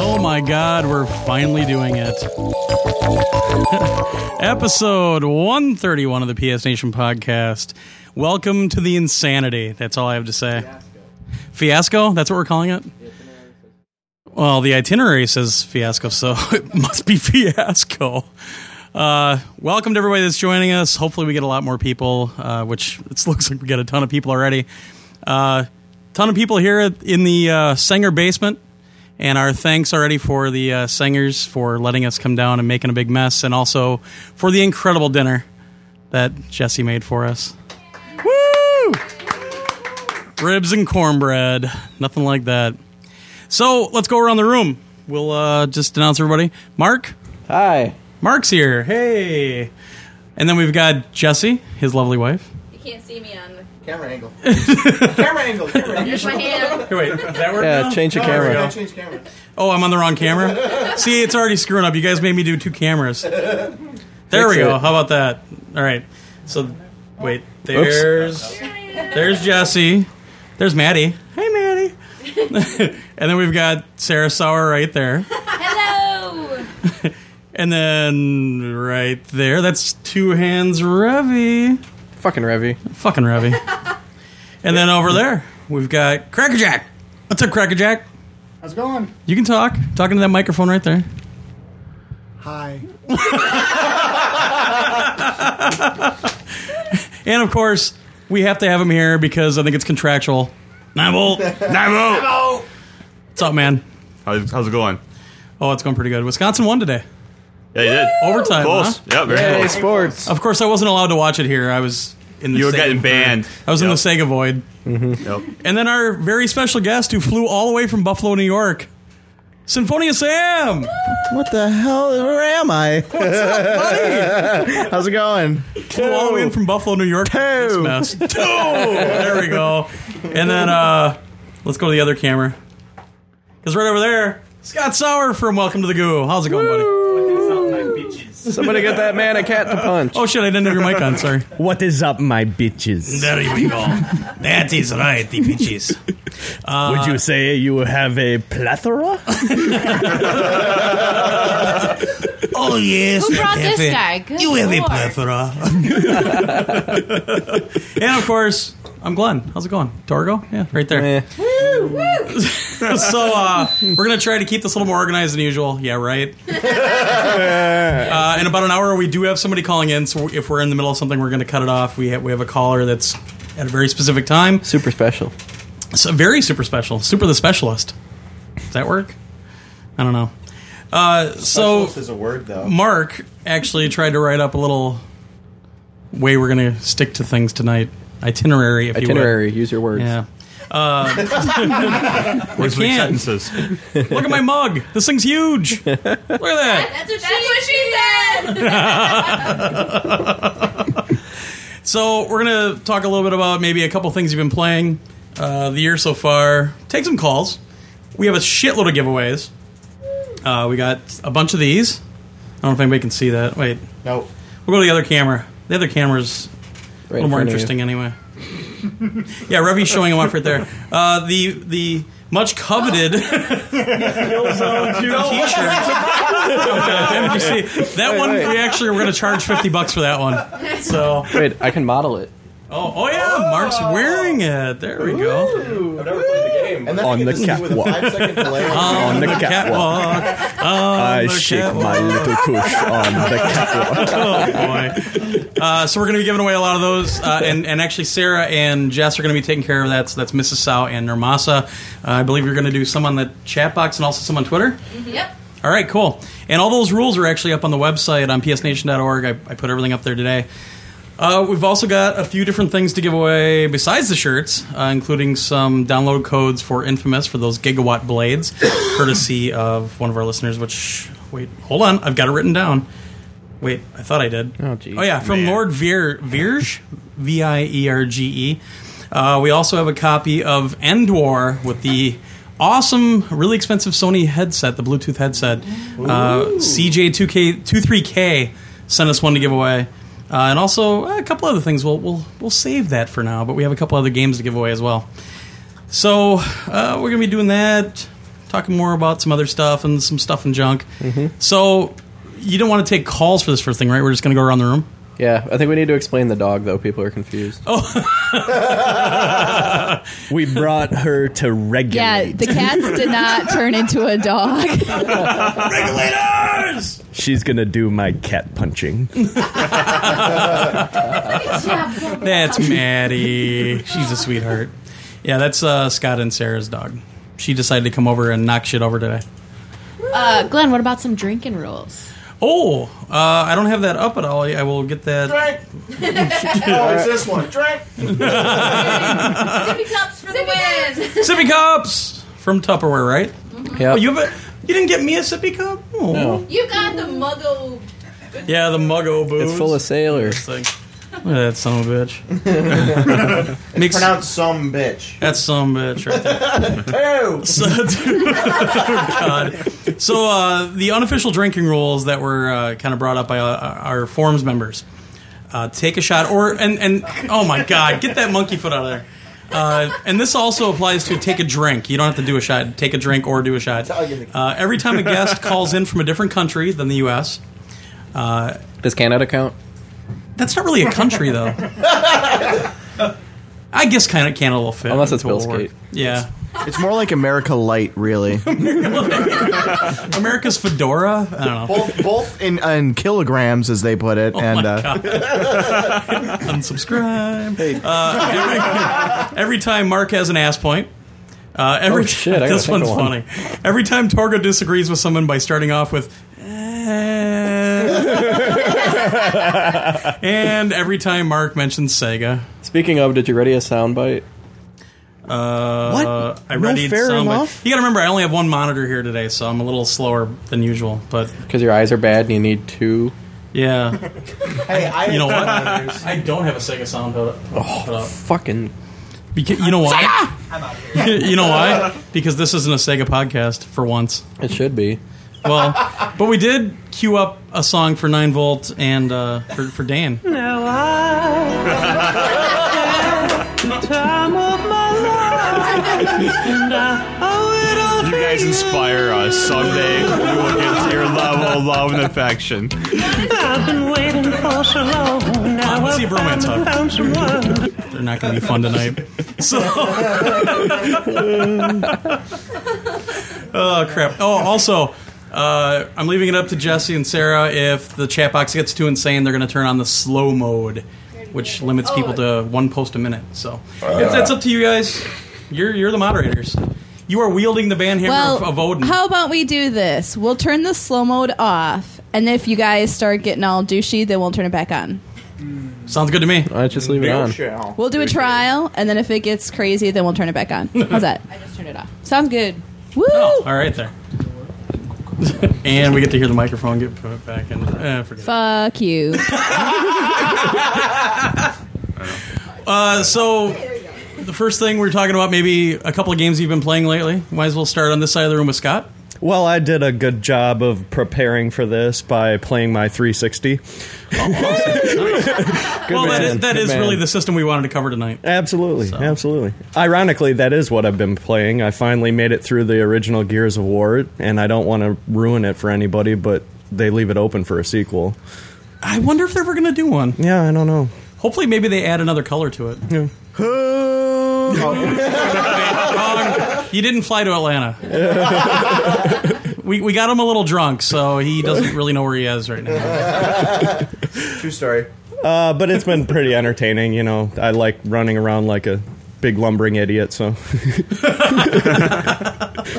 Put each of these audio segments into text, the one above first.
Oh my God, we're finally doing it. Episode 131 of the PS Nation podcast. Welcome to the insanity. That's all I have to say. Fiasco? That's what we're calling it? Well, the itinerary says fiasco, so it must be fiasco. Uh, welcome to everybody that's joining us. Hopefully, we get a lot more people, uh, which it looks like we got a ton of people already. Uh, ton of people here in the uh, Sanger basement, and our thanks already for the uh, Sangers for letting us come down and making a big mess, and also for the incredible dinner that Jesse made for us. Woo! Ribs and cornbread, nothing like that. So let's go around the room. We'll uh, just announce everybody. Mark, Hi. Mark's here. Hey, and then we've got Jesse, his lovely wife. You can't see me on. Camera angle. camera angle. Camera angle. Here's my hand. Hey, wait, does that work? Yeah, now? change your Oh, there we camera. go. Change camera. Oh, I'm on the wrong camera. See, it's already screwing up. You guys made me do two cameras. There we Fix go. it. How about that? All right. So, wait. There's there's Jesse. There's Maddie. Hey, Maddie. and then we've got Sarah Sauer right there. Hello. And then right there, that's two hands, Revy. Fucking Revy. Fucking Revy. and then over there, we've got Crackerjack. What's up, Crackerjack? How's it going? You can talk. Talking to that microphone right there. Hi. And of course, we have to have him here because I think it's contractual. Nine Navo! What's up, man? How's, how's it going? Oh, it's going pretty good. Wisconsin won today. Yeah, you did. Overtime. Close. huh? Yeah, very Hey, close. sports. Of course, I wasn't allowed to watch it here. I was in the You were Sega getting banned. I was in the Yep, Mm-hmm. Sega Void. yep. And then our very special guest who flew all the way from Buffalo, New York, Symphonia Sam. What the hell? Where am I? How's it going? flew all the way in from Buffalo, New York. for this Two. mess. Two. There we go. And then uh, let's go to the other camera. Because right over there, Scott Sauer from Welcome to the Goo. How's it going, buddy? Somebody get that man a cat to punch. Oh shit! I didn't have your mic on. Sorry. What is up, my bitches? There you go. That is right, the peaches. Would you say you have a plethora? Oh yes. Who brought this guy? Good lord. and of course, I'm Glenn. How's it going, Torgo? Yeah, right there. Eh. so uh, we're gonna try to keep this a little more organized than usual. Yeah, right. uh, in about an hour, we do have somebody calling in. So if we're in the middle of something, we're gonna cut it off. We ha- we have a caller that's at a very specific time. Super special. So very super special, super the specialist. Does that work? I don't know. Uh, so This is a word though. Mark actually tried to write up a little way we're gonna stick to things tonight. Itinerary, if Itinerary. Use your words. you would. Yeah. Uh, Words make I can't. sentences. Look at my mug. This thing's huge. Look at that. That's what she, said. So we're gonna talk a little bit about maybe a couple things you've been playing uh, the year so far. Take some calls. We have a shitload of giveaways. Uh, we got a bunch of these. I don't know if anybody can see that. Wait, Nope. we'll go to the other camera. The other camera's Right a in little more front of you. interesting anyway. yeah, Revy's showing him off right there. Uh, the the much coveted Killzone 2 T-shirt. Okay, you see, that one wait. we actually were going to charge fifty bucks for that one. So Wait, I can model it. oh oh yeah, Mark's wearing it. There we go. I've never played the game. And then On I get the to see with a catwalk. five second delay. On the catwalk. I the shake catwalk. my little tush on the catwalk. Oh boy. Uh, so we're going to be giving away a lot of those, uh, and and actually Sarah and Jess are going to be taking care of that. So that's Mrs. Sow and Nermasa. Uh, I believe you're going to do some on the chat box and also some on Twitter. yep. All right, cool. And all those rules are actually up on the website on psnation.org. I, I put everything up there today. Uh, we've also got a few different things to give away besides the shirts, uh, including some download codes for Infamous for those gigawatt blades, courtesy of one of our listeners. Which wait, hold on, I've got it written down. Wait, I thought I did. Oh, geez. Oh yeah, from Man. Lord Veer Vierge, V I E R G E. Uh, we also have a copy of End War with the awesome, really expensive Sony headset, the Bluetooth headset. Uh, CJ2K 23K sent us one to give away. Uh, and also uh, a couple other things. We'll, we'll we'll save that for now, but we have a couple other games to give away as well. So uh, we're gonna be doing that. talking more about some other stuff and some stuff and junk. So you don't want to take calls for this first thing, right? We're just going to go around the room. Yeah, I think we need to explain the dog though. People are confused. Oh, We brought her to regulate. Yeah, the cats did not turn into a dog. She's gonna do my cat punching. That's Maddie. She's a sweetheart. Yeah, that's uh, Scott and Sarah's dog. She decided to come over and knock shit over today. Uh, Glenn, what about some drinking rules? Oh, uh, I don't have that up at all. I will get that. Drink. oh, it's this one. Drink. Sippy cups for the win. Sippy cups from Tupperware, right? yeah, Oh, you have a, You didn't get me a sippy cup? Oh. You got the muggle. Yeah, the Muggo booze. it's full of sailors. Thing. Look at that son of a bitch. Mix- Pronounce some bitch. That's some bitch right there. Ew. So, dude, oh, God. So, uh, the unofficial drinking rules that were uh, kind of brought up by uh, our forums members: uh, take a shot, or and and oh my God, get that monkey foot out of there. Uh, and this also applies to take a drink. You don't have to do a shot. Take a drink or do a shot. Uh, every time a guest calls in from a different country than the U.S., Does Canada count? that's not really a country though. I guess kind of Canada will fit. Unless it's People Bill's will work. Gate. Yeah. It's more like America Light, really. America's fedora. I don't know. both both in, in kilograms, as they put Oh it. and my uh, Unsubscribe. Uh, every, every time Mark has an ass point. Uh, every Oh, shit, I gotta this think one's of funny. one. Every time Torgo disagrees with someone by starting off with. "Eh." and every time Mark mentions Sega, Speaking of, did you ready a soundbite? uh, I readied fair some. but enough? You got to remember, I only have one monitor here today, so I'm a little slower than usual. But Because your eyes are bad and you need two. yeah, Hey, I you know what? I don't have a Sega sound put Oh. up- put up. Oh, Fucking Because, uh, you know why? you know why? Because this isn't a Sega podcast for once. it should be. Well, but we did queue up a song for Nine Volt and uh, for, for Dan. You guys inspire us. Someday we will get to your level of love and affection. Uh, let's see if romance up. They're not going to be fun tonight. So. oh crap! Oh, also. Uh, I'm leaving it up to Jesse and Sarah. If the chat box gets too insane, they're going to turn on the slow mode, which limits people to one post a minute. So if that's up to you guys, you're you're the moderators. You are wielding the van hammer Well, of, of Odin. how about we do this? We'll turn the slow mode off, and if you guys start getting all douchey, then we'll turn it back on. Sounds good to me. I just leave it on. shall. We'll do a trial, and then if it gets crazy, then we'll turn it back on. How's that? I just turned it off. Sounds good. Woo! Oh, all right there. and we get to hear the microphone get put back in. Eh, forget it. Fuck you. Uh, so the first thing we're talking about, maybe a couple of games you've been playing lately. Might as well start on this side of the room with Scott. Well, I did a good job of preparing for this by playing my 360. well, that man, is, that good is man. really the system we wanted to cover tonight. Absolutely, absolutely. Ironically, that is what I've been playing. I finally made it through the original Gears of War, and I don't want to ruin it for anybody, but they leave it open for a sequel. I wonder if they're ever going to do one. Yeah, I don't know. Hopefully, maybe they add another color to it. Wrong. You didn't fly to Atlanta. we, we got him a little drunk, so he doesn't really know where he is right now. True story. Uh, but it's been pretty entertaining. You know, I like running around like a big lumbering idiot, so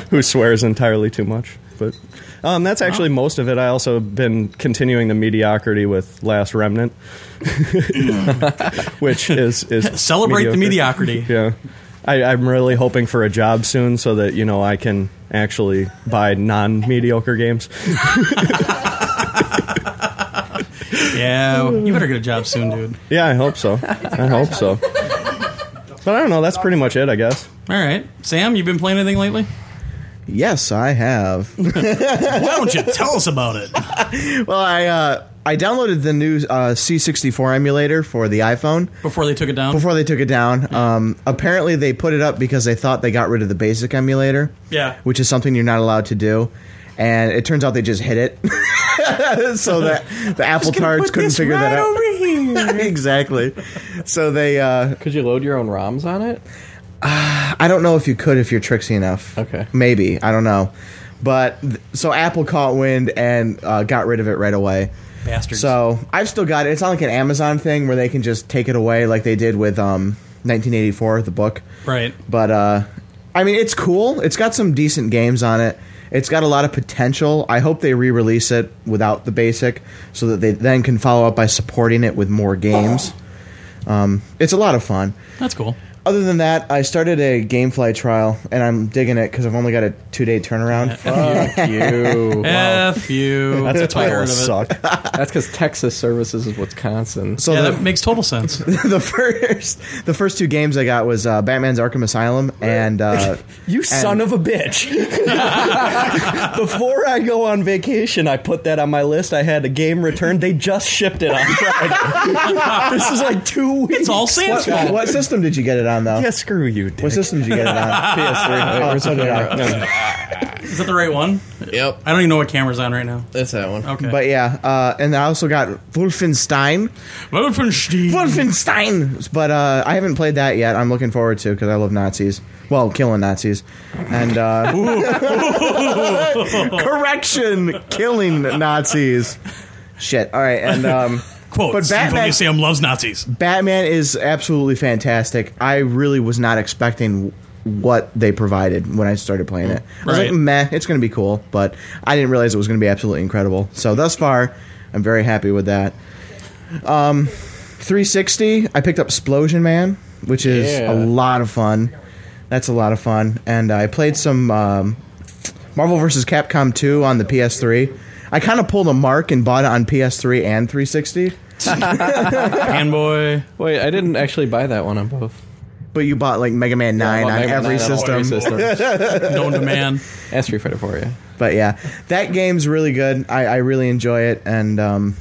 who swears entirely too much. But um, that's actually most of it. I also have been continuing the mediocrity with Last Remnant, which is is Celebrate the mediocre. mediocrity. Yeah. I, I'm really hoping for a job soon so that you know I can actually buy non-mediocre games. Yeah, you better get a job soon, dude. Yeah, I hope so. I hope so. But I don't know. That's pretty much it, I guess. All right, Sam, you been playing anything lately? Yes, I have. Why don't you tell us about it? well, I uh, I downloaded the new uh, C64 emulator for the iPhone Before they took it down? before they took it down. Um, apparently, they put it up because they thought they got rid of the basic emulator. Yeah. which is something you're not allowed to do. And it turns out they just hid it, so that the Apple tards couldn't figure that out. exactly. So they, uh, Could you load your own ROMs on it? I don't know if you could if you're tricksy enough. Okay. Maybe. I don't know. But th- so Apple caught wind and uh, got rid of it right away. Bastards. So I've still got it. It's not like an Amazon thing where they can just take it away like they did with um, 1984, the book. right. But uh, I mean, it's cool. It's got some decent games on it. It's got a lot of potential. I hope they re-release it without the basic, so that they then can follow up by supporting it with more games. Um, it's a lot of fun. That's cool. Other than that, I started a GameFly trial, and I'm digging it because I've only got a two-day turnaround. Fuck you. F you. That's a title Tired of of it. suck. That's because Texas services is Wisconsin. So Yeah, the, that makes total sense. the first, the first two games I got was uh, Batman's Arkham Asylum and uh, You son of a bitch. Before I go on vacation, I put that on my list. I had a game returned. They just shipped it on Friday. this is like two weeks. It's all Sans. fault. what, what system did you get it on though? yeah, screw you, What dick. system did you get it on? PS3. oh, so did I. Is that the right one? Yep, I don't even know what camera's on right now. that's that one. Okay. But yeah, uh, and I also got Wolfenstein. Wolfenstein. Wolfenstein! But uh, I haven't played that yet. I'm looking forward to because I love Nazis. Well, killing Nazis. And uh, correction, killing Nazis. Shit. All right, and um, Quote, But Steve Batman- Sam loves Nazis. Batman is absolutely fantastic. I really was not expecting what they provided when I started playing it. I was Right. like, meh, it's going to be cool, but I didn't realize it was going to be absolutely incredible. So thus far, I'm very happy with that. Um, 360, I picked up Splosion Man, which is Yeah. a lot of fun. That's a lot of fun, and I played some um, Marvel vs. Capcom 2 on the PS3. I kind of pulled a mark and bought it on PS3 and 360, Fanboy. Wait, I didn't actually buy that one on both. but you bought like Mega Man 9 Well, on maybe every not on all system. three systems. Don't demand. and Street Fighter for you. But yeah, that game's really good. I, I really enjoy it, and um,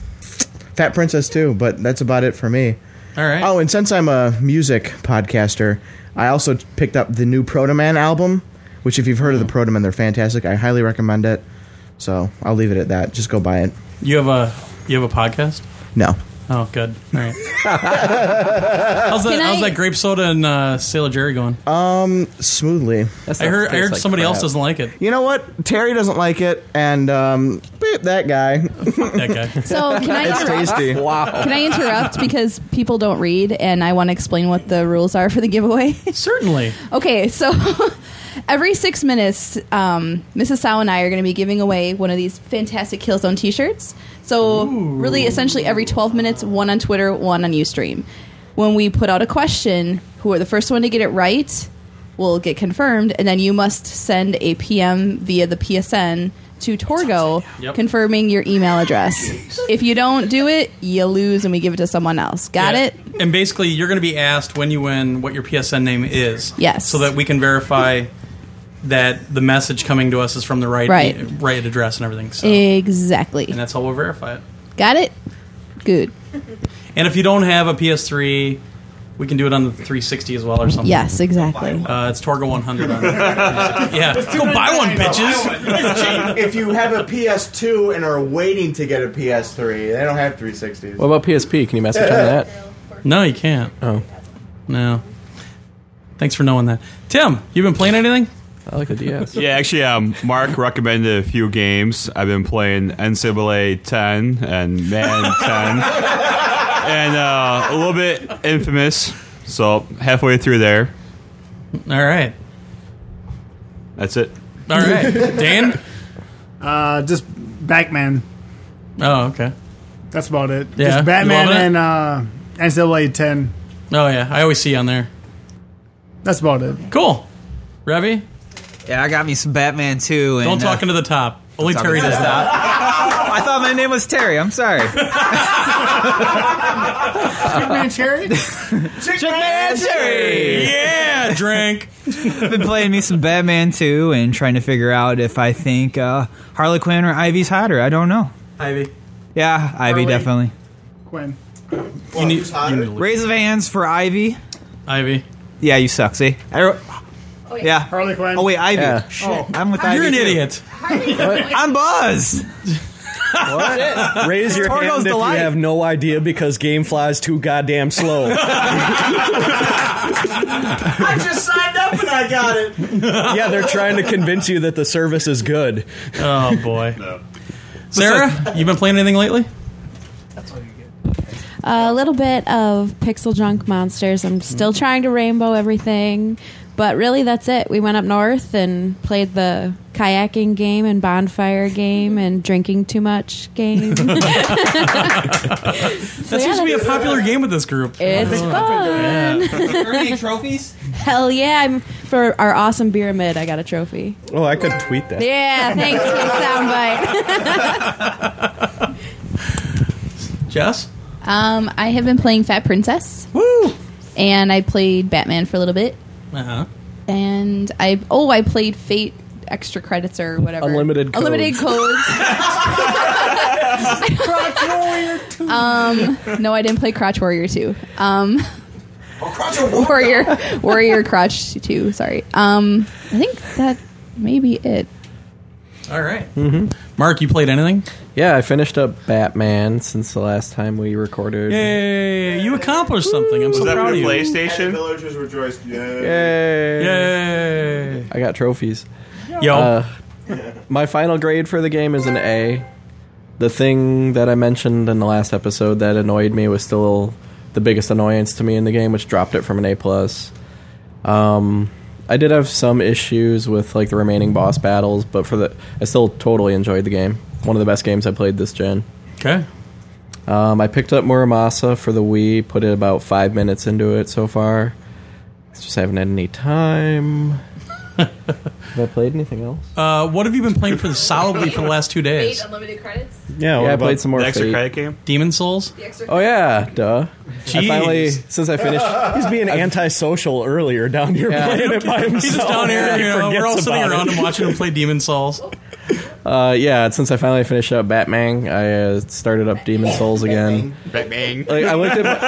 Fat Princess too. But that's about it for me. All right. Oh, and since I'm a music podcaster, I also picked up the new Proto Man album. Which, if you've heard of the Proto Man, they're fantastic. I highly recommend it. So I'll leave it at that. Just go buy it. You have a you have a podcast? No, Oh, good. All right. how's that? Can how's I- that grape soda and uh, Sailor Jerry going? Um, smoothly. That I heard. I stuff heard tastes like somebody else crap. doesn't like it. You know what? Terry doesn't like it, and um, beep, that guy. That guy. So can I interrupt? Tasty. Wow. Can I interrupt because people don't read and I want to explain what the rules are for the giveaway? Certainly. okay, so every six minutes, um, Mrs. Sow and I are going to be giving away one of these fantastic Killzone t shirts. So, really, essentially, every 12 minutes, one on Twitter, one on Ustream. When we put out a question, who are the first one to get it right will get confirmed, and then you must send a PM via the PSN to Torgo Yep. confirming your email address. if you don't do it, you lose and we give it to someone else. Got Yeah. it? And basically, you're going to be asked when you win what your PSN name is. Yes. So that we can verify that the message coming to us is from the right e-, Right. right address and everything. So, Exactly. and that's how we'll verify it. Got it? Good. And if you don't have a PS3, we can do it on the 360 as well or something. Yes, exactly. Uh, it's Torgo 100. On the 360. yeah. Go buy one, bitches. if you have a PS2 and are waiting to get a PS3, they don't have 360s. What about PSP? Can you message on that? No, you can't. Oh, No. Thanks for knowing that. Tim, you been playing anything? I like the DS. Yeah, actually, um, Mark recommended a few games. I've been playing NCAA 10 and Man 10, and uh, a little bit Infamous. So halfway through there. All right. That's it. All right. Dan? Uh, just Batman. Oh, okay. That's about it. Yeah, Just you Batman loving it? and uh, NCAA 10. Oh, yeah. I always see you on there. That's about it. Cool. Revi, Yeah, I got me some Batman too. And, don't talk uh, into the top. Only talk Terry into does the that. I thought my name was Terry. I'm sorry. Superman Cherry? Man Terry. Yeah, drink. Been playing me some Batman 2 and trying to figure out if I think uh, Harley Quinn or Ivy's hotter. I don't know. Ivy. Yeah, Ivy Harley. definitely. Quinn. You need, you need to leave. Raise of hands for Ivy. Ivy. Yeah, you suck. See, I wrote- Oh, yeah. yeah. Harley Quinn. Oh wait, Ivy. Yeah. Shit, I'm with You're Ivy. an too. idiot. I'm Buzz. Raise your Torgo's hand if delight. you have no idea because game flies too goddamn slow. I just signed up and I got it. yeah, they're trying to convince you that the service is good. Oh boy. Sarah, you been playing anything lately? A little bit of Pixel Junk Monsters. I'm still Mm-hmm. trying to rainbow everything, but really that's it. We went up north and played the kayaking game and bonfire game and drinking too much game. That seems to be a popular game with this group. it's fun. Earning trophies. Hell yeah! I'm for our awesome pyramid. I got a trophy. Oh, I could tweet that. Yeah, thanks for the soundbite. Jess? Um, I have been playing Fat Princess, Woo! and I played Batman for a little bit, Uh huh. and I oh I played Fate extra credits or whatever Unlimited codes. unlimited codes. um, no, I didn't play Crotch Warrior two. Um, Warrior Warrior Crotch two. Sorry. Um, I think that may be it. All Mark, you played anything? Mm-hmm. Yeah, I finished up Batman since the last time we recorded. Yay! You accomplished something. I'm so Was that proud for of the you. And the PlayStation? villagers rejoiced. Yeah. Yay. Yay! I got trophies. Yo, Uh, my final grade for the game is an A. The thing that I mentioned in the last episode that annoyed me was still the biggest annoyance to me in the game, which dropped it from an A plus. Um, I did have some issues with like the remaining boss battles, but for the I still totally enjoyed the game. One of the best games I played this gen. okay. Um, I picked up Muramasa for the Wii, put it about five minutes into it so far. Just haven't had any time. have I played anything else? Uh, what have you been playing for the solidly for the last two Eight days? unlimited credits. Yeah, yeah, what I about- played some more The extra Fate. credit game? Demon Souls. The extra. Oh yeah, duh. I Jeez. finally, since I finished, He's being antisocial earlier down here Yeah. playing it by himself. He's just down here. He You know, we're forgets all sitting about it. around and watching him play Demon Souls. uh, yeah, since I finally finished up Batman, I uh, started up Demon Souls again. Batman. Like I looked at, my,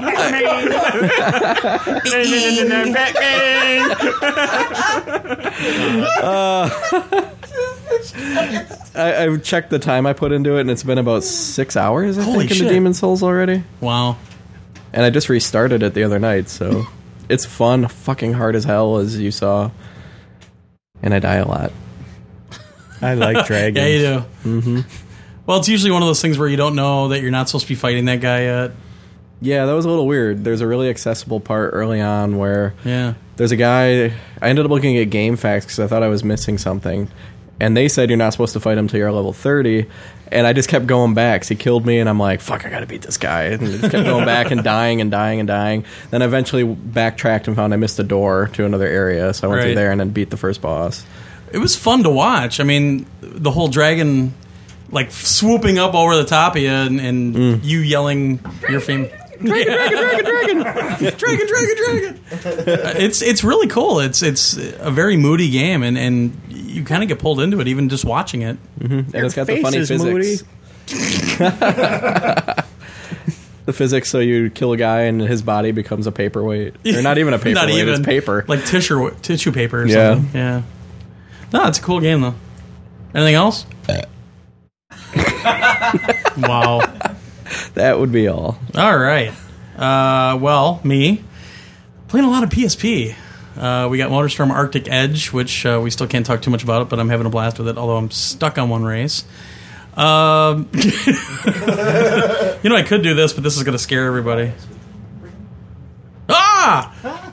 Batman. Uh, I, I checked the time I put into it, and it's been about six hours. I Holy think shit. into Demon Souls already, Wow. and I just restarted it the other night. So it's fun, fucking hard as hell, as you saw, and I die a lot. I like dragons. Yeah, you do. Mm-hmm. Well, it's usually one of those things where you don't know that you're not supposed to be fighting that guy yet. Yeah, that was a little weird. There's a really accessible part early on where Yeah. There's a guy. I ended up looking at Game Facts because I thought I was missing something, and they said you're not supposed to fight him till you're level 30. And I just kept going back. 'cause he killed me, and I'm like, "Fuck, I gotta beat this guy." And I just kept going back and dying and dying and dying. Then I eventually backtracked and found I missed a door to another area, so I went Right. through there and then beat the first boss. It was fun to watch. I mean, the whole dragon like swooping up over the top of you and, and Mm. you yelling your fame. Dragon, dragon, dragon, dragon, dragon, dragon, dragon. Uh, It's it's really cool. It's it's a very moody game, and and you kind of get pulled into it even just watching it. Mm-hmm. And it's got the face funny is physics. moody. the physics, so you kill a guy and his body becomes a paperweight, or not even a paperweight, it's paper. like tissue tissue paper. Or Yeah. something. yeah. No, it's a cool game though. Anything else? Uh. wow. that would be all. All right. Uh, well, me playing a lot of PSP. Uh, we got Motorstorm Arctic Edge, which uh, we still can't talk too much about it, but I'm having a blast with it. Although I'm stuck on one race. Um, you know, I could do this, but this is going to scare everybody. Ah!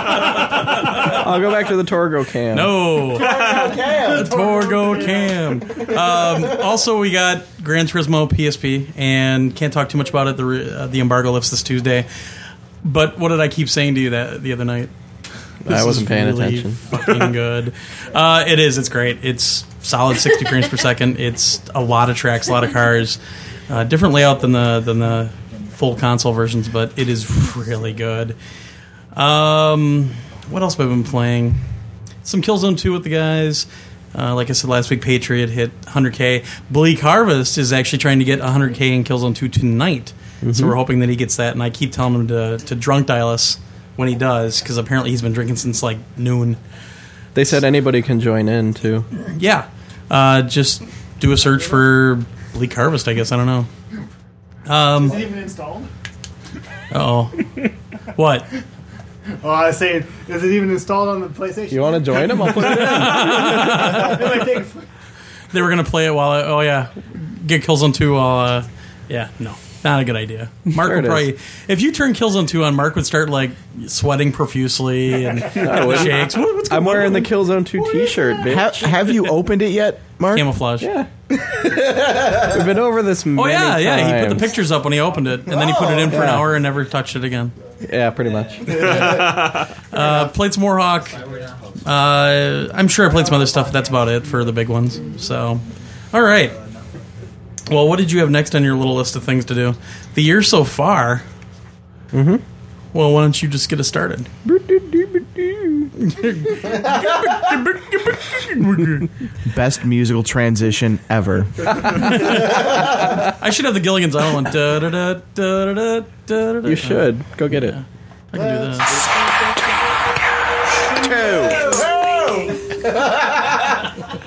I'll go back to the Torgo cam. No. Torgo Cam. Um, also, we got Gran Turismo PSP, and can't talk too much about it. The, re- uh, the embargo lifts this Tuesday. But what did I keep saying to you that the other night? This I wasn't is paying really attention. Fucking good. Uh, it is. It's great. It's solid 60 frames per second. It's a lot of tracks, a lot of cars. Uh, different layout than the than the full console versions, but it is really good. Um, what else have I been playing? Some Killzone 2 with the guys. Uh, like I said last week, Patriot hit 100k. Bleak Harvest is actually trying to get 100k in Killzone 2 tonight, Mhm. so we're hoping that he gets that. And I keep telling him to to drunk dial us when he does, because apparently he's been drinking since like noon. They said anybody can join in too. Yeah, uh, just do a search for Bleak Harvest. I guess I don't know. Is it Um, even installed? oh, what? Oh, I was saying, is it even installed on the PlayStation? You wanna join 'em? I'll put it in. it might take They were gonna play it while I, oh yeah, get Killzone two while uh, yeah no not a good idea. Mark There would it probably if you turn Killzone two on, Mark would start like sweating profusely and I having wouldn't. shakes. What- what's I'm going wearing on? the Killzone 2 T-shirt, bitch. Have, have you opened it yet, Mark? Camouflage. Yeah. We've been over this. Oh yeah, many yeah. He put the times. Oh, pictures up when he opened it, and then he put it in for an Yeah. hour and never touched it again. Yeah, pretty much. Uh, played some more Hawk. Uh, I'm sure I played some other stuff. That's about it for the big ones. So, all right. Well, what did you have next on your little list of things to do? The year so far. Mm-hmm. Well, why don't you just get us started? Best musical transition ever. I should have the Gilligan's Island one. Da, da, da, da, da, da, da. You should go get it. I can do that.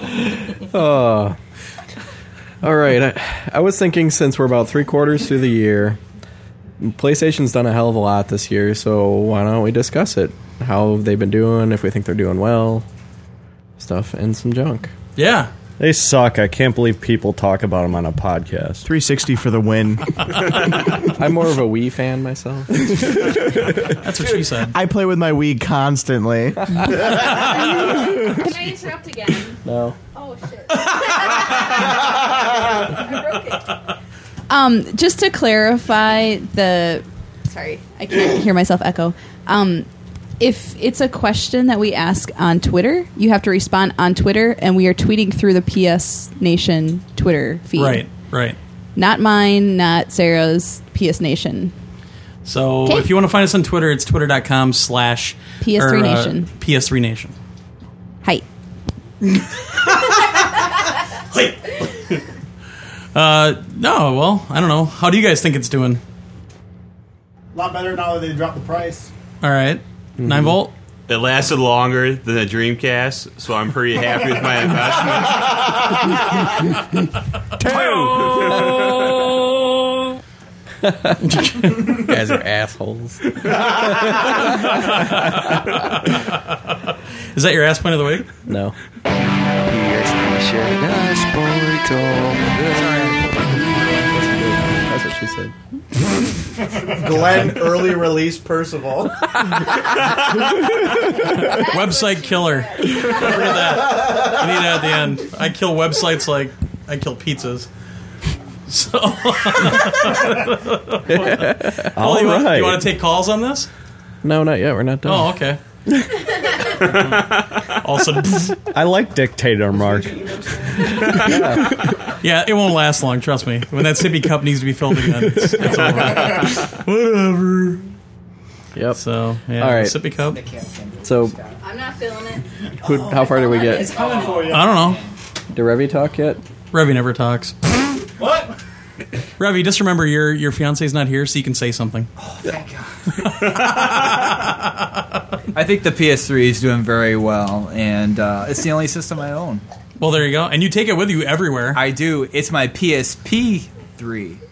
Oh. All right. I, I was thinking since we're about three quarters through the year, PlayStation's done a hell of a lot this year, so why don't we discuss it? How they've been doing, if we think they're doing well, stuff, and some junk. Yeah. They suck. I can't believe people talk about them on a podcast. 360 for the win. I'm more of a Wii fan myself. That's what she said. I play with my Wii constantly. Can I interrupt again? No. Oh shit. Um, just to clarify the sorry, I can't hear myself echo. Um, if it's a question that we ask on Twitter, you have to respond on Twitter, and we are tweeting through the PS Nation Twitter feed. Right, right. Not mine, not Sarah's PS Nation. So Okay. if you want to find us on Twitter, it's twitter.com slash PS3 or, uh, Nation. PS3 Nation. Hi. Uh, no, well, I don't know. How do you guys think it's doing? a lot better now that they dropped the price. All right. Nine volt. It lasted longer than the Dreamcast, so I'm pretty happy with my investment. you guys are assholes. Is that your ass point of the week? No. That's what she said. Glenn early release Percival. Website killer. Look at that. I need that at the end. I kill websites like I kill pizzas. So, All Well, you, want, right. you want to take calls on this? No, not yet. We're not done. Oh, okay. also, I like dictator Mark. yeah, it won't last long. Trust me. When that sippy cup needs to be filled again, it's, it's over. Whatever. Yep. So, yeah, All right. sippy cup. So, I'm not feeling it. who, how far did we get? coming for you. I don't know. Did Revy talk yet? Revy never talks. What? Revy, just remember your your fiance's not here, so you can say something. I think the PS3 is doing very well, and uh, it's the only system I own. Well, there you go. And you take it with you everywhere. I do. It's my PSP three.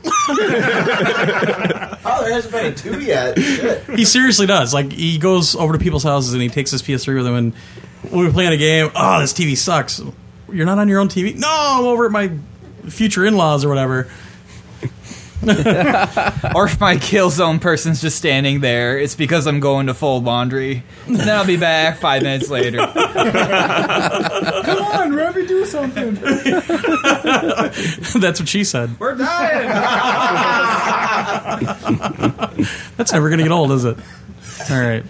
Oh, there hasn't been a two yet. Shit. He seriously does. Like he goes over to people's houses and he takes his PS3 with him. And when we're playing a game, oh, this TV sucks. You're not on your own TV. No, I'm over at my future in-laws or whatever. or if my kill zone person's just standing there, it's because I'm going to fold laundry. And then I'll be back five minutes later. Come on, Revy, do something. That's what she said. We're dying. That's never gonna get old, is it? All right.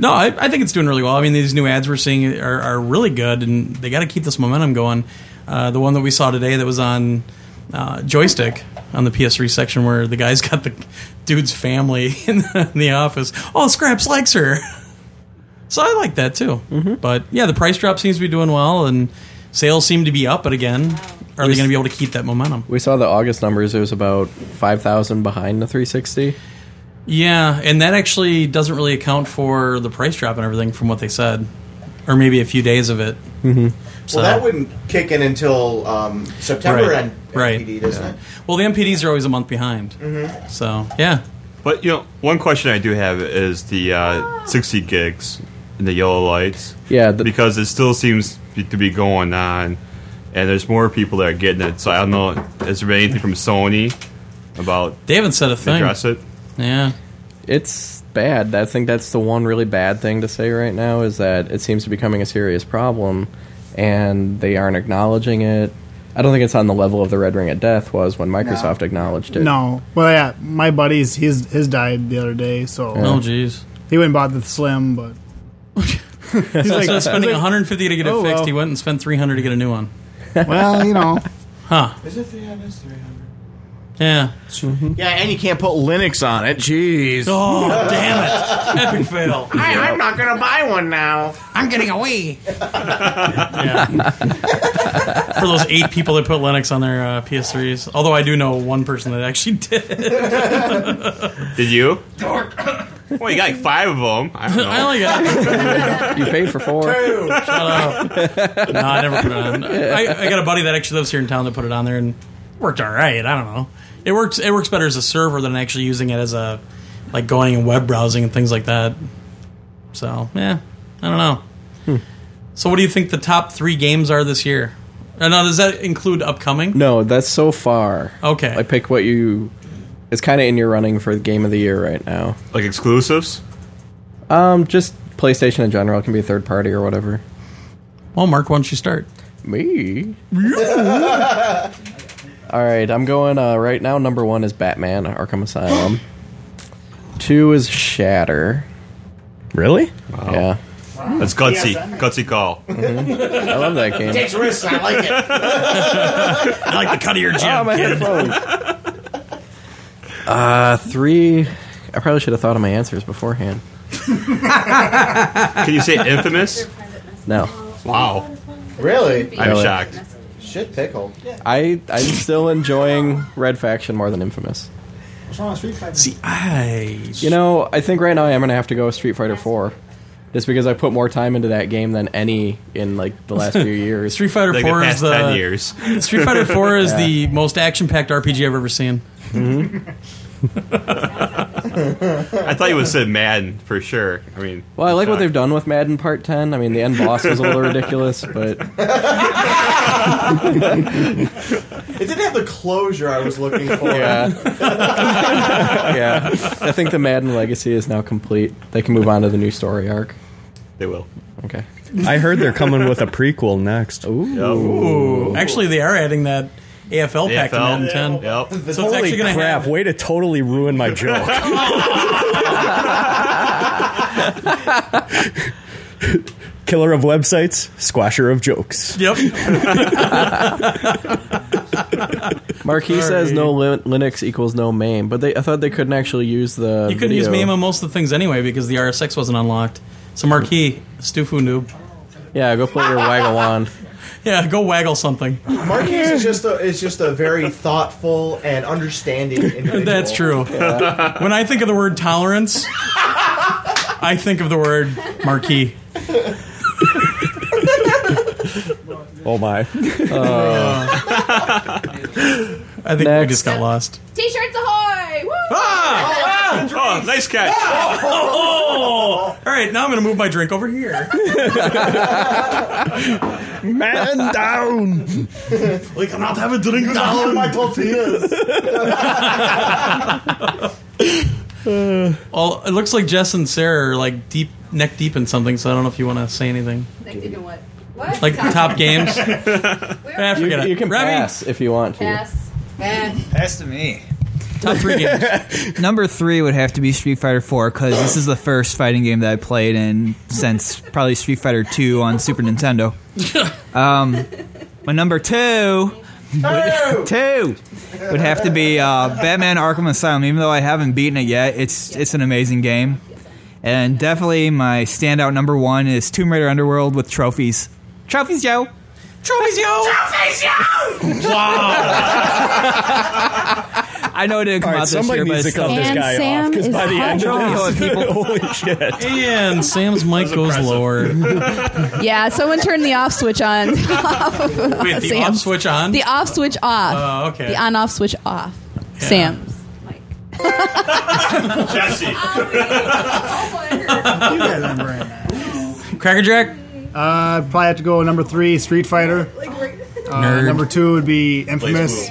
No, I, I think it's doing really well. I mean, these new ads we're seeing are, are really good, and they got to keep this momentum going. Uh, the one that we saw today that was on uh, joystick on the PS3 section, where the guy's got the dude's family in the, in the office. Oh, Scraps likes her, so I like that too. But yeah, the price drop seems to be doing well, and sales seem to be up. But again, are they going to be able to keep that momentum? We saw the August numbers. It was about five thousand behind the 360. Yeah, and that actually doesn't really account for the price drop and everything from what they said, or maybe a few days of it. Mm-hmm. So- well, that wouldn't kick in until um, September Right. and Right. PD, doesn't Yeah. Well, the MPDs are always a month behind. Mhm. So yeah, But you know, one question I do have is the uh, 60 gigs and the yellow lights. Yeah, because it still seems be- to be going on, and there's more people that are getting it. So I don't know. Has there been anything from Sony about they haven't said a thing. Address it. Yeah. It's bad. I think that's the one really bad thing to say right now is that it seems to be becoming a serious problem and they aren't acknowledging it. I don't think it's on the level of the Red Ring of Death was when Microsoft acknowledged it. No. Well, yeah, my buddy's his his died the other day, so Yeah. Oh, jeez. He went and bought the slim, but he's like- of spending he's like, 150 to get it "Oh, fixed. well." He went and spent 300 to get a new one. well, you know, Huh? Is it 300? It's 300. Yeah. Yeah, and you can't put Linux on it. Jeez. Oh, damn it. Epic fail. I, I'm not going to buy one now. I'm getting away. For those eight people that put Linux on their uh, PS3s, although I do know one person that actually did. Did you? well, you got like five of them. I, don't know. I only got. You paid for four. Shut up. No, I never put it on. I, I got a buddy that actually lives here in town that put it on there and it worked all right. I don't know. It works. It works better as a server than actually using it as a like going and web browsing and things like that. So yeah, I don't know. Hmm. So what do you think the top three games are this year? Uh, Now, does that include upcoming? No, that's so far. Okay. I pick what you it's kind of in your running for the game of the year right now. Like exclusives? Um just PlayStation in general it can be third party or whatever. Well, Mark, why don't you start? Me. All right, I'm going uh, right now. Number one is Batman Arkham Asylum. Two is Shatter. Really? Yeah. That's gutsy. Gutsy call. Mm-hmm. I love that game. Takes risks. I like it. I like the cut of your jib. Oh, my headphones. Uh, three. I probably should have thought of my answers beforehand. Can you say infamous? No, Wow. Really? I'm Really? shocked. Shit pickle. I I'm still enjoying Red Faction more than Infamous. what's wrong with Street Fighter? See, I You know, I think right now I'm gonna have to go with Street Fighter Four, just because I put more time into that game than any in like the last few years. Street Fighter Like the Four is past the 10 years. Street Fighter Four is Yeah. the most action-packed RPG I've ever seen. Mm-hmm. I thought you would have said Madden for sure. I mean, Well, I like what they've done with Madden Part 10. I mean, the end boss was a little ridiculous, but It didn't have the closure I was looking for. yeah. yeah. I think the Madden legacy is now complete. They can move on to the new story arc. they will. Okay. I heard they're coming with a prequel next. Ooh. Actually, they are adding that AFL pack to AFL. Madden 10. Yep. So it's Holy actually going to crap! happen. Way to totally ruin my joke. Killer of websites, squasher of jokes. Yep. Marquis says no lin- Linux equals no MAME, but they, I thought they couldn't actually use the. You couldn't use MAME on most of the things anyway because the RSX wasn't unlocked. So Marquee, Stufu noob. Yeah, go play your waggle wand. Yeah, go waggle something. Marquis is just a is just a very thoughtful and understanding individual. That's true. When I think of the word tolerance, I think of the word Marquee. Oh my! I think we Next. just got lost. T-shirts ahoy! Woo! Oh, nice catch. All right, now I'm going to move my drink over here. Man down. We cannot have a drink Oh, my tortillas. All, it looks like Jess and Sarah are like deep, neck deep in something, so I don't know if you want to say anything. Like, you know what? What? Like the top games. Where Yeah, are forget You, it. you can Remy? pass if you want to. Pass. Pass. Pass to me. Top three games. Number three would have to be Street Fighter Four because this is the first fighting game that I played in since probably Street Fighter Two on Super Nintendo. Um, my number two. Would, two would have to be uh, Batman Arkham Asylum. Even though I haven't beaten it yet, it's it's an amazing game, and definitely my standout number one is Tomb Raider Underworld with trophies. Trophies, yo. Trophies, yo. Trophies, yo. I know it didn't come All right, out this somebody year, but needs it's to cut still- this guy off because by the end of this, holy shit! And Sam's mic goes lower. Yeah, someone turned the off switch on. off of, uh, Wait, the Sam. off switch on? The off switch off. Oh, okay. The on off switch off. Sam's. Jesse. Cracker Jack? Uh, I'd probably have to go number three, Street Fighter. Uh, Nerd. Number two would be Infamous.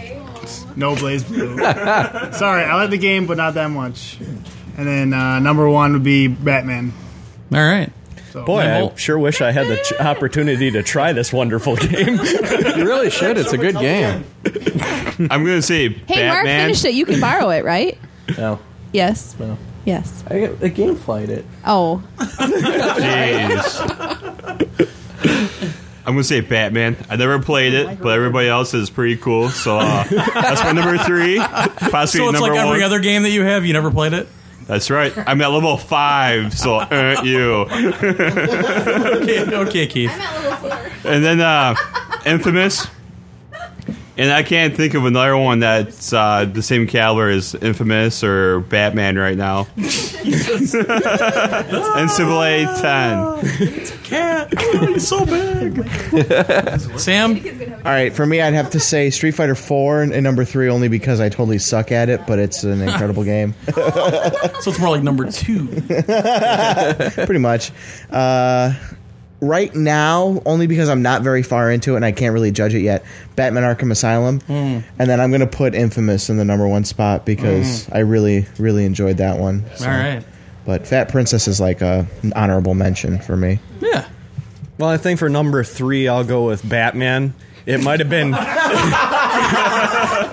No Blaze Blue. Sorry, I like the game, but not that much. And then uh, number one would be Batman. All right. Boy, I sure wish I had the ch- opportunity to try this wonderful game. you really should. It's a good game. I'm gonna say Hey, Mark finished it. You can borrow it, right? No. Yes. No. Yes. I got the game flight it. Oh. Jeez. I'm gonna say Batman. I never played it, but everybody else is pretty cool. So uh, that's my number three. Possibly so it's number like one. every other game that you have. You never played it. That's right. I'm at level five, so uh, you. okay, okay, Keith. I'm at level four. And then uh, Infamous. And I can't think of another one that's uh, the same caliber as Infamous or Batman right now. and Civil A 10. It's a cat. Oh, he's so big. Sam? All right, for me, I'd have to say Street Fighter 4 and, and number 3 only because I totally suck at it, but it's an incredible game. So it's more like number two. Pretty much. Uh, right now, only because I'm not very far into it and I can't really judge it yet, Batman Arkham Asylum. Mm. And then I'm going to put Infamous in the number one spot because Hmm. I really, really enjoyed that one. All right. But Fat Princess is like a, an honorable mention for me. Yeah. Well, I think for number three, I'll go with Batman. It might have been.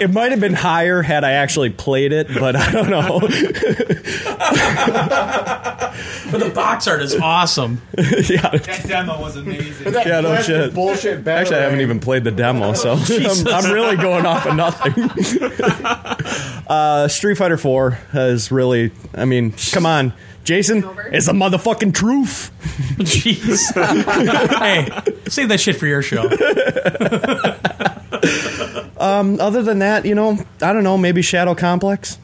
it might have been higher had I actually played it, but I don't know. But the box art is awesome. yeah. That demo was amazing. yeah, no shit. Bullshit. Actually, I haven't even played the demo, so Jesus. I'm, I'm really going off of nothing. uh, Street Fighter Four is really. I mean, come on, Jason. It's the motherfucking truth. Jeez. hey, save that shit for your show. Um, other than that, you know, I don't know. Maybe Shadow Complex.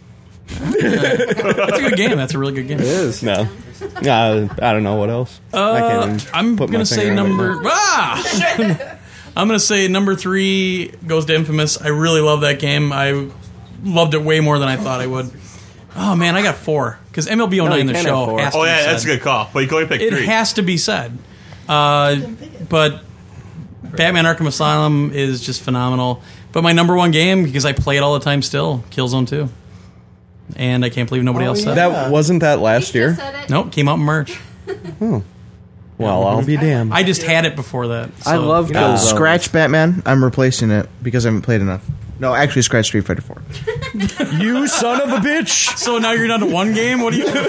That's a good game. That's a really good game. It is. No. Uh, I don't know what else. I Uh, even I'm put my gonna say finger on it. number. Ah! I'm gonna say number three goes to Infamous. I really love that game. I loved it way more than I thought I would. Oh man, I got four because MLB 09 No, you the can't have show. four. has to Oh, be yeah, said. that's a good call. But you can only pick It three. has to be said. Uh, but Batman Arkham Asylum is just phenomenal. But my number one game because I play it all the time still, Killzone 2. And I can't believe nobody else said oh, that wasn't that last year. Oh. Nope, came out in March. Well, I'll be damned. I just had it before that. I so- love Killzone. Scratch Batman. I'm replacing it because I haven't played enough. No, actually, Scratch Street Fighter 4. you son of a bitch! So now you're down to one game. What do you? Jesus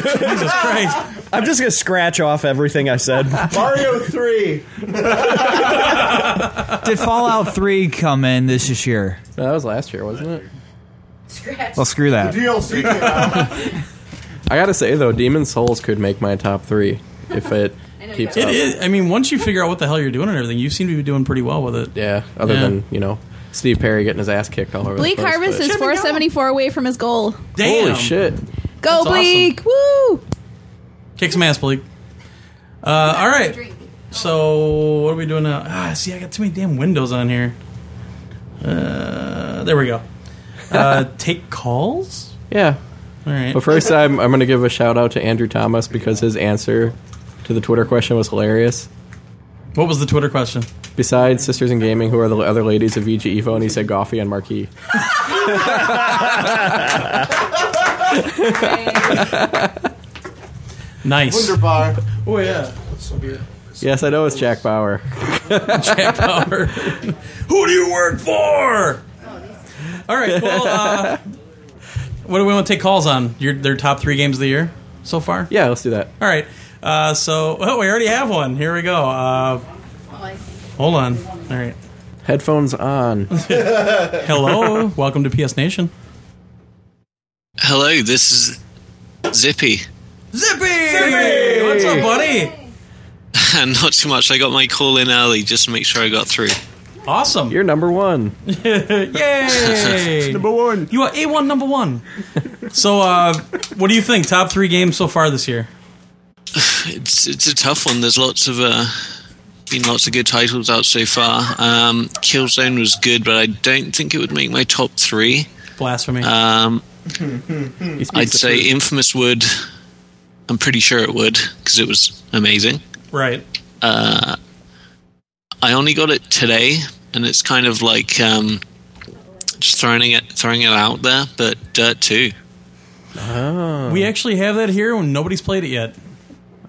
Christ! I'm just gonna scratch off everything I said. Mario 3. Did Fallout Three come in this is year? That was last year, wasn't it? Scratch. Well, screw that. DLC came out. I gotta say though, Demon Souls could make my top three if it keeps It up. is. I mean, once you figure out what the hell you're doing and everything, you seem to be doing pretty well with it. Yeah. Other Yeah. than you know Steve Perry getting his ass kicked all over. Bleak the place, Harvest but- is 474 away from his goal. Holy shit! Go, That's Bleak! Woo! Kick some ass, Bleak. Uh, all right. So what are we doing now? Ah, see, I got too many damn windows on here. Uh, there we go. Uh, take calls. Yeah. All right. But first, uh, I'm I'm gonna give a shout out to Andrew Thomas because his answer to the Twitter question was hilarious. What was the Twitter question? Besides Sisters in Gaming, who are the other ladies of VG Evo? And he said Goffy and Marquee. nice. Wunderbar. Oh, yeah. So good. Yes, I know it's Jack Bauer. Jack Bauer. Who do you work for? All right. Well, uh, what do we want to take calls on? Your their top three games of the year so far? Yeah, let's do that. All right. Uh, so, oh, we already have one. Here we go. Uh, hold on. All right. Headphones on. Hello. Welcome to PS Nation. Hello, this is Zippy. Zippy! What's up, buddy? Not too much. I got my call in early just to make sure I got through. Awesome. You're number one. Yay! number one. You are A1 number one. so, uh, what do you think? Top three games so far this year? It's it's a tough one. There's lots of uh, been lots of good titles out so far. Um, Killzone was good, but I don't think it would make my top three. Blasphemy. Um, He speaks I'd the say truth. Infamous would. I'm pretty sure it would because it was amazing. Right. Uh, I only got it today, and it's kind of like um, just throwing it throwing it out there. But Dirt Two, Ah. We actually have that here when nobody's played it yet.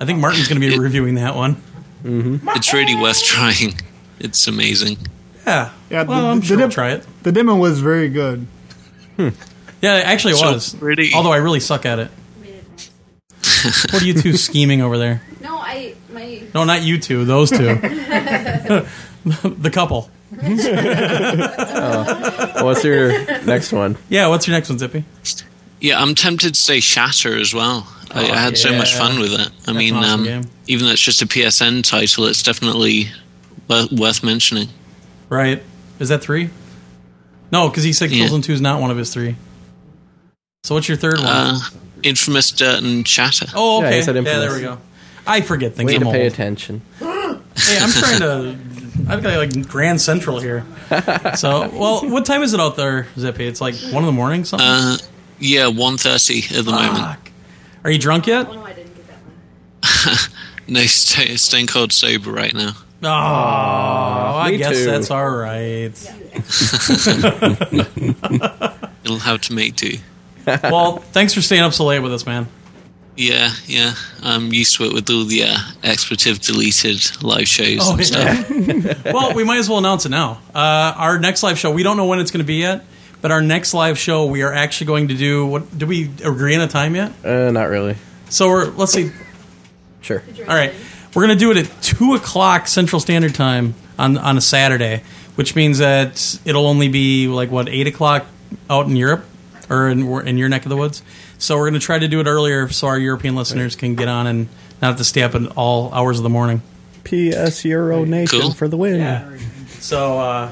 I think Martin's going to be reviewing that one. Mm-hmm. it's really worth trying. It's amazing. Yeah. Yeah, Well, the, I'm the sure dim- I'll try it. The demo was very good. Hmm. Yeah, it actually So was. Although I really suck at it. what are you two scheming over there? No, I my. No, not you two. Those two. the couple. Oh, what's your next one? Yeah, what's your next one, Zippy? Yeah, I'm tempted to say Shatter as well. I, Oh, I had so much yeah. fun with it. I an mean, awesome um, game. even though it's just a PSN title, it's definitely wor- worth mentioning. Right. Is that three? No, because he said Yeah. Killzone 2 is not one of his three. So what's your third one? Uh, Infamous Dirt and Shatter. oh, okay. Uh-huh. Yeah, there we go. I forget things. Way I'm to pay old. attention. Hey, I'm trying to. I've got like Grand Central here. So, well, what time is it out there, Zippy? It's like one in the morning, something. Ah. Uh, yeah, one thirty at the moment. Are you drunk yet? No, stay, staying cold sober right now. Oh, I me guess too. that's all right. It'll have to make do. well, thanks for staying up so late with us, man. Yeah, yeah. I'm used to it with all the uh, expletive deleted live shows Oh, and stuff. well, we might as well announce it now. Uh, our next live show, we don't know when it's going to be yet, but our next live show, we are actually going to do. What did we agree on a time yet? Uh, not really. So we're let's see. Sure. All right, we're gonna do it at two o'clock Central Standard Time on on a Saturday, which means that it'll only be like what eight o'clock out in Europe or in we're in your neck of the woods. So we're gonna try to do it earlier so our European listeners can get on and not have to stay up in all hours of the morning. PS Euro Nation for the win. So uh,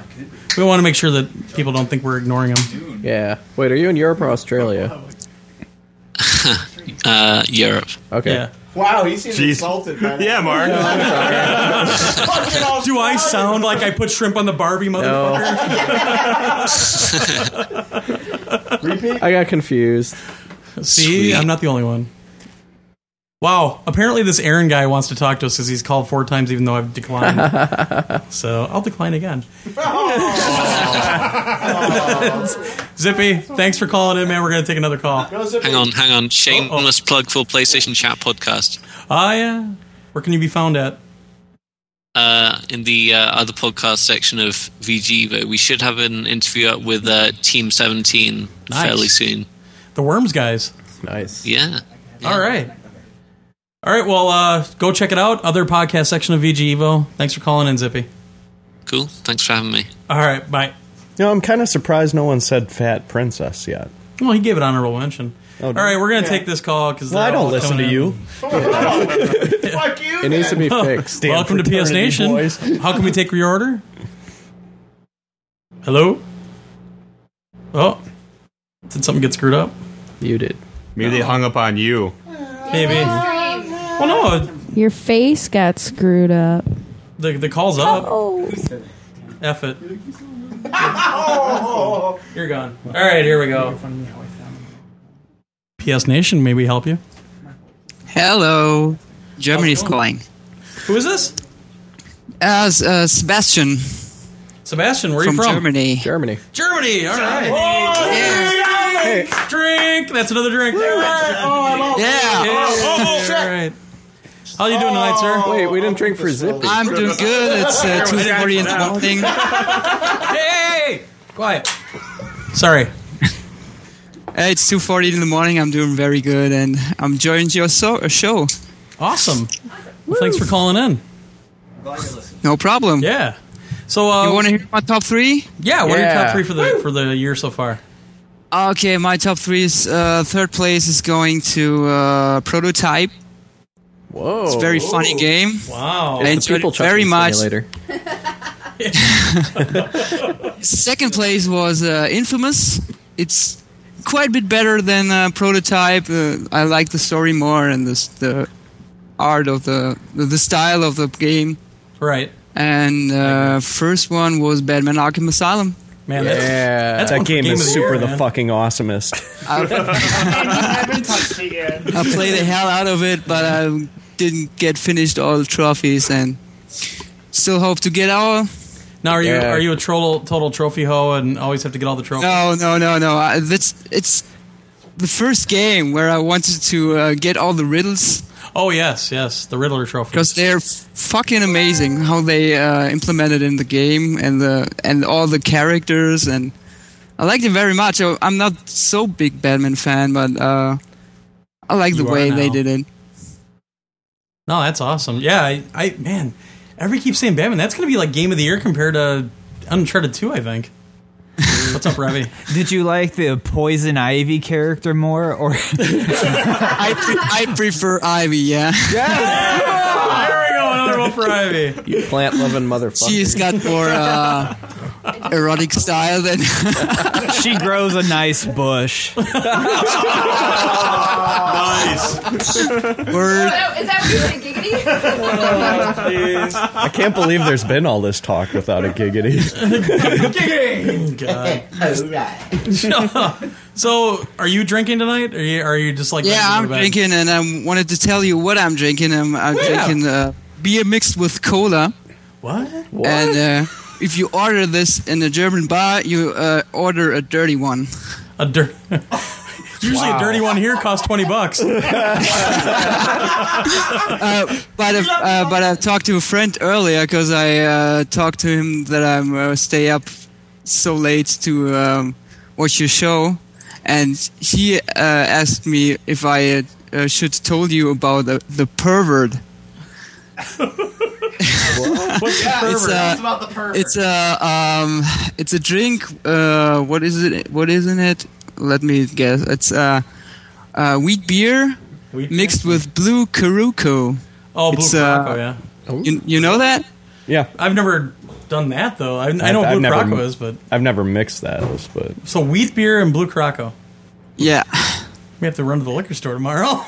we want to make sure that people don't think we're ignoring them. Yeah. Wait, are you in Europe or Australia? uh, Europe. Okay. Wow, he seems Jeez. insulted by that. Yeah, Mark. Do I sound like I put shrimp on the Barbie, motherfucker? Repeat. I got confused. See, I'm not the only one. Wow. Apparently, this Aaron guy wants to talk to us because he's called four times, even though I've declined. so I'll decline again. Zippy, thanks for calling in, man. We're going to take another call. Hang on, hang on. Shameless plug for PlayStation Chat podcast. Ah, yeah. Where can you be found at? Uh, in the uh, other podcast section of VGvo, we should have an interview up with uh, Team 17 Nice. fairly soon. The Worms guys. Nice. Yeah. All right. All right. Well, uh, go check it out. Other podcast section of VG Evo. Thanks for calling in, Zippy. Cool. Thanks for having me. All right. Bye. You know, I'm kind of surprised no one said Fat Princess yet. Well, he gave it honorable mention. Oh, All right, we're gonna take this call uh, because Well, I don't listen to you. Fuck you. It needs to be Well, fixed. Welcome to PS Nation. How can we take your order? Hello. Oh, did something get screwed up? You did. Maybe they hung up on you. Maybe. Well, no, Your face got screwed up. the the call's up. F it. You're gone. All right, here we go. PS Nation, may we help you? Hello. Germany's calling. Who is this? Uh, S- uh, Sebastian. Sebastian, where are you from? Germany. Germany. Germany. Oh, All right. drink, drink. That's another drink. Oh, Yeah. Yeah. All right. How you doing tonight, sir? Wait, we didn't drink for Zippy. I'm doing good. It's uh, 2.40 in the morning. Hey! Quiet. Sorry. Hey, It's 2.40 in the morning. I'm doing very good and I'm enjoying your so- uh, show. Awesome. Well, thanks for calling in. No problem. Yeah. So uh, You want to hear my top three? Yeah, what are your top three for the for the year so far? Okay, my top three is uh, third place is going to uh, Prototype. Whoa! It's a very funny game. Wow! I enjoyed it very much. Later. Second place was uh, Infamous. It's quite a bit better than uh, Prototype. Uh, I like the story more and the, the art of the the style of the game. Right. And uh, first one was Batman Arkham Asylum. Man, that's- yeah, that's one that for game Game is of the super Year, the man. fucking awesomest. I played the hell out of it, but I didn't get finished all the trophies and still hope to get all. Now, are you Yeah. are you a total total trophy hoe and always have to get all the trophies? No, no, no, no. I, that's it's the first game where I wanted to uh, get all the riddles Oh yes, yes, the Riddler trophy. because they're f- fucking amazing how they uh, implemented in the game and the and all the characters and I liked it very much. I- I'm not so big Batman fan, but uh, I like the You are way they now. did it. No, that's awesome. Yeah, I, I man, everybody keeps saying Batman. That's going to be like game of the year compared to Uncharted Two, I think. What's up, Ravi? Did you like the poison ivy character more, or I pre- I prefer Ivy. Yeah. there we go, another one for Ivy. You plant loving motherfucker. She's got more uh, erotic style than. she grows a nice bush? Word. Is that what you said, giggity? I can't believe there's been all this talk without a giggity. God. so, are you drinking tonight? Are you are you just like yeah, ready to go I'm to bed? drinking, and I wanted to tell you what I'm drinking. I'm, I'm Yeah. drinking uh, beer mixed with cola. What? And uh, if you order this in a German bar, you uh, order a dirty one. A dirty. Usually, a dirty one here costs twenty bucks. uh, but I've, uh, but I've talked to a friend earlier because I uh, talked to him that I'm uh, stay up so late to um, watch your show, and he uh, asked me if I uh, should told you about the, the pervert. What's the It's pervert? a, it's uh, a um, it's a drink. Uh, what is it? What is in it? Let me guess. It's uh, uh, wheat beer mixed with blue Caruco. Oh, Blue It's, uh, Croco, yeah. You, you know that? Yeah. I've never done that though. I, I know I've Blue never- Croco is, but I've never mixed those, but so wheat beer and Blue Croco. Yeah. Oh We have to run to the liquor store tomorrow.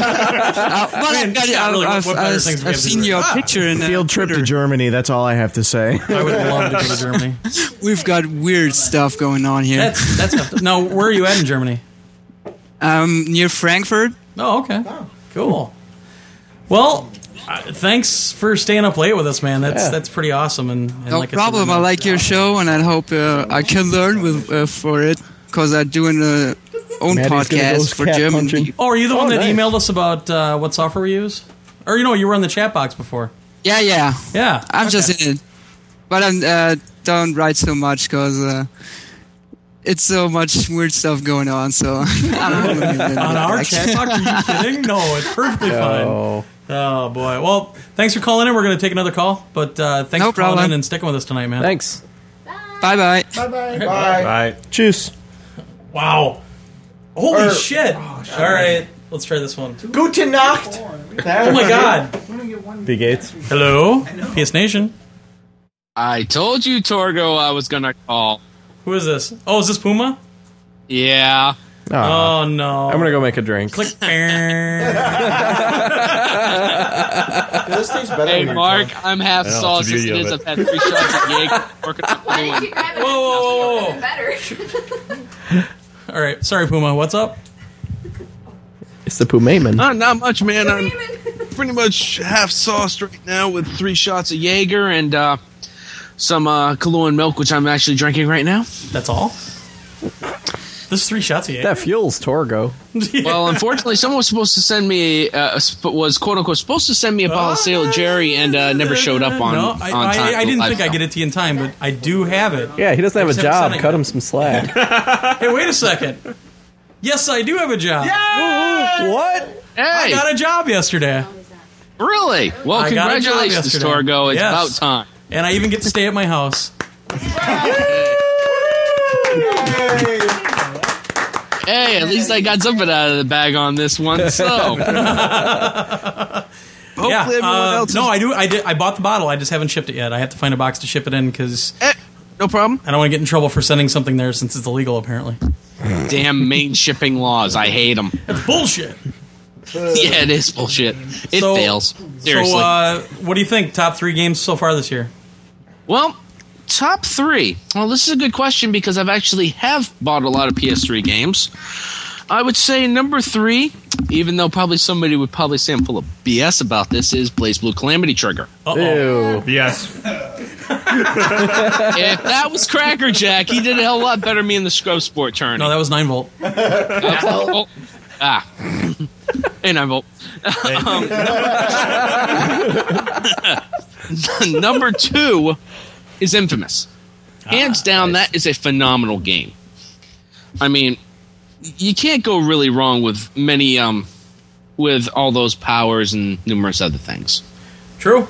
well, I've, got, yeah, really, what- I've, what better I've, things we I've have to seen do? your Ah. picture in uh, Field trip to Germany. That's all I have to say. I would love to go to Germany. We've got weird stuff going on here. That's that's tough. now. Where are you at in Germany? Um, near Frankfurt. Oh, okay, cool. Well, uh, thanks for staying up late with us, man. That's Yeah. that's pretty awesome. And, and No like I said, problem. we're I not- like your show, and I hope uh, I can learn with uh, for it because I'm doing a uh, own podcast for German. people. Oh, are you the one one that emailed us about uh, what software we use? Or you know, you were in the chat box before. Yeah, yeah, yeah. I'm just in it, but I'm uh, don't write so much because uh, it's so much weird stuff going on. So I'm not gonna- On our chat box? Are you kidding? No, it's perfectly No. fine. Oh boy. Well, thanks for calling in. We're going to take another call, but uh, thanks No for calling problem. in and sticking with us tonight, man. Thanks. Bye bye. Bye Bye. Cheers. Wow. Holy Er, shit. All right, let's try this one. Guten Nacht. Oh my god. The Gates. Hello, PS Nation. I told you, Torgo, I was gonna call. Who is this? Oh, is this Puma? Yeah. Oh, no. I'm gonna go make a drink. Click. this tastes better. Hey, than Mark, I'm half Yeah, sausage. it's the It beauty is. of I've had three shots of Jaeger. Working on the new one. Whoa, whoa, whoa. Better. All right, sorry, Puma. What's up? It's the Uh, Pumaman. Not, not much, man. I'm pretty much half sauced right now with three shots of Jaeger and uh, some uh, Kahlua and milk, which I'm actually drinking right now. That's all. This three shots of Jaeger. That fuels Torgo. well, unfortunately, someone was supposed to send me uh, a sp- was quote unquote supposed to send me a bottle of Sailor Jerry and uh, never showed up on no, I, on time. I, I didn't think I'd get it to you in time, but I do have it. Yeah, he doesn't have a Except job. Sonic. Cut him some slack. Hey, wait a second. Yes, I do have a job. What? Hey. I got a job yesterday. Really? Well, I got a job congratulations, yesterday. Torgo. It's Yes. about time. And I even get to stay at my house. Hey, at least I got something out of the bag on this one. So Hopefully yeah, everyone uh, else No, is- I do. I did. I bought the bottle. I just haven't shipped it yet. I have to find a box to ship it in because Eh, no problem. I don't want to get in trouble for sending something there since it's illegal apparently. damn main shipping laws. I hate them. That's bullshit. yeah, it is bullshit. It So- fails. Seriously. So, uh, what do you think? Top three games so far this year? Well, top three. Well, this is a good question because I've actually have bought a lot of PS3 games. I would say number three, even though probably somebody would probably say I'm full of BS about this, is Blaze Blue Calamity Trigger. Uh-oh. Yes. if that was Cracker Jack, he did a hell of a lot better than me in the scrub sport tourney. No, that was nine volt. ah, ah. and nine volt. Um, number two is Infamous. Hands down, that is a phenomenal game. I mean, y- you can't go really wrong with many, um, with all those powers and numerous other things. True.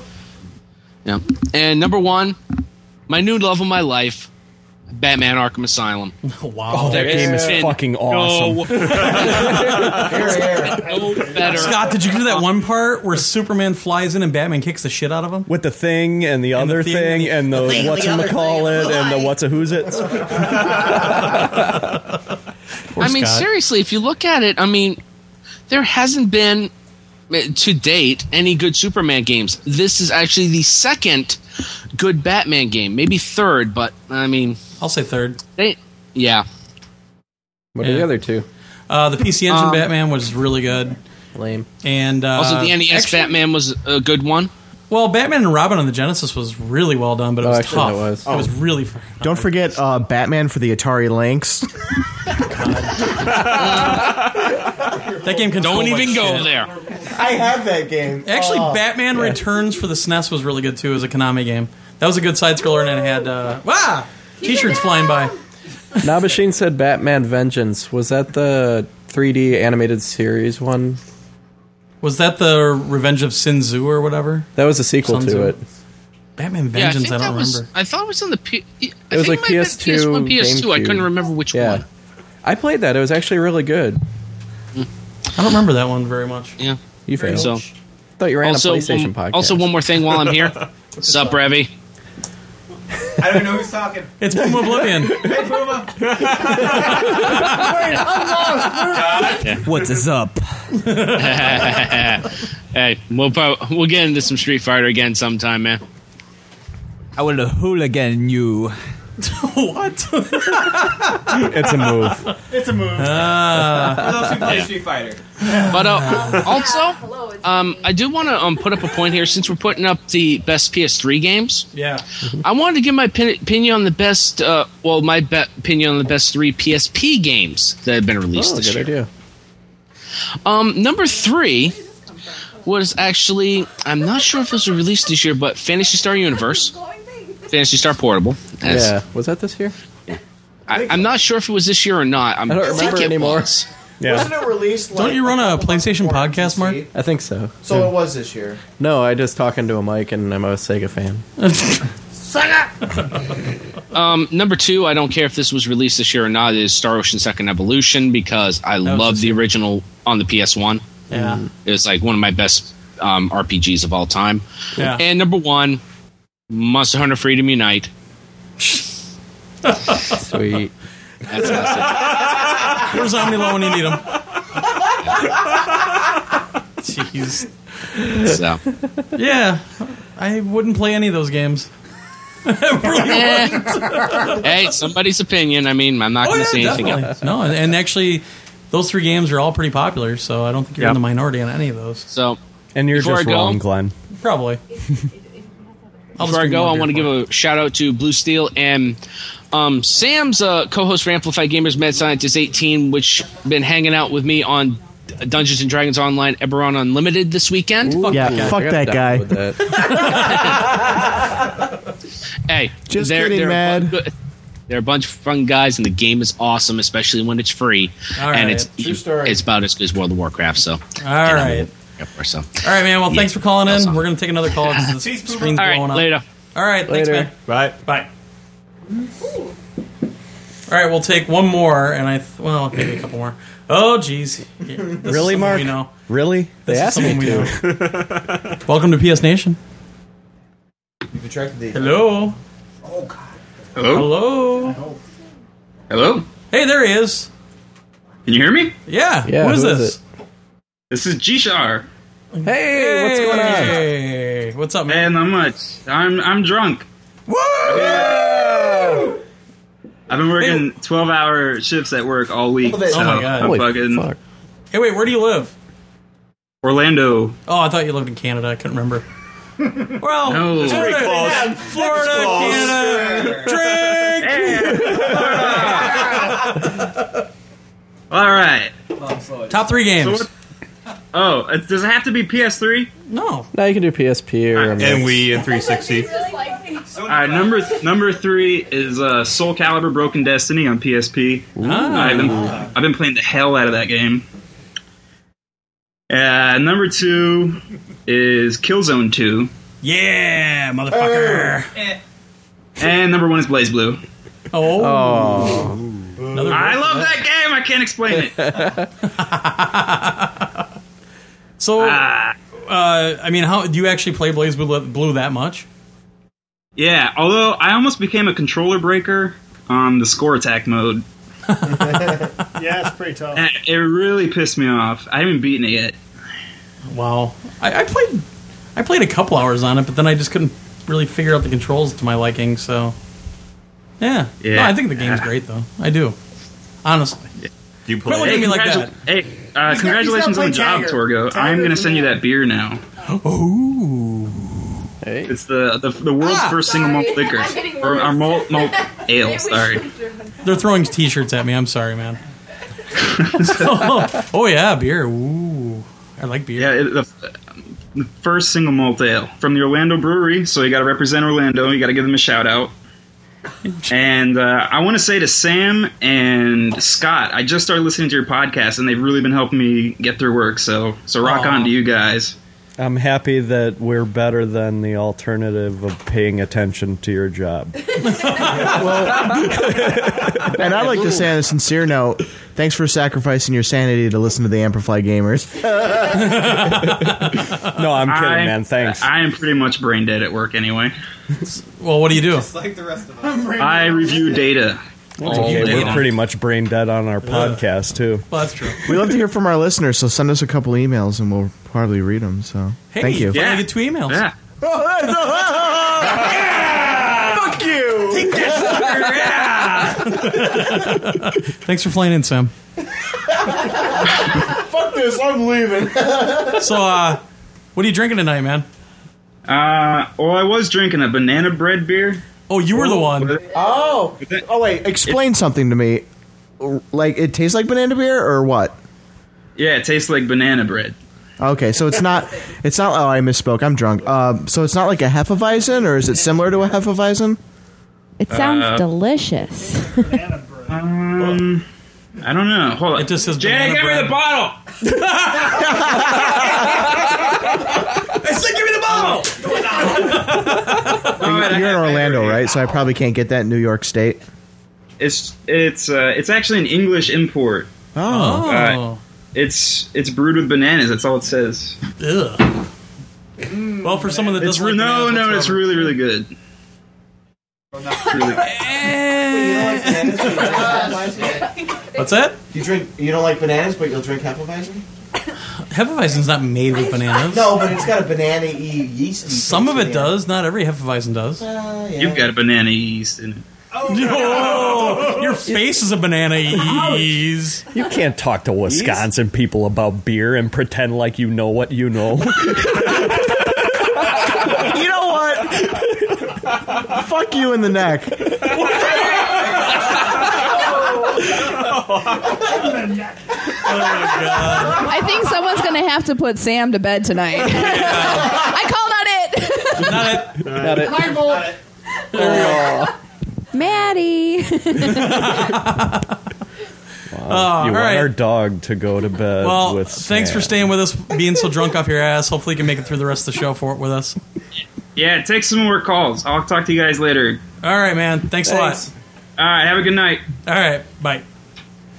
Yeah. And number one, my new love of my life, Batman: Arkham Asylum. wow, Oh, that game is fucking awesome. Scott, did you do that one part where Superman flies in and Batman kicks the shit out of him? With the thing and the other thing thing, and the, the thing, what's the a other call it and the what's a who's it. I mean, Scott. seriously, if you look at it, I mean, there hasn't been uh, to date any good Superman games. This is actually the second good Batman game, maybe third, but I mean, I'll say third. They, yeah, What are the other two? Uh, the PC Engine Um, Batman was really good. Lame. And uh, Also, the E NES actually- Batman was a good one. Well, Batman and Robin on the Genesis was really well done, but it Oh, was actually, tough. it was. It was Oh. really. f- Don't forget uh, Batman for the Atari Lynx. That game controlled Don't like even go shit. there. I have that game. Actually, Oh. Batman Yeah. Returns for the SNES was really good too. as a Konami game. That was a good side scroller, and it had uh, wow t-shirts flying by. Nabashin said Batman Vengeance. Was that the 3D animated series one? Was that the Revenge of Sinzu or whatever? That was a sequel Sun Tzu. to it. Batman Yeah, I Vengeance. think I, that don't was. remember. I thought it was on the. P- e, I It was like think might have been PS2, PS1, PS2. I couldn't GameCube. remember which yeah. one. I played that. It was actually really good. I don't remember that one very much. Yeah. You Very failed. Oh, much. Thought you ran also, a PlayStation one, podcast. also, one more thing while I'm here. What's up, Revy? I don't know who's talking. It's Puma Oblivion. Hey, Puma. What's is up? hey, we'll prob- we'll get into some Street Fighter again sometime, man. I will hooligan you. what? It's a move. It's a move. For Ah. those who play Yeah. Street Fighter. But uh, also, um, I do want to um, put up a point here since we're putting up the best PS3 games. Yeah. I wanted to give my pin- opinion on the best, uh, well, my be- opinion on the best three PSP games that have been released Oh, this good year. idea. Um, number three was actually, I'm not sure if it was released this year, but Fantasy Star Universe, Fantasy Star Portable. That's- Yeah. Was that this year? I, I'm not sure if it was this year or not. I'm, I don't remember anymore. Wasn't it released? Like, Don't you run a PlayStation podcast, Mark? I think so. So Yeah. it was this year. No, I just talking to a mic and I'm a Sega fan. Um, number two, I don't care if this was released this year or not, is Star Ocean Second Evolution because I love the original on the PS1. Yeah. It was like one of my best um, RPGs of all time. Yeah. And number one, Monster Hunter Freedom Unite. Sweet. That's awesome. Where's Omnilo when you need him? Jeez. So. Yeah, I wouldn't play any of those games. Eh. hey, somebody's opinion. I mean, I'm Oh, not going to say anything else. No, and- and actually, those three games are all pretty popular, so I don't think you're Yeah. in the minority on any of those. So, and you're Before just I go- wrong, Glenn. Probably. I'll just Before I give go, you I one want to give a shout out to Blue Steel and um, Sam's uh, co-host for Amplified Gamers, Mad Scientist 18, which been hanging out with me on Dungeons and Dragons Online, Eberron Unlimited this weekend. yeah, fuck that guy. hey, Just they're, kidding, they're Mad. Good, They're a bunch of fun guys, and the game is awesome, especially when it's free. All and right. it's True story. it's about as good as World of Warcraft. So, all All right. so. All right, man. Well, thanks for calling in. We're gonna take another call because the screen's All right, blowing up. later. All right, thanks, Later. man. Bye. Bye. All right, we'll take one more, and I th- well maybe a couple more. Oh, jeez. Yeah, this is really, someone Mark? We know. Really? They This is asked me someone we to. Welcome to PS Nation. You've attracted the. Hello. Oh, God. Hello. Hello. Hello? Hey, there he is. Can you hear me? Yeah. who is this? This is Gishar. Hey, what's going on? Hey, what's up, man? not much. I'm I'm drunk. Woo! I've been working twelve hour shifts at work all week. Oh, that- so oh my God. I'm Holy fucking Hey, wait, where do you live? Orlando. Oh, I thought you lived in Canada. I couldn't remember. Well, No. Florida, Pretty close. yeah, Florida, Canada, drink. All right. Top three games. oh, it- does it have to be PS3? No. Now you can do PSP or And Wii and 360. All right, number number three is uh, Soul Calibur: Broken Destiny on PSP. Ah. I've been I've been playing the hell out of that game. Uh, number two is Killzone Two, Yeah, motherfucker. Eh. and number one is Blaze Blue. Oh. I love that game. I can't explain it. So, Ah. uh, I mean, how do you actually play Blaze Blue, Blue that much? yeah, although I almost became a controller breaker on the score attack mode. yeah, it's pretty tough. Oh. And It really pissed me off. I haven't beaten it yet. Wow, I, I played, I played a couple hours on it, but then I just couldn't really figure out the controls to my liking. So, yeah, Yeah. No, I think the game's great though. I do, honestly. You play? Quit looking at me like that. Hey, uh, He's got- he's congratulations got on the job, Blade Tiger. Torgo. Tiger, I'm gonna isn't send you that beer now. Ooh. It's the the, the world's Ah, first single malt liquor I'm getting or, or worse. malt malt ale. Sorry. They're throwing T-shirts at me. I'm sorry, man. oh yeah, beer. Ooh, I like beer. Yeah, it, the, the first single malt ale from the Orlando Brewery. So you got to represent Orlando. You got to give them a shout out. And uh, I want to say to Sam and Scott, I just started listening to your podcast, and they've really been helping me get through work. So so rock Aw. on to you guys. I'm happy that we're better than the alternative of paying attention to your job. And I'd like to say on a sincere note, thanks for sacrificing your sanity to listen to the Amplify Gamers. No, I'm kidding, I- man. Thanks. I am pretty much brain dead at work anyway. Well, what do you do? like the rest of I review data. all Okay, day we're long. pretty much brain dead on our podcast too. Well, that's true. We love to hear from our listeners, so send us a couple emails and we'll probably read them. So Hey, thank you. Finally get two emails. Yeah. Fuck you! Take that Thanks for flying in, Sam. sucker! Fuck this! I'm leaving. So, uh, what are you drinking tonight, man? Uh, well, I was drinking a banana bread beer. Oh, you were the one. Oh. Oh wait. Explain something to me. Like it tastes like banana beer or what? Yeah, it tastes like banana bread. Okay, so it's not. It's not. Oh, I misspoke. I'm drunk. Uh, so it's not like a hefeweizen, or is it similar to a hefeweizen? It sounds Uh, delicious. Um, I don't know. Hold on. It just says banana Janet, give me bread. the bottle. I said, give me the bottle. You're in Orlando, right? So I probably can't get that in New York State. It's it's uh, it's actually an English import. Oh. Uh, it's it's brewed with bananas. That's all it says. Ugh. Well, for someone that It's doesn't re- like no, bananas no, it's whatsoever. really, really good. Really good. What's that? You drink. You don't like bananas, but you'll drink Hefeweizen. Hefeweizen's not made with bananas. No, but it's got a banana y yeast. Some of it does. Not every Hefeweizen does. You've got a banana yeast in it. No, your face is a banana ease. You can't talk to Wisconsin people about beer and pretend like you know what you know. you know what? Fuck you in the neck. Oh I think someone's going to have to put Sam to bed tonight. I called on it. Not it. Not it. Hard bolt. There we go. Maddie. Oh, you all want right. our dog to go to bed Well, with thanks for staying with us, being so drunk off your ass. Hopefully, you can make it through the rest of the show for with us. Yeah, take some more calls. I'll talk to you guys later. All right, man. Thanks, Thanks. a lot. All right, have a good night. All right, bye.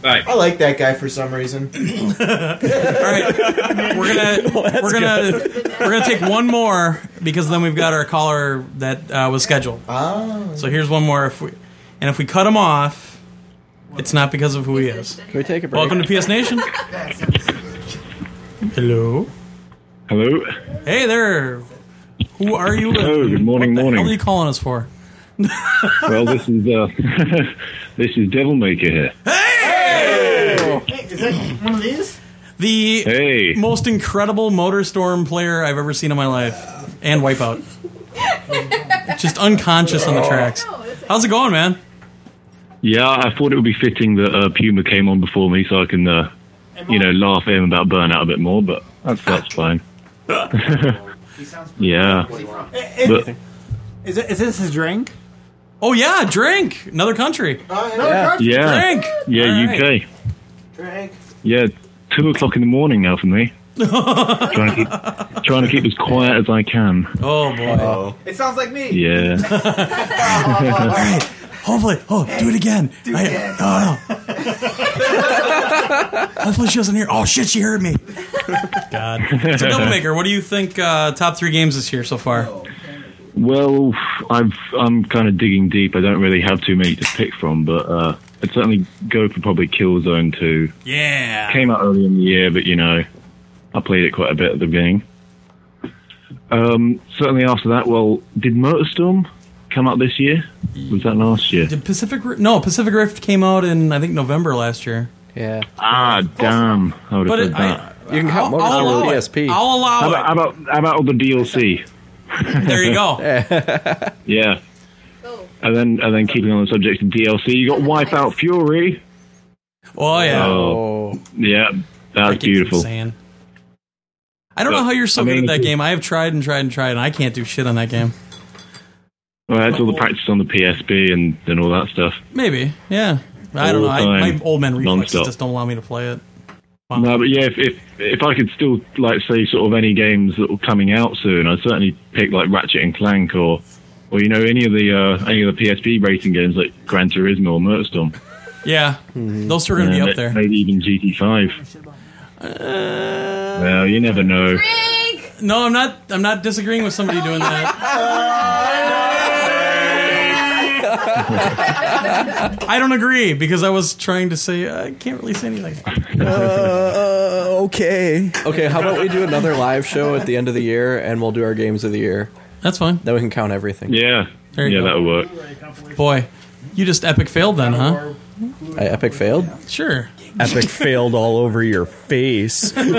Bye. I like that guy for some reason. We're gonna we're gonna we're gonna take one more because then we've got our caller that uh, was scheduled. Oh. So here's one more. If we and if we cut him off, it's not because of who he is. Can we take a break? Welcome to PS Nation. Hello. Hello. Hey there. Who are you? Hello, Oh, good morning, What morning. are you calling us for? well, this is uh, this is Devil Maker here. Hey, is that one of these? The Hey. most incredible Motorstorm player I've ever seen in my life, and Wipeout. Just unconscious on the tracks. How's it going, man? Yeah, I thought it would be fitting that uh, Puma came on before me, so I can uh, you know laugh at him about burnout a bit more. But that's that's fine. yeah. But- Is, it, is this his drink? Oh yeah, drink. Another country. Oh, yeah. Yeah. Drink. Yeah, All right. UK. Yeah, two o'clock in the morning now for me. trying, to keep, trying to keep as quiet as I can. Oh boy. It sounds like me. Yeah. All right. Hopefully. Oh, do it again. I- oh, no. Hopefully she doesn't hear. Oh shit, she heard me. God. So Doublemaker, what do you think uh, top three games this year so far? Well, I've, I'm kind of digging deep. I don't really have too many to pick from, but uh, I'd certainly go for probably Killzone 2. Yeah. Came out early in the year, but you know, I played it quite a bit at the beginning. Um, certainly after that, well, did Motorstorm come out this year? Was that last year? Did Pacific Ri- No, Pacific Rift came out in I think November last year. Yeah. Ah, damn. I would have But said it- I- that. You can count I'll- I'll Motorstorm allow it. with PSP. I'll allow how it. about, how about, how about all the DLC? There you go. Yeah. And then, and then keeping on the subject of DLC, you got Wipeout Fury. Oh yeah. Oh, yeah, that's beautiful. Saying. I don't know how you're so good at that game. I have tried and tried and tried, and I can't do shit on that game. Well, that's all the practice on the PSP and, and all that stuff. Maybe, yeah. All I don't know. the I, my time, old man reflexes nonstop. just don't allow me to play it. No, but yeah, if, if if I could still like say sort of any games that were coming out soon, I'd certainly pick like Ratchet and Clank or or you know any of the uh, any of the PSP racing games like Gran Turismo or Motorstorm. Yeah, Mm-hmm. those two are going to Yeah, be may- up there. Maybe even GT5. Uh, well, you never know. No, I'm not. I'm not disagreeing with somebody doing that. I don't agree because I was trying to say I can't really say anything. Uh, okay. Okay, how about we do another live show at the end of the year and we'll do our games of the year? That's fine. Then we can count everything. Yeah. There you Yeah, go. that'll work. Boy, you just epic failed then, huh? I epic failed? Sure. Epic failed all over your face. Mom.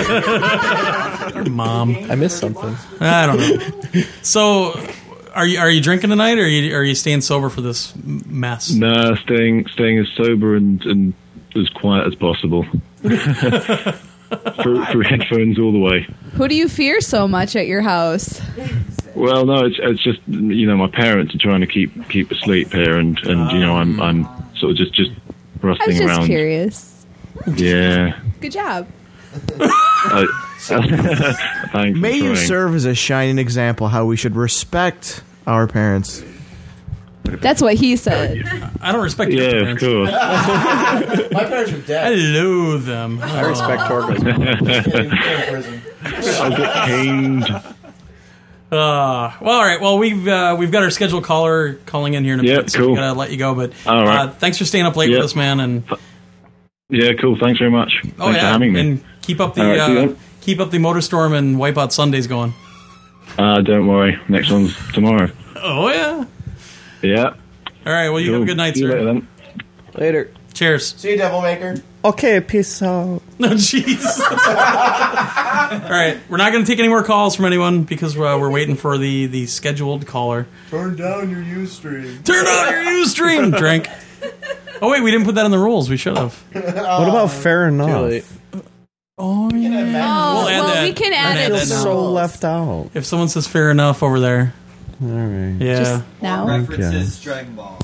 I missed something. I don't know. So, are you are you drinking tonight, or are you are you staying sober for this m- mess? Nah, staying staying as sober and, and as quiet as possible. through, through headphones all the way. Who do you fear so much at your house? Well, no, it's it's just you know my parents are trying to keep keep asleep here, and and you know I'm I'm sort of just just I was rusting just around. curious. Yeah. Good job. I, thanks for May you trying. serve as a shining example how we should respect our parents. That's what he said. I don't respect Yeah, your of parents. course. My parents are dead. I loathe them. Oh. I respect Torger's. I get pained. Uh, well, all right. Well, we've uh, we've got our scheduled caller calling in here in a Yeah, minute, so cool. we gotta let you go. But All right. uh, thanks for staying up late Yeah. with us, man. And Yeah, cool. Thanks very much. oh thanks yeah, for having me. and keep up the All right, see uh, you. keep up the Motorstorm and Wipeout Sundays going. Uh, don't worry. Next one's tomorrow. Oh yeah. Yeah. All right. Well, you have a Cool. good night, See you sir. later, then. Later. Cheers. See you, Devil Maker. Okay, peace out. No, jeez. All right, we're not going to take any more calls from anyone because uh, we're waiting for the the scheduled caller. Turn down your Ustream. Turn on your Ustream. Drink. Oh wait, we didn't put that in the rules. We should have. What about fair enough? Oh yeah. Oh, add well, that. we can We'll add add that it now. now. left out. If someone says fair enough over there. All right. Yeah. Just now? Okay. References Dragon Ball.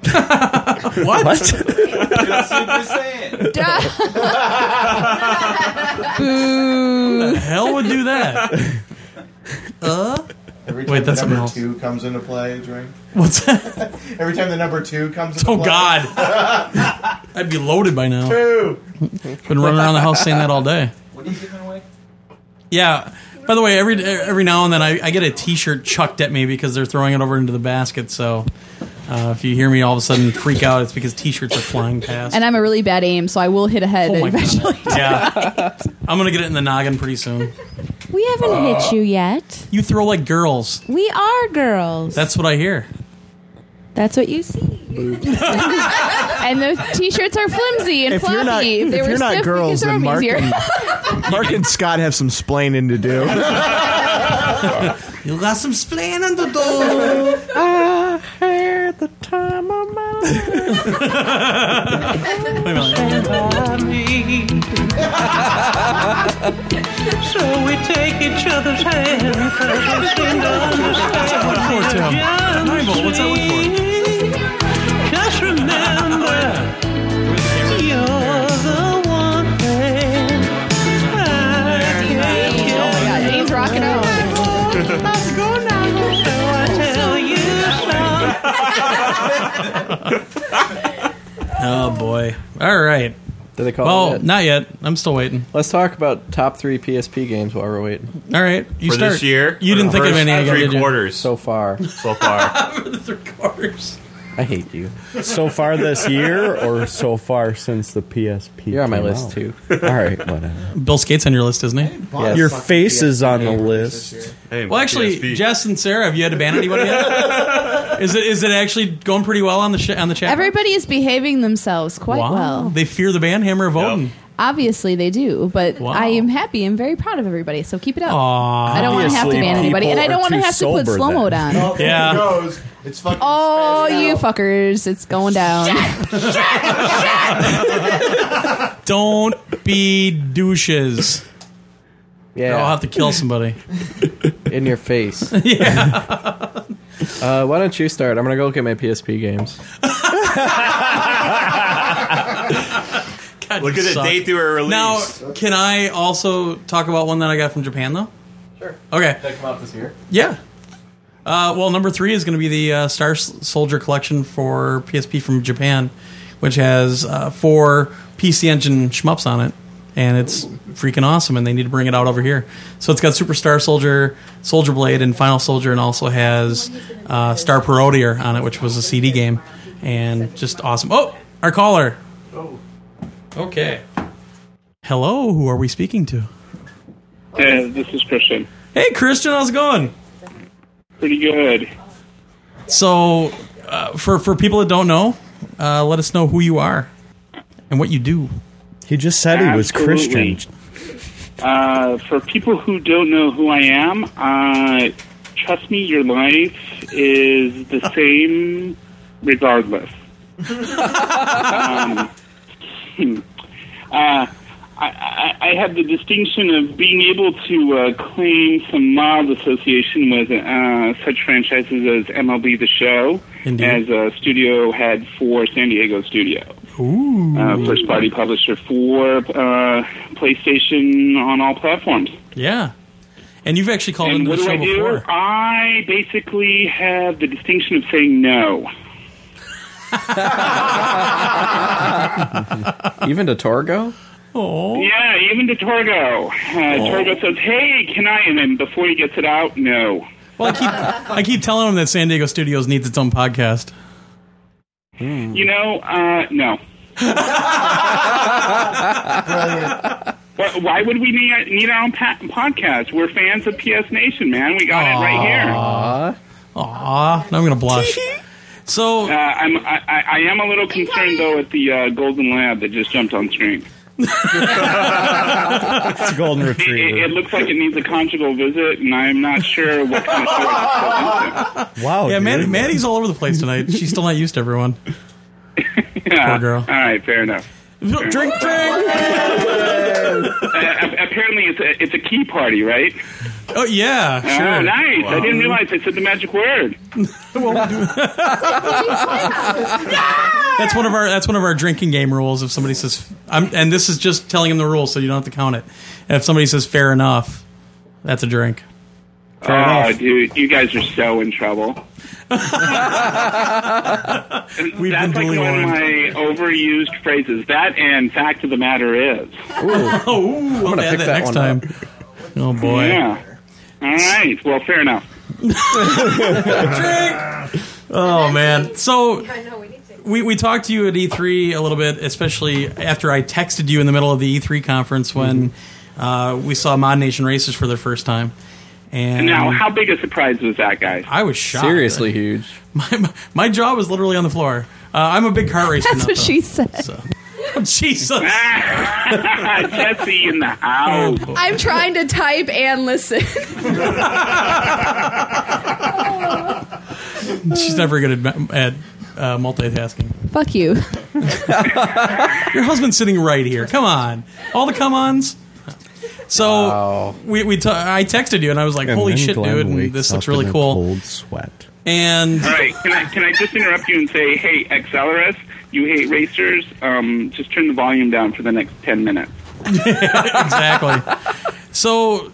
what? Who the hell would do that? Uh? Every time Wait, that's the number something two comes into play, drink. What's that? Every time the number two comes into Oh, play. God. I'd be loaded by now. Two. Been running around the house saying that all day. What are you giving away? Yeah. By the way, every every now and then I, I get a T-shirt chucked at me because they're throwing it over into the basket. So uh, if you hear me all of a sudden freak out, it's because T-shirts are flying past. And I'm a really bad aim, so I will hit a head Oh my eventually. yeah, I'm gonna get it in the noggin pretty soon. We haven't hit you yet. You throw like girls. We are girls. That's what I hear. That's what you see. and the t-shirts are flimsy and If floppy. you're not- if they if were you're not stiff, girls, we then could throw 'em Mark easier. and- Mark and Scott have some splaining to do. You got some splaining to do. I had the time of my So we take each other's hand because we seem to understand. What's that one for? Just remember, you're the one thing I can't get. Oh my God, Dane's rocking out. Let's go now. So I tell you so. Oh boy! All right. Did they call Well, it? yet? not yet. I'm still waiting. Let's talk about top three PSP games while we're waiting. All right, you For start. this year? you For didn't the think of first any again, three did you? quarters. So far. So far. I hate you. So far this year, or so far since the PSP? You're on my list, too. All right, whatever. Bill Skates on your list, isn't he? Yes. Your face is on the list. well, actually, Jess and Sarah, have you had to ban anybody yet? is it is it actually going pretty well on the sh- on the chat? Everybody is behaving themselves quite wow. well. They fear the ban hammer of Odin. Obviously, they do, but Wow. I am happy and very proud of everybody. So keep it up. Aw. I don't want to have to Obviously, ban anybody, and I people don't want are to too have to put sober slow mode then. No, on. Yeah. It goes. It's fucking. Oh, you fuckers! It's going down. Don't be douches. Yeah. I'll have to kill somebody. In your face. yeah. Uh, why don't you start? I'm gonna go get my PSP games. God, Look you at the suck. date they were released. Now, can I also talk about one that I got from Japan though? Sure. Okay. Did that come out this year? Yeah. Uh, well, number three is going to be the uh, Star S- Soldier collection for PSP from Japan, which has uh, four PC Engine shmups on it, and it's freaking awesome. And they need to bring it out over here. So it's got Super Star Soldier, Soldier Blade, and Final Soldier, and also has uh, Star Parodier on it, which was a CD game, and just awesome. Oh, our caller. Okay. Hello, who are we speaking to? Hey, Uh, this is Christian. Hey, Christian, how's it going? Pretty good. So, uh, for for people that don't know, uh, let us know who you are and what you do. He just said he was Absolutely. Christian. Uh, for people who don't know who I am, uh, trust me, your life is the same regardless. um, hmm. uh, I, I, I have the distinction of being able to uh, claim some mild association with uh, such franchises as MLB The Show, Mm-hmm. Indeed. as a studio head for San Diego Studio. Ooh. uh, first party publisher for uh, PlayStation on all platforms. Yeah. And you've actually called and into what the do show I do? before. I basically have the distinction of saying no. Even to Torgo? Oh. Yeah, even to Torgo. Uh, Torgo says, hey, can I? And then before he gets it out, no. Well, I keep, I keep telling them that San Diego Studios needs its own podcast. You know, uh, no. Why- Why would we need, need our own pa- podcast? We're fans of PS Nation, man. We got it right here. Aw. Aw. Now I'm going to blush. So uh, I'm I, I I am a little concerned though at the uh, golden lab that just jumped on screen. It's a golden It, retriever. it looks like it needs a conjugal visit, and I'm not sure what kind of story. Wow. Yeah, Maddie, Maddie's all over the place tonight. She's still not used to everyone. Yeah. Poor girl. All right, fair enough. Drink, drink. Uh, ap- apparently, it's a, it's a key party, right? Oh yeah, Oh, sure. nice. I didn't realize I said the magic word. That's one of our that's one of our drinking game rules. If somebody says, I'm, and this is just telling them the rules, so you don't have to count it. And if somebody says fair enough, that's a drink. oh, dude, you guys are so in trouble. We've That's been like one of bullying. my overused phrases. That and fact of the matter is. oh, I'm gonna Add that, next time. Oh boy. Yeah. All right. Well, fair enough. Oh man. So we we talked to you at E3 a little bit, especially after I texted you in the middle of the E3 conference when uh, we saw Mod Nation Races for the first time. And Now, how big a surprise was that, guys? I was shocked. huge. My, my my jaw was literally on the floor. Uh, I'm a big kart racer. That's nut, what though. she said. So. Jesus. Jesse in the house. I'm trying to type and listen. She's never good at, at uh, multitasking. Fuck you. Your husband's sitting right here. Come on. All the come ons. So we, we t- I texted you and I was like, holy shit, dude, and this looks really cool. Cold sweat. And All right, can I can I just interrupt you and say, hey, XLRS, you hate racers? Um, just turn the volume down for the next ten minutes. exactly. So,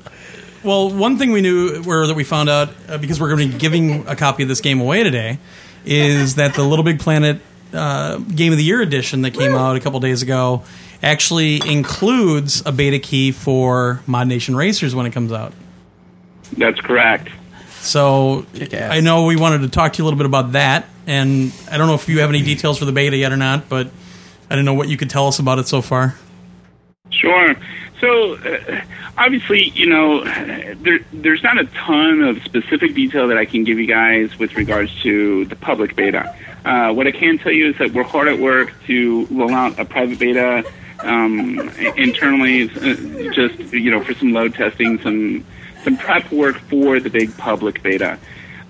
well, one thing we knew or that we found out uh, because we're going to be giving a copy of this game away today is that the Little Big Planet uh, Game of the Year edition that came out a couple days ago actually includes a beta key for Mod Nation Racers when it comes out. That's correct. So I know we wanted to talk to you a little bit about that, and I don't know if you have any details for the beta yet or not, but I don't know what you could tell us about it so far. Sure. So uh, obviously, you know, there, there's not a ton of specific detail that I can give you guys with regards to the public beta. Uh, what I can tell you is that we're hard at work to roll out a private beta um, i- internally, uh, just you know, for some load testing, some some prep work for the big public beta.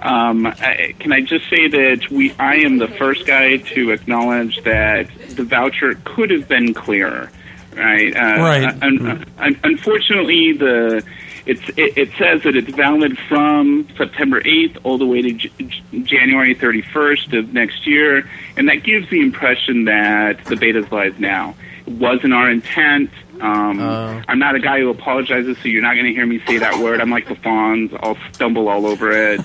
Um, I, can I just say that we? I am the first guy to acknowledge that the voucher could have been clearer, right? Uh, Right. Hmm. Un- un- unfortunately, the it's it, it says that it's valid from September 8th all the way to J- J- January 31st of next year, and that gives the impression that the beta's live now. It wasn't our intent. Um, I'm not a guy who apologizes, so you're not going to hear me say that word. I'm like the Fonz. I'll stumble all over it,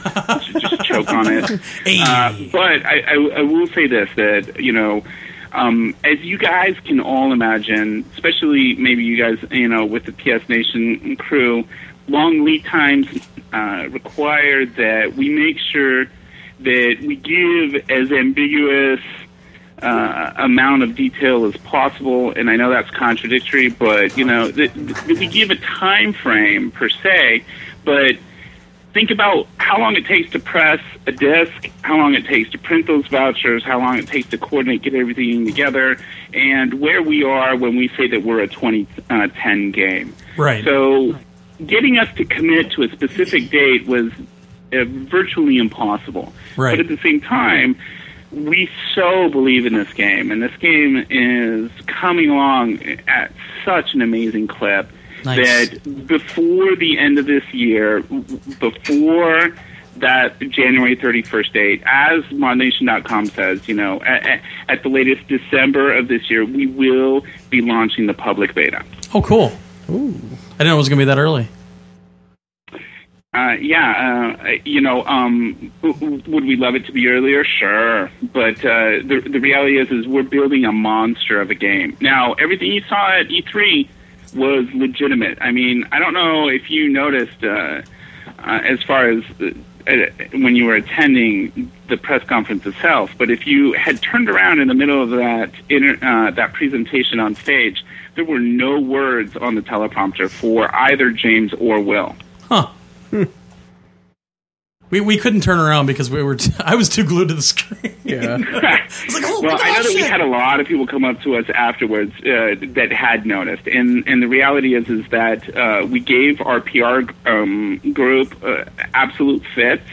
just choke on it. Uh, but I, I, I will say this that, you know, um, as you guys can all imagine, especially maybe you guys, you know, with the PS Nation crew, long lead times uh, require that we make sure that we give as ambiguous uh, amount of detail as possible. And I know that's contradictory, but you know, th- th- we give a time frame per se, but think about how long it takes to press a disc, how long it takes to print those vouchers, how long it takes to coordinate, get everything together, and where we are when we say that we're a 2010 game. Right. So getting us to commit to a specific date was uh, virtually impossible. Right. But at the same time, we so believe in this game, and this game is coming along at such an amazing clip Nice. that before the end of this year, w- w- before that January 31st date, as ModNation.com says, you know, at, at the latest December of this year, we will be launching the public beta. Oh, cool. Ooh. I didn't know it was going to be that early. Uh, yeah, uh, you know, um, w- w- would we love it to be earlier? Sure, but uh, the the reality is, is we're building a monster of a game. Now, everything you saw at E3 was legitimate. I mean, I don't know if you noticed, uh, uh, as far as uh, uh, when you were attending the press conference itself, but if you had turned around in the middle of that inter- uh, that presentation on stage, there were no words on the teleprompter for either James or Will. Huh. Hmm. We, we couldn't turn around because we were t- I was too glued to the screen. well, I know that we had a lot of people come up to us afterwards uh, that had noticed, and and the reality is is that uh, we gave our PR um, group uh, absolute fits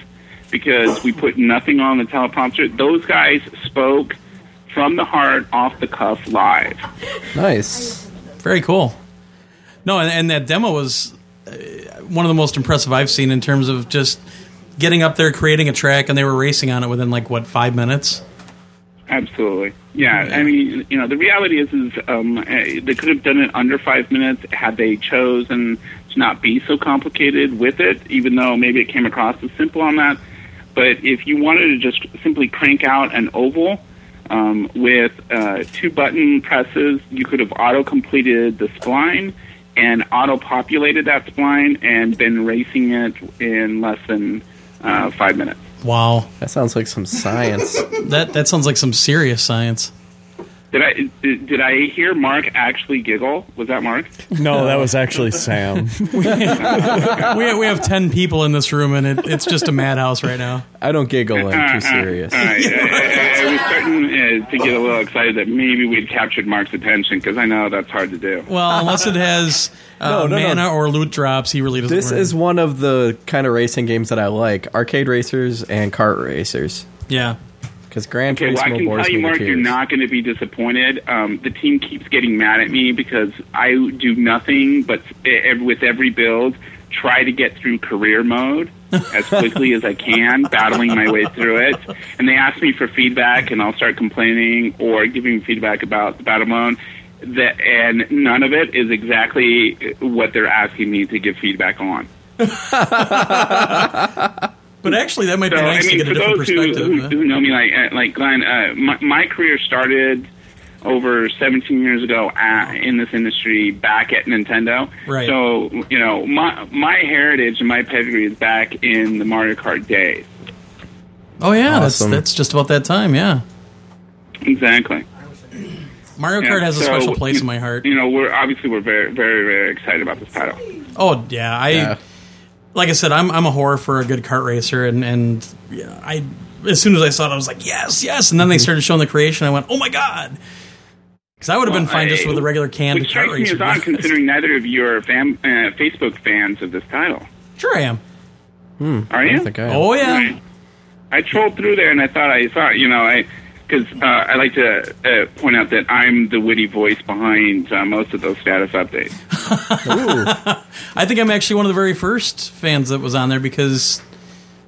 because we put nothing on the teleprompter. Those guys spoke from the heart, off the cuff, live. Nice. Very cool. No, and, and that demo was uh, one of the most impressive I've seen in terms of just getting up there, creating a track, and they were racing on it within like what five minutes. Absolutely. Yeah, I mean, you know, the reality is, is um, eh, they could have done it under five minutes had they chosen to not be so complicated with it. Even though maybe it came across as simple on that, but if you wanted to just simply crank out an oval um, with uh, two button presses, you could have auto completed the spline and auto populated that spline and been racing it in less than uh, five minutes. Wow, that sounds like some science. that that sounds like some serious science. Did I did did I hear Mark actually giggle? Was that Mark? No, that was actually Sam. we we have ten people in this room, and it, it's just a madhouse right now. I don't giggle. Uh, uh, all right. I, I, I was starting uh, to get a little excited that maybe we'd captured Mark's attention because I know that's hard to do. Well, unless it has uh, No, no, no. mana or loot drops, he really doesn't. This worry. is one of the kind of racing games that I like: arcade racers and kart racers. Yeah. Because Gran Okay, well, I Turismo can bores tell you, me to Mark, you're tears. not going to be disappointed. Um, the team keeps getting mad at me because I do nothing but eh, with every build try to get through career mode as quickly as I can, battling my way through it. And they ask me for feedback, and I'll start complaining or giving feedback about the battle mode. That and none of it is exactly uh, what they're asking me to give feedback on. But actually, that might be So, nice to get a for different those who- perspective. Who, huh? who know me, like uh, like Glenn, uh, my, my career started over 17 years ago at, in this industry back at Nintendo. Right. So you know my my heritage and my pedigree is back in the Mario Kart days. Oh yeah, Awesome. that's that's just about that time. Yeah, Exactly. Mario Yeah, Kart has a so, special place you- in my heart. You know, we're obviously we're very very very excited about this title. Oh yeah, I like I said, I'm I'm a whore for a good kart racer, and and yeah, I as soon as I saw it, I was like yes, yes, and then Mm-hmm. Mm-hmm. they started showing the creation, I went oh my god, because I would have been Well, fine just I- with a regular canned Which kart strikes me racer. as odd, considering neither of you are fam- uh, Facebook fans of this title. sure I am. Hmm. Are you? Oh yeah. Right. I trolled through there and I thought I saw, it, you know, I because uh, I like to uh, point out that I'm the witty voice behind uh, most of those status updates. I think I'm actually one of the very first fans that was on there because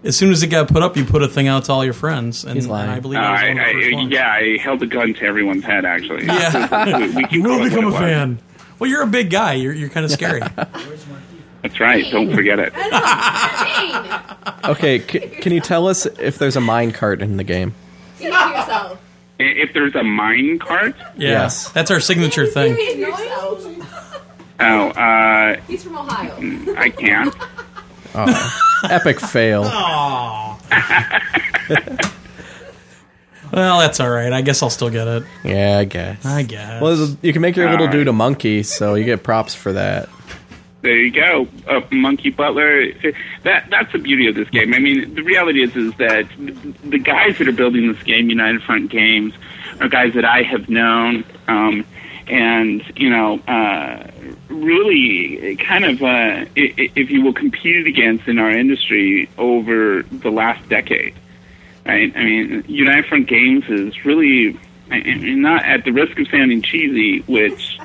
as soon as it got put up, you put a thing out to all your friends, and, and I believe Uh, I was on the I- first I- one. yeah, I held a gun to everyone's head actually. Yeah. We- we can you call it will what become it a was. fan. Well, you're a big guy. You're you're kind of scary. That's right. Don't forget it. Okay, c- can you tell us if there's a mine cart in the game? Say it to yourself. I- If there's a mine cart, yes, that's our signature Say thing. it to yourself. oh, uh, He's from Ohio. I can't. Epic fail. Well, that's all right. I guess I'll still get it. Yeah, I guess. I guess. Well, you can make your little Alright. dude a monkey, so you get props for that. There you go, uh, Monkey Butler. That that's the beauty of this game. I mean, the reality is is that the guys that are building this game, United Front Games, are guys that I have known, um, and you know, uh, really, kind of, uh, i- i- if you will, competed against in our industry over the last decade. Right? I mean, United Front Games is really, I- I mean, not at the risk of sounding cheesy, which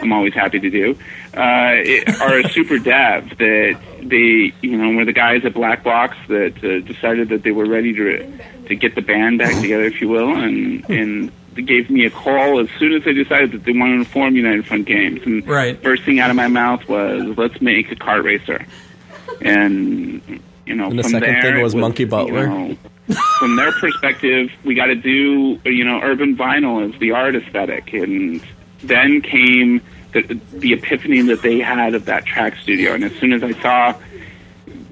I'm always happy to do, uh, it, are a super dev that they, you know, were the guys at Black Box that uh, decided that they were ready to to get the band back together, if you will, and and they gave me a call as soon as they decided that they wanted to form United Front Games. And Right. first thing out of my mouth was, "Let's make a kart racer," and you know, And the from second there, thing it was Monkey Butler. You know, from their perspective, we got to do you know urban vinyl as the art aesthetic, and then came the, the epiphany that they had of that track studio. And as soon as I saw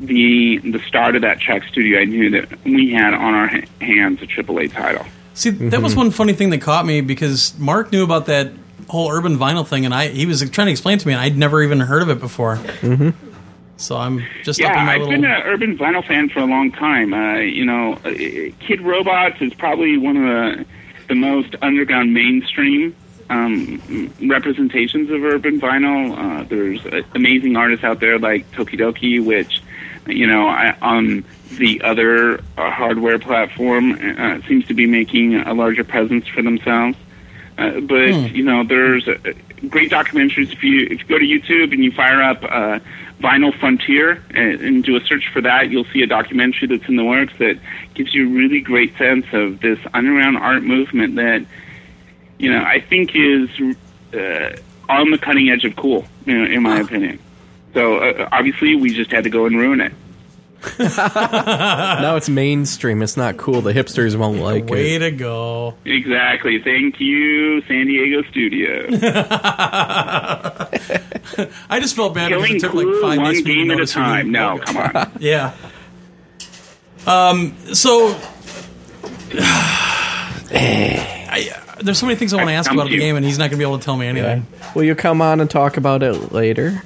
the the start of that track studio, I knew that we had on our ha- hands a AAA title. See, that was one funny thing that caught me because Mark knew about that whole urban vinyl thing, and I he was trying to explain it to me, and I'd never even heard of it before. Mm-hmm. So I'm just up yeah, in my I've little. been uh, an urban vinyl fan for a long time. Uh, you know, uh, Kid Robots is probably one of the, the most underground mainstream um, representations of urban vinyl. Uh, there's uh, amazing artists out there like Tokidoki, which you know I, on the other uh, hardware platform uh, seems to be making a larger presence for themselves. Uh, but Hmm. you know, there's uh, great documentaries. If you if you go to YouTube and you fire up uh, Vinyl Frontier and, and do a search for that, you'll see a documentary that's in the works that gives you a really great sense of this underground art movement that you know I think is uh, on the cutting edge of cool, you know, in my opinion. So uh, obviously, we just had to go and ruin it. now it's mainstream. It's not cool. The hipsters won't like it. to go. Exactly. Thank you, San Diego studio. I just felt bad because Killing it took like Clue, five one days for me to game at a notice who time. the- No, come on. yeah. Um. So. I, there's so many things I want to ask come about to the you. game, and he's not going to be able to tell me anything. Will you come on and talk about it later?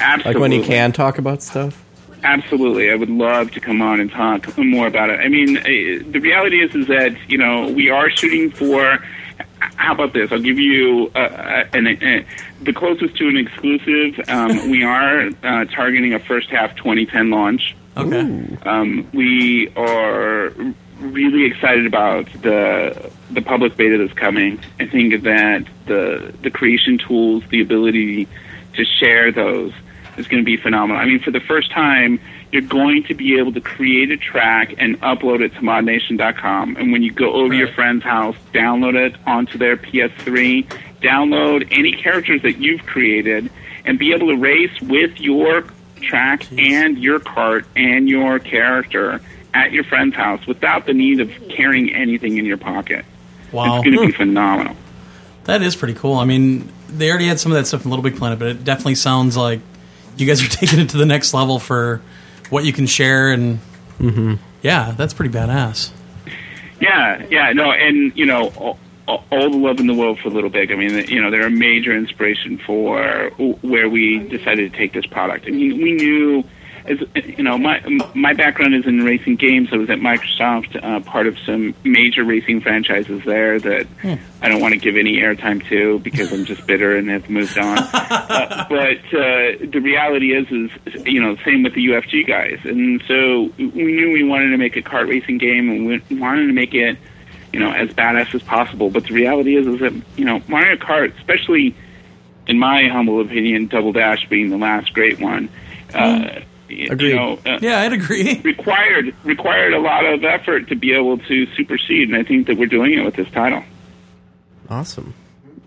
Absolutely. Like when you can talk about stuff? Absolutely, I would love to come on and talk more about it. I mean, uh, the reality is is that you know we are shooting for. How about this? I'll give you uh, uh, an, uh, the closest to an exclusive. Um, we are uh, targeting a first half 2010 launch. Okay. Um, we are really excited about the the public beta that's coming. I think that the the creation tools, the ability to share those, is going to be phenomenal. I mean, for the first time, you're going to be able to create a track and upload it to modnation.com. And when you go over to your friend's house, download it onto their PS3, download any characters that you've created, and be able to race with your track and your cart and your character at your friend's house without the need of carrying anything in your pocket. Wow. Hmm. It's going to be phenomenal. That is pretty cool. I mean, they already had some of that stuff in Little Big Planet, but it definitely sounds like you guys are taking it to the next level for what you can share. And Mm-hmm. yeah, that's pretty badass. Yeah, yeah, no, and you know, all, all the love in the world for Little Big. I mean, you know, they're a major inspiration for where we decided to take this product. I mean, we knew, as you know, my my background is in racing games. I was at Microsoft, uh, part of some major racing franchises there that I don't want to give any airtime to because I'm just bitter and have moved on. uh, but uh, the reality is, is you know, same with the UFG guys, and so we knew we wanted to make a kart racing game, and we wanted to make it, you know, as badass as possible. But the reality is, is that you know, Mario Kart, especially in my humble opinion, Double Dash being the last great one. Uh, y- Mm. Agreed. You know, uh, yeah, I'd agree. Required required a lot of effort to be able to supersede, and I think that we're doing it with this title. Awesome.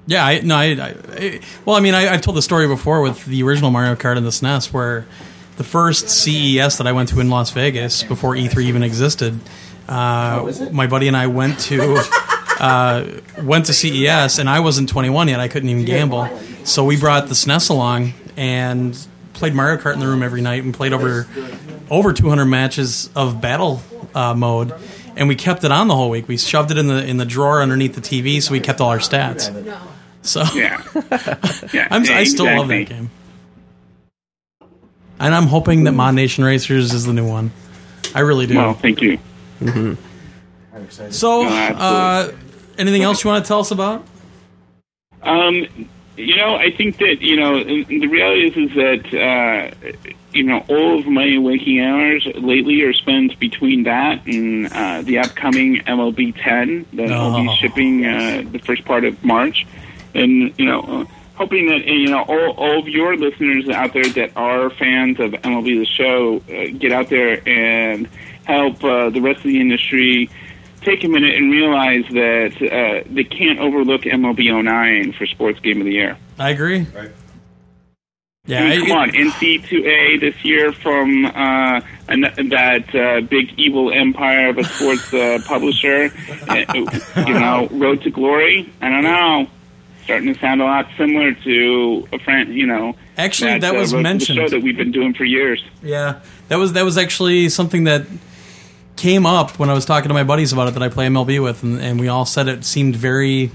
Yeah, I, no, I, I, I- well, I mean, I, I've told the story before with the original Mario Kart in the SNES, where the first CES that I went to in Las Vegas before E3 even existed, uh, my buddy and I went to uh, went to CES, and I wasn't 21 yet; I couldn't even gamble. So we brought the SNES along and played Mario Kart in the room every night, and played over over 200 matches of battle uh, mode. And we kept it on the whole week. We shoved it in the in the drawer underneath the TV, so we kept all our stats. So yeah, I'm, I still love that exactly. game, and I'm hoping that Mod Nation Racers is the new one. I really do. Mm-hmm. Well, thank you. I'm excited. So, uh, anything else you want to tell us about? Um, you know, I think that you know the reality is is that uh, you know all of my waking hours lately are spent between that and uh, the upcoming MLB 10 that will Oh. be shipping uh, the first part of March, and you know. Uh, Hoping that uh, you know all, all of your listeners out there that are fans of MLB the Show uh, get out there and help uh, the rest of the industry take a minute and realize that uh, they can't overlook MLB 09 for Sports Game of the Year. I agree. Yeah, I mean, I- come on, NC2A this year from uh, an, that uh, big evil empire of a sports uh, publisher. Uh, you know, Road to Glory. I don't know. Starting to sound a lot similar to a friend. You know, Actually, that uh, was Road to the mentioned. show that we've been doing for years. Yeah, that was that was actually something that came up when I was talking to my buddies about it that I play MLB with, and, and we all said it seemed very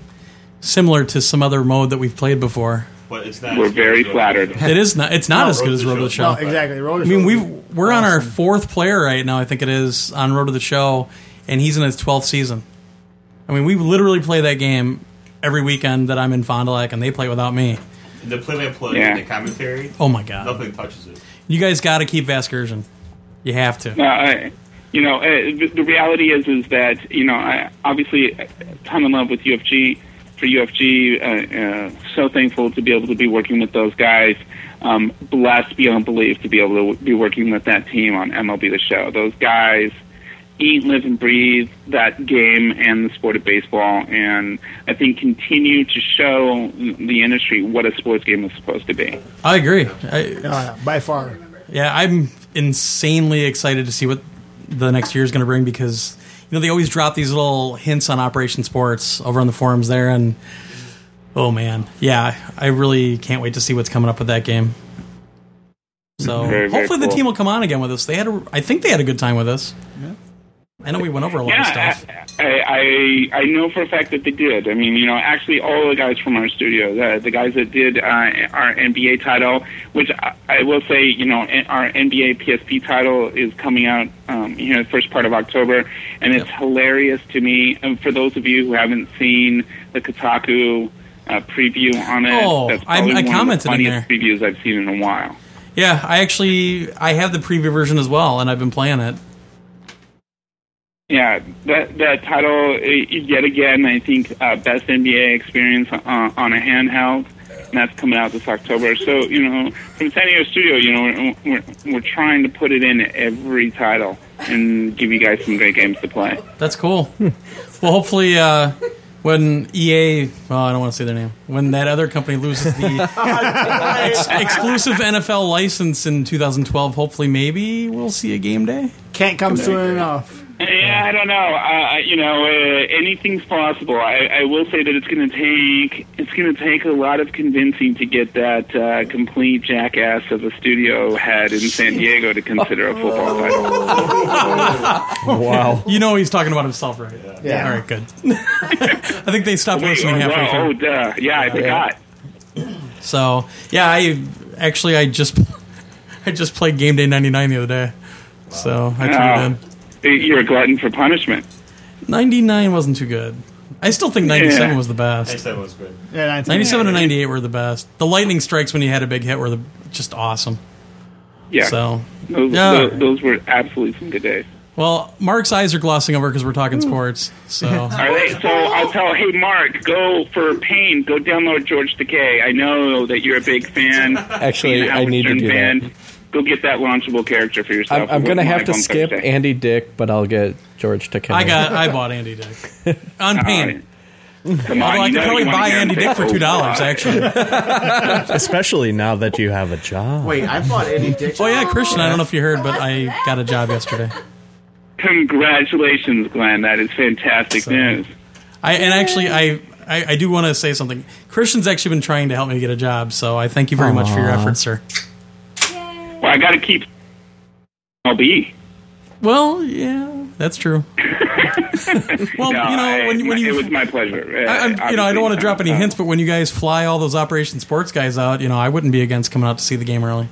similar to some other mode that we've played before. But it's not We're very flattered. It is not. It's not No, as Road good to as the Road to the Show. Show. No, exactly. Oh, Road to I the mean, Show we we're on our fourth player right now. I think it is on Road to the Show, and he's in his twelfth season. I mean, we literally play that game every weekend that I'm in Fond du Lac, and they play without me. The play-by-play Yeah. and the commentary. Oh my God. Nothing touches it. You guys got to keep Vaskersian. You have to. No, I, you know, eh, uh, the, the reality is is that you know, I obviously, I'm in love with UFG. for UFG. Uh, uh, so thankful to be able to be working with those guys. Um, blessed beyond belief to be able to w- be working with that team on MLB The Show. Those guys eat, live, and breathe that game and the sport of baseball, and I think continue to show the industry what a sports game is supposed to be. I agree. I, by far. Yeah, I'm insanely excited to see what the next year is going to bring because you know they always drop these little hints on Operation Sports over on the forums there, and oh man, yeah, I really can't wait to see what's coming up with that game. So Very, very hopefully the cool. team will come on again with us. They had, a, I think they had a good time with us. I know we went over a lot of yeah, stuff. I, I I know for a fact that they did. I mean, you know, actually, all the guys from our studio, the, the guys that did uh, our NBA title, which I, I will say, you know, in- our NBA PSP title is coming out, um, you know, the first part of October, and it's hilarious to me. And for those of you who haven't seen the Kotaku uh, preview on it, Oh, that's I- probably I one commented in of the funniest previews I've seen in a while. Yeah, I actually I have the preview version as well, and I've been playing it. Yeah, that that title uh, yet again. I think uh, best NBA experience uh, on a handheld, and that's coming out this October. So you know, from San Diego Studio, you know, we're we're, we're trying to put it in every title and give you guys some great games to play. That's cool. well, hopefully, uh, when EA, well, I don't want to say their name, when that other company loses the ex- exclusive NFL license in 2012, hopefully, maybe we'll see a game day. Can't come soon enough. Yeah, I don't know. Uh, you know, uh, anything's possible. I, I will say that it's going to take it's going to take a lot of convincing to get that uh, complete jackass of a studio head in San Diego to consider a football title. Wow. you know he's talking about himself, right? Yeah. Yeah. All right, good. I think they stopped Wait, listening oh, halfway wow, through. oh, duh. Yeah, I forgot. So, yeah, I actually I just I just played Game Day 99 the other day. So, I Oh. tuned in. You're a glutton for punishment. 99 wasn't too good. I still think 97 Yeah. was the best. 97 was good. Yeah, 97. 97 and 98 were the best. The lightning strikes when you had a big hit were the, just awesome. Yeah. So, Those, yeah. tho- those were absolutely some good days. well, Mark's eyes are glossing over because we're talking sports. So, All right, so I'll tell, hey, Mark, go for pain. Go download George Takei. I know that you're a big fan. Actually, Being a I need to Howard Stern do that. fan, Go get that launchable character for I'm, yourself. I'm We'll gonna go have live to on skip Thursday. Andy Dick, but I'll get George to I got I bought Andy Dick on pain. Although Come on, I could you know probably you wanna buy get Andy him Dick for paid. two dollars actually. Especially now that you have a job. Wait, I bought Andy Dick. Oh yeah, Christian. I don't know if you heard, but I got a job yesterday. Congratulations, Glenn. That is fantastic news. I and actually I. I, I do want to say something. Christian's actually been trying to help me get a job, so I thank you very much for your Aw. efforts, sir. Well, I got to keep MLB. Well, yeah, that's true. well, No, you know, I- when, when you it was my pleasure. I, I'm, you know, I don't want to drop any hints, but when you guys fly all those Operation Sports guys out, you know, I wouldn't be against coming out to see the game early.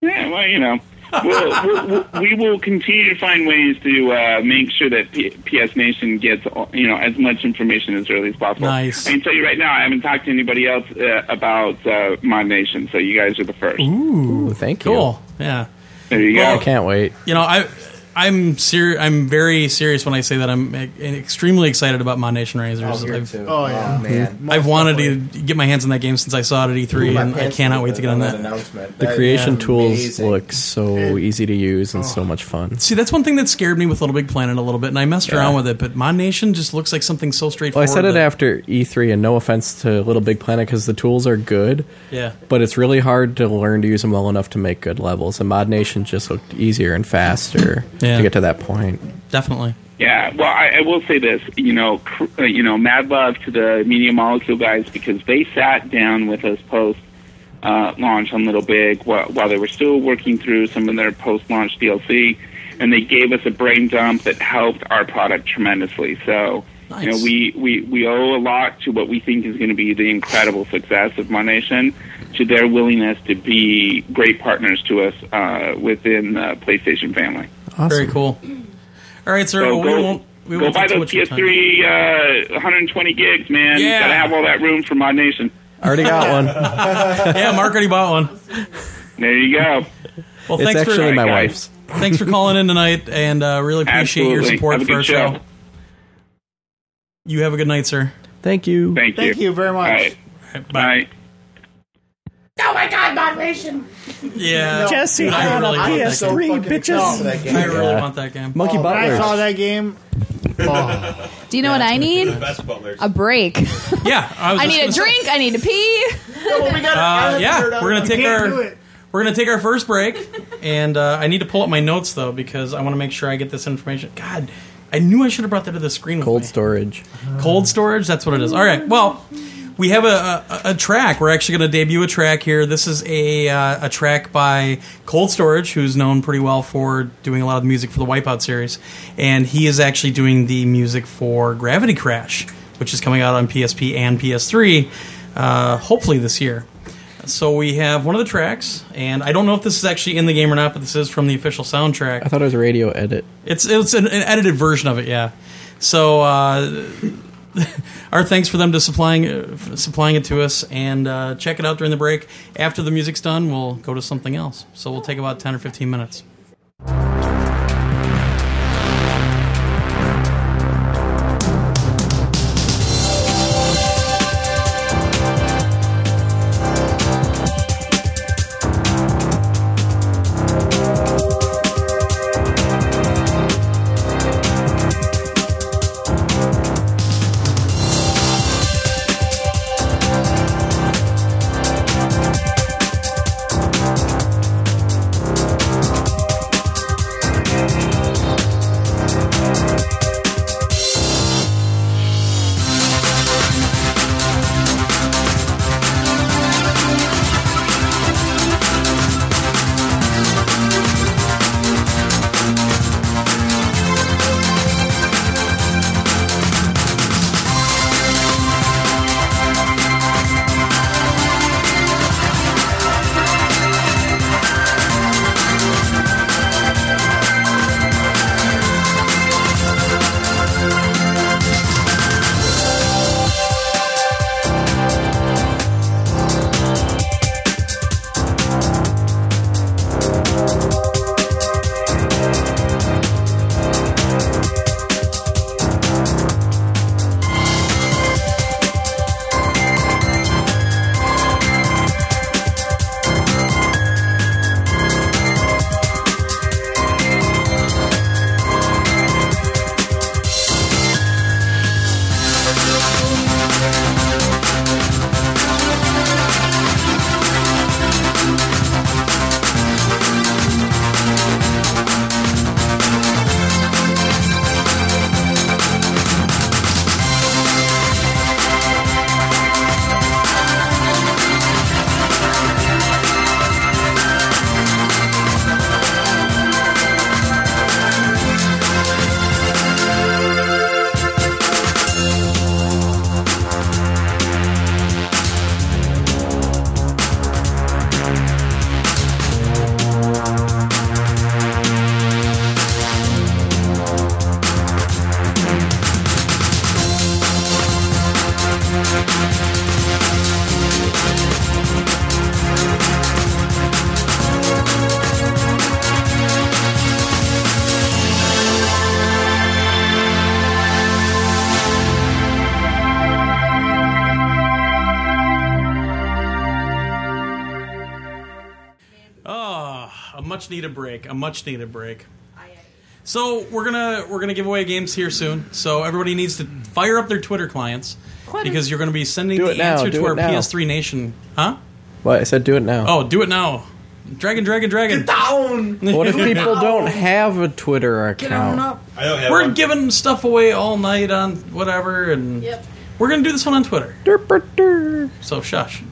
Yeah, well, you know, we'll, we'll, we'll- we will continue to find ways to uh, make sure that P- PS Nation gets all- you know as much information as early as possible. Nice. I can tell you right now, I haven't talked to anybody else uh, about uh, my nation, so you guys are the first. Ooh, thank you. Cool. Yeah. There you Well, go. I can't wait. You know, I I'm ser- I'm very serious when I say that I'm e- extremely excited about my Nation Razors. here I've, too. Oh, yeah. Mm-hmm. Oh, man. I've wanted to get my hands on that game since I saw it at Ooh, E3, my and I pants cannot were wait to get on on that that announcement. The creation tools look so easy to use and Oh. so much fun. See, that's one thing that scared me with Little Big Planet a little bit, and I messed Yeah. around with it. But Mon Nation just looks like something so Well, I straightforward. said it that- after E3, and no offense to Little Big Planet because the tools are good. Yeah. But it's really hard to learn to use them well enough to make good levels. And Mod Nation just looked easier and faster Yeah. to get to that point. Definitely. Yeah, well, I, I will say this, you know, cr- uh, you know, mad love to the Media Molecule guys because they sat down with us post uh, launch on Little Big while, while they were still working through some of their post launch DLC, and they gave us a brain dump that helped our product tremendously. So, you know, Nice. we, we, we owe a lot to what we think is going to be the incredible success of My Nation to their willingness to be great partners to us uh, within the PlayStation family. Very cool. All right, sir. So well, go, we won't. We go won't buy take too much those of your time. PS3 uh, 120 gigs, man. Yeah. Gotta have all that room for my nation. Already got one. yeah, Mark already bought one. There you go. Well, thanks for, Thanks for calling in tonight, and uh, really appreciate your Absolutely. support Have a for good our show. show. You have a good night, sir. Thank you. Thank you. Thank you very much. Bye. Oh my god, moderation! Yeah. Jesse I had a really PS3, want that game. bitches. I really Yeah. want that game. Monkey Oh, when I Butlers. saw that game. Do you know what I need? A break. Yeah, I, was I just need a gonna say- drink. I need to pee. Uh, yeah, we're gonna take our we're gonna take our first break, and uh, I need to pull up my notes though because I want to make sure I get this information. God, I knew I should have brought that to the screen. With Cold me. storage. Cold storage. That's what it is. All right. Well, we have a, a, a track. We're actually going to debut a track here. This is a uh, a track by Cold Storage, who's known pretty well for doing a lot of the music for the Wipeout series, and he is actually doing the music for Gravity Crash, which is coming out on PSP and PS3, uh, hopefully this year. So we have one of the tracks, and I don't know if this is actually in the game or not, but this is from the official soundtrack. I thought it was a radio edit. It's it's an, an edited version of it, yeah. So uh, our thanks for them to supplying uh, f- supplying it to us, and uh, check it out during the break. After the music's done, we'll go to something else. So we'll take about ten or fifteen minutes. Oh, a much needed break. A much needed break. So we're gonna we're gonna give away games here soon. So everybody needs to fire up their Twitter clients because you're gonna be sending Do the it now, answer do to it our now. PS3 Nation, huh? What I said, do it now. Oh, do it now! Dragon, dragon, dragon! down! What if people don't have a Twitter account? I don't We're giving stuff away all night on whatever, and we're gonna do this one on Twitter. So shush.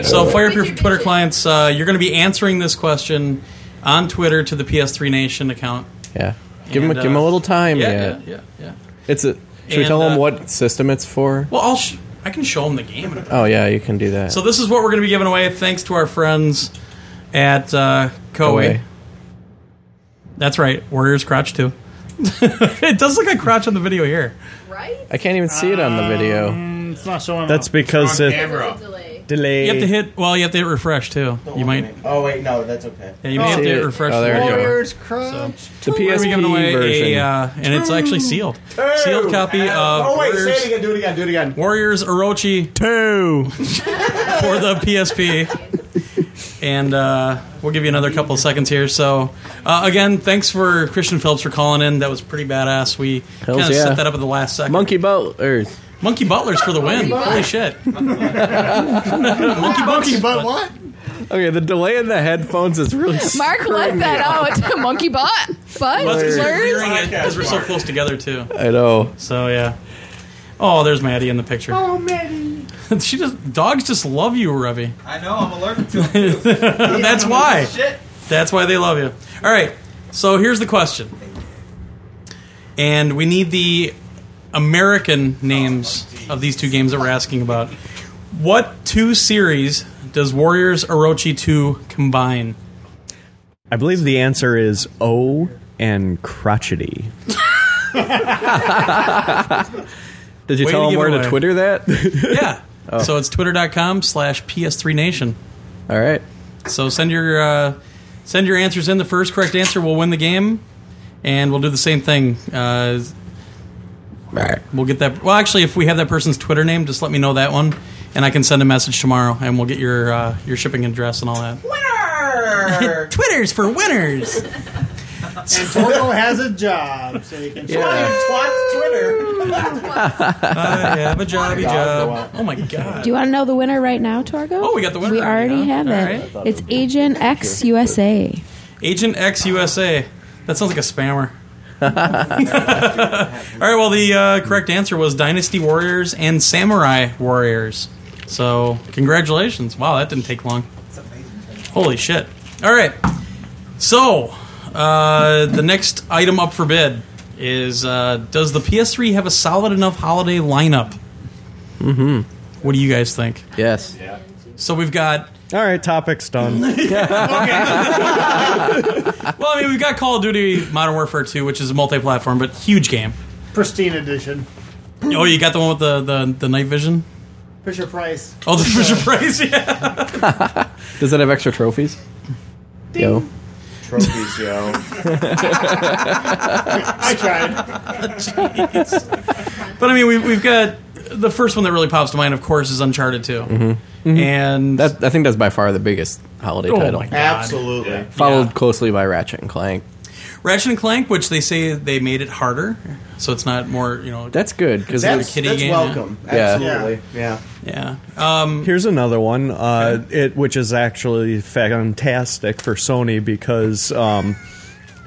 So fire up your Twitter clients. Uh, you're gonna be answering this question on Twitter to the PS3 Nation account. Yeah, give them And, give them uh, a little time. yeah, yet. yeah, yeah, yeah. It's a. Should we And, tell them uh, what system it's for? Well, I'll sh- I can show them the game. in a Oh yeah, you can do that. So this is what we're going to be giving away, thanks to our friends at uh, Koei. Koei. That's right, Warriors Crotch too. it does look like crotch on the video here. Um, I can't even see it on the video. It's not showing. That's up. because it, Delay. You have to hit. Well, you have to hit refresh too. You might. Oh wait, no, that's okay. Yeah, you may Oh. have to hit refresh. Crunch. The PSP giving away version. A, uh, and it's actually sealed. Sealed copy of. Oh wait, Warriors- say it again. Do it again. Do it again. Warriors Orochi 2 for the PSP. And uh, we'll give you another couple of seconds here. So, uh, again, thanks for Christian Phillips for calling in. That was pretty badass. We kind Hells of yeah. set that up at the last second. Monkey Butlers. Monkey Butlers for the win. Holy shit. Monkey Monkey Butt what? Okay, the delay in the headphones is really. Mark screwing let me that up. out. Monkey butt. Butt. Well, it's 'cause you're Blurs? hearing it 'cause we're so close together, too. I know. So, yeah. Oh, there's Maddie in the picture. Oh, man. Oh. she just Dogs just love you, Revy. I know, I'm allergic to That's why. Shit. That's why they love you. All right. So here's the question, and we need the American names of these two games that we're asking about. What two series does Warriors Orochi two combine? I believe the answer is O and crotchety. Way Did to give it away. that? yeah. So it's twitter.com slash PS3 Nation. Oh. All right. So send your uh, send your answers in. The first correct answer will win the game, and we'll do the same thing. Uh, We'll get that. Well, actually, if we have that person's Twitter name, just let me know that one, and I can send a message tomorrow, and we'll get your uh, your shipping address and all that. Winner. Twitter's for winners. And Torgo has a job, so you can Yeah. twat Twitter. I Uh, have a jobby job. Oh my god. Do you want to know the winner right now, Torgo? Oh, we got the winner We already, already huh? have All it. right. Oh, It's Agent X USA. Agent X USA. That sounds like a spammer. All right. Well, the uh, correct answer was Dynasty Warriors and Samurai Warriors. So, congratulations! Wow, that didn't take long. Holy shit! All right. So, uh, the next item up for bid is: uh, Does the PS3 have a solid enough holiday lineup? Mm-hmm. What do you guys think? Yes. So we've got. All right, topic's done. Well, I mean, we've got Call of Duty Modern Warfare 2, which is a multi-platform but huge game. Pristine edition. Oh, you got the one with the the, the night vision. Fisher Price. Oh, the Fisher Price. Yeah. Does it have extra trophies? Yo. Trophies, yo. I tried. But I mean, we've we've got the first one that really pops to mind, of course, is Uncharted 2. And Mm-hmm. that, I think that's by far the biggest holiday Oh title. my God. Absolutely. Yeah. Followed closely by Ratchet and Clank. Ratchet and Clank, which they say they made it harder, so it's not more you know. That's good it's because a kiddie game, yeah. Yeah. Yeah. Here's another one. Uh, It which is actually fantastic for Sony because um,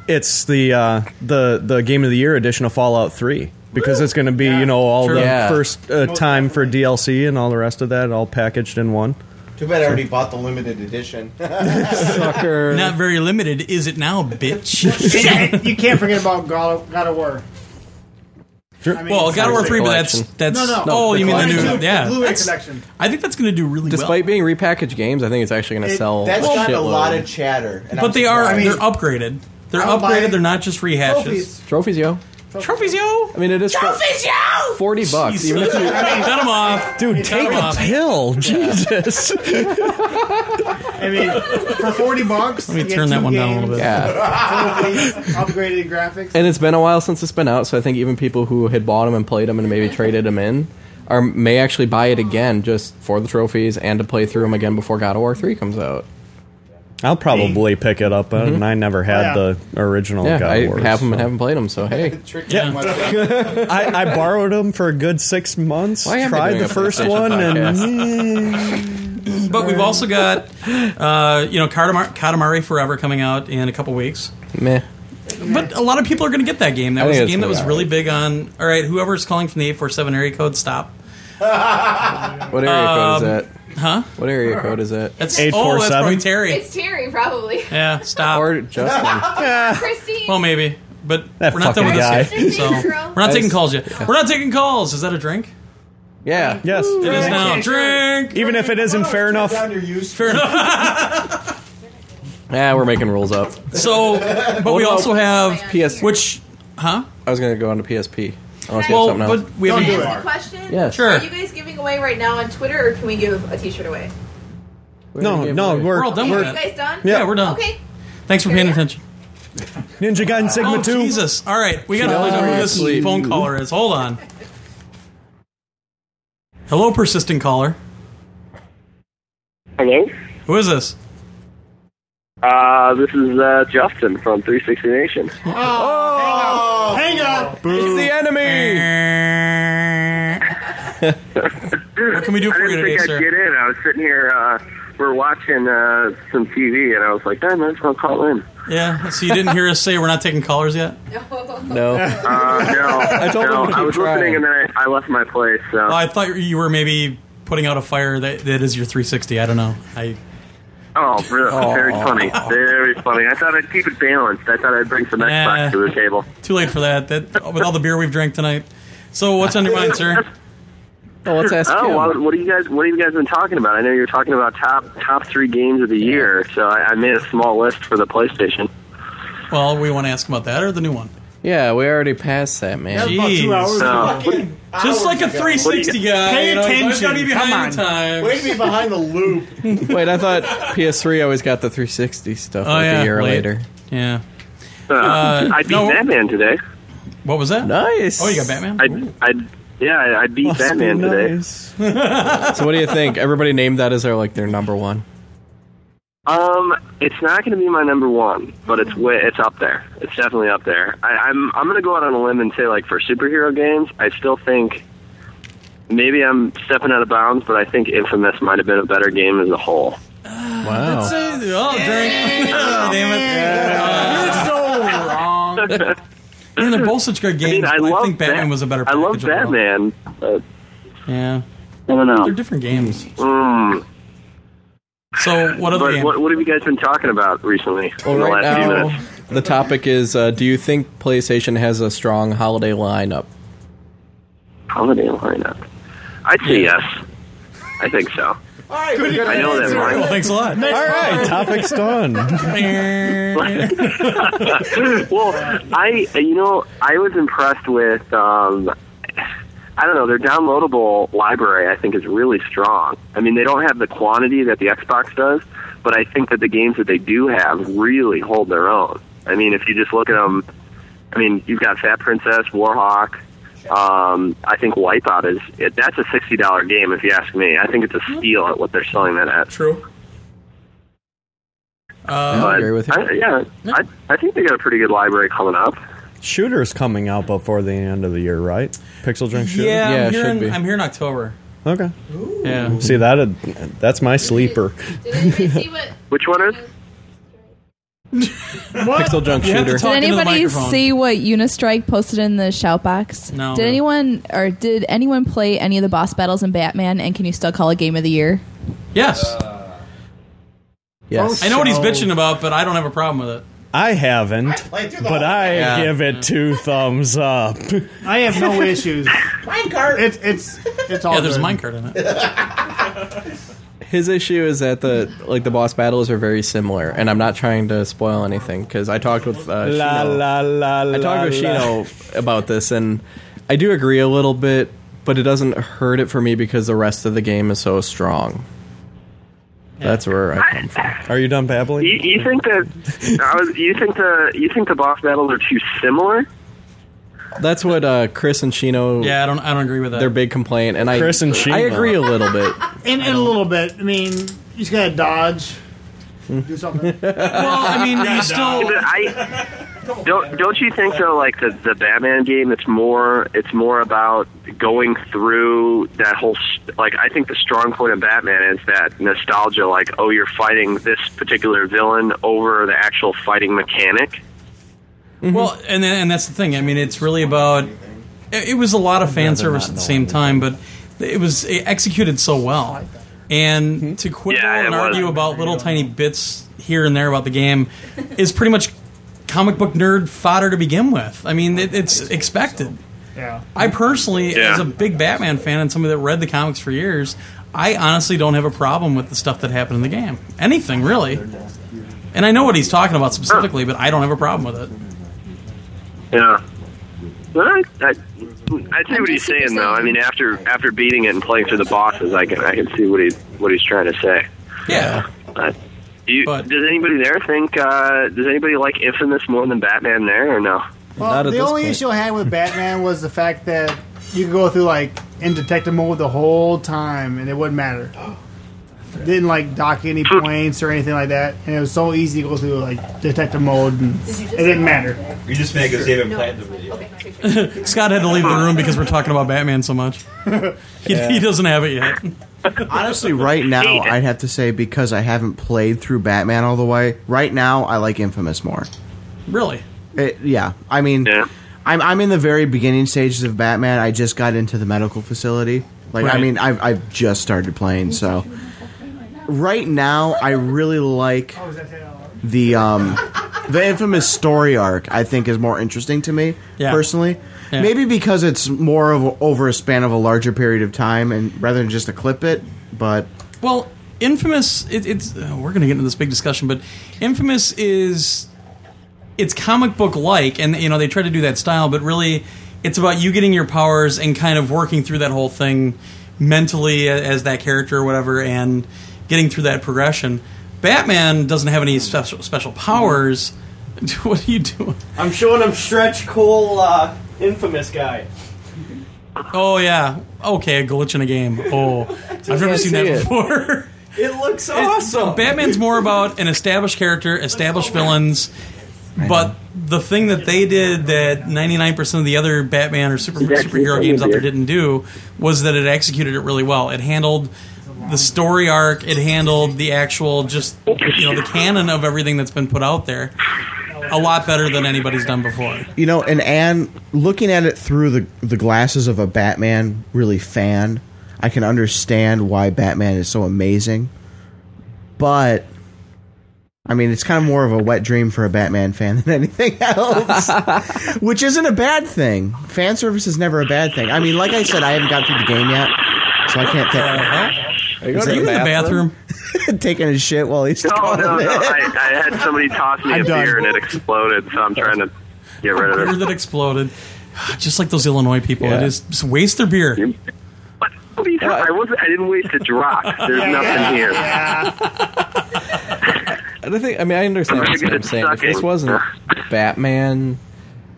it's the uh, the the game of the year edition of Fallout Three. Because it's going to be, you know, all True. the Yeah. first uh, Most time for DLC and all the rest of that, all packaged in one. Too bad I already bought the limited edition. Sucker. Not very limited, is it now, bitch? you can't forget about God God of War. I mean, well, it's God of War the three, but that's collection. that's. No, no. Oh, the you mean the collection. new? The Yeah. Blu-ray That's- collection. I think that's going to do really well. Despite being repackaged games, I think it's actually going to sell. That's a got a shitload. lot of chatter. and but I'm they are surprised. they're upgraded. They're I'll buy upgraded. They're not just rehashes. trophies. trophies, yo. Trophies, yo. I mean, it is for- trophies, yo. Forty bucks, even if you cut them off, dude. Take a pill, Jesus. I mean, for forty bucks. Let me you get turn that two one down a games, little bit. Yeah. trophies, upgraded graphics. And it's been a while since it's been out, so I think even people who had bought them and played them and maybe traded them in, are may actually buy it again just for the trophies and to play through them again before God of War Three comes out. I'll probably pick it up, uh, Mhm. and I never Yeah. had the original yeah, God I Wars, have them and so. haven't played them, so hey. Yeah. I, I borrowed them for a good six months. Why am I tried doing the a first PlayStation one, But we've also got, uh, you know, Katamari, Katamari Forever coming out in a couple weeks. Meh. But a lot of people are going to get that game. That I think was a it's game that gonna was be really big on. All right, whoever's calling from the eight four seven area code, stop. What area Um, code is that? Huh? What area code is that? That's Eight, oh, four, that's probably seven? Terry. It's Terry, probably. Yeah, stop. Or Justin. Christine. well, maybe. But That we're not done with fucking this guy. yet, so we're not taking calls yet. We're not taking calls. Is that a drink? Yeah. Yes. It is now. Drink. Even if it isn't fair enough. Fair enough. Yeah, Ah, we're making rules up. Oh, So, but What we about also have PS. Which, huh? I was going to go on to PSP. Unless Can I- you have something else. Can I ask a question? Are Yes. Sure. you guys giving away right now on Twitter, or can we give a T-shirt away? No, no, we're, We're all done with we're- that. You guys done? Yeah, we're done. Okay. Thanks for paying attention. Ninja Gaiden Sigma oh, 2. Jesus. All right. We got to find out who this Seriously. phone caller is. Hold on. Hello, persistent caller. Hello. Who is this? Uh, this is uh, Justin from 360 Nation. Oh, hang up. It's the enemy. what can we do I for didn't you think today, I'd sir? get in. I was sitting here. Uh, we're watching uh, some TV, and I was like, "Damn, I'm just gonna call in." Yeah. So you didn't hear us say we're not taking callers yet? No. Uh, no, I told no, him to I keep was trying. listening, and then I, I left my place. So Oh, I thought you were maybe putting out a fire that, that is your 360. I don't know. I oh, really, Aw. very funny, very funny. I thought I'd keep it balanced. I thought I'd bring some Xbox Nah. to the table. Too late for that. That With all the beer we've drank tonight. So what's on your mind, sir? Oh, let's ask Oh, him. well, what do you guys? What have you guys been talking about? I know you're talking about top top three games of the year, so I, I made a small list for the PlayStation. Well, we want to ask about that or the new one. Yeah, we already passed that, man. That was about two Jeez. hours No. Just like a 360 guy. Pay you know, he's always attention. gotta be behind Come the times. Way to be behind the loop. Wait, I thought PS3 always got the 360 stuff Oh, like yeah, a year late. later. Yeah. Uh, Uh, I beat no. Batman today. What was that? Nice. Oh, you got Batman? I, I yeah, I, I beat Must be Batman today. so what do you think? Everybody named that as their like their number one. Um, it's not going to be my number one, but it's way, it's up there. It's definitely up there. I, I'm I'm going to go out on a limb and say like for superhero games, I still think maybe I'm stepping out of bounds, but I think Infamous might have been a better game as a whole. Wow. That's a, oh, drink. Oh, damn it. Uh, You're so wrong. And they're both such good games. I, but I, love think Batman Bat- was a better. I love package overall. Batman. Uh, but Yeah. I don't know. They're different games. Mm. So what other? What, what have you guys been talking about recently in the right last few now- minutes? The topic is: uh, Do you think PlayStation has a strong holiday lineup? Holiday lineup. I'd say yes. I think so. All right, good I know that, answer. Ryan. Well, thanks a lot. All right, topic's done. well, I you know I was impressed with um, I don't know their downloadable library. I think is really strong. I mean, they don't have the quantity that the Xbox does, but I think that the games that they do have really hold their own. I mean, if you just look at them, I mean, you've got Fat Princess, Warhawk. Um, I think Wipeout is it, that's a sixty dollar game if you ask me. I think it's a steal at what they're selling that at. True. I agree with you. I, yeah, I, I think they got a pretty good library coming up. Shooter's coming out before the end of the year, right? Pixel Junk Shooter? Yeah, I'm, here in, I'm here in October. Okay. Yeah. See, that uh, that's my sleeper. Which one is? Pixel Junk You have to Shooter. talk Did into the anybody microphone. see what Unistrike posted in the shout box? No. Did anyone or did anyone play any of the boss battles in Batman? And can you still call it game of the year? Yes. Yes. I know what he's bitching about, but I don't have a problem with it. I haven't, played through the but whole I thing. Yeah. give it two thumbs up. Uh, I have no issues. Minecart. It's it's it's all. Yeah, there's good. minecart in His issue is that the like the boss battles are very similar, and I'm not trying to spoil anything because I talked with uh, La, Shino. la, la, I la, talked with la. Shino about this, and I do agree a little bit, but it doesn't hurt it for me because the rest of the game is so strong. That's where I come from. Are you done babbling? You, you think that I was, you think the you think the boss battles are too similar? That's what uh, Chris and Shino. Yeah, I don't. I don't agree with that. Their big complaint, and I Chris and Shino. I agree a little bit. In, in a little bit. I mean, you just gotta dodge. Do something. well, I mean, you still. I, Don't don't you think though? Like the the Batman game, it's more it's more about going through that whole. s- Like I think the strong point of Batman is that nostalgia. Like oh, you're fighting this particular villain over the actual fighting mechanic. Well, and then- and that's the thing. I mean, it's really about. It, it was a lot of fan service at the same time, but it was it executed so well. And to quibble and argue about little tiny bits here and there about the game is pretty much comic book nerd fodder to begin with. I mean, it, it's expected. Yeah. I personally, Yeah. as a big Batman fan and somebody that read the comics for years, I honestly don't have a problem with the stuff that happened in the game. Anything really. And I know what he's talking about specifically, but I don't have a problem with it. Yeah. Well, I, I, I see what he's saying, though. I mean, after after beating it and playing through the bosses, I can I can see what he's what he's trying to say. Yeah. Uh, do you, does anybody there think? Uh, does anybody like Infamous more than Batman there or no? Well, the only issue I had with Batman was the fact that you could go through like in detective mode the whole time and it wouldn't matter. Didn't like dock any points or anything like that, and it was so easy to go through like detective mode, and it didn't matter. You just make us even plan the video. Scott had to leave the room because we're talking about Batman so much. He, Yeah. he doesn't have it yet. Honestly, right now, I'd have to say because I haven't played through Batman all the way. Right now, I like Infamous more. Really? It, Uh, yeah, I mean, I'm I'm in the very beginning stages of Batman. I just got into the medical facility. Like, I Right. mean, I've I've just started playing, so right now, I really like the um the infamous story arc. I think is more interesting to me Yeah. personally. Yeah. Maybe because it's more of a- over a span of a larger period of time, and rather than just a clip it, but. Well, Infamous. It, it's uh, we're going to get into this big discussion, but Infamous is it's comic book like, and you know they try to do that style, but really it's about you getting your powers and kind of working through that whole thing mentally a- as that character or whatever, and getting through that progression. Batman doesn't have any special special powers. What are you doing? I'm showing him Stretch Cool, uh, infamous guy. Oh yeah, okay, a glitch in a game. Oh, I've never Just seen see that it. before. It looks awesome. Batman's more about an established character, established villains. But the thing that they did that 99% of the other Batman or super, superhero games out there didn't do was that it executed it really well. It handled the story arc, it handled the actual just you know the canon of everything that's been put out there a lot better than anybody's done before. You know, and Anne, looking at it through the the glasses of a Batman really fan, I can understand why Batman is so amazing. But I mean, it's kind of more of a wet dream for a Batman fan than anything else, which isn't a bad thing. Fan service is never a bad thing. I mean, like I said, I haven't got through the game yet, so I can't think. Uh-huh. Are you going to the bathroom? Taking a shit while he's No, calling Oh, no, it. no. I, I had somebody toss me I'm a done. beer and it exploded, so I'm trying to get rid of Beer it. that exploded. Just like those Illinois people, it is just waste their beer. What are you talking- I wasn't. I didn't waste a drop. There's nothing here. I don't think. I mean, I understand I'm what very good I'm at saying. If this sucking. wasn't Batman,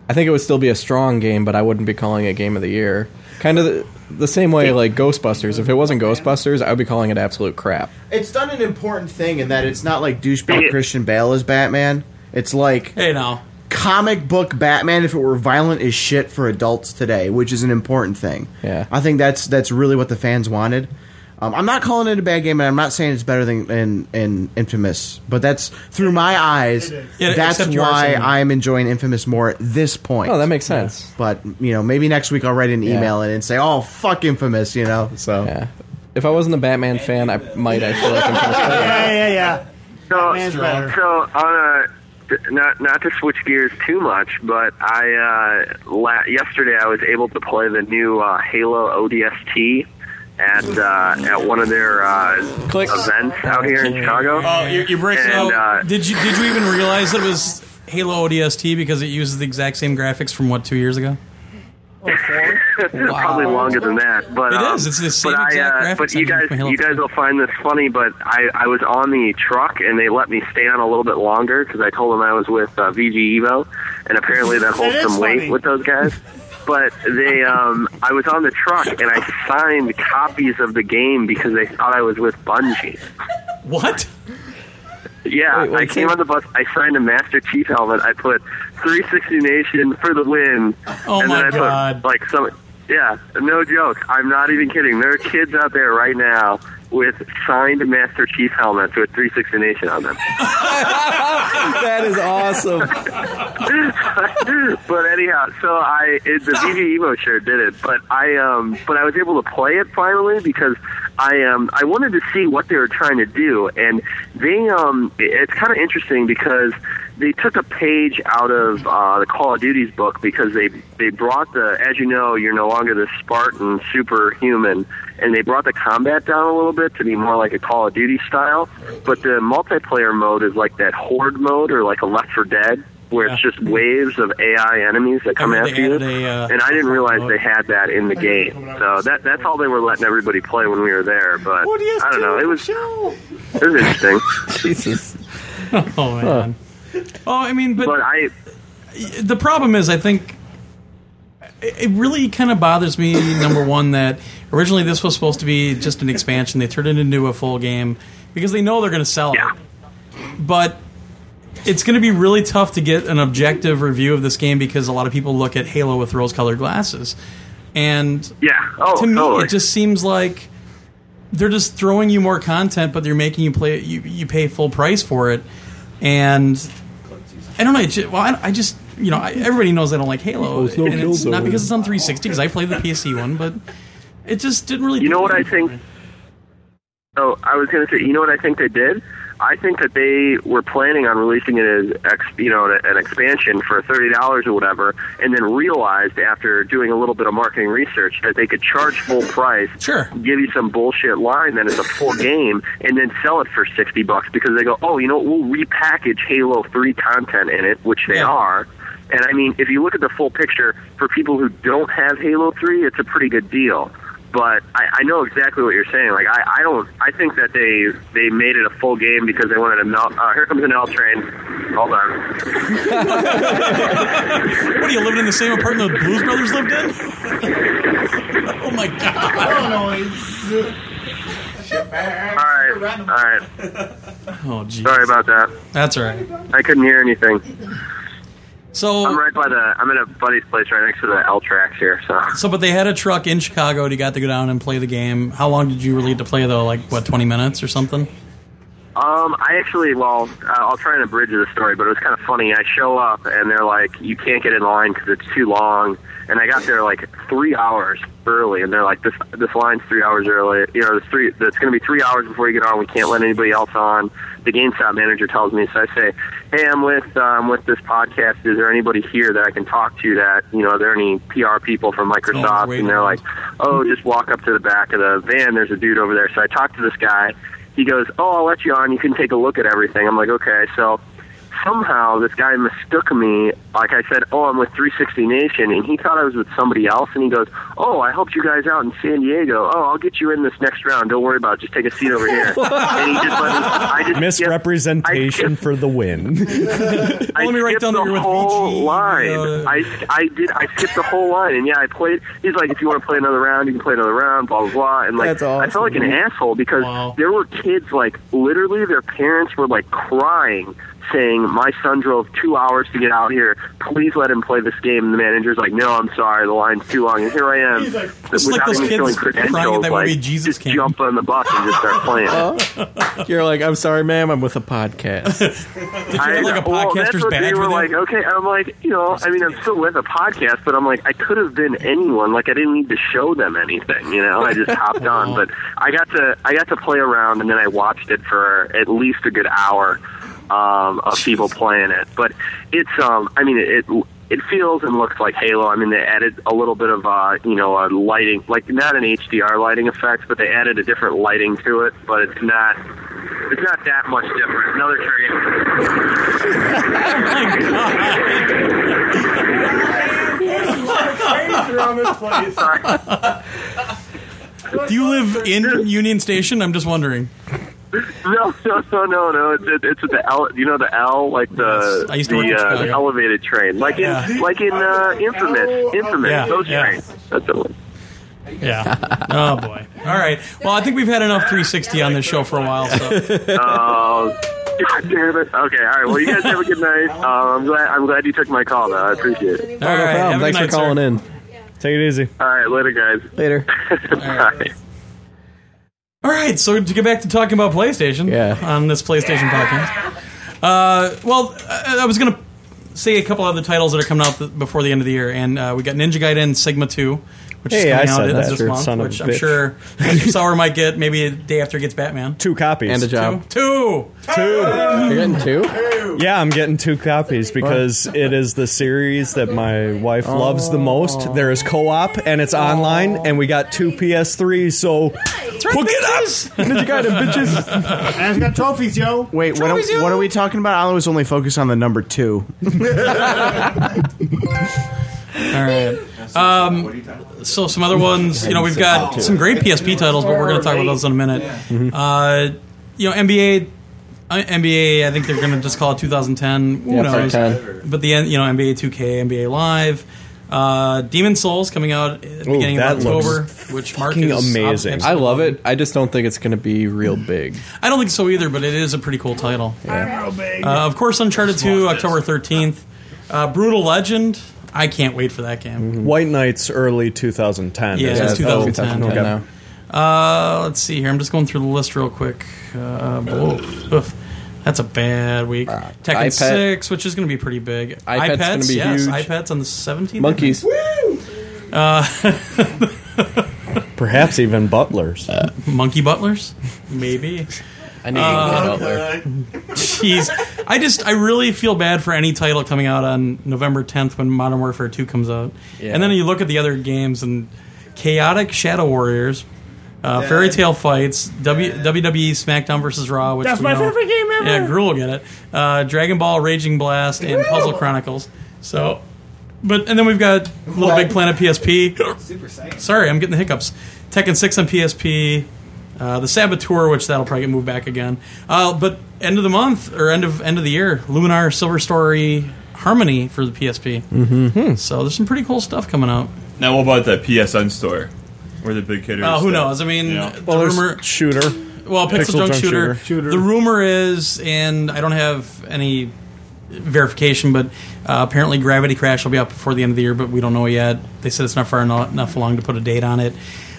I think it would still be a strong game, but I wouldn't be calling it Game of the Year. Kind of the, the same way, like Ghostbusters. If it wasn't Ghostbusters, I would be calling it absolute crap. It's done an important thing in that it's not like douchebag Christian Bale as Batman. It's like hey now comic book Batman if it were violent as shit for adults today, which is an important thing. Yeah. I think that's that's really what the fans wanted. Um, I'm not calling it a bad game, and I'm not saying it's better than in, in Infamous, but that's through my eyes. Yeah, that's except you are why saying- I'm enjoying Infamous more at this point. Oh, that makes sense. But you know, maybe next week I'll write an email and, and say, "Oh, fuck Infamous," you know. So If I wasn't a Batman fan, I might actually like him. yeah, yeah. So, Man's so better. on a, not not to switch gears too much, but I uh, la- yesterday I was able to play the new uh, Halo ODST at uh, at one of their uh, events out here in Chicago. Oh, you're, you're breaking and, out. Uh, did you did you even realize it was Halo ODST because it uses the exact same graphics from what two years ago? probably longer than that. But It um, is. It's the same but I, exact uh, graphics But you engine guys, from Halo you guys will find this funny. But I, I was on the truck and they let me stay on a little bit longer because I told them I was with uh, VG Evo, and apparently that holds That is some weight funny. with those guys. But they, um, I was on the truck and I signed copies of the game because they thought I was with Bungie. What? Yeah, I came on the bus. I signed a Master Chief helmet. I put 360 Nation for the win. Oh and my then I God. Put, like some, yeah, no joke. I'm not even kidding. There are kids out there right now with signed Master Chief helmets with 360 Nation on them. that is awesome. but anyhow, so I it, the VG Evo shirt did it, but I um but I was able to play it finally because I um I wanted to see what they were trying to do, and they um it- it's kind of interesting because they took a page out of uh, the Call of Duty's book because they they brought the as you know you're no longer the Spartan superhuman, and they brought the combat down a little bit to be more like a Call of Duty style, but the multiplayer mode is like that Horde mode or like a Left for Dead where it's just waves of AI enemies that come I heard after they you. added a, uh, and I didn't realize they had that in the game. So that that's all they were letting everybody play when we were there. But I don't know. It was it was interesting. Jesus. oh man. Oh, I mean, but, I. The problem is, I think it it really kind of bothers me. Number one, that originally this was supposed to be just an expansion. They turned it into a full game because they know they're going to sell it. But it's going to be really tough to get an objective review of this game because a lot of people look at Halo with rose-colored glasses, and yeah, Oh, to me, totally. it just seems like they're just throwing you more content, but they're making you play. You you pay full price for it, and I don't know. It ju- well, I, I just you know I, everybody knows I don't like Halo, Oh, it's no and it's Killzone. not because it's on 360 because I played the PC one, but it just didn't really. You know what I think? Oh, I was going to say. You know what I think they did? I think that they were planning on releasing it as ex, you know an, an expansion for thirty dollars or whatever, and then realized after doing a little bit of marketing research that they could charge full price, sure, give you some bullshit line that it's a full game, and then sell it for sixty bucks because they go, oh, you know, we'll repackage Halo Three content in it, which they are. And I mean, if you look at the full picture, for people who don't have Halo 3, it's a pretty good deal. But I, I know exactly what you're saying. Like, I, I don't. I think that they they made it a full game because they wanted to melt. Uh, here comes an L train. Hold on. What are you living in the same apartment the Blues Brothers lived in? oh my god! All right. All right. Oh, geez. Sorry about that. That's all right. I couldn't hear anything. So I'm right by the. I'm in a buddy's place right next to the L tracks here. So So, but they had a truck in Chicago. and You got to go down and play the game. How long did you really to play though? Like what, 20 minutes or something? Um, I actually, well, uh, I'll try and abridge the story, but it was kind of funny. I show up and they're like, "You can't get in line because it's too long." And I got there like three hours early, and they're like, "This this line's three hours early. You know, it's three. It's going to be three hours before you get on. We can't let anybody else on." The GameStop manager tells me, so I say, "Hey, I'm with um, with this podcast. Is there anybody here that I can talk to? That you know, are there any PR people from Microsoft?" and they're like, "Oh, just walk up to the back of the van. There's a dude over there." So I talked to this guy he goes, "Oh, I'll let you on. You can take a look at everything." I'm like, "Okay." So somehow this guy mistook me. Like I said, "Oh, I'm with 360 Nation," and he thought I was with somebody else. And he goes, "Oh, I helped you guys out in San Diego. Oh, I'll get you in this next round. Don't worry about it. Just take a seat over here." and he just let me. I just Misrepresentation for the win. I let me write down the whole line. uh, I, I did. I skipped the whole line, and yeah, I played. He's like, if you want to play another round, you can play another round. Blah blah blah. And like, That's awesome. I felt like an asshole because there were kids like literally their parents were like crying, saying, "My son drove two hours to get out here. Please let him play this game." And the manager's like, "No, I'm sorry, the line's too long." And here I am, It's like without those even kids showing crying at that credentials, movie like Jesus just jump on the bus and just start playing. You're like, I'm sorry, ma'am, I'm with a podcast. I, have, like, a well, that's podcaster's what badge they were with like. Okay, I'm like, you know, I mean, I'm still with a podcast, but I'm like, I could have been anyone. Like, I didn't need to show them anything, you know. I just hopped on, but I got to I got to play around, and then I watched it for at least a good hour um, of people playing it. But it's, um, I mean, it. it feels and looks like Halo. I mean, they added a little bit of, uh, you know, a lighting, like not an HDR lighting effect, but they added a different lighting to it. But it's not, it's not that much different. Another Do you live in Union Station? I'm just wondering. No, no, no, no, no. It's it, it's at the L. You know the L, like the I used to work the, in uh, Chicago. the elevated train, like in Yeah. like in uh, Infamous, Infamous. Yeah, Those yeah. trains. That's the one. Yeah. Oh boy. All right. Well, I think we've had enough 360 on this show for a while. So. Oh, God damn it. Okay, all right. Well, you guys have a good night. Uh, I'm glad I'm glad you took my call. though. I appreciate it. no problem. Thanks for calling in. Take it easy. All right, later, guys. Later. Bye. All right. So to get back to talking about PlayStation on this PlayStation podcast. Uh, well, I, I was going to say a couple other titles that are coming out th- before the end of the year, and uh, we got Ninja Gaiden Sigma 2, which is Hey, coming I out said that, this you month, son of a which I'm bitch. sure Sauer might get maybe a day after it gets Batman. Two copies And a job. Two. Two. You're getting two. Yeah, I'm getting two copies because it is the series that my wife Oh. loves the most. There is co-op and it's online, and we got two PS3s, so It's right, Hook it up! Ninja Gaiden, bitches! and it's got trophies, yo! Wait, what, Trophies, are, yo. what are we talking about? I was only focused on the number two. All right. Um, so some other ones, you know, we've got some great PSP titles, but we're going to talk about those in a minute. Uh, you know, NBA, uh, NBA. I think they're going to just call it 2010. Who Yeah, knows? part 10. But the end, you know, NBA 2K, NBA Live. Uh, Demon Souls coming out at the beginning of October, which Mark is obs- I love it. I just don't think it's going to be real big. I don't think so either, but it is a pretty cool title. Uh, of course, Uncharted 2, October 13th. Uh, Brutal Legend. I can't wait for that game. Mm-hmm. White Knights early 2010. uh, Yeah, isn't it's it? 2010. Okay. Yeah. Uh, let's see here. I'm just going through the list real quick. Uh, blah, oof. That's a bad week. Tekken Uh, iPad. 6, which is going to be pretty big. iPad's gonna be yes, huge. iPads on the 17th. Monkeys. Uh, Perhaps even Butlers. monkey Butlers? Maybe. I need Uh, to get out there. Jeez, I just I really feel bad for any title coming out on November 10th when Modern Warfare 2 comes out, Yeah. and then you look at the other games and Chaotic Shadow Warriors, uh, Dead. Fairy Tale Fights, w, WWE SmackDown vs. Raw, which That's we my know- favorite game ever! Yeah, Gruel will get it. Uh, Dragon Ball Raging Blast and Puzzle Chronicles. So, but and then we've got Little Big Planet PSP. Super Saiyan. Sorry, I'm getting the hiccups. Tekken 6 on PSP. Uh, the Saboteur, which that'll probably get moved back again. Uh, but end of the month or end of end of the year, Luminar Silver Story Harmony for the PSP. Mm-hmm. So there's some pretty cool stuff coming out. Now, what about the PSN store? Where the big hitters? Uh, who that- knows? I mean, Yeah. the rumor shooter. Well, pixel, Pixel junk, junk shooter. shooter. The rumor is, and I don't have any verification, but uh, apparently Gravity Crash will be out before the end of the year, but we don't know yet. They said it's not far eno- enough along to put a date on it.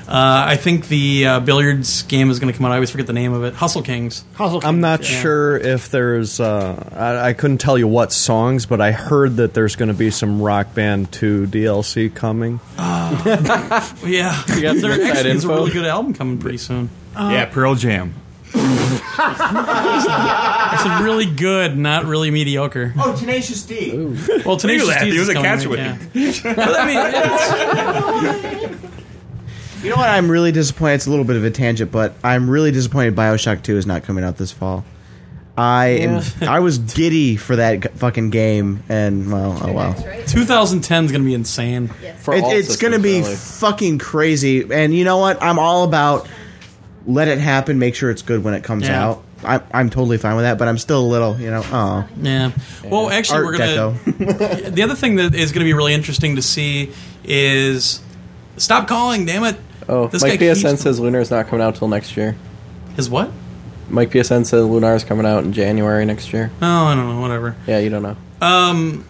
Uh, I think the uh, billiards game is going to come out. I always forget the name of it. Hustle Kings. I'm not sure if there's. Uh, I, I couldn't tell you what songs, but I heard that there's going to be some Rock Band 2 DLC coming. Yeah, You got there some inside actually is a info? really good album coming pretty soon. Uh, yeah, Pearl Jam. I said really good, not really mediocre. Oh, Tenacious D. Well, Tenacious D is He was a coming, catch right? with Yeah. But I mean, You know what? I'm really disappointed. It's a little bit of a tangent, but I'm really disappointed Bioshock 2 is not coming out this fall. I am. I was giddy for that g- fucking game, and well, oh well. 2010 is going to be insane. It- it's going to be fucking crazy. And you know what? I'm all about let it happen. Make sure it's good when it comes Yeah. out. I, I'm totally fine with that, but I'm still a little, you know. Oh, Yeah. Well, actually, Art we're gonna. the other thing that is going to be really interesting to see is stop calling, damn it! Oh, This Mike guy keeps- PSN says Lunar is not coming out till next year. His what? Mike PSN says Lunar is coming out in January next year. Oh, I don't know. Whatever. Yeah, you don't know. Um,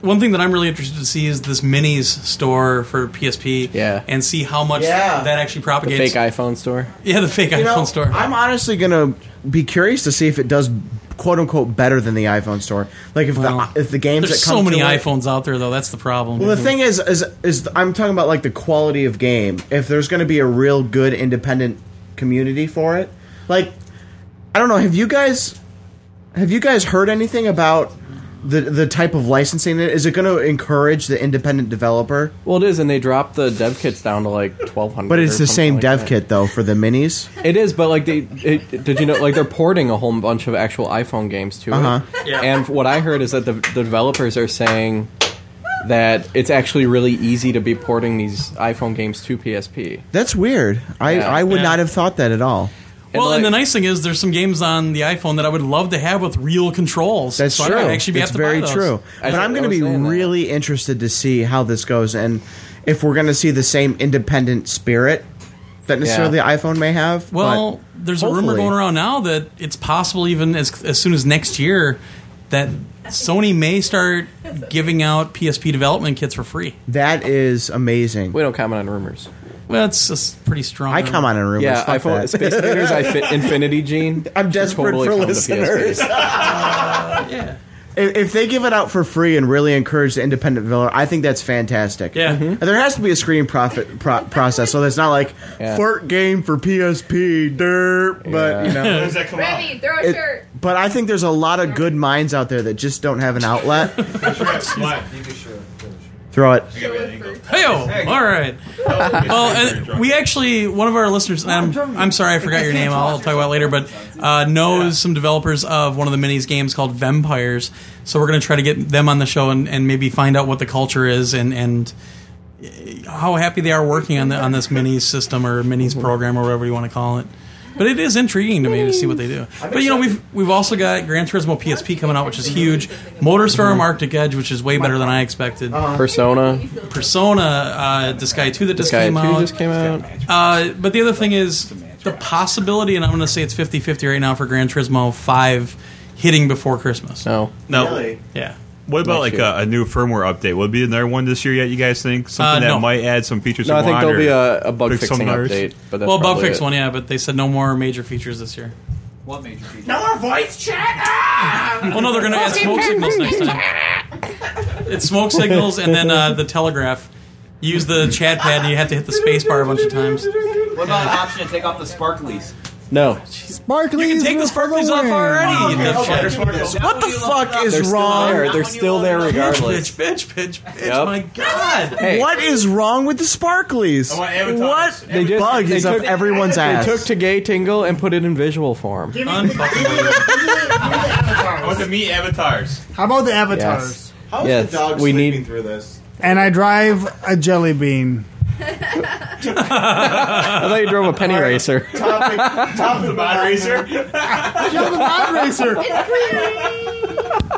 one thing that I'm really interested to see is this minis store for PSP. Yeah. And see how much Yeah. that actually The propagates. fake iPhone store. yeah, the fake You iPhone know, store. I'm honestly gonna be curious to see if it does "quote unquote" better than the iPhone store. Like if the if the games There's that come so many to it- iPhones out there, though. That's the problem. Well, the thing is, is, is I'm talking about like the quality of game. If there's going to be a real good independent community for it, like I don't know, have you guys have you guys heard anything about the the type of licensing? that- Is it going to encourage the independent developer? Well, it is, and they dropped the dev kits down to like twelve hundred. But it's the same dev kit though for the minis. It is, but like they it, did you know like they're porting a whole bunch of actual iPhone games to Uh-huh. it. Yeah. And what I heard is that the, the developers are saying that it's actually really easy to be porting these iPhone games to PSP. That's weird. I Yeah. I would Yeah. not have thought that at all. Well, and the nice thing is, there's some games on the iPhone that I would love to have with real controls. That's so true. I might actually be it's have to very buy those. true. But I'm going to be really interested to see how this goes and if we're going to see the same independent spirit that necessarily the iPhone may have. Well, but there's a rumor hopefully. going around now that it's possible, even as as soon as next year, that Sony may start giving out PSP development kits for free. That is amazing. We don't comment on rumors. Well, it's just pretty strong. I comment on rumors. Yeah, Fuck iPhone that. Space Invaders, I fit Infinity Gene. I'm desperate for listeners. If if they give it out for free and really encourage the independent developer, I think that's fantastic. Yeah. Mm-hmm. And there has to be a screen profit pro- process, so that's not like Yeah. flirt game for PSP, derp. But you know, Remy, throw a It- shirt. But I think there's a lot of good minds out there that just don't have an outlet. Throw it. Heyo! All right. Well, and we actually one of our listeners. and I'm, I'm sorry, I forgot your name. I'll talk about it later. But uh, knows some developers of one of the minis games called Vampires. So we're going to try to get them on the show and, and maybe find out what the culture is and and uh, how happy they are working on the on this minis system or minis program or whatever you want to call it. But it is intriguing to me to see what they do. But you know, we've we've also got Gran Turismo PSP coming out, which is huge. Motorstorm Arctic Edge, which is way better than I expected. Uh-huh. Persona. Persona, uh, Disgaea 2 that just Disgaea came 2 out. just came out. Uh, but the other thing is the possibility, and I'm going to say it's 50 50 right now for Gran Turismo 5 hitting before Christmas. No. No. Yeah. What about like Next a, a new firmware update? Will it be another one this year yet? You guys think Uh, something no. that might add some features? No, to I think Wander, there'll be a- a bug fix some fixing others? update, but well, bug fix one, yeah, but they said no more major features this year. What major feature? No more voice chat. Ah! Oh no, they're going to add smoke signals next time. It's smoke signals and then uh, the telegraph. You use the chat pad and you have to hit the space bar a bunch of times. What about an option to take off the sparklies? No. Sparklies. You can take the sparklies off already, you dipshit. What the fuck is They're still wrong? there. They're still there regardless. Bitch, bitch, bitch. Yep. My God. What is wrong with the sparklies? Oh, What They just- bug they is up took- everyone's they ass? took to gay tingle and put it in visual form. With the meat avatars. How about the avatars? How is Yes, the dog we sleeping need- through this? And I drive a jelly bean. I thought you drove a penny racer. Topic, top of the bottom racer. You're the pod racer.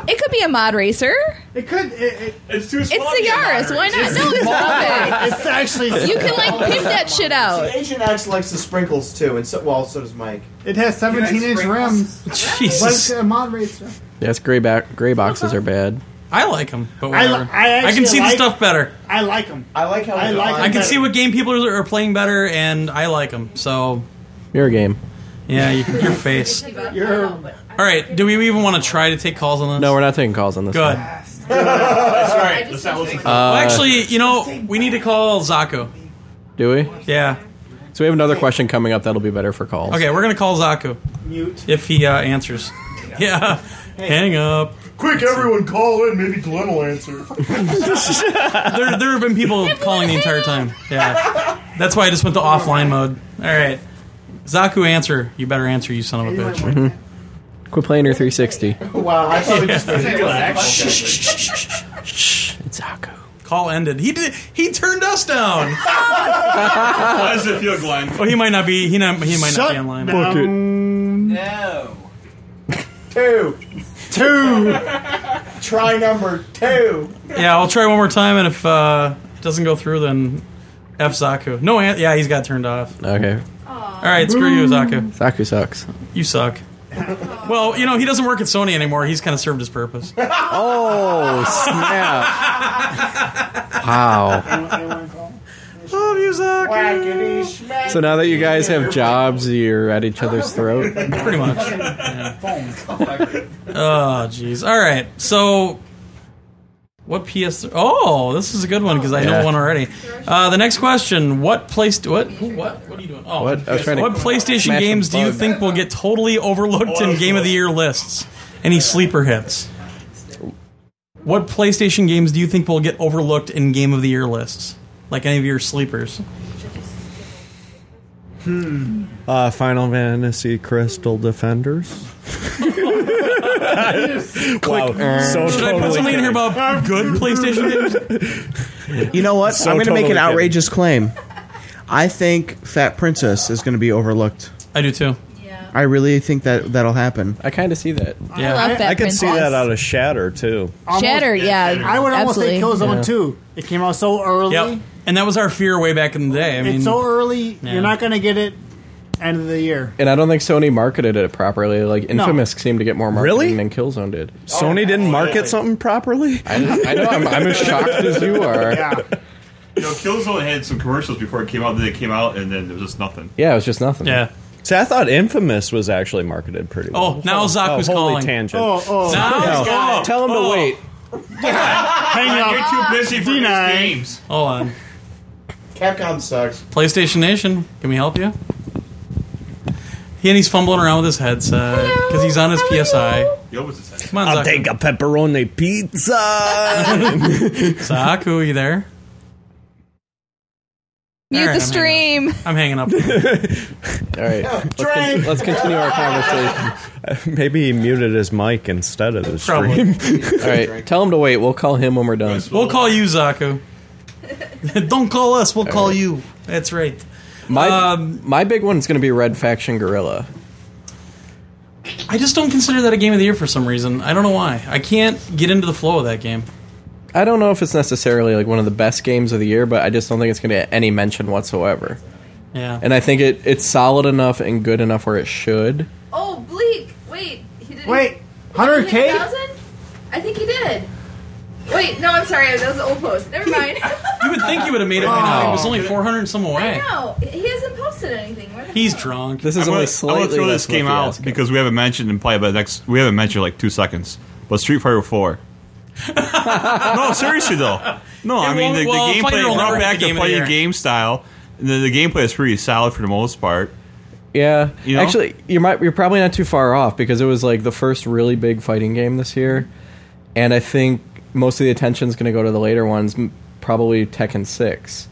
It could be a mod racer. It could. It, it's too It's the Yaris. Why not? No, it's not. It's actually You can like pimp that shit out. See, Agent X likes the sprinkles too, and so well, so does Mike. It has 17 inch rims. Jesus. Like a uh, mod racer. Yes, gray back gray boxes are bad. I like them, but I li- whatever. I I, actually can see like- the stuff better. I like them. I like how I like. 'em I can better. see what game people are, are playing better, and I like them. So, Your game. yeah, you, your face. All right, do we even want to try to take calls on this? No, we're not taking calls on this. Good. one. That's right. Let's not listen. well, Uh, actually, you know, we need to call Zaku. Do we? Yeah. So we have another question coming up that'll be better for calls. Okay, we're gonna call Zaku. Mute. If he uh, answers. Yeah. Hang up. Quick, everyone, call in. Maybe Glenn will answer. there, there have been people calling the entire time. Yeah. That's why I just went to offline mode. All right. Zaku, answer. You better answer, you son of a bitch. Mhm. Quit playing your 360. wow, I thought we just It's Zaku. Call ended. He did. He turned us down. How does it feel, Glenn? Oh, he might not be. He not. He might not Shut be online. Fuck it. No. Two, two. Try number two. Yeah, I'll try one more time, and if uh, it doesn't go through, then f Zaku. No, an- yeah, he's got turned off. Okay. All right, screw you, Zaku. Zaku sucks. You suck. Well, you know he doesn't work at Sony anymore. He's kind of served his purpose. Oh snap! Wow. Love you, Zaku. So now that you guys have jobs, you're at each other's throat. Pretty much. Oh, jeez. All right. So, what PS? Oh, this is a good one because I know Yeah. one already. Uh, the next question: What place? What? who- What? What are you doing? Oh, What? I was trying to what PlayStation smash games the do you bug. think will get totally overlooked in Game of the Year lists? Any sleeper hits? What PlayStation games do you think will get overlooked in Game of the Year lists? Like any of your sleepers? Hmm. Uh, Final Fantasy Crystal Defenders. Wow, so Should I put totally something in here about good PlayStation games? You know what? So I'm going to make totally an kidding. outrageous claim. I think Fat Princess is going to be overlooked. I do too. I really think that that'll happen. I kind of see that. Yeah. love Fat I, could see Princess. that out of Shatter too. Shatter, yeah, I would almost say absolutely. Killzone Yeah. too. It came out so early. Yep. And that was our fear way back in the day. I mean, it's so early. Yeah. You're not going to get it end of the year. And I don't think Sony marketed it properly. Like No. Infamous seemed to get more marketing than Killzone did. Sony didn't market something properly. I, I know. I'm, I'm as shocked as you are. Yeah. You know, Killzone had some commercials before it came out. Then it came out, and then there was just nothing. it was just nothing. Yeah. See, I thought Infamous was actually marketed pretty well. Oh, now Zach was holy calling. Tangent. Oh, oh. Now- No. oh, tell him oh. to wait. Hang on, you're too busy for these games. Hold on. Capcom sucks. PlayStation Nation, can we help you? He and he's fumbling around with his headset. because he's on his PSI. Come on, I'll Zucker. take a pepperoni pizza. Zaku, you there? Mute All the right, I'm stream. I'm hanging up. All right. Drink. Let's continue our conversation. Maybe he muted his mic instead of the stream. All right, tell him to wait. We'll call him when we're done. We'll call you, Zaku. Don't call us. We'll call you. That's right. Um, My my big one's going to be Red Faction Gorilla. I just don't consider that a game of the year for some reason. I don't know why. I can't get into the flow of that game. I don't know if it's necessarily like one of the best games of the year, but I just don't think it's going to get any mention whatsoever. Yeah. And I think it it's solid enough and good enough where it should. Oh, Bleak. Wait, he didn't. Wait, Hundred 100K? I think he did. Wait, no, I'm sorry. That was the old post. Never mind. You would think you would have made it by now. It was only 400 and some away. no, he hasn't posted anything. Where the He's hell? drunk. This I'm gonna- I'm gonna throw this game out because we haven't mentioned and play, but next we haven't mentioned like two seconds. But Street Fighter Four. no, seriously though. No, It I mean the, won't- well, the Fighter gameplay will never brought be back the to game of the play year. game style. The, the gameplay is pretty solid for the most part. Yeah, You know? actually, you might you're probably not too far off because it was like the first really big fighting game this year, and I think most of the attention's going to go to the later ones, m- probably Tekken Six,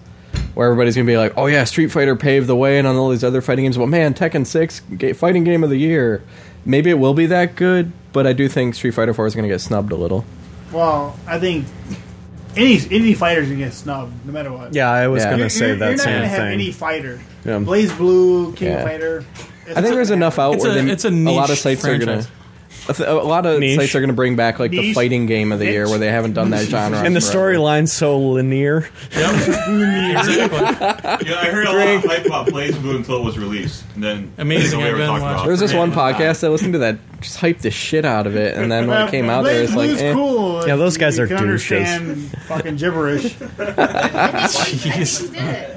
where everybody's going to be like, "Oh yeah, Street Fighter paved the way," and on all these other fighting games, but man, Tekken Six ga- fighting game of the year. Maybe it will be that good, but I do think Street Fighter Four is going to get snubbed a little. Well, I think any any fighter's gonna get snubbed no matter what. Yeah, I was gonna You're- say you're- that You're not same gonna have thing. any fighter. Yeah. Blaze Blue, King Yeah. Fighter. I think there's enough out It's where a- they, it's a lot of niche sites are gonna. franchise. A, th- a lot of Niche. sites are going to bring back like the Niche. fighting game of the year where they haven't done that genre. And the forever. storyline's so linear. yeah, I heard a lot of hype about Blaze Blue until it was released. And then Amazing, nobody I've ever been talked about it. There was this one podcast I listened to that just hyped the shit out of it, and then when it came out, there was like, eh. cool. Yeah, those guys you are can douches. Understand fucking gibberish. Jeez.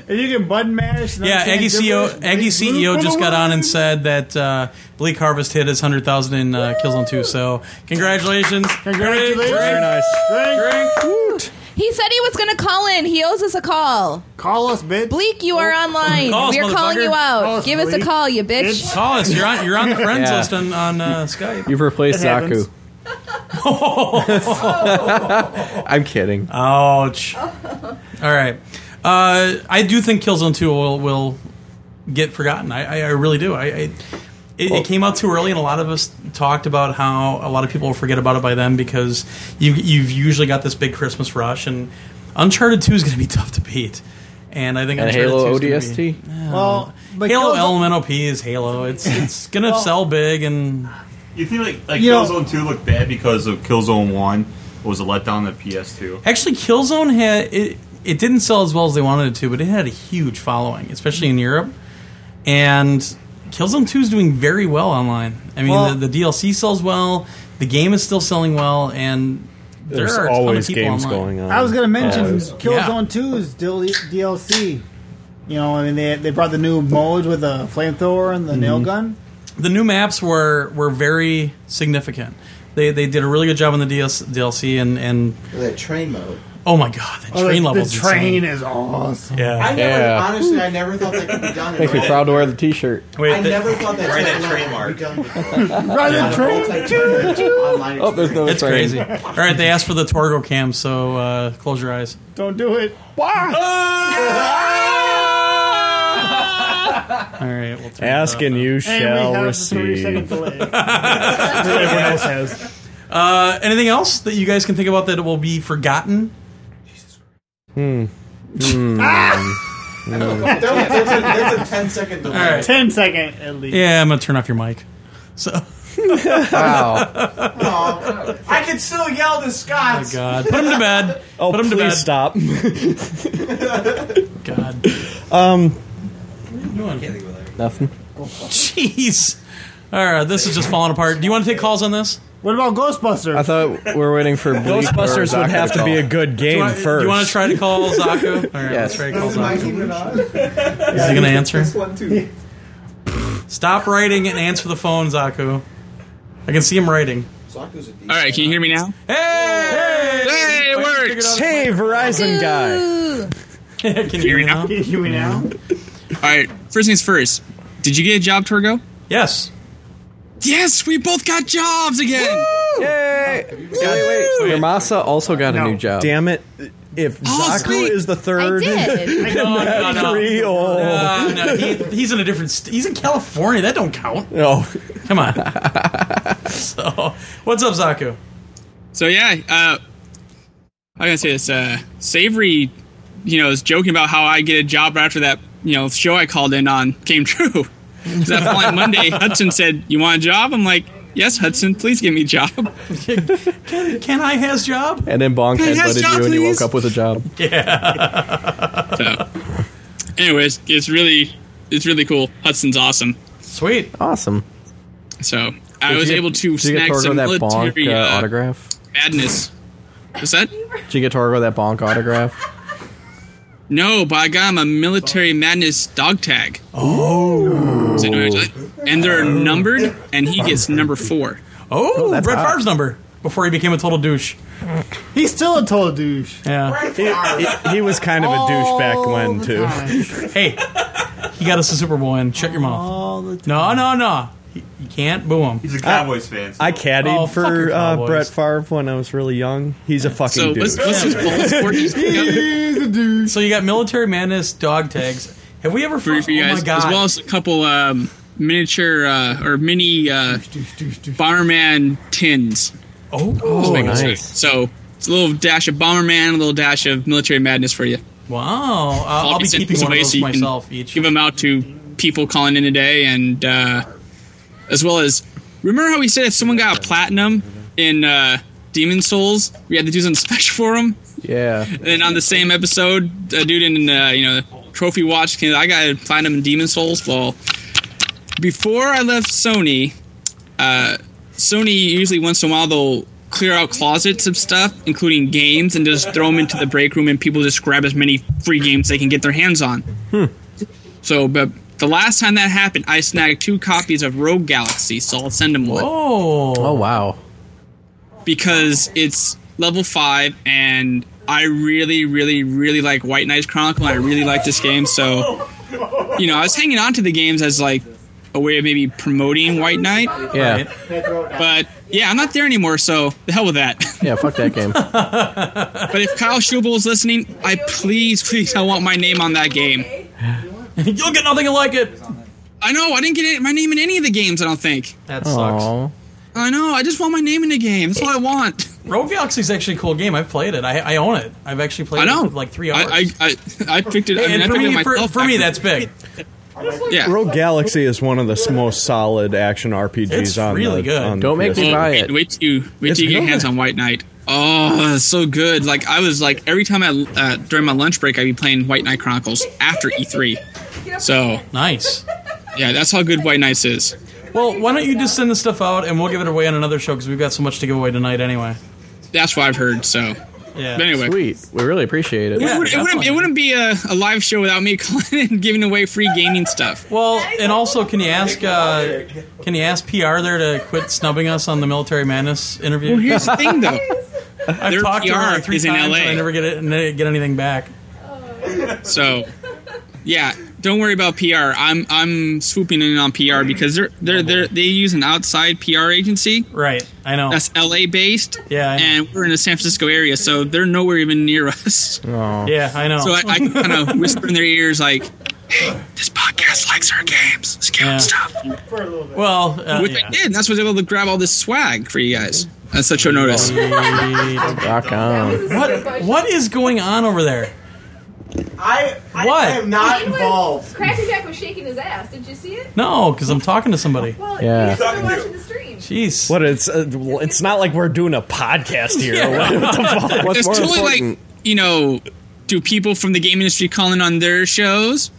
If you can button mash. and Yeah, understand Aggie CEO, gibberish, Aggie Blaze Blue, CEO just blah, got blah, on and said that uh, Bleak Harvest hit his 100,000 in uh, Killzone 2. So, congratulations. Congratulations. Very nice. He said he was going to call in. He owes us a call. Call us, bitch. Bleak, you are online. Call us, we are calling motherfucker. you Call out. us, Give us a Bleak. call, you bitch. Call us. You're on, you're on the friends Yeah. list on, on uh, Skype. You've replaced It happens. Zaku. I'm kidding. Ouch. All right. Uh, I do think Killzone 2 will, will get forgotten. I, I, I really do. I, I it, it came out too early, and a lot of us talked about how a lot of people will forget about it by then because you, you've usually got this big Christmas rush, and Uncharted 2 is going to be tough to beat. And I think And Uncharted Halo 2 is gonna ODST? Be, Well, but Halo Killzone- Elemental P is Halo. It's it's gonna Well- sell big, and You think like, like You know- Killzone Two looked bad because of Killzone One was a letdown at PS Two. Actually, Killzone had it. It didn't sell as well as they wanted it to, but it had a huge following, especially in Europe. And Killzone Two is doing very well online. I mean, Well- the, the DLC sells well, the game is still selling well, and there There's are a ton of always people games online. going on. I was going to mention Always. Killzone 2's DL- DLC. You know, I mean, they, they brought the new modes with the flamethrower Mm-hmm. and the nail Mhm. gun. the new maps were were very significant. They they did a really good job on the DS, DLC and and That train mode. oh my god, the Oh, train the- level. the levels. insane. train is awesome. Yeah, I never, Yeah. honestly, I never thought that could be done. in Makes me Red. proud to wear the T-shirt. I never thought that could be done. Ride Yeah. the train. Multi-player online Oh, there's no That's train. crazy. All right, they asked for the Torgo cam, so uh, close your eyes. Don't do it. Why? All right, we'll turn Ask and you shall have the receive. Everyone else has. Uh, anything else that you guys can think about that will be forgotten? Hmm. Hmm. Hmm. That was- that's, a, that's a 10 second delay. All right. 10 second at least. Yeah, I'm gonna turn off your mic. So, wow. Aw. I can still yell to Scott. Oh, God. Put him to bed. Oh, Put him to please bed. stop. God. Um, nothing. Jeez. All right, this is just falling apart. Do you want to take calls on this? What about Ghostbusters? I thought we were waiting for Bleak Ghostbusters or would Zaku have to call. be a good game Do you want- you wanna try to call Zaku? All right, let's yes. try to call Zaku. Is he gonna answer? This one too. Stop writing and answer the phone, Zaku. I can see him writing. All right, can you hear me now? Hey! Hey, it works. Hey, Verizon guy. Can you hear me now? Can you hear me now? All right, first things first. Did you get a job, Torgo? Yes. Yes, we both got jobs again. Yay! wait, wait. Ramasa also got a new job. Damn it. If Oh, Zaku sweet. is the third, did. No, no, no. Three, oh. No, no, he- he's in a different. St- he's in California. That don't count. No. Come on. so, what's up, Zaku? So yeah, uh, I gotta say this. Uh, Savory, you know, is joking about how I get a job right after that, you know, show I called in on came true. 'Cause that flying Monday, Hudson said, "You want a job?" I'm like, "Yes, Hudson, please give me a job." Can, can I has job? And then Bonk Hey, had yes, headbutted job, you, and you please. woke up with a job. So, anyways, it's really, it's really cool. Hudson's awesome. Sweet, awesome. So I Did was you- able to did you get snag Torgo some that Bonk, military uh, uh, autograph? madness. What's that? Did you get Torgo that Bonk autograph? No, but I got him a military madness dog tag. Oh. So anyway, like- And they're numbered, and he gets number four. Oh, Brett that's hot. Favre's number before he became a total douche. He's still a total douche. Yeah. He, he was kind of a douche back when too. hey, he got us a Super Bowl win. Shut your mouth. No, no, no. You you can't boo him. He's a Cowboys fan. I caddied Oh, fuck your for uh, Cowboys. Brett Favre when I was really young. He's a fucking dude. So you got military madness dog tags. Have we ever? for, for you oh guys, my god! as well as a couple um, miniature uh, or mini uh, Bomberman tins. Oh, Just making nice. sense. So it's a little dash of Bomberman, a little dash of Military Madness for you. Wow, uh, I'll be keeping one of those myself. Each give them out to people calling in today, and uh, as well as remember how we said if someone got a platinum in uh, Demon Souls, we had to do something special for them. Yeah. And then on the same episode, a dude in uh, you know trophy watch. Can I got to find him in Demon Souls? Well, before I left Sony, uh, Sony usually once in a while they'll clear out closets of stuff, including games, and just throw them into the break room, and people just grab as many free games they can get their hands on. So, but the last time that happened, I snagged two copies of Rogue Galaxy, so I'll send them one Oh. Oh wow. because it's level five, and I really, really, really like White Knights Chronicle. And I really like this game, so you know, I was hanging on to the games as like a way of maybe promoting White Knight. Yeah. But yeah, I'm not there anymore, so the hell with that. Yeah, fuck that game. but if Kyle Schubel is listening, I please, please, I want my name on that game. You'll get nothing like it. I know. I didn't get it- my name in any of the games. I don't think. That Aw. I know. I just want my name in a game. That's what I want. Rogue Galaxy is actually a cool game. I've played it. I, I own it. I've actually played I know. it for like three hours. I I, I, I picked it. I mean, and I for picked me, it for, myself. for me, that's big. Yeah. Rogue Galaxy is one of the s- most solid action RPGs It's on really the, good. on Don't the make me PS4. buy it. Wait till you wait It's till you get your good. hands on White Knight. Oh, it's so good! Like I was like every time I uh, during my lunch break I'd be playing White Knight Chronicles after E3. So nice. Yeah, that's how good White Knights is. Well, why don't you just send the stuff out and we'll give it away on another show because we've got so much to give away tonight anyway. That's what I've heard. So yeah. But anyway. Sweet. We really appreciate it. It, would, it, wouldn't, it wouldn't be a, a live show without me calling and giving away free gaming stuff. Well, and also, can you ask uh, can you ask PR there to quit snubbing us on the military madness interview? Well, here's the thing, though. I've Their talked to her PR like three is in times LA. and I never get it, ne- get anything back. So, yeah, don't worry about PR. I'm I'm swooping in on PR because they're they're, they're they use an outside PR agency. Oh, Right, I know. That's LA based. Yeah, and we're in the San Francisco area, so they're nowhere even near us. Yeah, I know. So I, I kind of whisper in their ears like, "Hey, this podcast likes our games. Let's give Yeah. them stuff." Well, uh, Which yeah. I did. And that's why I was able to grab all this swag for you guys on such short notice. What what is going on over there? I, I What? am not He was- involved. Crappy Jack was shaking his ass. Did you see it? No, because I'm talking to somebody. Well, Yeah. you guys were watching the stream. Jeez. What it's uh, well, it's not like we're doing a podcast here. What the fuck? it's totally like you know, do people from the game industry calling on their shows?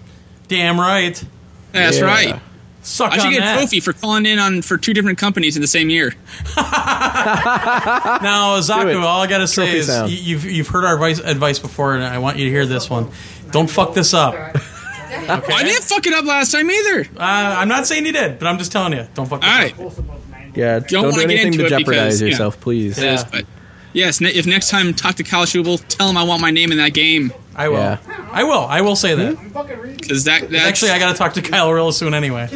Damn right. That's Yeah. right. Suck I should on get that. a trophy for calling in on for two different companies in the same year. Now, Zaku, all I gotta say Trophy is sound. you, you've you've heard our advice, advice before, and I want you to hear this one. Don't fuck this up. I didn't fuck it up last time either. Uh, I'm not saying you did, but I'm just telling you. Don't fuck this up. Yeah, Don't don't, wanna do get anything into to it jeopardize because, yeah. yourself, please. It is, but yes, ne- if next time talk to Kyle Schubel, tell him I want my name in that game. I will. Yeah. I will. I will say that. Because that that's, Actually, I gotta talk to Kyle real soon anyway.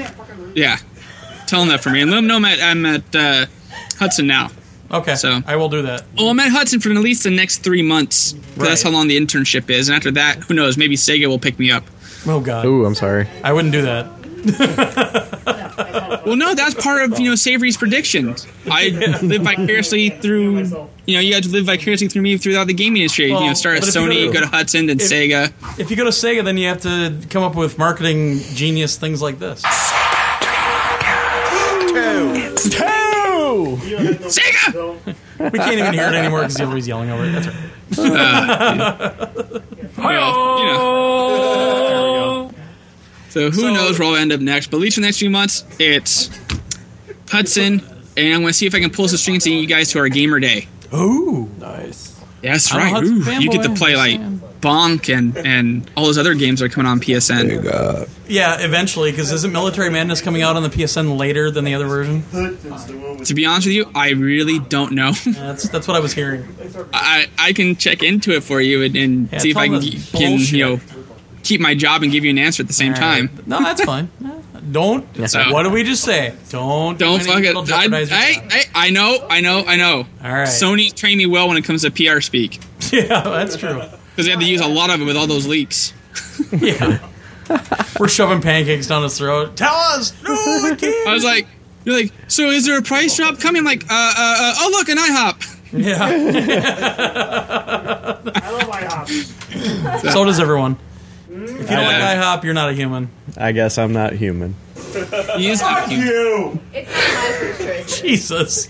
yeah. tell him that for me, and let him know I'm at, I'm at uh, Hudson now. Okay, so I will do that. Well, I'm at Hudson for at least the next three months. 'cause That's how long the internship is, and after that, who knows? Maybe Sega will pick me up. Oh God. Ooh, I'm sorry. I wouldn't do that. well, no, that's part of you know Savory's predictions. I live vicariously through you know you had to live vicariously through me throughout the gaming industry. you know, Well, start at but if you Sony, go go to- to, Hudson, then if- Sega. If you go to Sega, then you have to come up with marketing genius things like this. Two. Sega. We can't even hear it anymore because everybody's yelling over it. That's right. Uh, Well, you Oh. know. So who knows where I'll end up next? But at least for the next few months, it's Hudson, and I'm going to see if I can pull some strings to you guys to our gamer day. Ooh, nice. That's I'm a right. Hudson Ooh, you get to fanboy, play like Bonk and and all those other games that are coming on PSN. Yeah, eventually, because isn't Military Madness coming out on the PSN later than the other version? To be honest with you, I really don't know. that's that's what I was hearing. I I can check into it for you and, and Yeah, see if tell I can, them g- can you know keep my job and give you an answer at the same All right. time. No, that's fine. Don't. So- What did we just say? Don't. do Don't anything fuck it. that'll jeopardize your I, I, I, I know, I know, I know. All right. Sony trained me well when it comes to PR speak. Yeah, that's true. Because they have to use a lot of it with all those leaks. We're shoving pancakes down his throat. Tell us. No, I can't. I was like, you're like, so is there a price drop coming? I'm like, uh, uh, uh, oh look, an IHOP. Yeah. so does everyone. If you don't like IHOP, you're not a human. I guess I'm not human. Fuck you. It's not my first choice. Jesus.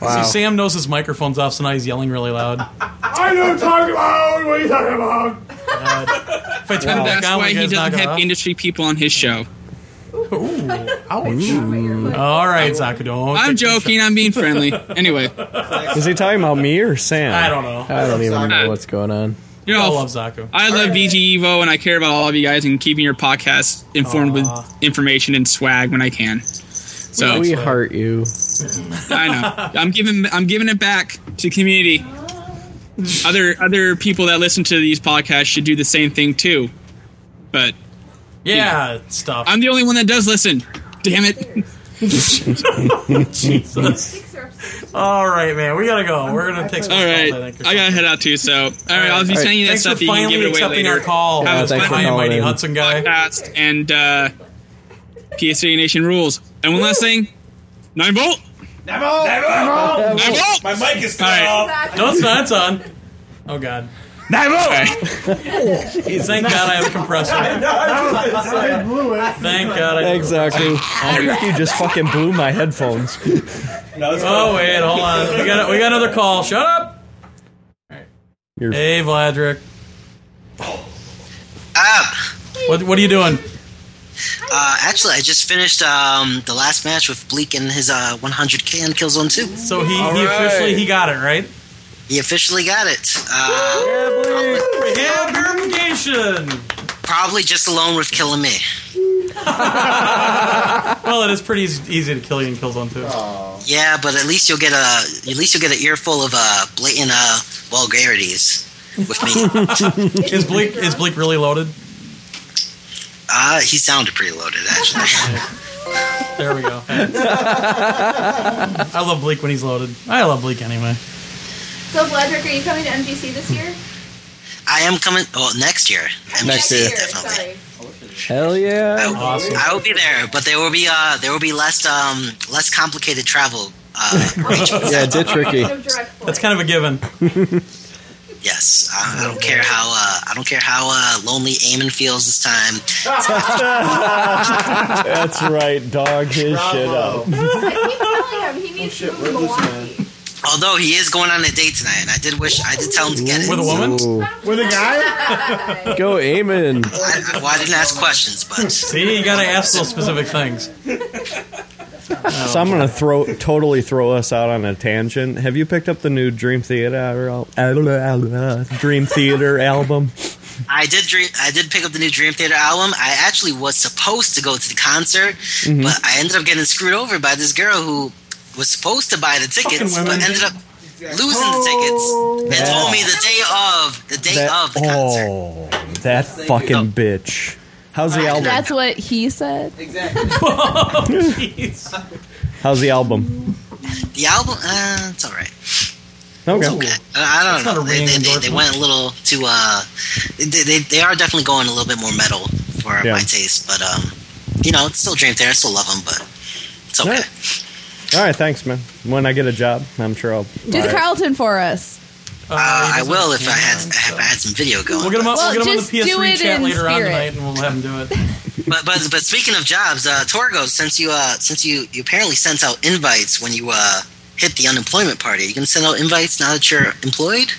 Wow. So Sam knows his microphone's off, so now he's yelling really loud. I don't talk about what are you talking about? If I turn And it back that's on, will why you he guys knock doesn't it have off? industry people on his show. Ooh. All right, Zakado. I'm joking. I'm being friendly. Anyway, Is he talking about me or Sam? I don't know. I don't even know what's going on. You know, I love Zaku. I love VG Evo, and I care about all of you guys and keeping your podcast informed with information and swag when I can. So we heart you. I know. I'm giving I'm giving it back to the community. Other other people that listen to these podcasts should do the same thing too. But Yeah, stop. I'm the only one that does listen. Damn it. Jesus. All right, man. We gotta go. We're gonna take some All right, calls, I think. I gotta head out too. So, all right, I'll be All right. sending you that Thanks stuff. for You can give finally it away accepting later. our call, Yeah, thanks for Mighty calling Mighty in. Hudson guy. Podcast and uh, PSA Nation rules. And one last thing, nine volt. Never, Nine volt. My mic is cut All right. off. No, it's not. It's on. Oh God. Nine Thank God I have a compressor. I blew it. Thank God. I Exactly. you just fucking blew my headphones. Oh wait, hold on. We got we got another call. Shut up. Hey, Vladrick. What what are you doing? Uh, actually, I just finished um, the last match with Bleak and his uh, 100k on Killzone 2. So he, he officially he got it right. He officially got it. Uh, yeah, verification. Probably just alone with killing me. Well, it is pretty eas- easy to kill you in Killzone 2. Yeah, but at least you'll get a at least you'll get an earful of uh, blatant uh, vulgarities with me. is Bleak is Bleak really loaded? uh, he sounded pretty loaded actually. There we go. I love Bleak when he's loaded. I love Bleak anyway. So, Vladrick, are you coming to MGC this year? I am coming. Well, next year. Next year. definitely. Hell yeah! I will be there, but there will be uh, there will be less um, less complicated travel. Uh, yeah, ditch Ricky. That's kind of a given. Yes, I, I don't care how uh, I don't care how uh, lonely Eamon feels this time. That's right, dog his shit up. telling him he Oh, needs to move Although he is going on a date tonight, and I did wish I did tell him to get it With a so- woman? With a guy? Go Eamon. I, well, I didn't ask questions, but See, you gotta ask those specific things. So I'm gonna throw totally throw us out on a tangent. Have you picked up the new Dream Theater al- al- al- al- Dream Theater album? I did dream. I did pick up the new Dream Theater album. I actually was supposed to go to the concert, Mhm. but I ended up getting screwed over by this girl who was supposed to buy the tickets, Fucking but women. ended up losing the tickets and Yeah. told me the day of the day That- of the oh, that fucking bitch. How's the album? That's what he said. Exactly. Oh, How's the album? The album, uh, it's all right. Okay. I I don't That's not know. a They, they, ringing they, they endorsement. went a little too. Uh, they, they they are definitely going a little bit more metal for Yeah. my taste, but um, you know, it's still Dream Theater. I still love them, but it's okay. All right, thanks, man. When I get a job, I'm sure I'll Do the Carlton for us. Uh, I will if I had if I had some video going. We'll get them up. Well, we'll get them on the just do PS3 it chat in later on spirit. tonight, and we'll have them do it. but but but speaking of jobs, uh, Torgo, since you uh since you you apparently sent out invites when you uh hit the unemployment party, are you gonna send out invites now that you're employed?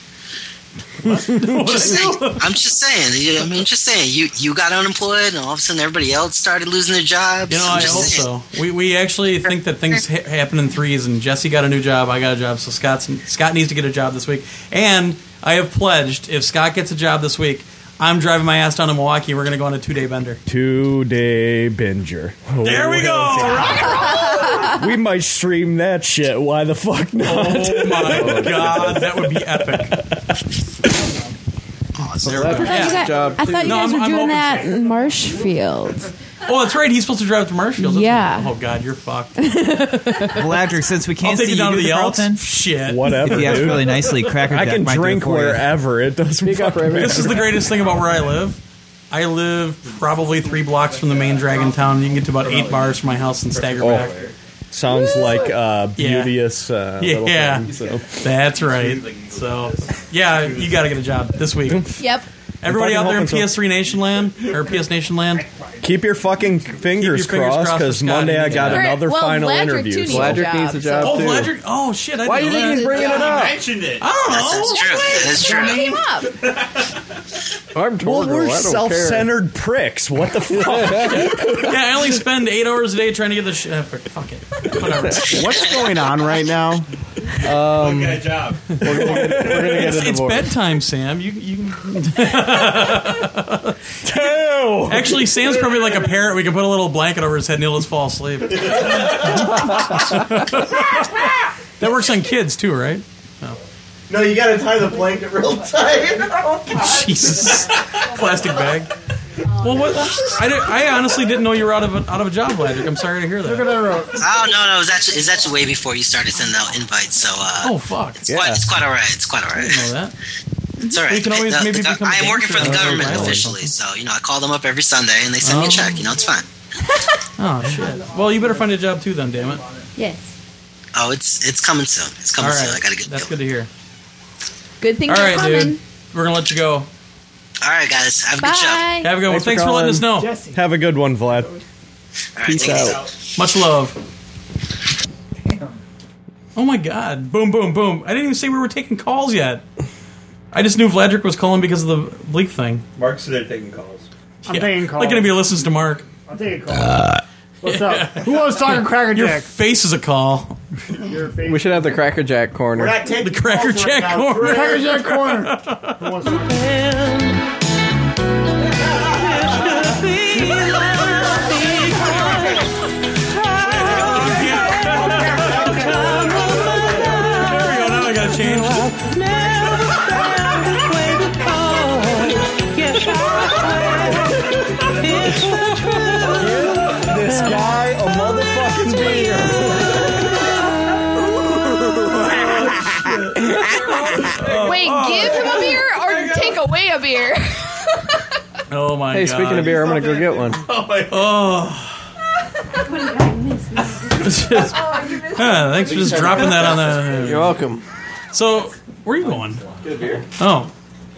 I'm just saying. I'm just saying. you- I mean, just saying. You you got unemployed, and all of a sudden everybody else started losing their jobs. You know, I'm I just hope saying. so. We, we actually think that things ha- happen in threes, and Jesse got a new job, I got a job, so Scott's, Scott needs to get a job this week. And I have pledged if Scott gets a job this week, I'm driving my ass down to Milwaukee, and we're going to go on a two day bender. Two day binger. Oh, There we go! Rock and roll! we might stream that shit. Why the fuck not? Oh my god, that would be epic. I thought you guys, I thought you No, guys I'm- were I'm doing open to that in Marshfield. Oh, that's right. He's supposed to drive to Marshfield. isn't Yeah. he? Oh God, you're fucked. Patrick, since we I'll can't take see you you down do to the the Elks. Carlton, Shit. If you ask really nicely, Cracker I Jack can might do it drink for you. wherever. It doesn't fucking matter. This is the greatest thing about where I live. I live probably three blocks from the main Dragon Town. You can get to about eight bars from my house and stagger Oh. back. Sounds like uh, Yeah. beauteous. Uh, little Yeah, thing, so. that's right. So, yeah, you got to get a job this week. Yep. Everybody I'm fucking out there in hoping so. PS3 Nation land or PS Nation land, Keep your fucking fingers, Keep your fingers crossed crossed for because Scott. Monday I got Right, another well, final Vladrick, interview. too, needs a Vladrick job, needs a so- job, Oh, too. Vladrick! Oh shit! I Why didn't do you know think he's that. bringing it I up? don't know. That's true. Came up. I'm well, we're I don't self-centered pricks. What the fuck? yeah, I only spend eight hours a day trying to get the shit. fuck it. Whatever. What's going on right now? Um, Get a job. get a it's, it's divorce. bedtime, Sam. You, you can. Two. Actually, Sam's probably like a parrot. We can put a little blanket over his head and he'll just fall asleep. that works on kids too, right? No, you gotta tie the blanket real tight. Oh, God. Jesus, plastic bag. Well, what? I, di- I honestly didn't know you were out of a, out of a job, Vladek. I'm sorry to hear that. Oh no no, it was actually it's actually way before you started sending out invites. So uh, Oh fuck! it's quite it's quite all right. It's quite all right. know that. It's all right. We can always The- the maybe gov- become I am working for the dancers or government models or officially, so you know I call them up every Sunday and they send me Oh. a check. You know it's fine. Oh shit. Well, you better find a job too, then. Damn it. Yes. Oh, it's it's coming soon. It's coming All right. soon. I gotta get. That's good to hear. Good thing All they're right, coming. dude. We're gonna let you go. All right, guys. Have a good show. Bye. Have a good one. Thanks for letting us know. Have a good one, Vlad. Peace take it out. Much love. Oh my god. Boom, boom, boom. I didn't even say we were taking calls yet. I just knew Vladrick was calling because of the bleak thing. Mark's there taking calls. I'm taking calls. Like anybody listens to Mark. I'll take a call. What's up? Who wants talking Cracker Your Jack? face is a call. Your face. We should have the Cracker Jack corner. taking the Cracker calls Jack now. corner. Cracker Jack corner. Who wants to- now I gotta change. This guy a motherfucking Wait, give him a beer or take away a beer. Oh my hey, god. speaking of beer, I'm gonna go get one. Oh my Oh. It's Oh, just- Ah, thanks for just dropping that on the. You're welcome. So, where are you going? Get a beer. Oh.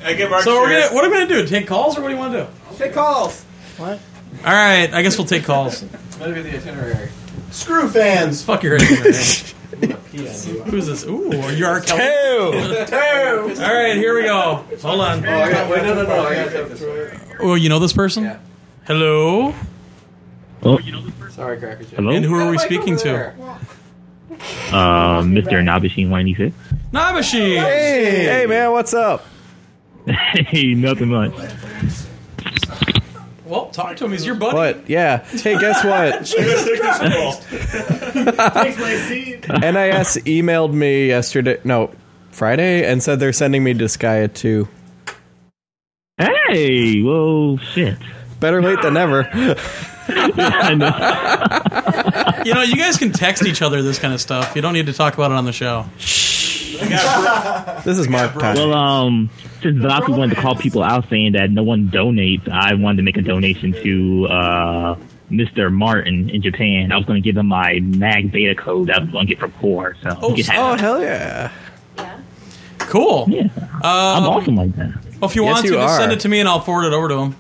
I get Mark's So, we're beer. gonna, what am I going to do? Take calls or what do you want to do? Take calls. What? All right, I guess we'll take calls. That'll be the itinerary. Screw fans. Fuck your head. Who's this? Ooh, are you R. Kelly? Two. Two. All right, here we go. Hold on. Oh, you know this person? Hello. Oh, Sorry, Cracker Jack. Hello? And who are we speaking to? Oh. uh, Mr. Nabishin 96. Nabashi. Hey, hey, man, what's up? hey, nothing much. Well, talk to him. He's your buddy. What? Yeah. Hey, guess what? NIS emailed me yesterday. No, Friday, and said they're sending me Disgaea 2. Hey, well, shit. Better late than never. you know, you guys can text each other this kind of stuff. You don't need to talk about it on the show. This is my time. Well, um, since Velocity wanted to call people out saying that no one donates, I wanted to make a donation to uh, Mr. Martin in Japan. I was going to give him my mag beta code that I was going to get from Core. So Oh, he could have it. hell yeah! Cool. Yeah, I'm awesome like that. Well, Uh, if you want to, just send it to me and I'll forward it over to him.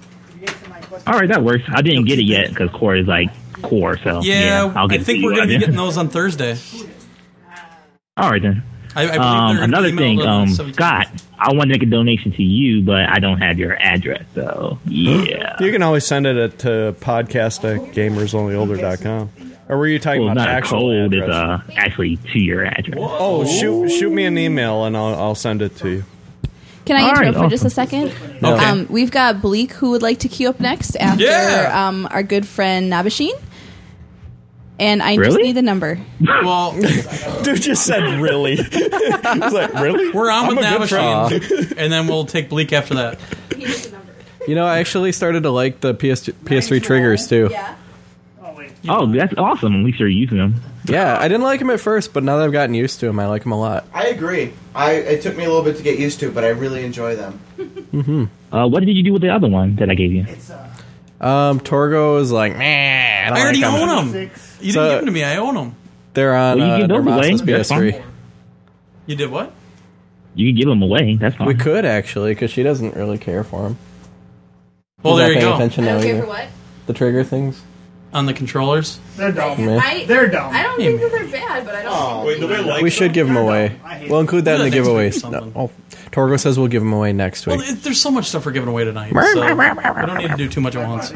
All right, that works. I didn't get it yet because Core is like Core. So Yeah, I'll get I it think to we're you. going to be getting those on Thursday. All right then. I- I believe um, they're gonna another email thing, the um, 17th. Scott, I want to make a donation to you, but I don't have your address. So yeah. You can always send it at, to podcast at gamersonlyolder.com. Or were you talking Well, it's about not a actual code, it's, address? uh, actually to your address. Oh, shoot, shoot me an email and I'll, I'll send it to you. Can I All interrupt right, for just a second? No. Okay. Um, we've got Bleak who would like to queue up next after Yeah. um, our good friend Nabashin. And I just Really? need the number. Well, dude just said really. He's like, really? We're on I'm with a good Navashine, Uh, and then we'll take Bleak after that. You know, I actually started to like the PS PS3 triggers too. Yeah. Oh, that's awesome. At least you're using them. Yeah, I didn't like them at first, but now that I've gotten used to them, I like them a lot. I agree. I it took me a little bit to get used to, but I really enjoy them. Mm-hmm. Uh, what did you do with the other one that I gave you? uh, Um, Torgo is like, nah, I, I, don't already like 'em." own them. You So- uh, didn't give them to me. I own them. They're on Well, you uh, can give those away. Normasa's That's fine. PS3. You did what? You can give them away. That's fine. We could actually, because she doesn't really care for them. Well, there you go. Attention I don't now care either. for what? The trigger things. On the controllers. They're dumb. Yeah. I, They're dumb. I don't think that they're bad, but I don't think that they need them. we should give them away. We'll include that in the Next week or giveaways. No, oh, Torgo says we'll give them away next week. Well, it, there's so much stuff we're giving away tonight. So we don't need to do too much at once.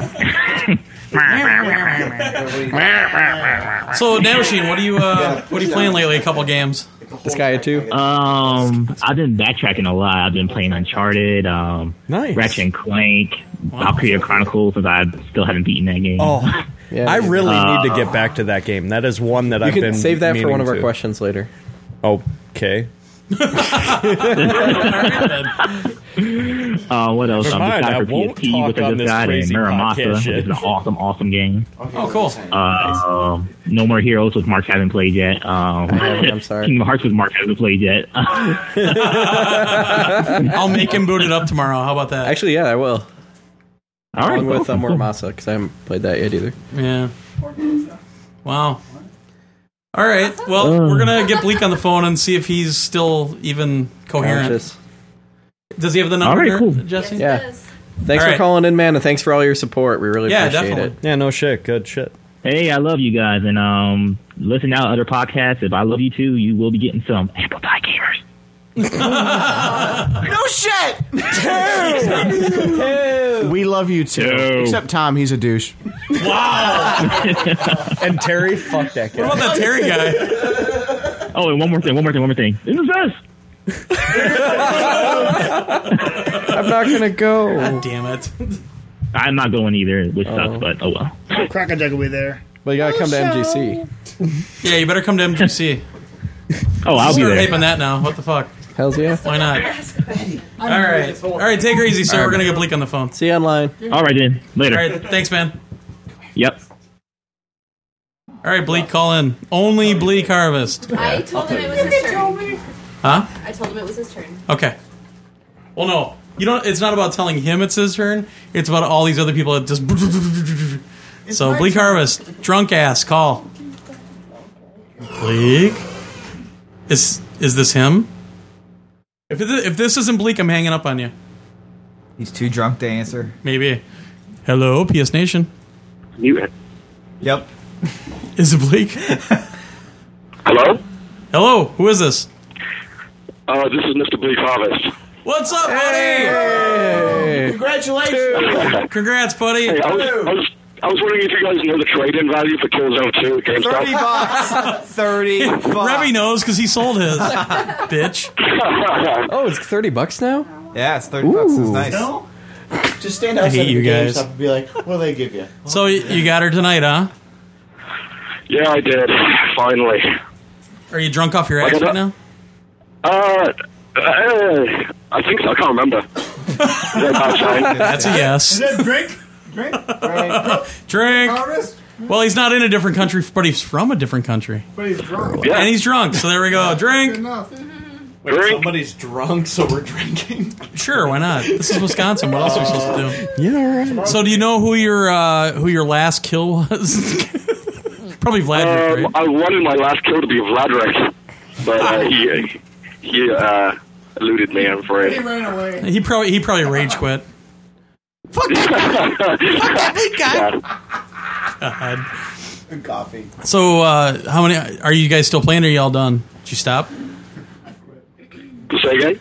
so, Navashine, what are you uh, what are you playing lately? A couple games. This guy too. Um, I've been backtracking a lot. I've been playing Uncharted, um, nice. Ratchet and Clank, Valkyria Chronicles, since I still haven't beaten that game. Oh, I really need Uh, to get back to that game. That is one that You I've can been. save that for meaning one of our to. questions later. Okay. Uh, what else? Never Um, mind, Disguise I for won't PSP, talk which I on just this got, and crazy podcast Muramasa, which shit. is an awesome, awesome game. Oh, cool. Uh, um, No More Heroes, which Mark hasn't played yet. Um, haven't, I'm sorry. Kingdom Hearts, which Mark hasn't played yet. I'll make him boot it up tomorrow. How about that? Actually, yeah, I will. All right, Along with cool, uh, cool. Muramasa, because I haven't played that yet either. Yeah. Wow. All right. Well, Mm. we're gonna get Bleak on the phone and see if he's still even coherent. Conscious. Does he have the All number, right, cool. Jesse? Yeah. Thanks All for right. calling in, man, and thanks for all your support. We really appreciate it. Yeah, no shit. Good shit. Hey, I love you guys, and um, listen out other podcasts. If I love you too, you will be getting some Apple Pie gamers. no shit. We love you too. Except Tom, he's a douche. Wow. and Terry, fuck that guy. What about that Terry guy? Oh, and one more thing, one more thing, one more thing. This is us. I'm not gonna go. God damn it! I'm not going either, which sucks, but oh well. Crack a jug will be there. But you gotta come to MGC. Yeah, you better come to MGC. Oh, I'll be Start there. Hyping that now. What the fuck? Hells yeah. Why not? All right. All right. Take her easy, sir. We're gonna get Bleak on the phone. See you online. All right, then. Later. All right. Thanks, man. Yep. All right, Bleak, call in. Only Bleak Harvest. I told him it was his turn. Huh? I told him it was his turn. Okay. Well, no, you don't. It's not about telling him it's his turn. It's about all these other people that just. so Bleak Harvest, drunk ass, call. Bleak, is is this him? If it, if this isn't Bleak, I'm hanging up on you. He's too drunk to answer. Maybe. Hello, PS Nation. You, Yep. Is it Bleak? Hello? Hello. Who is this? uh, this is Mr. Bleak Harvest. What's up, buddy? Congratulations. Congrats, buddy. Hey, I was, I was, I was wondering if you guys know the trade-in value for Killzone 2 at GameStop. bucks. Thirty. Revy knows because he sold his. Bitch. oh, it's thirty bucks now. Yeah, it's thirty bucks. It's nice. No? Just stand I outside hate of you the guys. GameStop and be like, "What will they give you?" So y- you got her tonight, huh? Yeah, I did. Finally. Are you drunk off your I ass got right a- now? Uh, uh, I think so. I can't remember. Is that a bad sign? That's a yes. Is that a drink? Drink. Drink. Drink. Harvest. Well, he's not in a different country, but he's from a different country, But he's drunk. and he's drunk. So there we go. Drink. Enough. Wait, somebody's drunk, so we're drinking. Sure, why not? This is Wisconsin. What else are we supposed to do? Yeah, right. So, do you know who your uh, who your last kill was? Probably Vladimir. Um, I wanted my last kill to be Vladrek, but uh, he he uh, eluded me. I'm afraid. ran away. He probably he probably rage quit. God. And coffee. So, uh, how many are you guys still playing? Or are y'all done? Did you stop? Say again.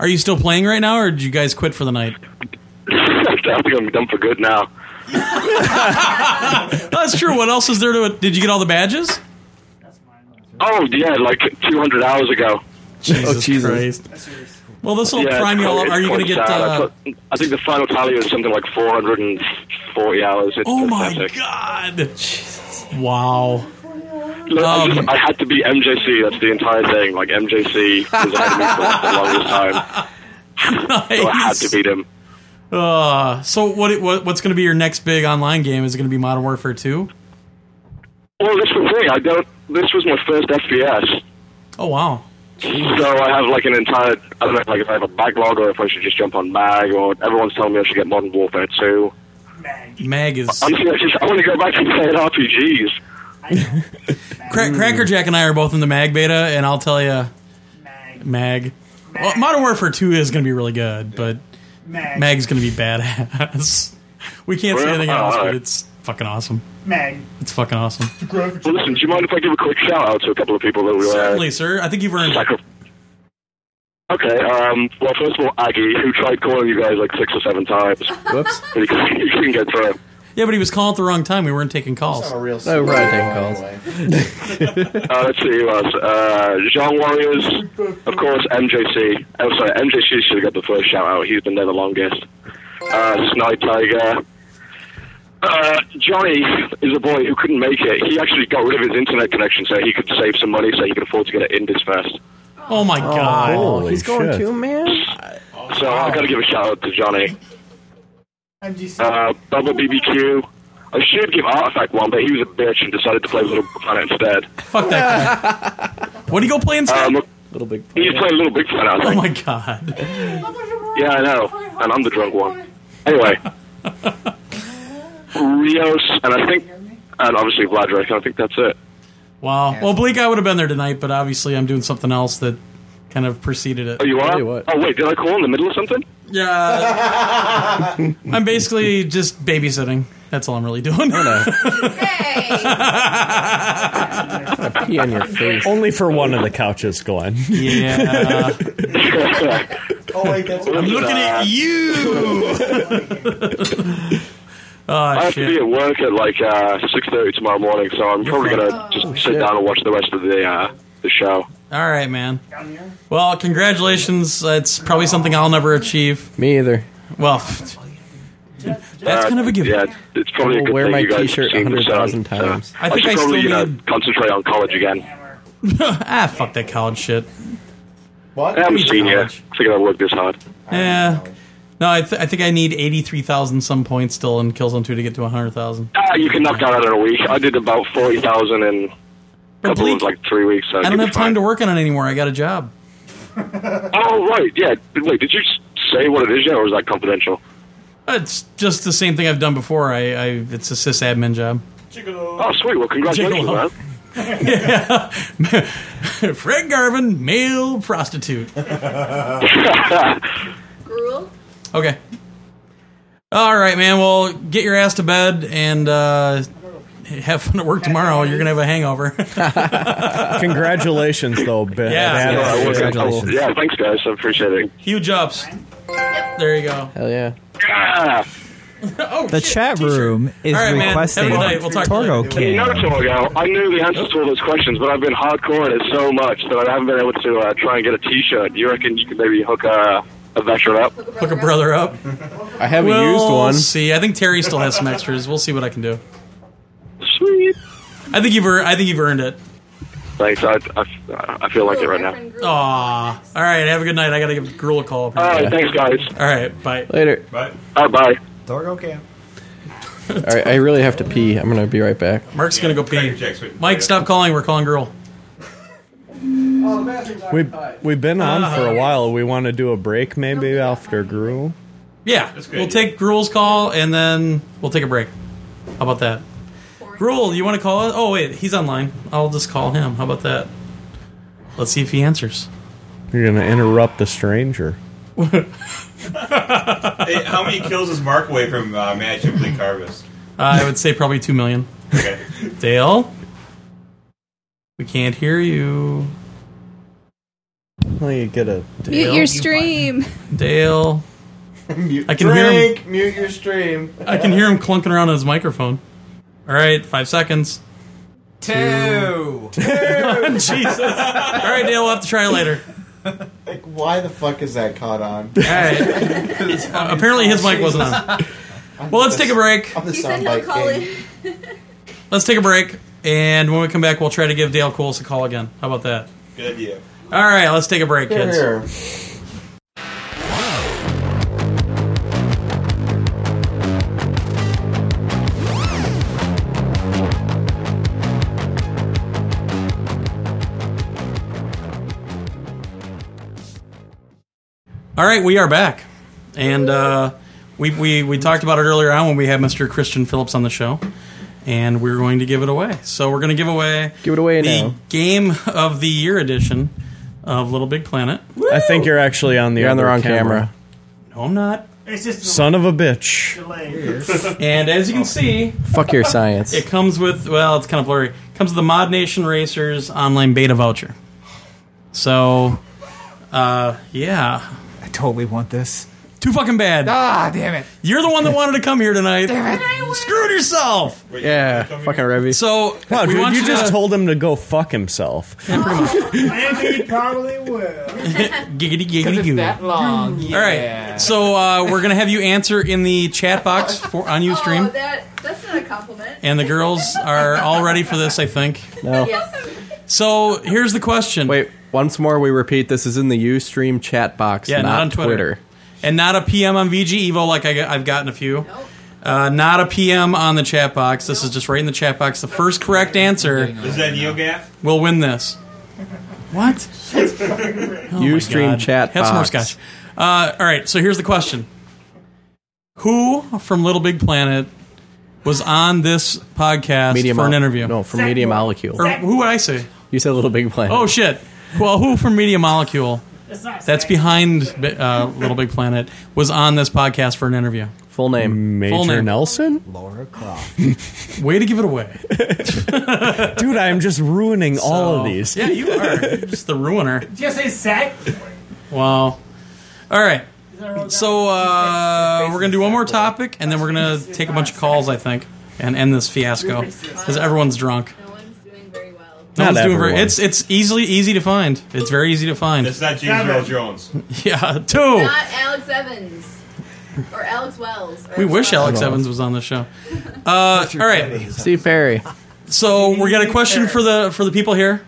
Are you still playing right now, or did you guys quit for the night? I think I'm done for good now. That's true. What else is there to? Did you get all the badges? Oh yeah, like 200 hours ago. Oh, Jesus, Christ. Well, this will Yeah, prime you all up. it's Are you going to quite get? sad. I Uh, thought- I think the final tally was something like 440 hours. It's oh my pathetic. God! Wow. Look, I, Um, just, I had to be MJC. That's the entire thing. Like MJC was ahead of me for the longest time. So I had to beat him. Uh, so what, it- what? What's going to be your next big online game? Is it going to be Modern Warfare Two? Well, that's the thing. I don't. This was my first FPS, Oh wow! so I have like an entire. I don't know, like if I have a backlog or if I should just jump on Mag. Or everyone's telling me I should get Modern Warfare Two. Mag is Honestly, I just I want to go back and play RPGs. Mm. Cra- Crackerjack and I are both in the Mag beta, and I'll tell you, Mag. Well, Modern Warfare Two is going to be really good, but Mag. Mag's going to be badass. we can't say Well, anything else, but alright. it's fucking awesome. Mag. It's fucking awesome. Well, listen, do you mind if I give a quick shout out to a couple of people that we uh, were? Certainly, sir. I think you've earned it. Okay, um, well, first of all, Aggie, who tried calling you guys like six or seven times. Whoops. But he couldn't, he couldn't get through. Yeah, but he was calling at the wrong time. We weren't taking calls. not a real No, we weren't taking calls. Uh, let's see who else. Uh, Jean Warriors, of course, MJC. Oh, sorry, MJC should have got the first shout out. He's been there the longest. Uh, Snide Tiger. Uh, Johnny is a boy who couldn't make it. He actually got rid of his internet connection so he could save some money so he could afford to get an Indus Fest. Oh my god! he's going to man. So I've got to give a shout out to Johnny. Uh, Bubba BBQ. I should give Artifact one, but he was a bitch and decided to play Little Big Planet instead. Fuck that guy. what do you go play Um, instead? Little Big He's playing Little Big Planet, I Oh think. my god. Yeah, I know. And I'm the drunk one. Anyway. Rios, and I think, and obviously Vladrek, I think that's it. Wow. Well, Bleak, I would have been there tonight, but obviously I'm doing something else that kind of preceded it. Oh, you are? Oh, wait, did I call in the middle of something? Yeah. I'm basically just babysitting. That's all I'm really doing. pee on your face. Only for one of the couches, Glenn. Yeah. Oh, wait, that's I'm looking at you. Oh, I have to be at work at like uh, 6.30 tomorrow morning, so I'm probably going Oh, to just sit down and watch the rest of the, uh, the show. All right, man. Well, congratulations. It's probably something I'll never achieve. Me either. Well, That's kind of a given. Uh, Yeah, it's probably I a will good wear thing my you guys have t-shirt seen the 100,000 sun, so times. I think should I still probably you need- know, concentrate on college again. ah, fuck that college shit. What? I'm a senior. I figured I'd work this hard. Yeah. No, I, th- I think I need 83,000 some points still in Killzone 2 to get to 100,000. Ah, you can knock that out in a week. I did about 40,000 in a couple of like three weeks. So I don't have time to work on it anymore. I got a job. Oh, right. Yeah. Wait, did you s- say what it is yet, or is that confidential? It's just the same thing I've done before. I, I It's a sysadmin job. Oh, sweet. Well, congratulations, Jiggalo. man. yeah. Fred Garvin, male prostitute. Okay. All right, man. Well, get your ass to bed and uh, have fun at work tomorrow. You're gonna have a hangover. Congratulations, though, Ben. Yeah. That is yeah, well, cool. yeah, thanks, guys. I appreciate it. Huge ups. There you go. Hell yeah. Ah. Oh, the chat room is All right, man. requesting Have a good night. We'll talk Torgo You King. know, Torgo, I knew the answers to all those questions, but I've been hardcore in it so much that I haven't been able to uh, try and get a T-shirt. You reckon you could maybe hook a, a veteran up? Hook a brother up. I haven't We'll used one. See, I think Terry still has some extras. We'll see what I can do. Sweet. I think you've earned, I think you've earned it. Thanks. I, I, I feel like it right now. Aw. All right. Have a good night. I gotta give Gruel a call. All right, thanks, guys. All right. Bye. Later. Bye. All right, bye. Torgo Cam. All right, I really have to pee. I'm gonna be right back. Mark's gonna go pee. Mike, stop calling. We're calling girl. We we've been on for a while. We want to do a break maybe after Gruel. Yeah, we'll take Gruel's call and then we'll take a break. How about that? Gruel, you want to call? Oh wait, he's online. I'll just call him. How about that? Let's see if he answers. You're gonna interrupt the stranger. Hey, how many kills is Mark away from uh, Magic Bleak Harvest? I would say probably two million. Okay. Dale, we can't hear you. Well, you get a Mute your stream. Dale. I can hear him. Drink, mute your stream. I can hear him clunking around on his microphone. All right, five seconds. Two. Two. Jesus. All right, Dale, we'll have to try it later. Like, why the fuck is that caught on? All right. Uh, apparently his mic wasn't on. Well, let's take a break. I'm the He said he'll soundbite call king. in. Let's take a break, and when we come back, we'll try to give Dale Coles a call again. How about that? Good idea. All right, let's take a break, kids. Here. All right, we are back, and uh, we, we we talked about it earlier on when we had Mr. Christian Phillips on the show, and we are going to give it away. So we're going to give away Give it away the now. Game of the Year edition of Little Big Planet. I think you're actually on the You're on the other wrong camera. No, I'm not. It's just Son of a bitch. and as you can see, Fuck your science. It comes with well, it's kind of blurry. It comes with the Mod Nation Racers online beta voucher. So, uh, yeah, I totally want this. Too fucking bad. Ah, damn it. You're the one that wanted to come here tonight. Damn it. Screwed yourself. yeah, fucking Revy. So Wow, we dude, want you you just to- told him to go fuck himself. and he probably will. giggity giggity goo. long. All right, so uh, we're gonna have you answer in the chat box for on Oh, UStream, that, that's not a compliment. and the girls are all ready for this, I think. Yes. So here's the question. Wait, once more, we repeat. This is in the UStream chat box. Yeah, not on Twitter. And not a PM on VG Evo like I have gotten a few. Uh, not a PM on the chat box. This is just right in the chat box. The first correct answer Is that NeoGaf? will win this. What? Oh my Ustream God. chat Have some more box. scotch. Uh, all right, so here's the question: Who from Little Big Planet was on this podcast Medium for an Mol- interview? no, for Media Molecule. Or who would I say? You said Little Big Planet. Oh shit! Well, who from Media Molecule? It's not That's behind uh, Little Big Planet was on this podcast for an interview. Full name Full Major name. Nelson? Laura Croft. Way to give it away. Dude, I'm just ruining all of these. Yeah, you are. Just the ruiner. Did you say sack? Wow. All right. So uh, we're gonna do one more topic, and then we're gonna take a bunch of calls, I think, and end this fiasco because everyone's drunk. No Not one's doing very everyone. It's it's easily easy to find. It's very easy to find. It's not James Earl Jones. Yeah, two. Not Alex Evans. Or Alex Wells. Or We wish Alex Evans was on the show. Uh, all right, Steve Perry. So we got a question for the for the people here,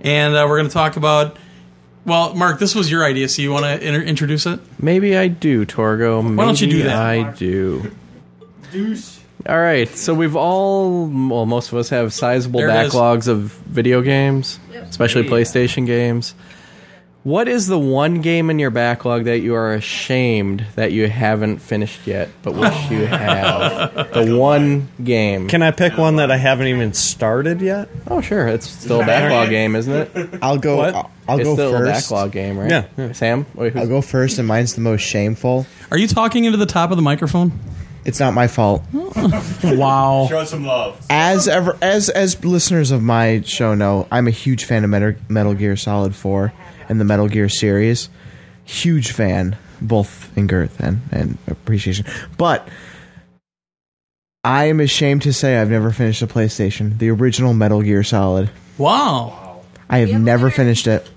and uh, we're going to talk about. Well, Mark, this was your idea, so you want to inter- introduce it? Maybe I do, Torgo. Maybe Why don't you do that? I do. All right, so we've all, well, most of us have sizable There it is. backlogs of video games, especially Yeah. PlayStation games. What is the one game in your backlog that you are ashamed that you haven't finished yet, but wish you have? the one game. Can I pick one that I haven't even started yet? Oh, sure. It's still a backlog game, isn't it? I'll go. What? I'll, I'll It's go still a first. backlog game, right? Yeah, yeah. Sam, I'll go first, and mine's the most shameful. Are you talking into the top of the microphone? Oh. It's not my fault. wow. Show us some love. As ever, as as listeners of my show know, I'm a huge fan of Metal, Metal Gear Solid Four and the Metal Gear series. Huge fan, both in girth and and appreciation. But I am ashamed to say I've never finished a PlayStation, the original Metal Gear Solid. Wow. I have never finished it.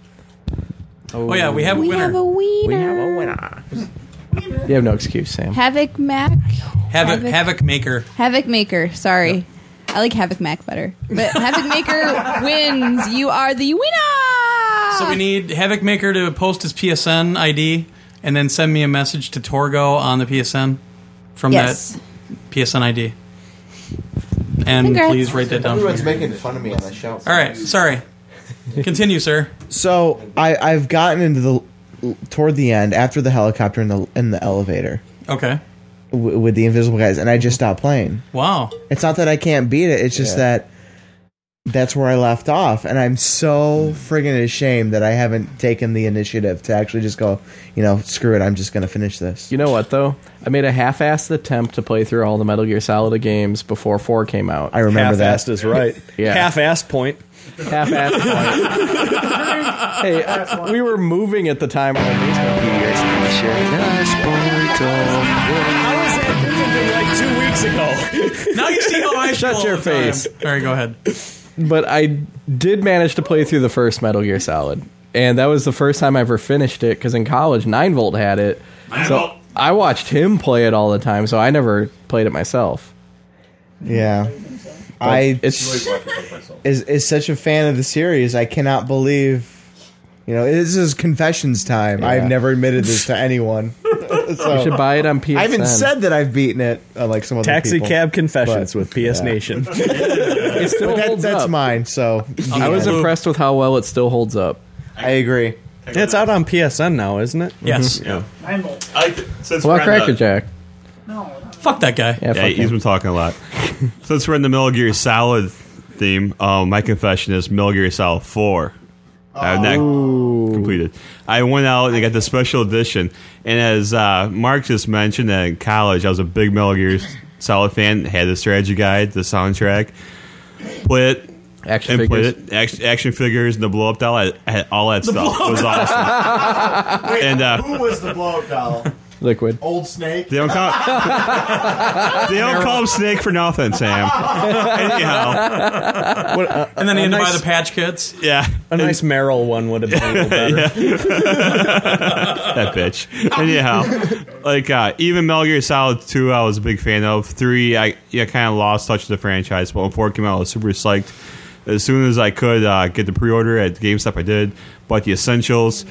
Oh yeah, we have a We winner. have a wiener. We have a winner. You have no excuse, Sam. Havoc Mac. Havoc, Havoc Maker. Havoc Maker. Sorry. I like Havoc Mac better. But Havoc Maker wins. You are the winner. So we need Havoc Maker to post his PSN ID and then send me a message to Torgo on the PSN from Yes. that PSN ID. And please write that down. for Everyone's me. making fun of me on the show. All right, sorry. Continue, sir. So I, I've gotten into the toward the end after the helicopter and the in the elevator Okay. w- with the invisible guys, and I just stopped playing. Wow. It's not that I can't beat it; it's just Yeah. that that's where I left off, and I'm so friggin' ashamed that I haven't taken the initiative to actually just go, you know, screw it. I'm just gonna finish this. You know what though? I made a half-assed attempt to play through all the Metal Gear Solid games before four came out. I remember that. Half-assed is right. yeah. Half-assed point. Half-assed hey, uh, we were moving at the time. like two weeks ago. now you see how I Shut your face. All right, go ahead. But I did manage to play through the first Metal Gear Solid, and that was the first time I ever finished it because in college, Nine Volt had it. so I watched him play it all the time, so I never played it myself. Yeah. I it's is is such a fan of the series. I cannot believe. You know, this is confessions time. I've Yeah. never admitted this to anyone. so, You should buy it on I haven't PSN. said that I've beaten it, unlike some other Taxi people, cab confessions with PS yeah. Nation. But still that- holds that's up. mine. So I was impressed with how well it still holds up. I agree. It's out on PSN now, isn't it? Yes. Mhm. I like to, since Well, we're in the- Crackerjack. Fuck that guy. Yeah, fuck he's him. been talking a lot. Since we're in the Metal Gear Solid theme, um, my confession is Metal Gear Solid 4. I've not completed. I went out and I got the special edition. And as uh, Mark just mentioned, that in college I was a big Metal Gear Solid fan. Had the strategy guide, the soundtrack, play it, action figures, it, action, action figures, and the blow up doll. I, I had all that stuff. It was awesome. Wait, And, uh, who was the blow-up doll? Liquid. Old Snake. They don't call. they don't call him Snake for nothing, Sam. Anyhow, and then he a had to buy nice- the patch kits. Yeah, uh, a nice Merrill one would have been a little better. that bitch. Anyhow, like uh, even Metal Gear Solid Two, I was a big fan of. Three, I yeah, kind of lost touch of the franchise, but when four came out, I was super psyched. As soon as I could uh, get the pre-order at GameStop, I did. Bought the essentials,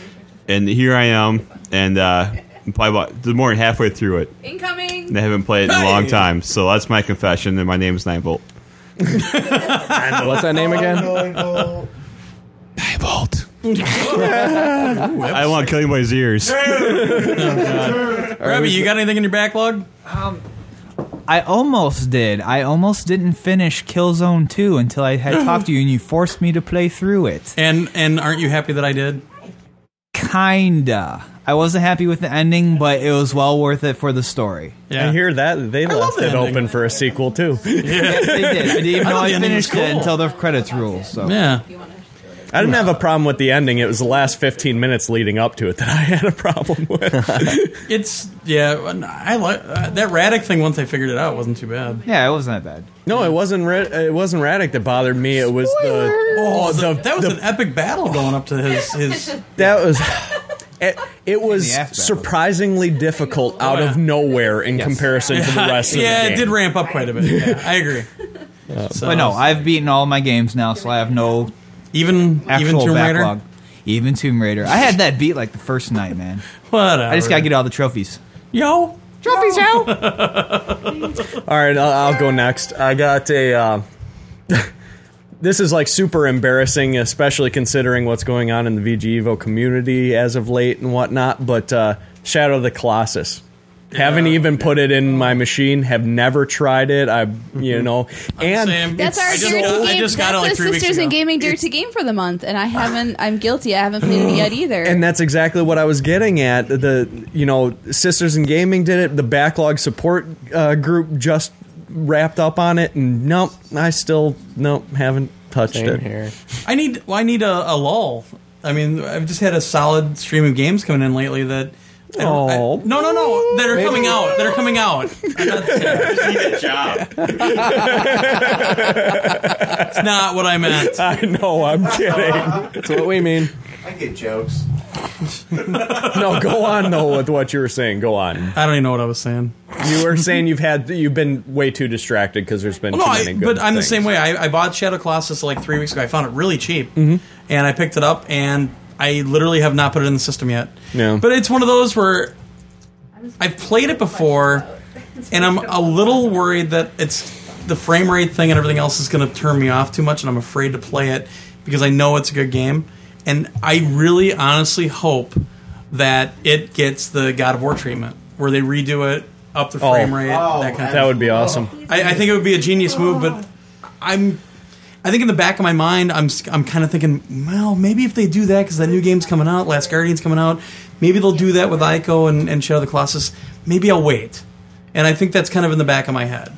and here I am. And uh, probably about the more than halfway through it. Incoming. And I haven't played it in a long Hey. time, so that's my confession. And my name is Nine Volt. What's that name again? I don't want to kill anybody's ears. Robbie, you got anything in your backlog? Um, I almost did. I almost didn't finish Killzone 2 until I had talked to you and you forced me to play through it. And and aren't you happy that I did? Kinda. I wasn't happy with the ending, but it was well worth it for the story. I hear that they left the it ending. open for a sequel too. yes, they did. I didn't even know thought I the ending was finished it cool. until the credits roll. So Yeah. I didn't have a problem with the ending. It was the last 15 minutes leading up to it that I had a problem with. It's yeah. I like uh, that Raddick thing. Once I figured it out, wasn't too bad. yeah, it wasn't that bad. No, it wasn't. Ra- it wasn't Raddick that bothered me. It was the Oh, the- that was an epic battle going up to his his. that was. It, it was ass battle. surprisingly difficult out of nowhere in comparison to the rest of Oh, yeah, the it game. did ramp up quite a bit. Yeah, I agree. So- but no, I've beaten all my games now, so I have no even even Tomb Raider? backlog. Even Tomb Raider, I had that beat like the first night, man. Whatever. I just gotta get all the trophies. Yo, trophies, yo. All right, I'll, I'll go next. I got a. Uh, this is like super embarrassing, especially considering what's going on in the VG Evo community as of late and whatnot. But uh, Shadow of the Colossus. Haven't even put it in my machine. Have never tried it. I, you know, and it's That's our so- dirty game. That's the sisters in gaming dirty game for the month, and I haven't. I'm guilty. I haven't played it yet either. And that's exactly what I was getting at. The you know, Sisters in Gaming did it. The backlog support uh, group just wrapped up on it, and nope, I still nope haven't touched Same it. here. I need well, I need a, a lull. I mean, I've just had a solid stream of games coming in lately that. I don't- I- Oh. no, no, no! That are Maybe. coming out. That are coming out. It's not what I meant. I know. I'm kidding. That's what we mean. I get jokes. No, go on though with what you were saying. Go on. I don't even know what I was saying. You were saying you've had you've been way too distracted because there's been Well, no, too many I, good. but I'm the things. same way. I, I bought Shadow Colossus like three weeks ago. I found it really cheap, Mhm. and I picked it up, and I literally have not put it in the system yet. Yeah. But it's one of those where I've played it before, and I'm a little worried that it's the frame rate thing and everything else is going to turn me off too much, and I'm afraid to play it because I know it's a good game. And I really, honestly hope that it gets the God of War treatment, where they redo it, up the Oh. frame rate, Oh, that kind of. that would be awesome. I, I think it would be a genius move, but I'm. I think in the back of my mind, I'm s- I'm kind of thinking, well, maybe if they do that because that new game's coming out, Last Guardian's coming out, maybe they'll do that with Ico and, and Shadow of the Colossus. Maybe I'll wait, and I think that's kind of in the back of my head.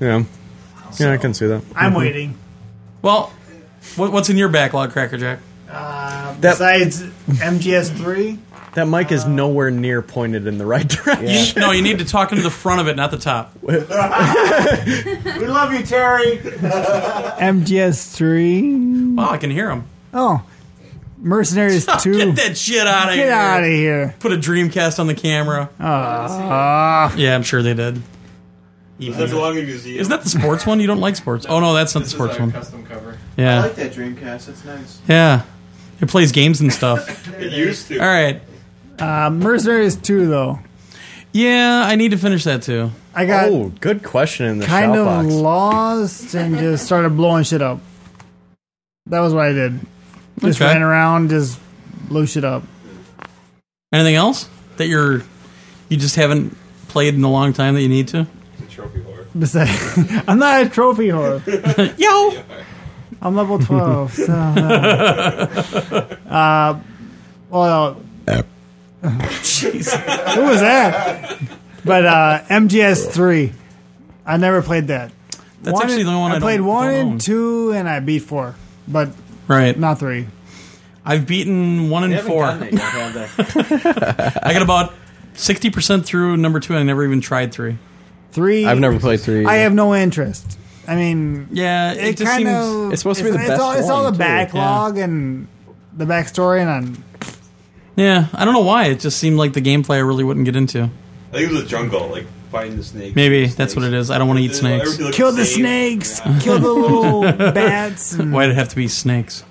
Yeah, yeah, I can see that. I'm Mm-hmm. waiting. Well, what, what's in your backlog, Cracker Jack? Uh, besides MGS3, That mic is nowhere near pointed in the right direction. You- no, you need to talk into the front of it, not the top. we love you, Terry. MGS3. Wow, I can hear him. Hmm. Oh, Mercenaries 2. Get that shit out of Get here! outta here! Put a Dreamcast on the camera. Ah. yeah, I'm sure they did. That's long in museum. Isn't that uh, the sports one? You don't like sports? Oh no, that's not the sports one. Custom cover. Yeah. I like that Dreamcast. That's nice. Yeah, it plays games and stuff. It used All right. Uh, Mercenaries 2, though. Yeah, I need to finish that too. I got Oh, good question in the kind shout of box. lost and just started blowing shit up. That was what I did. Just Okay. ran around, just blew shit up. Anything else that you're you just haven't played in a long time that you need to? Besides, I'm not a trophy whore. Yo! I'm level 12, so. Uh, well, jeez. Who was that? But uh, MGS3. I never played that. That's actually the only one I don't- played one don't own. and two, and I beat four. But Right. Not three. I've beaten one They and haven't four. done that yet, have I got about sixty percent through number two, and I never even tried three. three. I've never played three. I have no interest. I mean, yeah, it just seems- It's supposed to be the best All, it's all one, the too. backlog and the backstory, and I'm, Yeah, I don't know why. It just seemed like the gameplay I really wouldn't get into. I think it was a jungle, like fighting the snake. Maybe that's what it is. I don't want to eat snakes. kill the snakes, kill the little bats. And, Why'd it have to be snakes?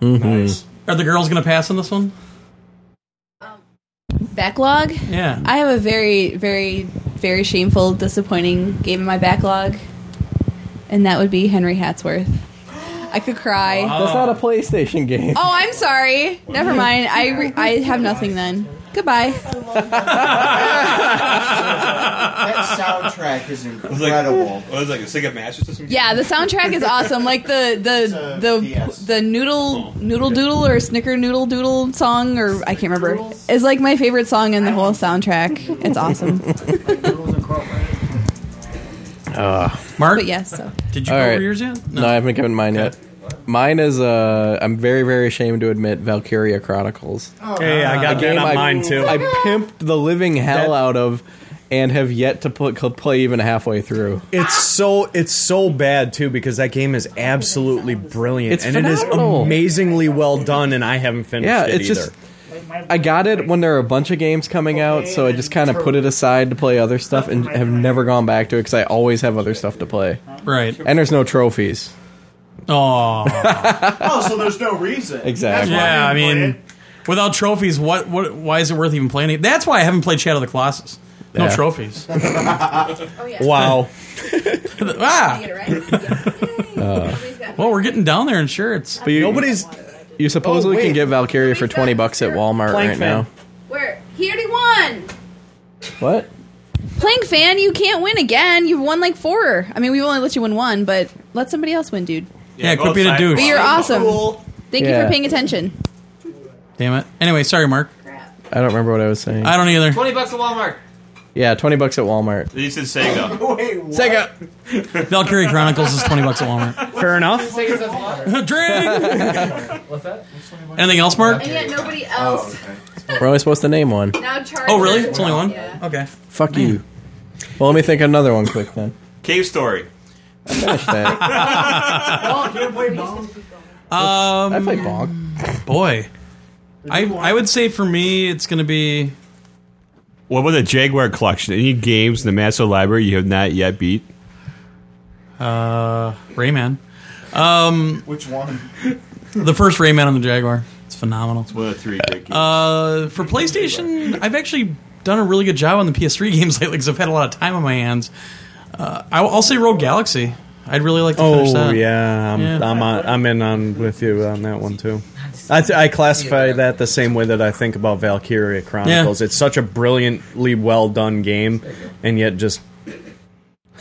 Mm-hmm. Nice. Are the girls gonna pass on this one? backlog. Yeah. I have a very, very, very shameful, disappointing game in my backlog, and that would be Henry Hatsworth. I could cry. That's not a PlayStation game. Oh, I'm sorry. Never mind. I re- I have nothing then. Goodbye. That soundtrack is incredible. What is it, like a Sega Master System? Yeah, the soundtrack is awesome. Like the uh, the the the noodle noodle doodle or snicker noodle doodle song or I can't remember is like my favorite song in the whole soundtrack. It's awesome. Mark, but yes, so. did you go over yours yet? No. I haven't given mine yet. Mine is uh, I'm very very ashamed to admit Valkyria Chronicles. Hey, I got A that on I- mine, too. I pimped the living hell out of, and have yet to pl- play even halfway through. It's so it's so bad too because that game is absolutely brilliant It's and it phenomenal. is amazingly well done and I haven't finished Yeah, it it's either. just I got it when there are a bunch of games coming out, so I just kind of put it aside to play other stuff and have never gone back to it because I always have other stuff to play. Right. And there's no trophies. Oh. oh, so there's no reason. That's Exactly. why Yeah, I we mean, without trophies, what, what? Why is it worth even playing it? That's why I haven't played Shadow of the Colossus. No Yeah. trophies. Wow. ah. Uh, well, we're getting down there in shirts. But you, You supposedly can get Valkyria for twenty bucks at Walmart Plank fan. right now. Where he already won. What? Plank fan, you can't win again. You've won like four. I mean, we've only let you win one, but let somebody else win, dude. Yeah, quit being a douche. But you're awesome. Thank you Yeah. for paying attention. Damn it. Anyway, sorry, Mark. I don't remember what I was saying. I don't either. Twenty bucks at Walmart. Yeah, twenty bucks at Walmart. He said Sega. Wait, what? Sega. Valkyrie Chronicles is twenty bucks at Walmart. Fair enough. Sega says Walmart. Drink! What's that? Anything else, Mark? And yet nobody else. Oh, We're only supposed to name one. Now Charlie. Oh, really? It's only one. Okay. Fuck you. Well, let me think of another one quick then. Cave Story. Finish that. oh, can't play ball. Um, I play Bonk. Boy, I I would say for me it's gonna be What about the Jaguar collection? Any games in the master library you have not yet beat? uh, Rayman. Um, Which one? the first Rayman on the Jaguar. It's phenomenal. It's one of three great games. Uh, for PlayStation, I've actually done a really good job on the PS3 games lately because I've had a lot of time on my hands. Uh, I, I'll say Rogue Galaxy. I'd really like to finish Oh that. yeah, I'm, Yeah. I'm, on, I'm in on with you on that one too. I, th- I classify that the same way that I think about Valkyria Chronicles. It's such a brilliantly well done game, and yet just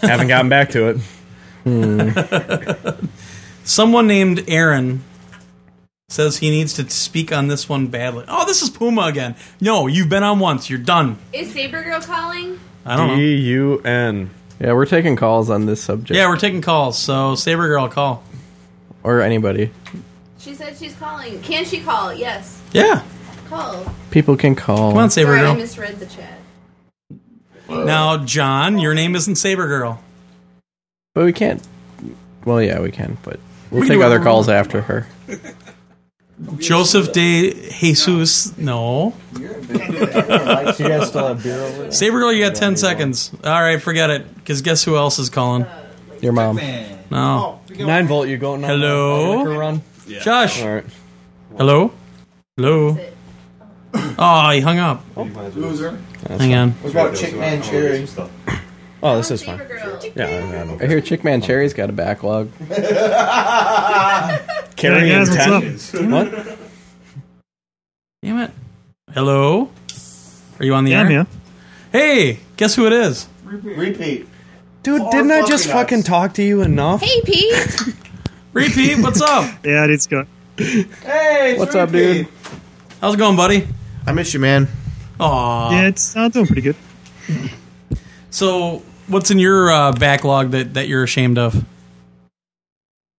haven't gotten back to it. Hmm. Someone named Aaron says he needs to speak on this one badly. Oh, this is Puma again. No, you've been on once. You're done. Is Saber Girl calling? I don't know. D U N. Yeah, we're taking calls on this subject. Yeah, we're taking calls. So Saber Girl, call. Or anybody. She said she's calling. Can she call? Yes. Yeah. Call. People can call. Come on, Saber Sorry, I Girl. misread the chat. Now, John, your name isn't Saber Girl. But we can't. Well, yeah, we can, but we'll We take do- other calls after her. Joseph de Jesus. No. So you guys still have beer over there? Saber Girl, you got 10 seconds. All right, forget it. Because guess who else is calling? Your mom. No. Nine volt, you going? on Hello? a biker run? Josh. All right. Hello? Hello? Oh, he hung up. Loser. Hang on. What about Chickman Cherry? Oh, this is fine. Yeah, I, hear Chickman Cherry's got a backlog. Carrying Yeah, guys, what's tens. up? What? Damn it. Hello? Are you on the Yeah, air? I'm here. Hey, guess who it is? Repeat. Dude, didn't I just fucking talk to you enough? Hey, Pete. Repeat, what's up? yeah, it's good. Hey, What's up, dude? How's it going, buddy? I miss you, man. Aw. yeah, it's uh, doing pretty good. So, what's in your uh, backlog that, that you're ashamed of?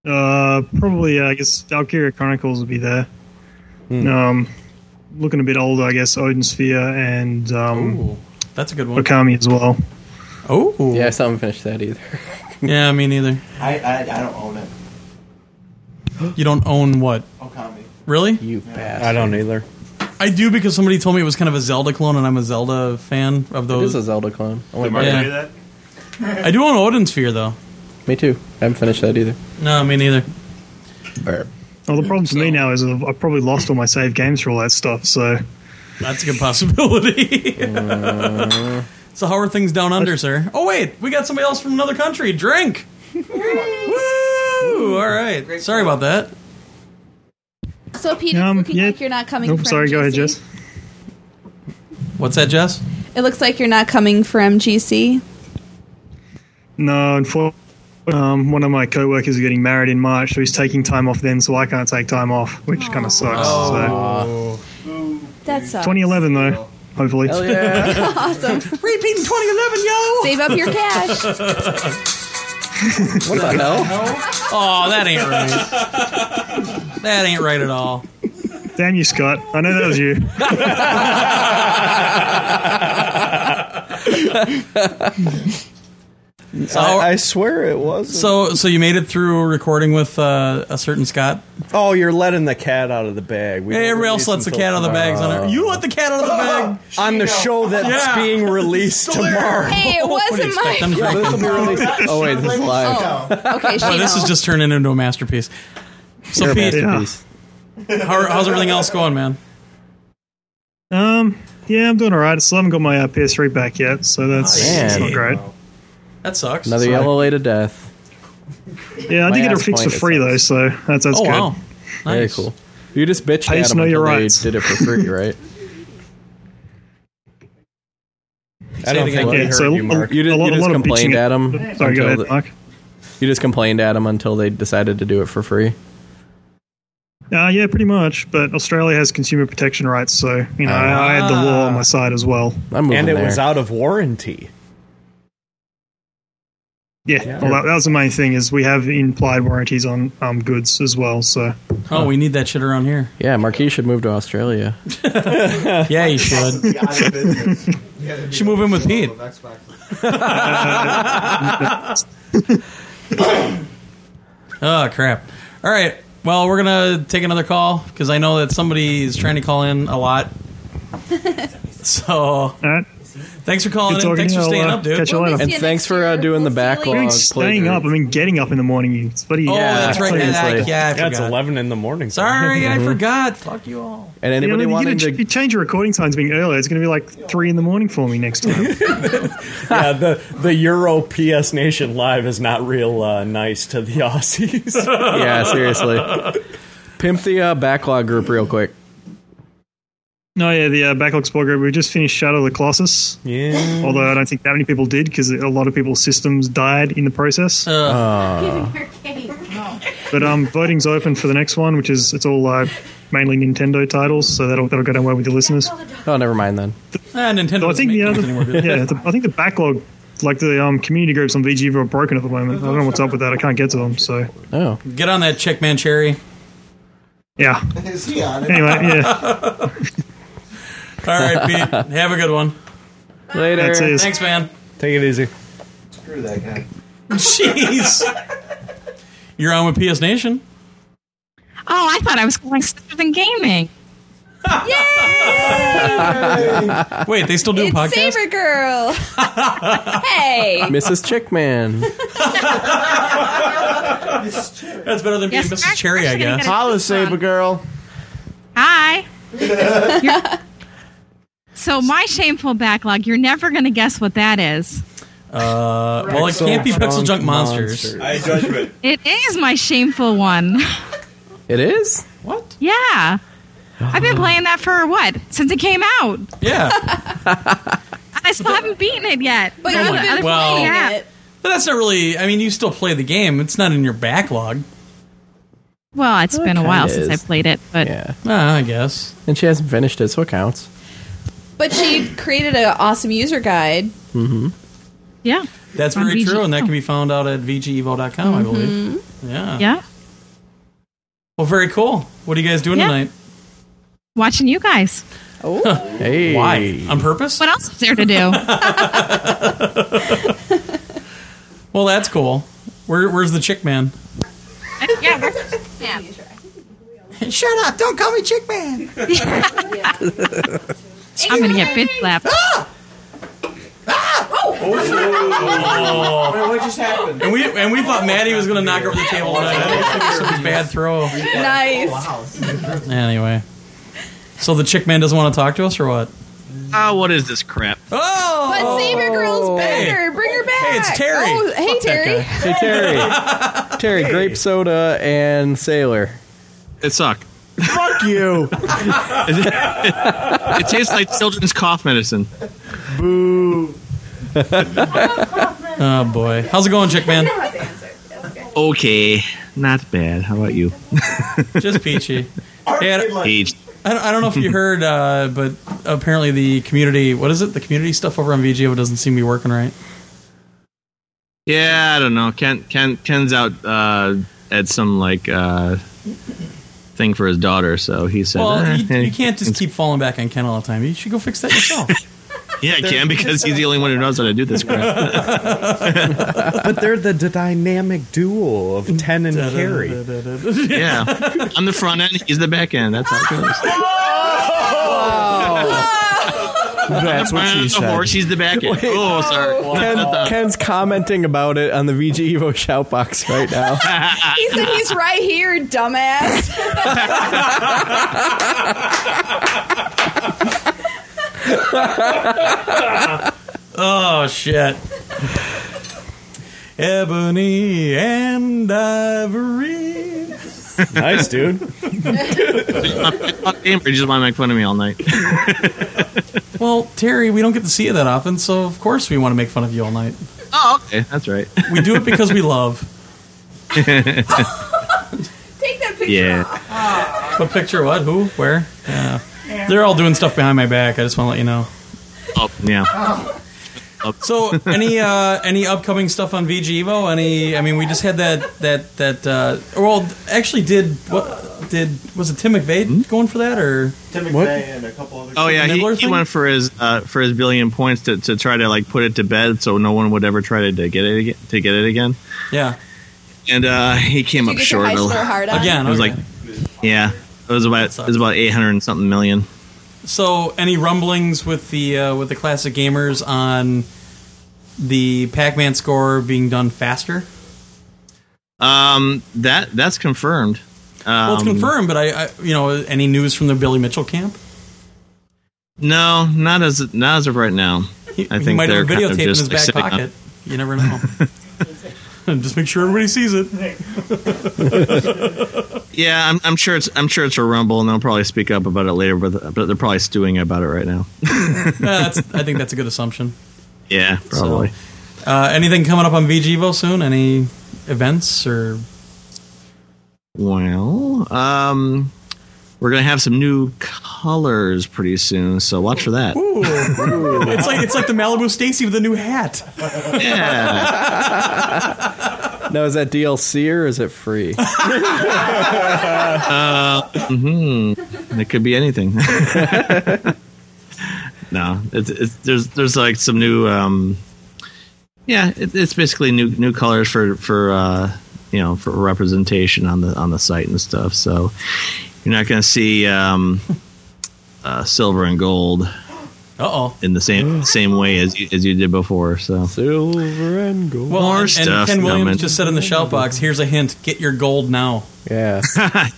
Uh, probably, uh, I guess Valkyria Chronicles would be there. Um, looking a bit older, I guess Odin Sphere and um, that's a good one. Okami as well. Oh, yeah, I still haven't finished that e- either. Yeah, me neither. I, I, I don't own it. You don't own what? Okami. Really? You bastard. I don't either. I do because somebody told me it was kind of a Zelda clone, and I'm a Zelda fan of those. is a Zelda clone. I went Yeah. back. Did Mark that? I do own Odin Sphere though. Me too. I haven't finished that either. No, me neither. Well, the problem for me now is I've, I've probably lost all my save games for all that stuff. So That's a good possibility. so how are things down under, sir? Oh wait, we got somebody else from another country. Drink. Woo! All right. Sorry about that. So, Pete, it's looking like you're not coming from GC. Jess. What's that, Jess? It looks like you're not coming from GC. no, unfortunately, um, one of my coworkers is getting married in March, so he's taking time off then, so I can't take time off, which kind of sucks. Oh. That So sucks. 2011 though, hopefully. Hell yeah. awesome. Repeating 2011, yo. Save up your cash. What the hell? Oh, that ain't right. that ain't right at all. Damn you, Scott. I know that was you. I, I swear it was. So, so you made it through recording with uh, a certain Scott. Oh, you're letting the cat out of the bag. We Hey, don't everybody else release lets the until cat out of the bag. tomorrow. Son. You let the cat out of the bag on the show that's Yeah. being released tomorrow. Hey, it wasn't mine. Yeah, this will be released. Oh wait, this is live. "Oh, Okay, she Boy, this knows. is just turning into a masterpiece. So, You're a Pete, masterpiece. how, how's everything else going, man? Um, yeah, I'm doing all right. I still haven't got my uh, PS3 back yet, so that's, Damn. that's not great. That sucks. Oh, Another Sorry. yellow lady death. Yeah, I My did get it ass fixed for point, it free though, so that's that's Oh, good. wow. Very cool. You just bitched I at just them know your until they rights. did it for free, right? I don't think Yeah, they so heard you, a- Mark. You, did, a lot- you a just lot of complained bitching- at them. Sorry, go ahead, Mark. You just complained at them until they decided to do it for free. Uh, yeah, pretty much. But Australia has consumer protection rights, so you know I, I had the law on my side as well. Ah. and it was out of warranty. Yeah, Yeah. well, that, that was the main thing is we have implied warranties on um, goods as well. So Oh, we need that shit around here. Yeah, Marquis should move to Australia. yeah, you should. Should move in with Pete. oh crap! All right. Well, we're gonna take another call because I know that somebody is trying to call in a lot. So, all right. Thanks for calling It's in. Thanks for already- staying I'll, uh, up, dude. catch you We'll later. miss And you thanks for uh, doing I the mean, backlog. staying playthrough. up. I mean, getting up in the morning. You bloody. Oh, that's right. bloody- Yeah, I- yeah, I that's forgot. eleven in the morning. Mm-hmm. Sorry, I Mhm. forgot. Fuck you all. And anybody you, know, wanting you, get a, to- you change your recording times being earlier. It's going to be like three in the morning for me next time. yeah, the the Euro PS Nation Live is not real uh, nice to the Aussies. yeah, seriously. Pimp the uh, backlog group real quick. No, yeah, the uh, backlog support group. We just finished Shadow of the Colossus. Yeah. Although I don't think that many people did because a lot of people's systems died in the process. Ah. But um, voting's open for the next one, which is it's all uh, mainly Nintendo titles, so that'll that'll go down well with your listeners. Oh, never mind then. Ah, Nintendo. So I think the other, anymore, do they? yeah, the, I think the backlog, like the um, community groups on VG are broken at the moment. I don't know what's up with that. I can't get to them. So oh, Get on that chick, man, Cherry. yeah. Is he on it? Anyway, yeah. all right, Pete. Have a good one. Later. That's it. Thanks, man. Take it easy. Screw that guy. Jeez. You're on with PS Nation. Oh, I thought I was going stuff than gaming. Wait, they still do a podcast? Saver Girl. hey. Mrs. Chickman. That's better than being Yes, Mrs. Cherry, I guess. Holla, Saber Girl. Hi. You're- so my shameful backlog. You're never gonna guess what that is. Uh, well, it Pixel can't be Pixel Junk Junk Monsters. Monsters. I judgment. It is my shameful one. It is? yeah. I've Oh. been playing that for what since it came out. Yeah. I still haven't beaten it yet. But That's you've the been other well, thing, yeah. But that's not really. I mean, you still play the game. It's not in your backlog. Well, it's Well, it been a while kinda since I is. played it, but yeah. Ah, I guess. And she hasn't finished it, so it counts. But she created an awesome user guide. Mm-hmm. yeah. That's On very VG. true, and that can be found out at E vgevo.com, I believe. Yeah. Yeah. Well, very cool. What are you guys doing Yeah. tonight? Watching you guys. Oh. hey. Why? On purpose? What else is there to do? Well, that's cool. Where, where's the chick man? yeah, we're yeah. Shut up! Don't call me Chickman. I'm gonna get bitch slapped. Ah! Oh. Wait, what just happened? And we and we thought Maddie was going to knock over the table tonight. That was such a bad throw. Nice. Anyway, so the chick man doesn't want to talk to us, or what? Ah, what is this crap? Oh, but Saber Girl's better. Bring her back. Hey, it's Terry. Oh, hey Fuck that Terry. Hey, Terry. Terry, grape soda and sailor. It sucked. Fuck you. it tastes like children's cough medicine. Boo. oh boy, how's it going, chick man? Okay, not bad. How about you? Just peachy. Hey, I, don't- Peach. I don't, I don't know if you heard, uh, but apparently the community, what is it? The community stuff over on VGO doesn't seem to be working right. Yeah, I don't know. Ken, Ken, Ken's out uh, at some like uh, thing for his daughter, so he said, Well, "Eh, you, eh." you can't just keep falling back on Ken all the time. You should go fix that yourself. "Yeah, I can," because he's the only one who knows how to do this crap. but they're the d- dynamic duo of Ten and Carrie. yeah, I'm the front end. He's the back end. That's how it goes. That's what she the said. horse. He's the back end. oh, sorry. Ken, Ken's commenting about it on the VG Evo shout box right now. He said he's right here, dumbass. oh shit. Ebony and ivory. Nice, dude. Game or you just want to make fun of me all night? Well, Terry, we don't get to see you that often, so of course we want to make fun of you all night. Oh, okay, that's right. We do it because we love. Take that picture. Yeah. What picture? What? Who? Where? Yeah. They're all doing stuff behind my back. I just want to let you know. Oh, yeah. So, any uh, any upcoming stuff on VG Evo? Any? I mean, we just had that that that. Uh, well, actually, did what did was it Tim McVeigh Hmm? going for that or Tim McVeigh and a couple other. Oh yeah, The he, Nibbler he thing? went for his uh, for his billion points to, to try to like put it to bed, so no one would ever try to, to get it again, to get it again. Yeah, and uh, he came Did you up get your short high a score lot. hard on? Again, It was okay. like, yeah, it was about it was about eight hundred and something million. So, any rumblings with the uh, with the classic gamers on the Pac-Man score being done faster? Um, that that's confirmed. Um, well, it's confirmed, but I, I, you know, any news from the Billy Mitchell camp? No, not as not as of right now. I he think might they're have a kind videotape of in just his back accepting it. pocket. You never know. just make sure everybody sees it. Yeah, I'm, I'm sure it's I'm sure it's a rumble, and they'll probably speak up about it later. But but they're probably stewing about it right now. Uh, that's, I think that's a good assumption. Yeah, probably. Uh, anything coming up on VGVO soon? Any events or? Well, um, we're gonna have some new colors pretty soon, so watch for that. Ooh. it's like it's like the Malibu Stacy with a new hat. Now is that DLC or is it free? Uh, hmm It could be anything. no, it's, it's, there's there's like some new. Um, yeah, it, it's basically new new colors for for uh, you know for representation on the on the site and stuff. So you're not going to see um, uh, silver and gold. Uh-oh. In the same same way as you, as you did before, so silver and gold. Well, More and, and stuff Ken Williams coming. just said in the shout box, "Here's a hint: get your gold now." Yeah.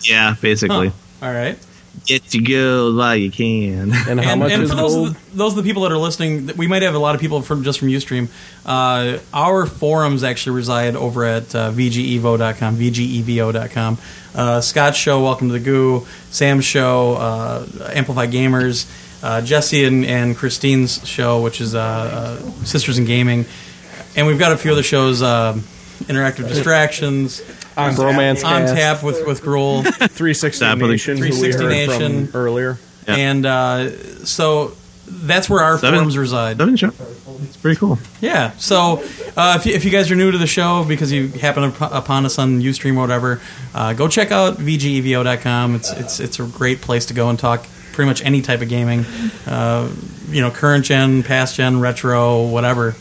yeah, basically. Huh. All right. Get your gold while you can. And and, and for those of, the, those of the people that are listening, that we might have a lot of people from just from UStream. Uh, our forums actually reside over at uh, vgevo.com, vgevo.com. Uh, Scott's show, Welcome to the Goo, Sam's show, uh, Amplify Gamers, uh, Jesse and, and Christine's show, which is uh, uh, Sisters in Gaming, and we've got a few other shows. um Interactive distractions On Tap. Bromance on Cast. tap with with Gruel, three sixty nation, who we 360 heard from Nation earlier. Yeah. and uh, so that's where our Seven- forums reside. Seven show. It's pretty cool. Yeah. So uh, if, you, if you guys are new to the show because you happen up- upon us on UStream or whatever, uh, go check out E vgevo.com. It's it's it's a great place to go and talk pretty much any type of gaming, uh, you know, current gen, past gen, retro, whatever.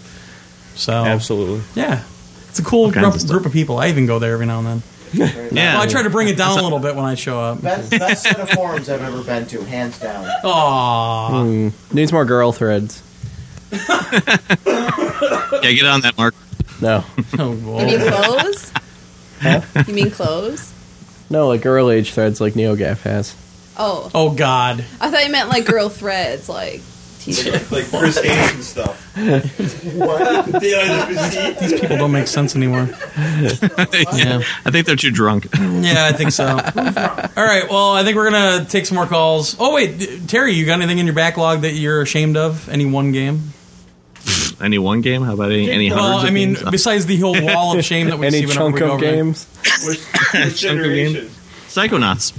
So absolutely, yeah, it's a cool All kinds group, of group of people. I even go there every now and then. Yeah. Well, I try to bring it down a little bit when I show up. Oh, Best, best set of forums I've ever been to, hands down. Aww. Hmm. Needs more girl threads. Yeah, get on that, Mark. No. Oh You mean clothes? you mean clothes? No, like girl age threads like NeoGaf has. Oh, Oh God. I thought you meant like girl threads, like t-shirts. like Chris Hayes and stuff. These people don't make sense anymore. yeah, I think they're too drunk. Yeah, I think so. All right. Well, I think we're gonna take some more calls. Oh wait, Terry, you got anything in your backlog that you're ashamed of? Any one game? Any one game? How about any, any well, hundreds? I of mean, games? Uh, besides the whole wall of shame that we Any see whenever chunk we go of over there. games? chunk of game. Psychonauts.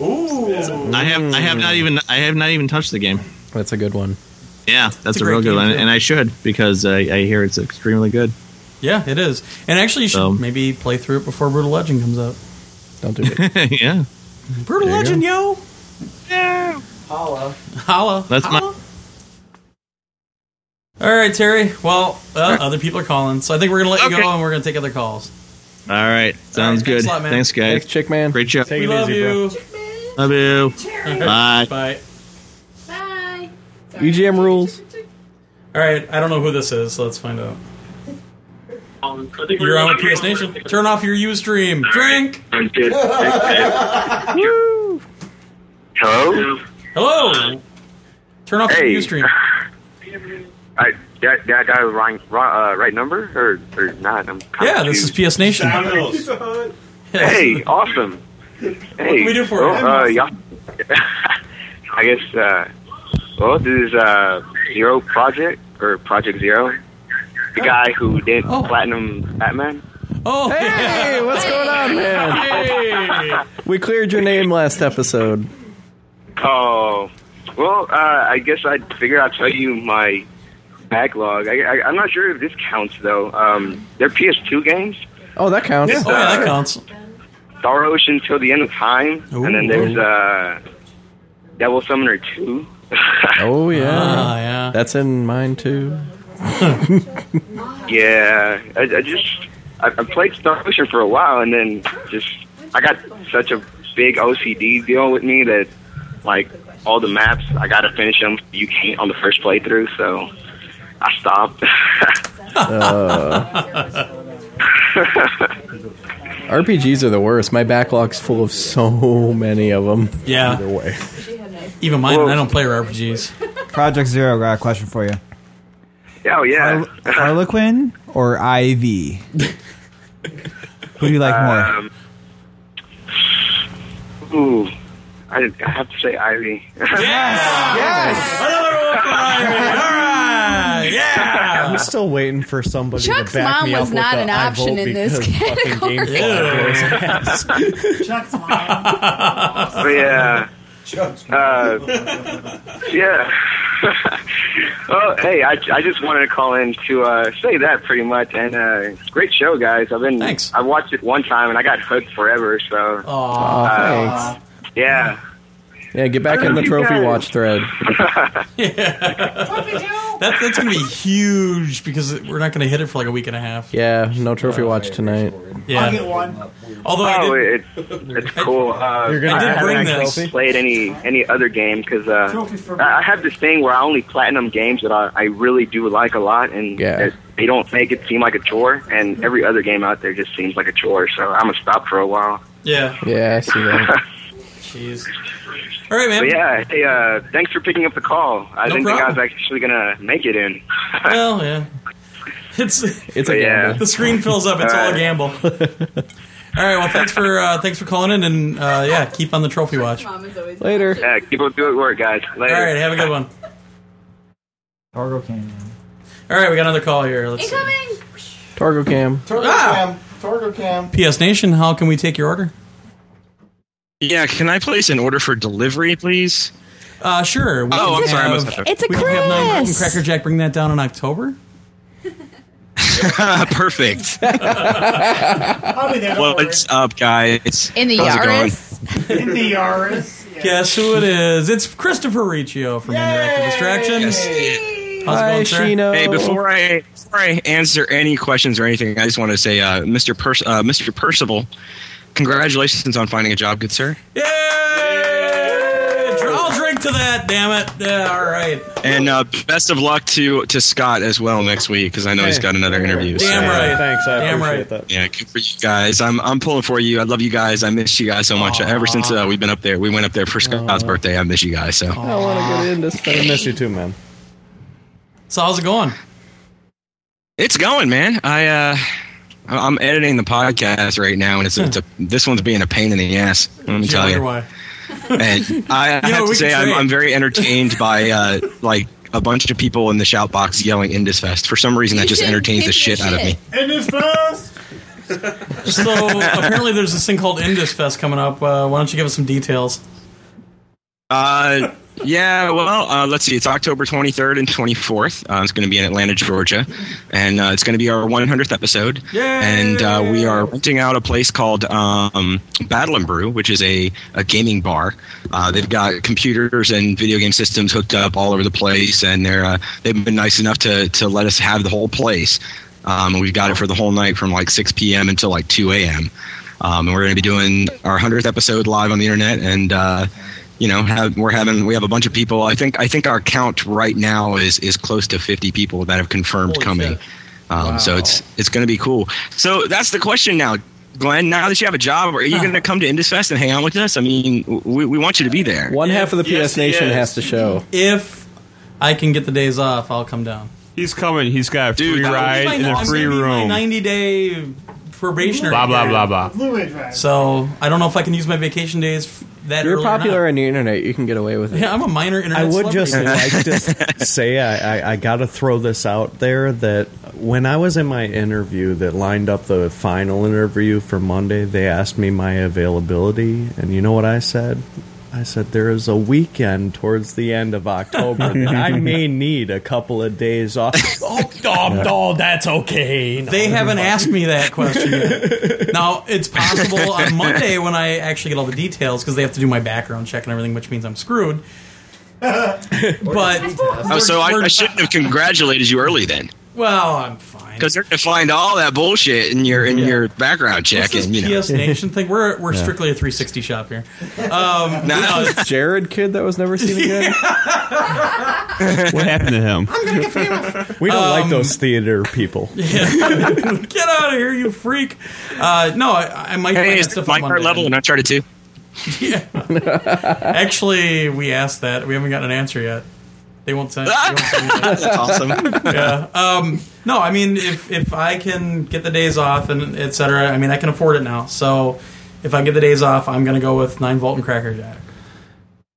Ooh. I have I have not even I have not even touched the game. That's a good one. Yeah, that's a a, real great good game, one, too. and I should because I, I hear it's extremely good. Yeah, it is. And actually, you should Um, maybe play through it before Brutal Legend comes out. Don't do it. yeah, Brutal There you Legend, yo. Yeah. Holla. Holla. That's my- Holla. All right, Terry. Well, uh, other people are calling, so I think we're gonna let you go, and we're gonna take other calls. All right, All right, sounds thanks good. a lot, man. Thanks, guys. Thanks, Chick man. Great show. we love you. Love you. Bye. Bye. Bye. EGM rules. All right, I don't know who this is, so let's find out. You're on with PS Nation. Turn off your Ustream. Drink. I'm good. Hello? Hello. Turn off Hey. your Ustream. I, that, that guy was wrong, wrong, uh, right number or, or not? I'm kinda Yeah, this is confused. PS Nation. Hey, awesome. Hey, can we do for well, you? Uh, y'all, I guess. Uh, well, this is uh, Zero Project or Project Zero, the guy who did Platinum Batman. Oh, hey, what's going on, man? We cleared your name last episode. Oh, well, uh, I guess I figured I'd tell you my backlog. I, I, I'm not sure if this counts though. Um, they're PS2 games. Oh, that counts. It's, Oh, yeah, that uh, counts. Star Ocean till the end of time, and then there's uh, Devil Summoner two. Oh yeah, Ah, yeah. That's in mine too. Yeah, I, I just I, I played Star Ocean for a while, and then just I got such a big OCD deal with me that like all the maps. I got to finish them. You can't on the first playthrough, so I stopped. Uh. RPGs are the worst. My backlog's full of so many of them. Yeah. Either way. Even mine, and I don't play RPGs. Project Zero got a question for you. Oh yeah. Harlequin or IV? Who do you like more? Um, ooh, I, I have to say Ivy. Yes! Another one for Ivy! yeah! I'm still waiting for somebody Chuck's to back mom me was up not with an the I option vote in this because fucking category. GameStop goes Chuck's But yeah. Uh, yeah. well, hey, I, I just wanted to call in to uh, say that pretty much, and uh, great show, guys. I've been Thanks. I watched it one time and I got hooked forever. So. Aw, uh, Yeah. Yeah, get back I in the love you trophy guys. watch thread. That, that's going to be huge because we're not going to hit it for like a week and a half. Yeah, no trophy watch tonight. Yeah. I'll get one. Although oh, I did, it's it's cool. Uh, You're gonna I get haven't bring actually this. played any any other game because uh, I I have this thing where I only platinum games that I, I really do like a lot, and Yeah. that they don't make it seem like a chore. And every other game out there just seems like a chore. So I'm gonna stop for a while. yeah. Yeah, I see that. Jeez. All right, man. But yeah. Hey, uh, thanks for picking up the call. I No didn't think I problem. was actually gonna make it in. Well, yeah. It's it's a Yeah. gamble. The screen fills up. It's all a gamble. All right. Well, thanks for uh, thanks for calling in, and uh, yeah, keep on the trophy watch. Later. Yeah, Uh, keep up the good work, guys. Later. All right. Have a good one. Targo Canyon. All right, we got another call here. Let's Ah! Incoming! Targo Cam. Torgo Cam. Torgo Cam. PS Nation, how can we take your order? Yeah, can I place an order for delivery, please? Uh, sure. We Oh, I'm can sorry, I have- must have- It's a we can have nine Golden Chris! Cracker Jack, bring that down in October. Perfect. I'll be there. don't worry. What's up, guys? In the How's it going? In the Yaris. Guess who it is? It's Christopher Riccio from Interactive Distraction. How's it going, sir? Hey, before I before I answer any questions or anything, I just want to say, uh, Mr. Pers- uh, Mr. Percival, congratulations on finding a job, good sir. I'll drink to that. Damn it! Yeah, all right. And uh, best of luck to to Scott as well next week because I know he's got another interview. Damn so. uh, right. Thanks. I Damn appreciate right. that. Yeah, good for you guys. I'm I'm pulling for you. I love you guys. I miss you guys so much. Ever since uh, we've been up there, we went up there for Scott's birthday. I miss you guys. So I want to get in this thing. I miss you too, man. So how's it going? It's going, man. I uh, I- I'm editing the podcast right now, and it's, a, it's a this one's being a pain in the ass. Let me Gee, I tell wonder you. why. And I, I You know, we have to could say, I'm, trade. I'm very entertained by uh, like a bunch of people in the shout box yelling Indisfest. For some reason, that just entertains the shit out of me. In this fast. So apparently, there's this thing called Indus Fest coming up. Uh, why don't you give us some details? Uh, yeah, well, uh, let's see. It's October 23rd and 24th. Uh, it's going to be in Atlanta, Georgia. And uh, it's going to be our 100th episode. And uh, we are renting out a place called um, Battle and Brew, which is a, a gaming bar. Uh, they've got computers and video game systems hooked up all over the place. And they're, uh, they've been nice enough to, to let us have the whole place. Um, and we've got it for the whole night from like 6 p.m. until like 2 a.m. Um, and we're going to be doing our 100th episode live on the internet. And, uh, you know, have, we're having we have a bunch of people. I think I think our count right now is is close to 50 people that have confirmed coming. Um, So it's it's going to be cool. So that's the question now, Glenn. Now that you have a job, are you going to come to IndusFest and hang out with us? I mean, w- we, we want you to be there. One half of the Yes, PS he Nation is. has to show. If I can get the days off, I'll come down. He's coming. He's got a free That would be my- ride and a I'm free gonna be my room. 90 day probationary. Blah, blah, blah, blah. Fluid drive. So I don't know if I can use my vacation days f- that You're early or not. popular on the internet. You can get away with it. Yeah, I'm a minor internet. I would just celebrity. like to say I, I, I got to throw this out there that when I was in my interview that lined up the final interview for Monday, they asked me my availability, and you know what I said? I said there is a weekend towards the end of Oh, October that I may need a couple of days off. oh, oh, oh, that's okay. No, They haven't fuck. asked me that question yet. now, it's possible on Monday when I actually get all the details because they have to do my background check and everything, which means I'm screwed. but Oh, so I, I shouldn't have congratulated you early then. Well, I'm because they're gonna find all that bullshit in your in your background check. What's this and you know, PS Nation thing. We're we're Yeah. strictly a 360 shop here. Um, no, it's- Jared kid that was never seen again. what happened to him? We don't like Um, those theater people. Get out of here, you freak! Uh, no, I, I might Hey, find is that stuff my on card Monday. level in Uncharted Two? Actually, we asked that. We haven't gotten an answer yet. They won't send. they won't send me that. That's awesome. yeah. Um, no, I mean, if if I can get the days off and et cetera, I mean, I can afford it now. So if I get the days off, I'm gonna go with nine volt and Cracker Jack.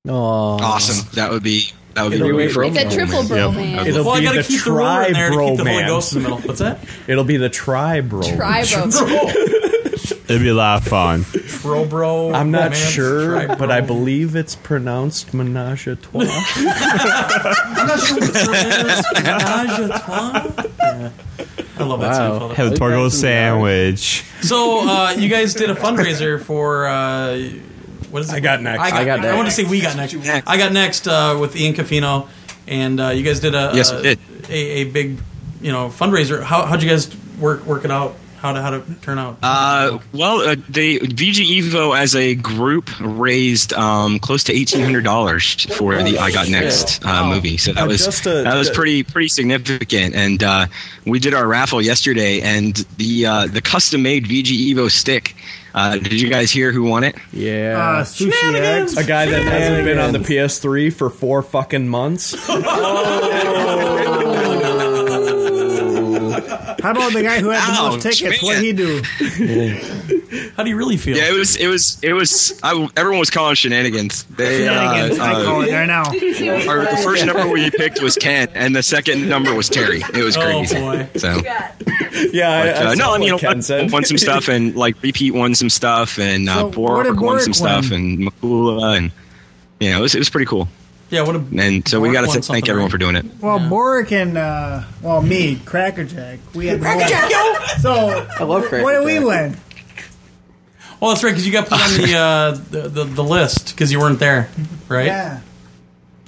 Awesome. That would be that would It'll be be really It's a cool. triple Yep. bromance. I'd It'll love- Well, I be gotta the keep the roller in there to keep the Holy tri-bromance. Ghost in the middle. What's that? It'll be the tri bro. It'd be a lot of fun. Bro, bro. I'm not romance, sure, tri-bro. but I believe it's pronounced menage a trois. I'm not sure what term it is. Menage a trois? I love that Wow. song. Have a Torgo sandwich. So uh, you guys did a fundraiser for uh, what is it? I got next. I got, I Got I want to Next. say we got next. I got next uh, with Ian Cafino, and uh, you guys did a Yes, a, we did. A, a big you know fundraiser. How how'd you guys work work it out? How to how to turn out? Uh, well, uh, they VG Evo as a group raised um, close to eighteen hundred dollars for the I Got shit. Next uh, movie, so that Uh, was just a- that was pretty pretty significant. And uh, we did our raffle yesterday, and the uh, the custom made VG Evo stick. Uh, did you guys hear who won it? Yeah, Ah, Uh, Sushi Shenanigans! a guy that hasn't been on the PS3 for four fucking months. How about the guy who had the most Ouch, tickets? What he do? How do you really feel? Yeah, it was it was it was. I, everyone was calling shenanigans. They, uh, Shenanigans, I uh, call it right now. Our, the first number we picked was Ken, and the second number was Terry. It was Oh, crazy. boy. So yeah, but, I, I uh, saw no, I mean, what Ken Alexa said. won some stuff, and like repeat won some stuff, and uh, So what Borg did won Borg some stuff, and Makula, and yeah, it was it was pretty cool. Yeah, what a And so we Borg got won to something, thank everyone for doing it. Well, Boric and uh, well me, Cracker Jack. We had Cracker Jack, yo. So I love Cracker What did we Jack. win? Oh, that's right, because you got put on the uh, the, the the list because you weren't there, right? Yeah.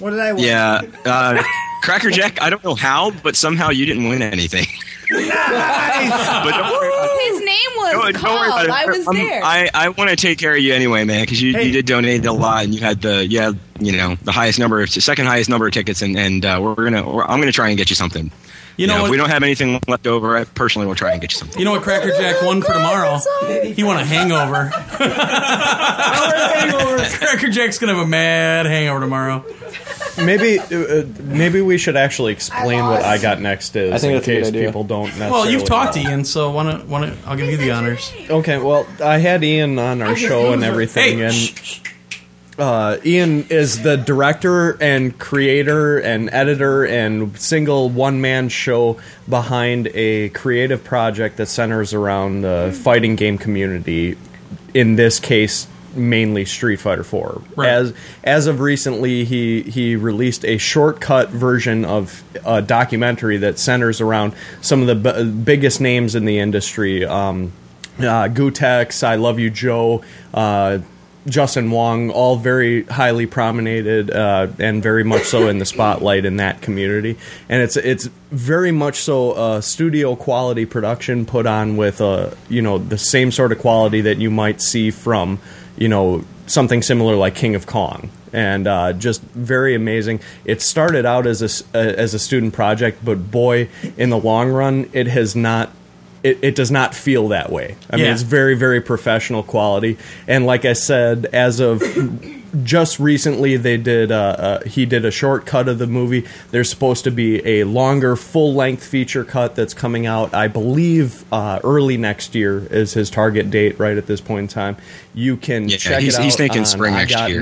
What did I win? Yeah, uh, Cracker Jack. I don't know how, but somehow you didn't win anything. His name was about called. it. Um, I was I'm- there. I, I want to take care of you anyway, man, because you, you did donate a lot, and you had the yeah, you know, the highest number, of, second highest number of tickets, and and uh, we're gonna, we're, I'm gonna try and get you something. You know if what- we don't have anything left over, I personally will try and get you something. You know what Cracker Jack won for tomorrow? He won a hangover. Cracker Jack's gonna have a mad hangover tomorrow. Maybe, uh, uh, maybe we should actually explain what I got next is I think in that's a good case idea. people don't. Necessarily Well, you've talked know. to Ian, so why don't, why don't I'll give you the honors. Okay, well, I had Ian on our show and everything, and uh, Ian is the director and creator and editor and single one man show behind a creative project that centers around the fighting game community. In this case, mainly Street Fighter Four. Right. As as of recently, he he released a shortcut version of a documentary that centers around some of the b- biggest names in the industry. Um, uh, Gutex, I Love You Joe, uh, Justin Wong, all very highly prominated uh, and very much so in the spotlight in that community. And it's it's very much so a studio quality production put on with uh, you know the same sort of quality that you might see from you know something similar like King of Kong, and uh, just very amazing. It started out as a s- uh, as a student project, but boy, in the long run, it has not. It, it does not feel that way. I mean, Yeah. it's very, very professional quality. And like I said, as of just recently, they did. Uh, uh, he did a short cut of the movie. There's supposed to be a longer, full length feature cut that's coming out. I believe uh, early next year is his target date. Right at this point in time, you can check he's- it out he's thinking on spring next year.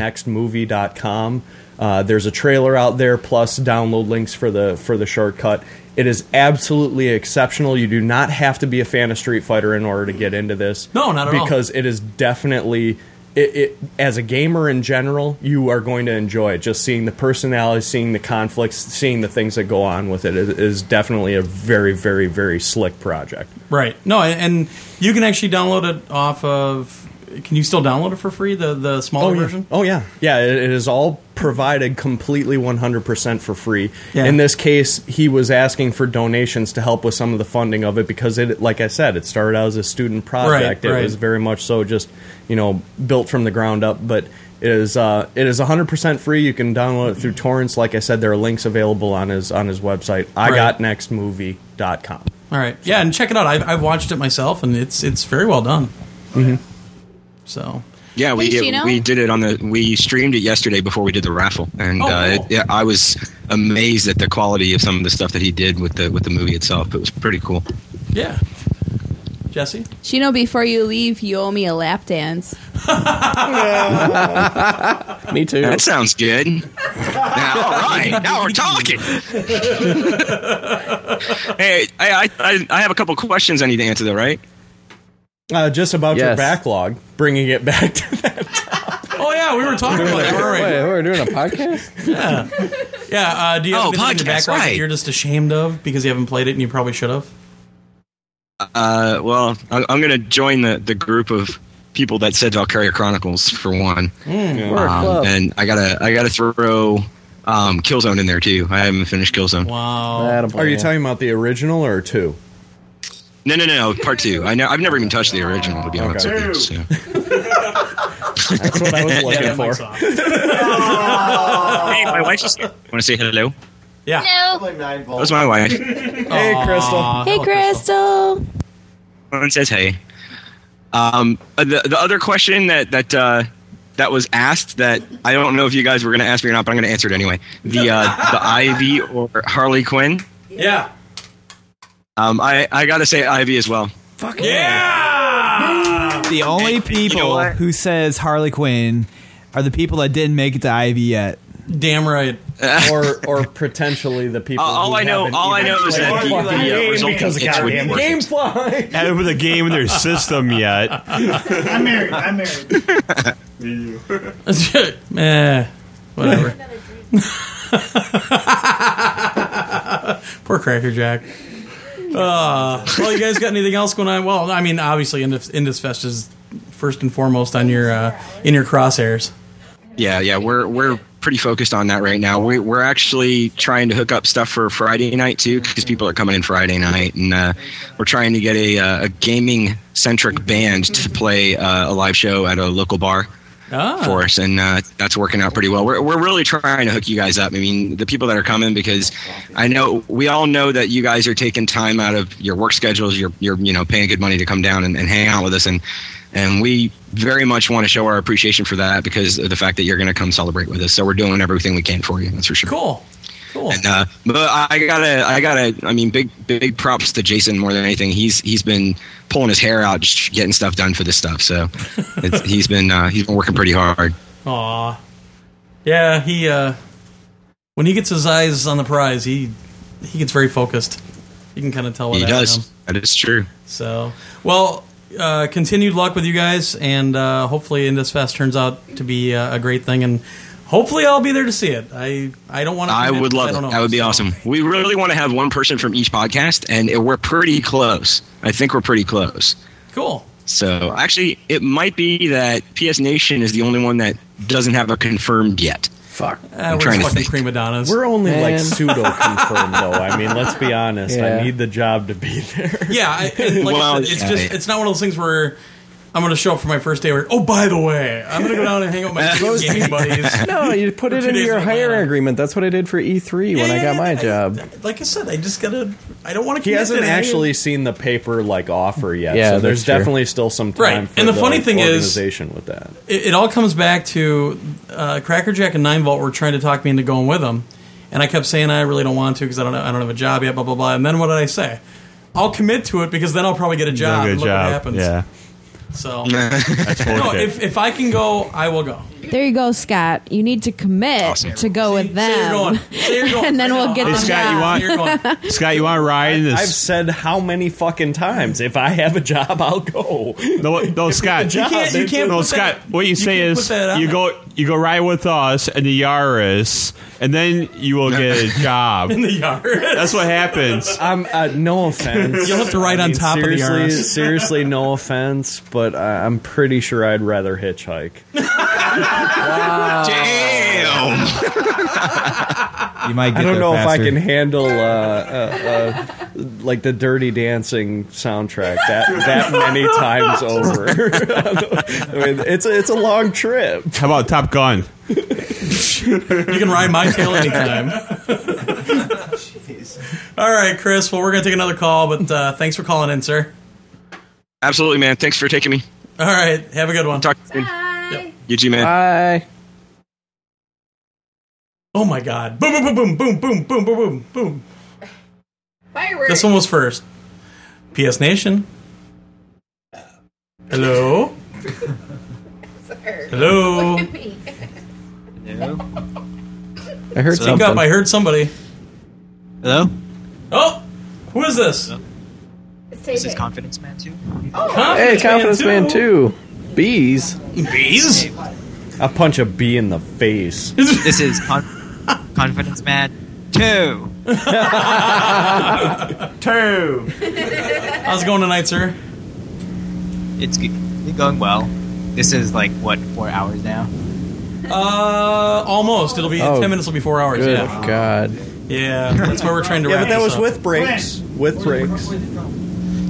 igotnextmovie.com. Uh, there's a trailer out there plus download links for the for the shortcut. It is absolutely exceptional. You do not have to be a fan of Street Fighter in order to get into this. No, not at all. Because it is definitely it, it as a gamer in general, you are going to enjoy it. Just seeing the personality, seeing the conflicts, seeing the things that go on with it is, is definitely a very, very, very slick project. Right. No, and you can actually download it off of Can you still download it for free? The the smaller oh, yeah. version. Oh yeah, yeah. It, it is all provided completely 100% for free. Yeah. In this case, he was asking for donations to help with some of the funding of it because it, like I said, it started out as a student project. Right, it right. was very much so just you know built from the ground up, but. It is uh, it is 100% free. You can download it through torrents. Like I said, there are links available on his on his website. Right. IGotNextMovie.com. All right. Yeah, and check it out. I've, I've watched it myself, and it's it's very well done. Mm-hmm. So Yeah, we Hey, did- Chino? we did it on the we streamed it yesterday before we did the raffle, and Oh, uh, cool. it, yeah, I was amazed at the quality of some of the stuff that he did with the with the movie itself. It was pretty cool. yeah, Jesse. Chino, before you leave, you owe me a lap dance. Me too. That sounds good. now, all right, now we're talking. hey, I, I- I I have a couple questions I need to answer though, right? Uh, just about your Yes. backlog, bringing it back to Oh yeah, we were talking about that. All right. we're doing a podcast. Yeah. Yeah. Uh, do you have Oh, anything in the podcast, background that right. you're just ashamed of because you haven't played it and you probably should have? Uh, well, I, I'm going to join the the group of people that said Valkyria Chronicles for one. Hmm. Mm. Um, and I gotta I gotta throw um, Killzone in there too. I haven't finished Killzone. Wow. Are you talking about the original or two? No, no, no, no. Part two. I know. I've never even touched the original to be honest Okay. with you. So. That's what I was looking for. Ah. hey, my wife is here. Want to say hello? Yeah. That was my wife. hey, Crystal. hey, Crystal. Everyone says hey. Um, uh, the the other question that that uh, that was asked that I don't know if you guys were going to ask me or not, but I'm going to answer it anyway. The uh, the Ivy or Harley Quinn. Yeah. Um, I I gotta say Ivy as well. The only people what? who says Harley Quinn are the people that didn't make it to Ivy yet. Damn right. or or potentially the people. Uh, Uh, all who I know- haven't all I even know is played that the the- the, fucking uh, game result because of of it's goddamn really game worth fly. haven't put the game in their system yet. I'm married. I'm married. Eh, whatever. Poor Cracker Jack. Uh, well, you guys got anything else going on? Well, I mean, obviously, Indus, Indus Fest is first and foremost on your uh, in your crosshairs. Yeah, yeah, we're we're pretty focused on that right now. We, we're actually trying to hook up stuff for Friday night too, because people are coming in Friday night, and uh, we're trying to get a, uh, a gaming centric band to play uh, a live show at a local bar for us, and uh, that's working out pretty well. We're, we're really trying to hook you guys up. I mean, the people that are coming because I know we all know that you guys are taking time out of your work schedules. You're you're you know paying good money to come down and, and hang out with us, and and we very much want to show our appreciation for that because of the fact that you're going to come celebrate with us. So we're doing everything we can for you. That's for sure. Cool. Cool. And, uh, but I I gotta, I gotta. I mean, big, big props to Jason more than anything. He's he's been pulling his hair out, just getting stuff done for this stuff. So it's, he's been uh, he's been working pretty hard. Aw. Yeah, he uh when he gets his eyes on the prize, he he gets very focused. You can kind of tell what He that does. him. That is true. So, well, uh, continued luck with you guys, and uh, hopefully, Indus Fest turns out to be uh, a great thing, and hopefully, I'll be there to see it. I I don't want to. I would love it. That would be awesome. We really want to have one person from each podcast, and it- we're pretty close. I think we're pretty close. Cool. So actually, it might be that PS Nation is the only one that doesn't have a confirmed yet. Fuck. Uh, we're just fucking prima donnas. We're only like Man. pseudo confirmed though. I mean, let's be honest. Yeah. I need the job to be there. Yeah, I, and like Well, I said, it's yeah. just it's not one of those things where. I'm gonna show up for my first day. Where oh, by the way, I'm gonna go down and hang out with my Those- gaming buddies. no, you put for it two into days your in a row. hiring agreement. That's what I did for E3 when I got my job. Like I said, I just gotta. I don't want to. He hasn't actually seen the paper like offer yet. Yeah, so that's there's true. definitely still some time. Right, For and the funny thing is- organization with that. it, it all comes back to uh, Cracker Jack and Nine Volt were trying to talk me into going with them, and I kept saying I really don't want to because I don't I don't have a job yet, blah blah blah. And then what did I say? I'll commit to it because then I'll probably get a job. You'll and get a look what job. happens. Yeah. So That's no, bullshit. if if I can go, I will go. There you go, Scott. You need to commit to go with them, going. See, you're going. and then I we'll know. get Hey, them Scott, you back. want- you're going. Scott, you want to ride in this? I've said how many fucking times? If I have a job, I'll go. No, no, Scott. You can't- you can't No, put Scott. that- what you you say can't is put that out. you go, you go ride with us in the Yaris, and then you will get a job. In the Yaris. That's what happens. I'm uh, no offense. You'll have to ride I on top of the seriously, RS. seriously, no offense, but I, I'm pretty sure I'd rather hitchhike. You might. Get I don't there know if I faster. can handle uh, uh, uh, like the Dirty Dancing soundtrack that that many times over. I mean, it's a, it's a long trip. How about Top Gun? you can ride my tail anytime. All right, Chris. Well, we're gonna take another call, but uh, thanks for calling in, sir. Absolutely, man. Thanks for taking me. All right, have a good one. Talk soon. You too, man. Bye. Oh my God! Boom! Boom! Boom! Boom! Boom! Boom! Boom! Boom! Boom! Fireworks. This one was first. PS Nation. Hello. Hello. Look at me. I heard Speak something. up! I heard somebody. Hello? Oh, who is this? This is Confidence Man too. hey, Confidence Man too. Bees. Bees? I punch a bee in the face. this is con- Confidence Man two. Two. How's it going tonight, sir? It's g- going well. This is like what four hours now. Uh, almost. It'll be Oh, ten minutes. Will be four hours. good yeah. God. Yeah, that's why we're trying to. yeah, wrap but that this was up. with breaks. With breaks.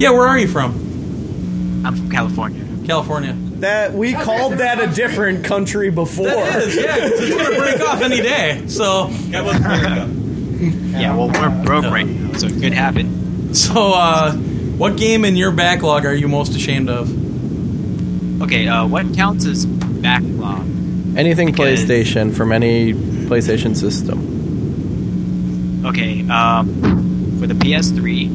Yeah, where are you from? I'm from California. California. That we called that a different country before. That is, yeah, 'cause it's gonna break off any day. So that was Yeah, well we're broke right now, so it could happen. So, uh, what game in your backlog are you most ashamed of? Okay, uh, what counts as backlog? Anything PlayStation from any PlayStation system. Okay, um, for the PS3,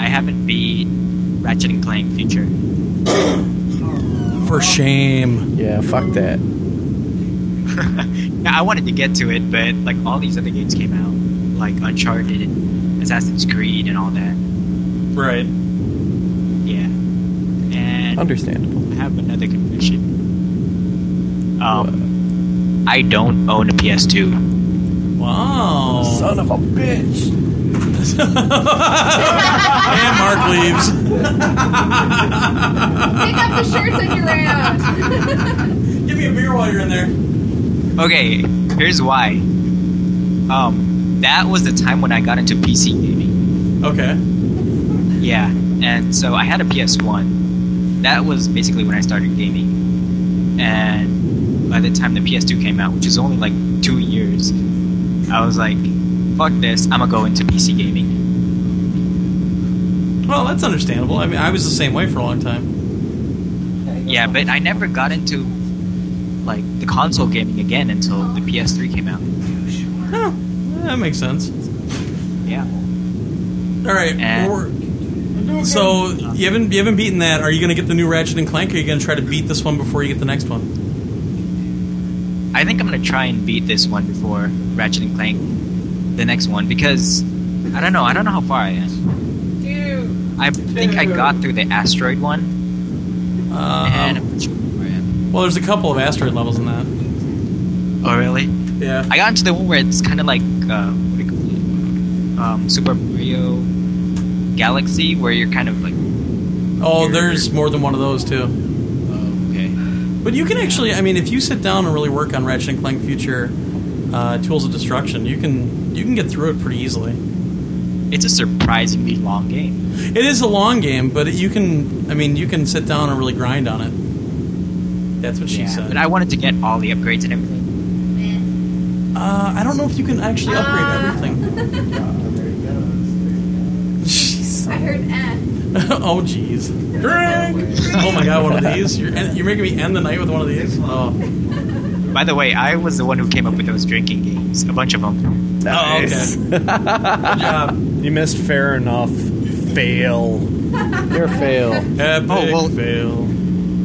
I haven't beat Ratchet and Clank Future. For shame. Yeah, fuck that. Yeah, I wanted to get to it, but like all these other games came out, like Uncharted, and Assassin's Creed, and all that. Right. Yeah. And Understandable. I have another confession. Um, I don't own a PS2. Wow. Son of a bitch. and Mark leaves. Pick up the shirts that you ran out. Give me a beer while you're in there. Okay, here's why. Um, that was the time when I got into PC gaming. Okay. Yeah, and so I had a PS1. That was basically when I started gaming. And by the time the PS2 came out, which is only like two years, I was like, fuck this, I'm gonna go into PC gaming. Well, that's understandable. I mean, I was the same way for a long time. Yeah, but I never got into like the console gaming again until the PS3 came out. That makes sense. Yeah. All right. we're- so you haven't you haven't beaten that. Are you going to get the new Ratchet and Clank? Or are you going to try to beat this one before you get the next one? I think I'm gonna try and beat this one before Ratchet and Clank, the next one, because I don't know. I don't know how far I am. Dude. I think I got through the asteroid one. Um, well, there's a couple of asteroid levels in that. Oh really? Yeah. I got into the one where it's kind of like uh, what do you call it? Um, Super Mario Galaxy, where you're kind of like Oh, there's more than one of those too. okay. But you can actually, I mean, if you sit down and really work on Ratchet and Clank Future uh, Tools of Destruction, you can you can get through it pretty easily. It's a surprisingly long game. It is a long game, but you can, I mean, you can sit down and really grind on it. That's what she yeah. said. But I wanted to get all the upgrades and everything. Uh, I don't know if you can actually upgrade everything. I heard N. oh, jeez. Drink! Oh my god, one of these? You're, en- you're making me end the night with one of these? Oh, By the way, I was the one who came up with those drinking games, a bunch of them. oh okay. You missed fair enough. Fail. You're a fail. Epic well- fail. Oh,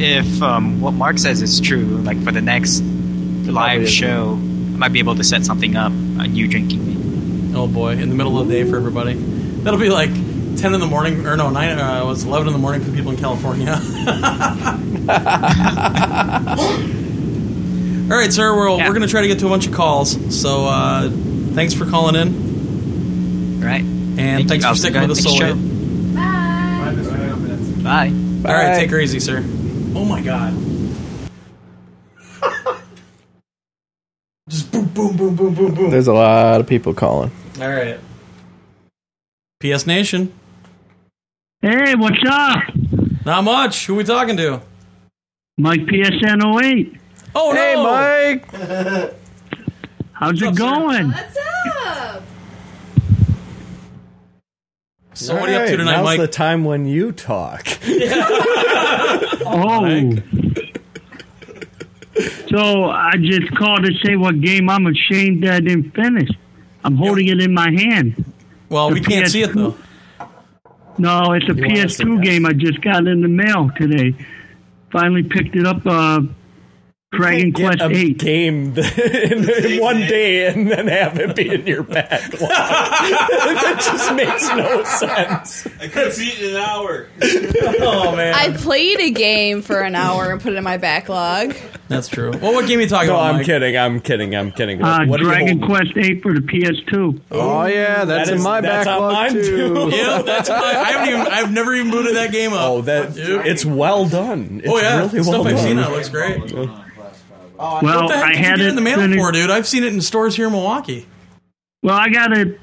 if um, what Mark says is true, like for the next live show, I might be able to set something up on you drinking me. Oh boy, in the middle of the day for everybody. That'll be like ten in the morning, or no, nine. Uh, it was eleven in the morning for people in California. All right, sir. We're we're gonna try to get to a bunch of calls. So uh, thanks for calling in. Right. And thanks for sticking with us so late. Bye. All right, take her easy, sir. Oh my god. Just boom, boom, boom, boom, boom, boom. There's a lot of people calling. All right. PS Nation. Hey, what's up? Not much. Who we talking to? Mike PSN 08. Oh, hey, no. Mike. How's it going? So what are you up to tonight, now's Mike? the time when you talk. Oh. so I just called to say what game I'm ashamed that I didn't finish. I'm holding it in my hand. Well, The we can't see it though. No, it's a You want us to PS2 game I just got in the mail today. Finally picked it up. Uh, Dragon Quest a Eight game in, in one day and then have it be in your backlog. that just makes no sense. I could see it in an hour. oh man, I played a game for an hour and put it in my backlog. That's true. Well, what game are you talking no, about, I'm Mike? kidding. I'm kidding. I'm kidding. Uh, What- what are you Dragon holding? Quest 8 for the PS2. Oh, yeah, that's That in is- my that's on backlog, mine, too. too. yeah, that's my, I haven't even. I've never even booted that game up. Oh, that it's well done. oh It's yeah, really stuff well I've seen done. Oh, that looks great. Well, what the heck I did had you get it in the mail finished- for, dude? I've seen it in stores here in Milwaukee. Well, I got it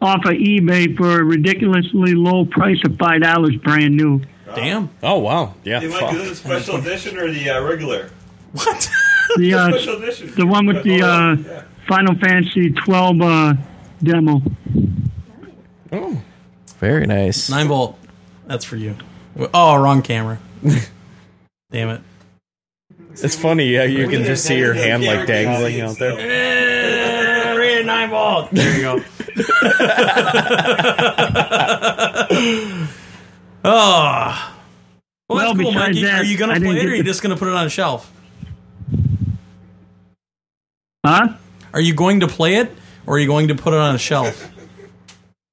off of eBay for a ridiculously low price of $5 brand new. Damn. Oh wow. Yeah. They might fuck. do the special edition or the uh, regular. What? The, uh, special edition. the one with Oh, the uh, Final Fantasy 12 uh, demo. Very nice. Nine volt. That's for you. Oh, wrong camera. Damn it. It's funny. Yeah, you can just see your hand like dangling out there. Red nine volt. There you go. oh. Well, Well, that's cool, besides Mikey. that, are you going I to didn't play it or get are you to- just going to put it on a shelf? Huh? Are you going to play it or are you going to put it on a shelf?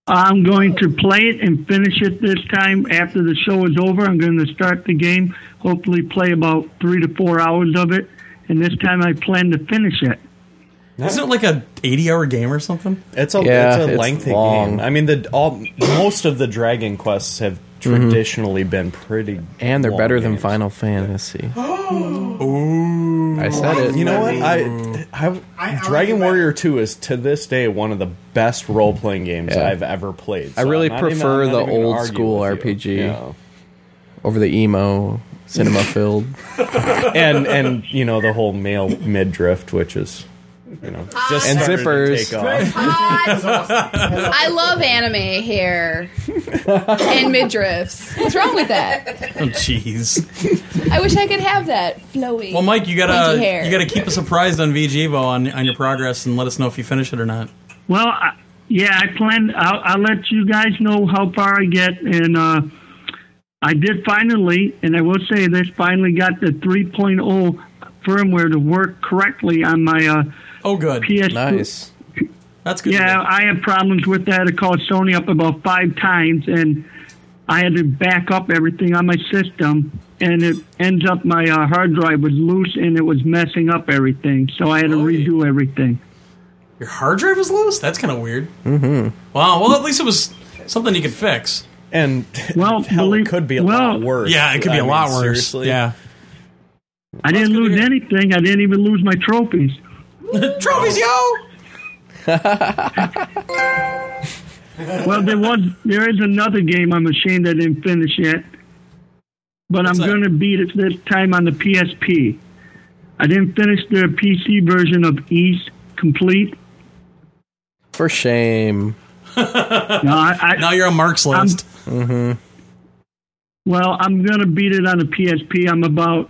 I'm going to play it and finish it this time after the show is over. I'm going to start the game, hopefully, play about three to four hours of it, and this time I plan to finish it. Isn't it like a 80 hour game or something? It's a Yeah, it's a it's lengthy long. game. I mean, the all most of the Dragon Quests have traditionally been pretty, Mm-hmm. And they're long better than games. Final Fantasy. I said it. You know what? I, I, Dragon Warrior Two is to this day one of the best role playing games Yeah. I've ever played. I so really I'm not even- prefer I'm not the even gonna old argue school with you. RPG Yeah. over the emo cinema filled. and and you know the whole male mid drift, which is you know just And starting to zippers. take off. I love anime hair and midriffs. What's wrong with that? Oh, jeez. I wish I could have that flowy. Well, Mike, you gotta pointy hair. you gotta keep us apprised on VGvo on on your progress and let us know if you finish it or not. Well, I, yeah, I plan. I'll, I'll let you guys know how far I get, and uh, I did finally, and I will say this: finally got the 3.0 firmware to work correctly on my. Uh, oh, good. PS2. Nice. That's good. Yeah, I had problems with that. I called Sony up about five times, and I had to back up everything on my system, and it ends up my uh, hard drive was loose, and it was messing up everything. So I had to redo everything. Your hard drive is loose. That's kind of weird. Mm-hmm. Wow. Well, at least it was something you could fix. And well, hell, it could be a lot worse. Yeah, it could be a a lot worse. Yeah. I didn't lose anything. I didn't even lose my trophies. Trophies, yo. well, there was there is another game I'm ashamed I didn't finish yet, but I'm going to beat it this time on the PSP. I didn't finish the PC version of East Complete. For shame. now you're on Mark's list. hmm Mm-hmm. Well, I'm going to beat it on the PSP. I'm about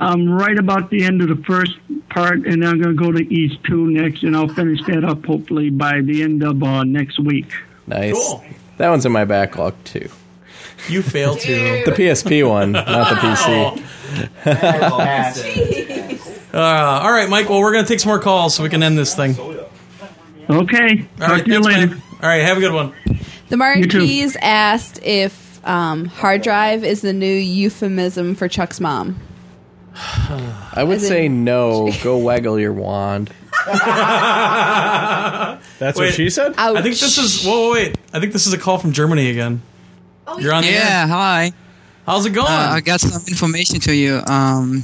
I'm right about the end of the first part, and I'm going to go to East Two next, and I'll finish that up hopefully by the end of uh, next week. Nice. That one's in my backlog too. You fail to the PSP one, not the Oh. PC. Uh, all right, Mike. Well, we're going to take some more calls so we can end this thing. Okay. All right, thanks, man. All right, have a good one. The You Martin too. Keys asked if um, hard drive is the new euphemism for Chuck's mom. I would say no. Go waggle your wand. That's Wait, I think this is. Whoa, whoa, wait. I think this is a call from Germany again. You're on the yeah, air. hi. How's it going? Uh, I got some information to you. Um,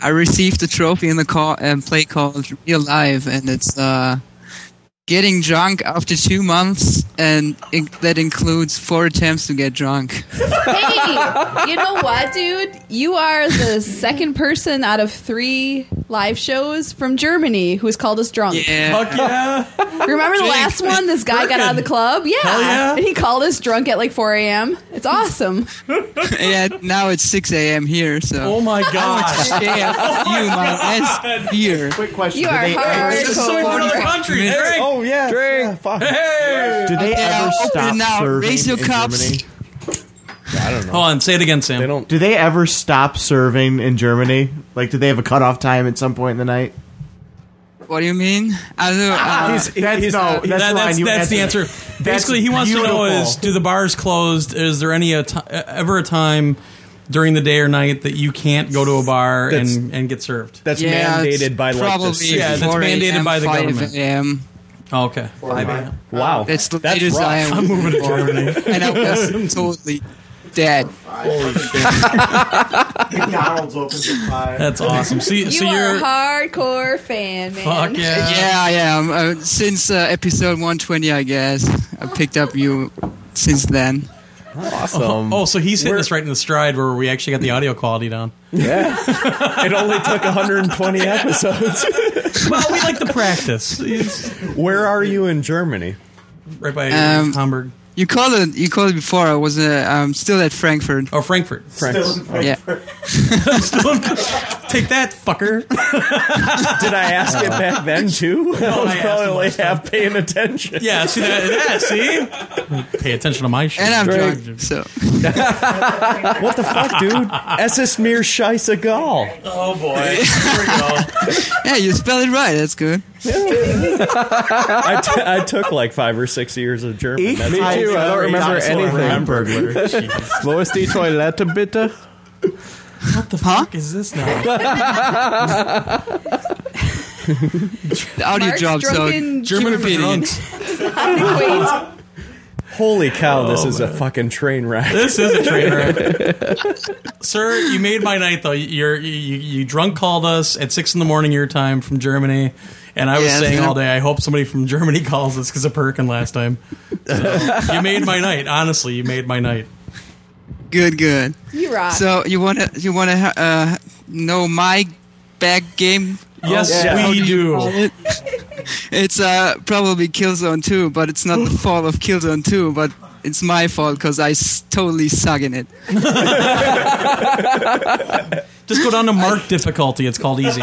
I received a trophy in the call um, play called Real Life, and it's uh, getting drunk after two months, and in- that includes four attempts to get drunk. hey, you know what, dude? You are the second person out of three live shows from Germany who's called us drunk. Yeah. Fuck yeah. Remember the Drink. last one? This guy got out of the club? Yeah. Hell yeah. And he called us drunk at like 4 a.m. It's awesome. yeah, now it's 6 a.m. here, so. Oh my How much shit Oh you, my ass beer. Quick question. You Do are they- hard. This is something from another country. Drink. Oh yeah. Drink. fuck. Do they ever stop now. serving Raise your in cups. Germany? I don't know. Hold on, say it again, Sam. They don't. Do they ever stop serving in Germany? Like, do they have a cutoff time at some point in the night? What do you mean? I don't, uh, He's- That's he's- no- that's That- the line that's you that's the answered. answer. That's Basically, he wants to know is beautiful. do the bars closed? Is there any a ti- e-, ever a time during the day or night that you can't go to a bar That's- and, and get served? that's Yeah, mandated it's by, like, the probably city. yeah, that's 4 a.m., mandated by the 5 government. a.m. Oh, okay, a.m. Wow. That's the That's latest rough. I am. I'm moving to Germany. and I was totally dead. Holy shit. McDonald's opens at five. That's awesome. See, you so are a you're- hardcore fan, man. Yeah, I am. Uh, since uh, episode 120, I guess. I picked up you since then. Oh, oh, so he's hitting us right in the stride where we actually got the audio quality down. Yeah. it only took 120 episodes. well, we like to practice. Where are you in Germany? oh. Right by Um, Hamburg. You called it. You called it before. I was uh, um, still at Frankfurt. Oh, Frankfurt. Frankfurt. Yeah. Take that, fucker. Did I ask it back then too? I was I asked probably only half paying attention. Yeah, see that? Yeah, see. Pay attention to my shit. And I'm Drake. drunk, so. what the fuck, dude? Es ist mir scheißegal. Oh boy. yeah, you spelled it right. That's good. I, t- I took like five or six years of German. Me That's too, all. I don't That's remember all I anything. remember. Wo ist die Toilette bitte? What the fuck is this now? The audio Mark's job. So drunken German drunks. Wait. Holy cow, this is a fucking train wreck. Oh, This is a train Sir, you made my night though. You're, you you drunk called us at six in the morning your time from Germany, and I was Yeah, saying man. all day, I hope somebody from Germany calls us because of Perkin last time. So, you made my night. Honestly, you made my night. Good, good. You rock. So you wanna you wanna uh, know my back game? Yes, How we you do. call it? it's uh, probably Killzone 2, but it's not the fault of Killzone 2, but it's my fault because I s- totally suck in it. Just go down to mark difficulty. It's called easy.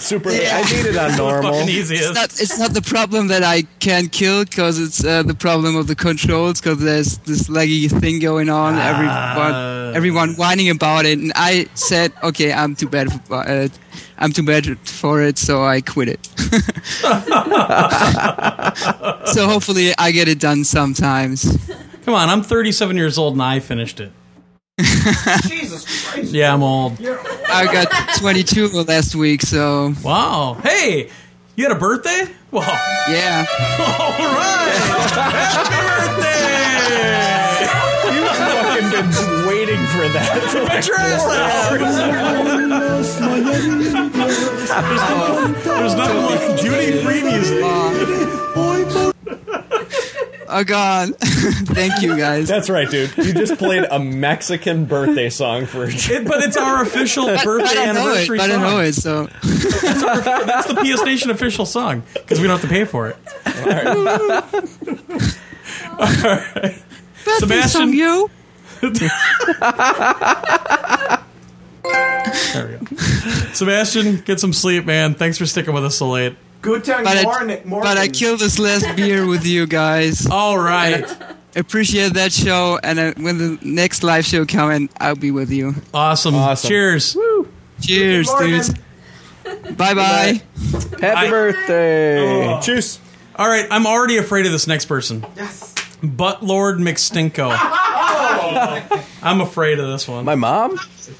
Super. I need it on normal. Fucking easiest. It's not, it's not the problem that I can't kill because it's uh, the problem of the controls because there's this laggy thing going on. Ah. Everyone, everyone whining about it, and I said, "Okay, I'm too bad for uh, I'm too bad for it," so I quit it. so hopefully, I get it done sometimes. Come on, I'm 37 years old and I finished it. Jesus Christ! Yeah, I'm old. I got 22 last week, so wow. Hey, you had a birthday? Well, yeah. All right. You've fucking been waiting for that for like four hours. There's nothing like duty free music. Oh God! Thank you guys. That's right, dude. You just played a Mexican birthday song for. It- but it's our official But- but birthday I know anniversary it, but I song. know it, so That's, our, that's the PS Nation official song because we don't have to pay for it. Uh, Sebastian, song, yo. There we go. Sebastian, get some sleep, man. Thanks for sticking with us so late. But I, but I killed this last beer with you guys. All right. appreciate that show, and uh, when the next live show comes, I'll be with you. Awesome. Cheers. Cheers, dudes. Bye bye. Happy birthday. Cheers. Oh. All right, I'm already afraid of this next person. Yes. But Lord McStinko. Oh. I'm afraid of this one. My mom? PS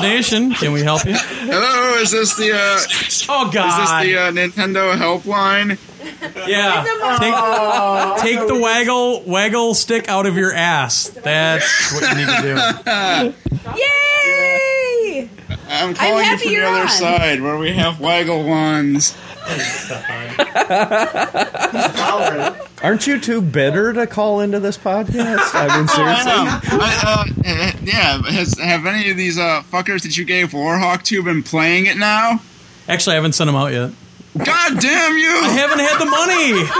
Nation, can we help you? Hello, is this the uh, oh god, is this the uh, Nintendo helpline? Yeah, Oh. take, take the waggle waggle stick out of your ass. That's what you need to Yay! I'm calling you happy from the you're other on. side where we have waggle wands. Aren't you too bitter to call into this podcast? I mean, Oh, I seriously. know. I, uh, eh, yeah, has, have any of these uh, fuckers that you gave Warhawk to been playing it now? do. Actually, I haven't sent them out yet. God damn you! I haven't had the money. I,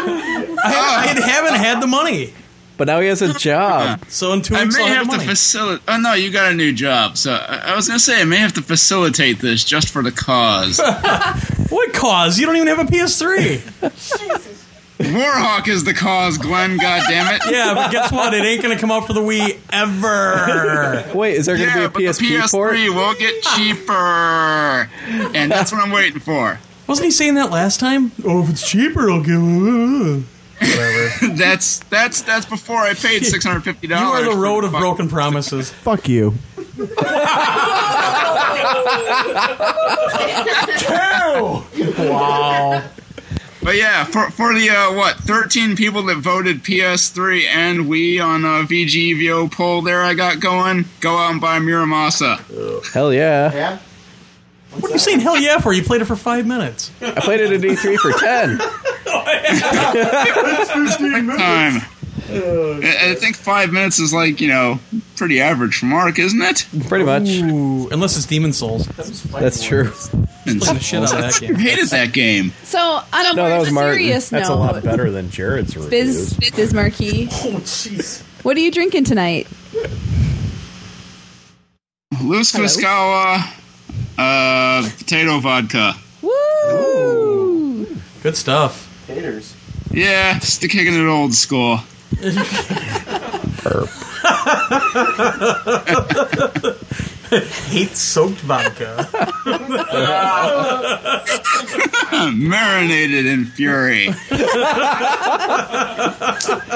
Ah. I haven't had the money. But now he has a job. So in two I weeks, may I'll have have the to money. facilitate. Oh no, you got a new job, so I, I was gonna say I may have to facilitate this just for the cause. what cause? You don't even have a PS3. Warhawk is the cause, Glenn. God damn it! Yeah, but guess what? It ain't gonna come out for the Wii ever. Wait, is there gonna yeah, be a but the PSP PS3 port? will get cheaper, and that's what I'm waiting for. Wasn't he saying that last time? Oh, if it's cheaper, I'll give. Whatever. that's that's that's before I paid six hundred fifty You are dollars. the road of broken promises. Fuck you. Wow. But yeah, for for the uh, what thirteen people that voted PS3 and Wii on a VGVO poll there I got going, go out and buy Muramasa. Hell yeah. Yeah. What are you saying? Hell yeah! For you played it for five minutes. I played it at E3 for 10. Time. I I think five minutes is like you know pretty average for Mark, isn't it? Pretty much. unless it's Demon Souls. That's true. Playing the shit out of that game. Hated that game. So on a No, that more was Martin. serious That's a note, lot Better than Jared's review. Biz Bismarcky. Oh jeez. What are you drinking tonight? Loose Hello? Fiscawa, uh, potato vodka. Woo! Good stuff. Taters. Yeah, still kicking it old school. Hate soaked vodka. Marinated in fury.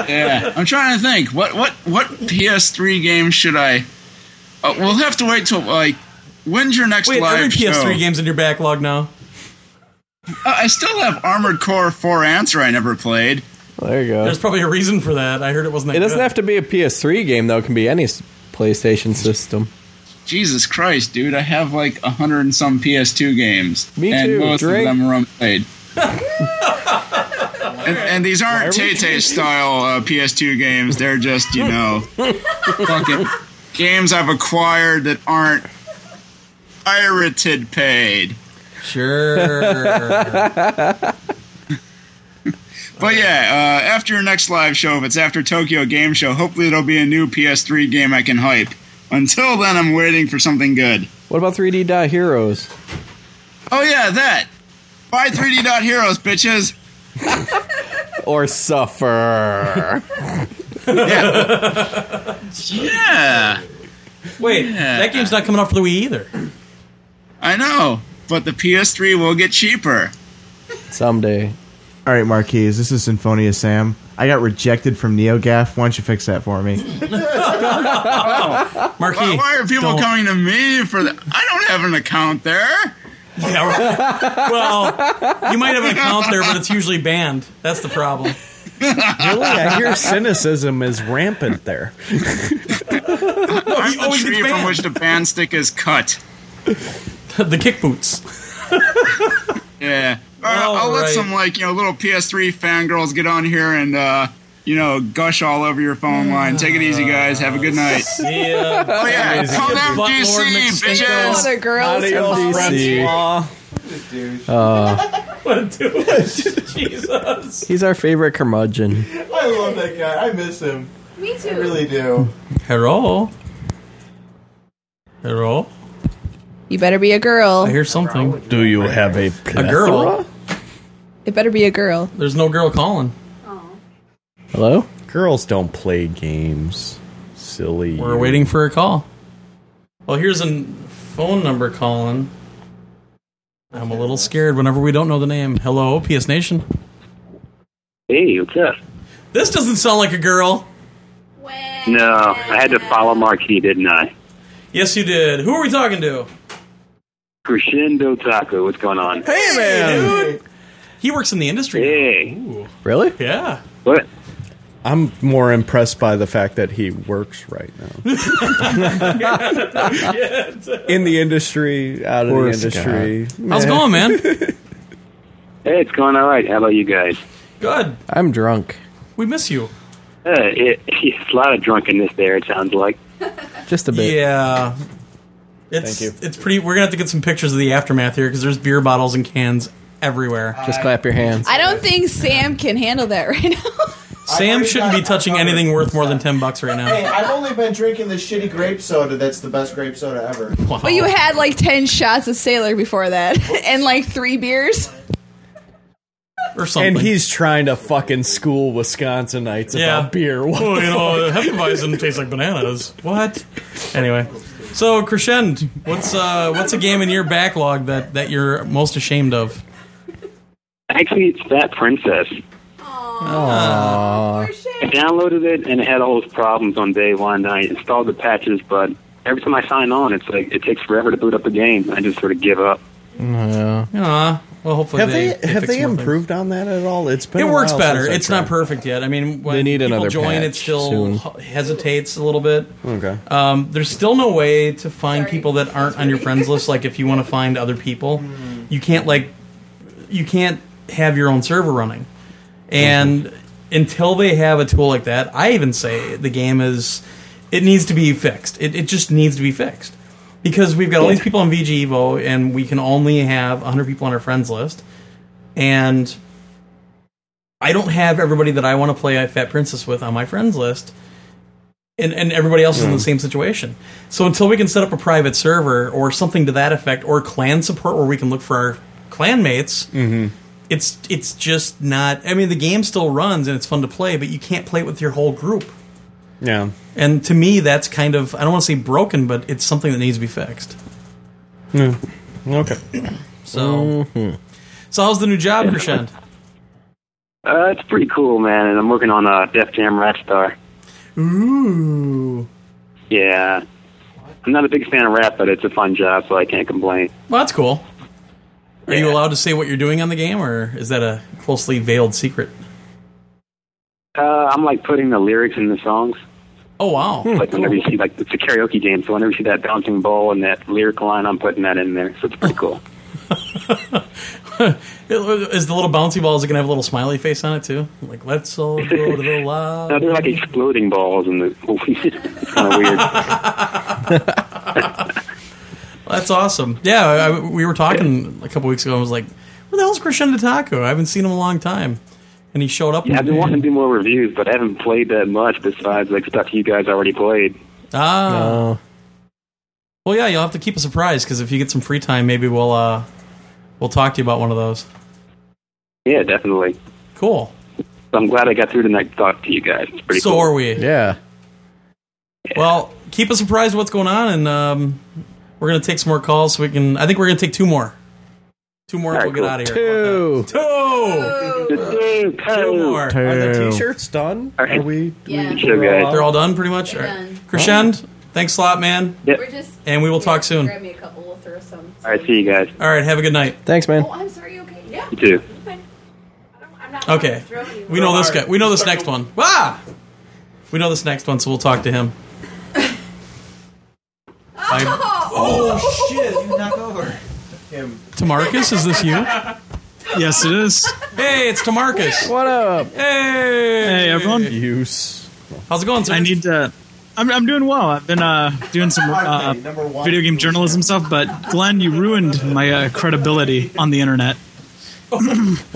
Yeah, I'm trying to think. What what what PS3 game should I? Uh, we'll have to wait till like when's your next Wait, live every PS3 show? game's in your backlog now. Uh, I still have Armored Core 4 Answer I never played. There you go. There's probably a reason for that. I heard it wasn't. That It doesn't good. have to be a PS3 game, though. It can be any s- PlayStation system. Jesus Christ, dude! I have like a hundred and some PS2 games, Me and too, most drink. of them are unplayed. and, and these aren't Tay-Tay style uh, PS2 games. They're just you know, fucking games I've acquired that aren't pirated paid. Sure. But yeah, uh, after your next live show, if it's after Tokyo Game Show, hopefully there'll be a new PS3 game I can hype. Until then, I'm waiting for something good. What about 3D Dot Heroes? Oh yeah, that. Buy 3D Dot Heroes, bitches. Or Suffer? Yeah. Wait, that game's not coming out for the Wii either. I know, but the PS3 will get cheaper. Someday. All right, Marquise, this is Symphonia Sam. I got rejected from NeoGaf. Why don't you fix that for me? Marquis, why, why are people don't- coming to me for that? I don't have an account there. Yeah, right. well, you might have an account there, but it's usually banned. That's the problem. really, I hear cynicism is rampant there. I'm the tree from which the band stick is cut. the kick boots. Yeah. All right, I'll let right. some like you know little PS3 fangirls get on here and uh, you know gush all over your phone line. Take it easy, guys. Have a good night. See ya. Oh yeah, Amazing. call them Butt Lord DC McStinko. bitches. Other girls Adios, and all. Frenzy. Uh, What a dude. Jesus. he's our favorite curmudgeon. I love that guy. I miss him. Me too. I really do. Hello. Hello. You better be a girl. I hear something. Do you have a A girl. It better be a girl. There's no girl calling. Hello? Girls don't play games. Silly. We're waiting for a call. Well, here's a n- phone number calling. I'm a little scared whenever we don't know the name. Hello, PS Nation. Hey, what's up? This doesn't sound like a girl. No, I had to follow Marquis, didn't I? Yes, you did. Who are we talking to? Crescendo Taco, what's going on? Hey, man. dude. He works in the industry. Hey. Really? Yeah. What? I'm more impressed by the fact that he works right now. In the industry, out of the Poor industry. Scott. How's it going, man? Hey, it's going all right. How about you guys? Good. I'm drunk. We miss you. Uh, it, it's a lot of drunkenness there, it sounds like. Just a bit. Yeah. It's, Thank It's pretty. We're gonna have to get some pictures of the aftermath here because there's beer bottles and cans everywhere. Just clap your hands. I don't think Sam can handle that right now. Sam shouldn't be touching anything worth more than ten bucks right Hey, now. I've only been drinking the shitty grape soda. That's the best grape soda ever. But you had like 10 shots of Sailor before that and like three beers. Or something. And he's trying to fucking school Wisconsinites Yeah. about beer. What Well, the you know, fuck? Hefeweizen tastes like bananas. What? Anyway, so Crescend, what's uh, what's a game in your backlog that that you're most ashamed of? Actually, it's that princess. uh, I downloaded it and it had all those problems on day one. I installed the patches, but every time I sign on, it's like it takes forever to boot up the game. I just sort of give up. Yeah. well, hopefully have they- they, they have fix they more things. improved on that at all? It's been It a works while better. since I It's not tried. perfect yet. I mean, when They need people another join, it patch still soon. h- hesitates a little bit. Okay. Um, there's still no way to find people that aren't on your friends list. Like, if you want to find other people, you can't like, you can't have your own server running. And Mm-hmm. until they have a tool like that, I even say the game is, it needs to be fixed. It, it just needs to be fixed because we've got all these people on VG Evo, and we can only have 100 people on our friends list, and I don't have everybody that I want to play at Fat Princess with on my friends list, and and everybody else is in Hmm. Yeah. the same situation. So until we can set up a private server or something to that effect, or clan support where we can look for our clan mates. Mm-hmm. It's it's just not. I mean, the game still runs and it's fun to play, but you can't play it with your whole group. Yeah. And to me, that's kind of I don't want to say broken, but it's something that needs to be fixed. Yeah. Okay. Mm-hmm. So, so how's the new job, Krishend? Uh, it's pretty cool, man. And I'm working on uh, Def Jam Rapstar. Ooh. Yeah. I'm not a big fan of rap, but it's a fun job, so I can't complain. Well, that's cool. Are you allowed to say what you're doing on the game, or is that a closely veiled secret? Uh, I'm like putting the lyrics in the songs. Oh wow! Like whenever you see like it's a karaoke game, so whenever you see that bouncing ball and that lyric line, I'm putting that in there. So it's pretty cool. Is the little bouncy ball is it gonna have a little smiley face on it too? Like let's all go to the No, lab. they're like exploding balls in the movie. it's kind of weird. That's awesome. Yeah, I, I- we were talking a couple weeks ago. I was like, "Where the hell's Crescendo Taco? I haven't seen him in a long time." And he showed up. Yeah, I've been one day. wanting to do more reviews, but I haven't played that much besides like stuff you guys already played. Ah. Well, yeah, you'll have to keep a surprise because if you get some free time, maybe we'll uh, we'll talk to you about one of those. Yeah, definitely. Cool. So I'm glad I got through tonight to talk to you guys. It's pretty so cool. are we? Yeah. Well, keep us surprised what's going on, and um, we're gonna take some more calls. So we can. I think we're gonna take two more. Two more. and we'll get out of here. Two. Two. Two more. Are the t-shirts done? Are we? Yeah. They're all done, pretty much. All right. Crescend. Thanks a lot, man. We're just And we will talk soon. grab me a couple. We'll throw some. All right, see you guys. All right. Have a good night. Thanks, man. Oh, I'm sorry. You okay? Yeah. You too. Okay. We know this guy. We know this next one. Ah! We know this next one, so we'll talk to him. I, Oh shit! You knock over. Him. Tamarcus, is this you? Yes, it is. Hey, it's Tamarcus. What up? Hey. Hey, everyone. Use. How's it going, sir? I need to. I'm, I'm doing well. I've been uh, doing some uh, video game journalism stuff, but Glenn, you ruined my uh, credibility on the internet.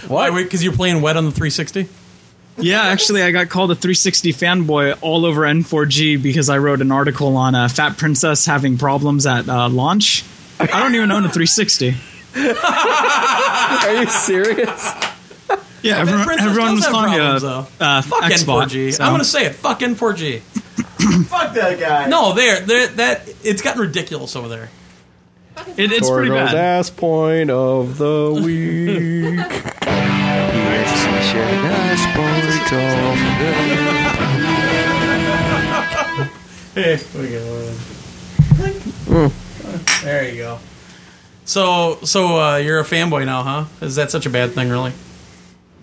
Why? Because you're playing wet on the 360. Yeah, actually, I got called a 360 fanboy all over N4G because I wrote an article on uh, Fat Princess having problems at uh, launch. I don't even own a 360. Are you serious? Yeah, I bet everyone, Princess everyone does was have calling problems, you though. a, uh, Fuck Xbox. N4G. so- I'm gonna say it. Fuck N4G. Fuck that guy. No, there, there, that it's gotten ridiculous over there. It, it's pretty Torgo's bad. ass point of the week. Hey, we go. Hmm. There you go. So, so uh, you're a fanboy now, huh? Is that such a bad thing, really?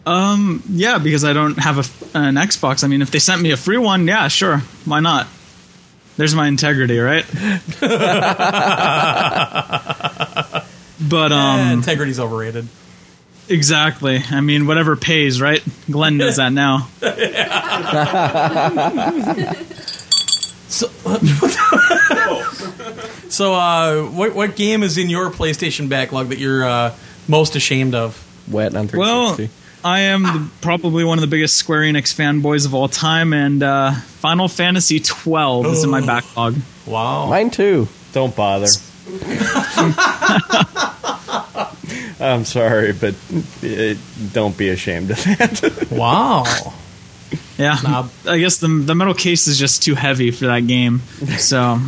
Um, yeah, because I don't have a, an Xbox. I mean, if they sent me a free one, yeah, sure, why not? There's my integrity, right? but um, Eh, integrity's overrated. exactly. I mean, whatever pays, right? Glenn does that now. so, so uh, what what game is in your PlayStation backlog that you're uh, most ashamed of? Wet on Well, Oh, I am the, probably one of the biggest Square Enix fanboys of all time, and uh, Final Fantasy twelve is in my backlog. Oh. Wow, mine too. Don't bother. I'm sorry, but it, don't be ashamed of that. wow. Yeah, I guess the the metal case is just too heavy for that game. So,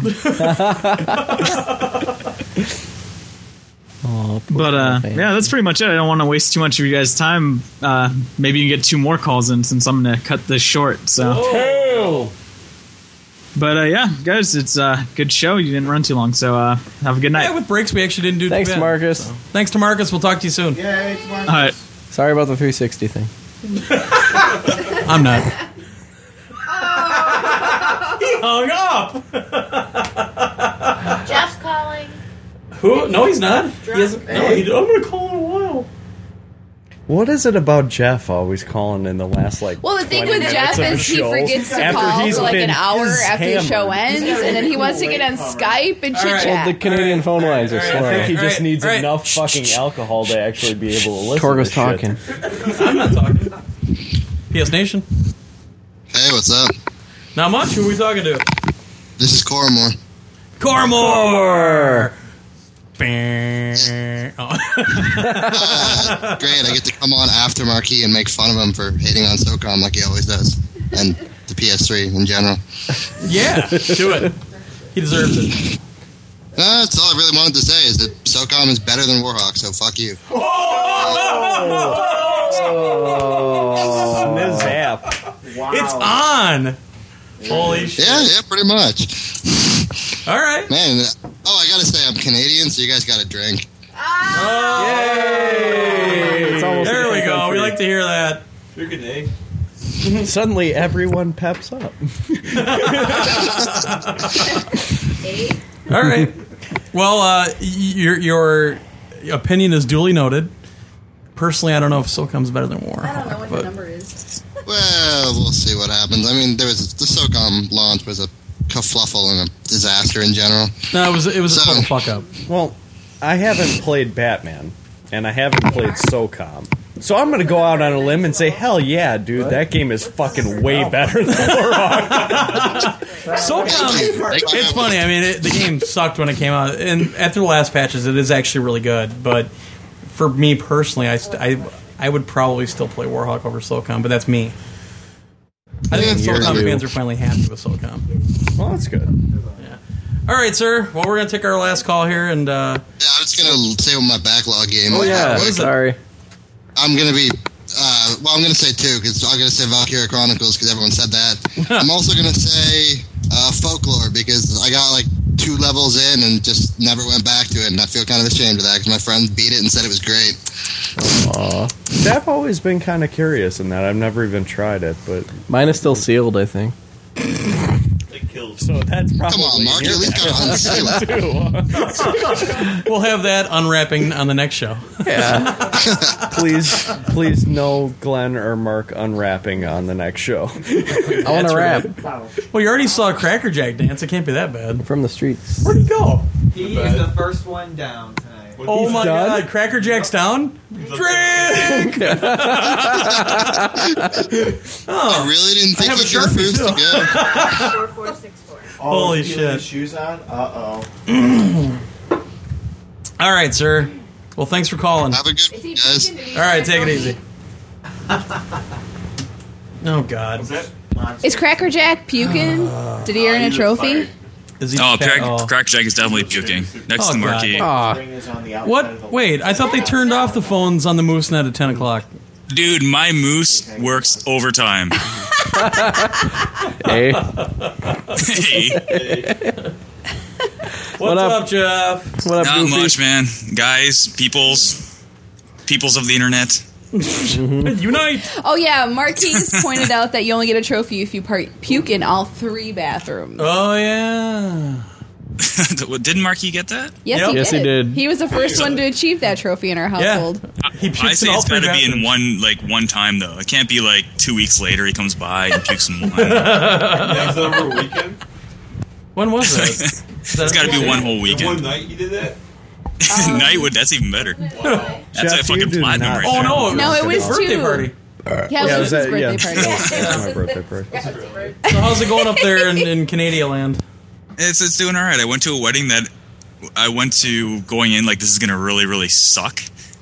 but uh, yeah, that's pretty much it. I don't want to waste too much of you guys' time. Uh, maybe you can get two more calls in since I'm gonna cut this short. So, but uh, yeah, guys, it's a good show. You didn't run too long, so uh, have a good night. Yeah, with breaks we actually didn't do. Thanks, too bad. Marcus. Thanks to Marcus. We'll talk to you soon. Yeah, All right. Sorry about the 360 thing. I'm not. he hung up. Jeff's calling. Who? No, he's not. He hasn't. No, he, I'm gonna call in a while. What is it about Jeff always calling in the last like? Well, the thing 20 with Jeff minutes of the is he show forgets to after call he's for like been an hour his after the show hammered. ends, and then he wants to get on Skype and chit chat. the Canadian phone lines are slow. I think he just needs enough fucking alcohol to actually be able to listen. Torgo's to shit. talking. I'm not talking. PS Nation. Hey, what's up? Not much. Who are we talking to? This is Cormor. Cormor. Oh. Great, I get to come on after Marquis and make fun of him for hating on SOCOM like he always does, and the PS3 in general. yeah, do it. He deserves it. Uh, that's all I really wanted to say is that SOCOM is better than Warhawk, so fuck you. Snizap. It's on. Holy shit. Yeah, yeah, pretty much. All right. Man, uh, oh, I gotta say, I'm Canadian, so you guys gotta drink. there we go. We like to hear that. You're good, eh? Suddenly, everyone peps up. All right. Well, uh, y- your your opinion is duly noted. Personally, I don't know if SOCOM's better than Warhawk. I don't know what the number is. Well, we'll see what happens. I mean, there was the SOCOM launch was a kerfluffle and a disaster in general. No, it was it was a total fuck up. Well, I haven't played Batman, and I haven't played SOCOM. So I'm gonna go out on a limb and say, hell yeah, dude, that game is fucking way better than Warhawk. SOCOM. It's funny. I mean, it, the game sucked when it came out, and after the last patches, it is actually really good. But for me personally, I st- I, I would probably still play Warhawk over SOCOM, but that's me. I think Yeah, SOCOM you're- fans are finally happy with SOCOM. Well, that's good. All right, sir. Well, we're gonna take our last call here, and uh, Yeah, I was gonna say what my backlog game. Oh, was yeah, real what quick. is it? Sorry. I'm gonna be. Uh, well, I'm gonna say two because I'm gonna say Valkyria Chronicles because everyone said that. I'm also gonna say uh, Folklore because I got like two levels in and just never went back to it, and I feel kind of ashamed of that because my friends beat it and said it was great. Aw. I've always been kind of curious in that. I've never even tried it, but Mine is still sealed, I think. so that's probably. Come on, Mark, you at least gotta unseal it. we'll have that unwrapping on the next show. Yeah. please, please, no Glenn or Mark unwrapping on the next show. I wanna rap. Well, you already saw a Cracker Jack dance. It can't be that bad. From the streets. Where'd he go? He is the first one down tonight. Oh my god, Cracker Jack's down? Drink! Oh, I really didn't think you could refuse to go. Holy you leave shit. Shoes on. Uh oh. All right, sir. Well, thanks for calling. Have a good one, guys. All right, take it easy. Oh God. Is Cracker Jack puking? Uh, Did he earn a oh, trophy? fat- Crack, oh. Cracker Jack is definitely puking. Next E. Oh, to the marquee. Ah. God. What? Wait, I thought they turned off the phones on the Moosenet at ten o'clock. Dude, my moose works overtime. Hey. What's up, Jeff? Not much, man. Guys, peoples, peoples of the internet. Unite. Oh yeah, Marquise pointed out that you only get a trophy if you part- puke in all three bathrooms. Oh yeah. Didn't Marquis get that? Yes, he did. He was the first one to achieve that trophy in our household. He I say in all it's got to three be in one like one time though. It can't be like two weeks later he comes by and pukes in one. That was over a weekend? When was it? it's got to be one whole weekend. One night you did that? Um, Nightwood, that's even better. That's a fucking platinum right Oh there. no! It No, was it his was birthday two. party. Yeah, it was his birthday party. So how's it going up there in, in Canada land? It's it's doing all right. I went to a wedding that I went to going in like this is gonna really really suck,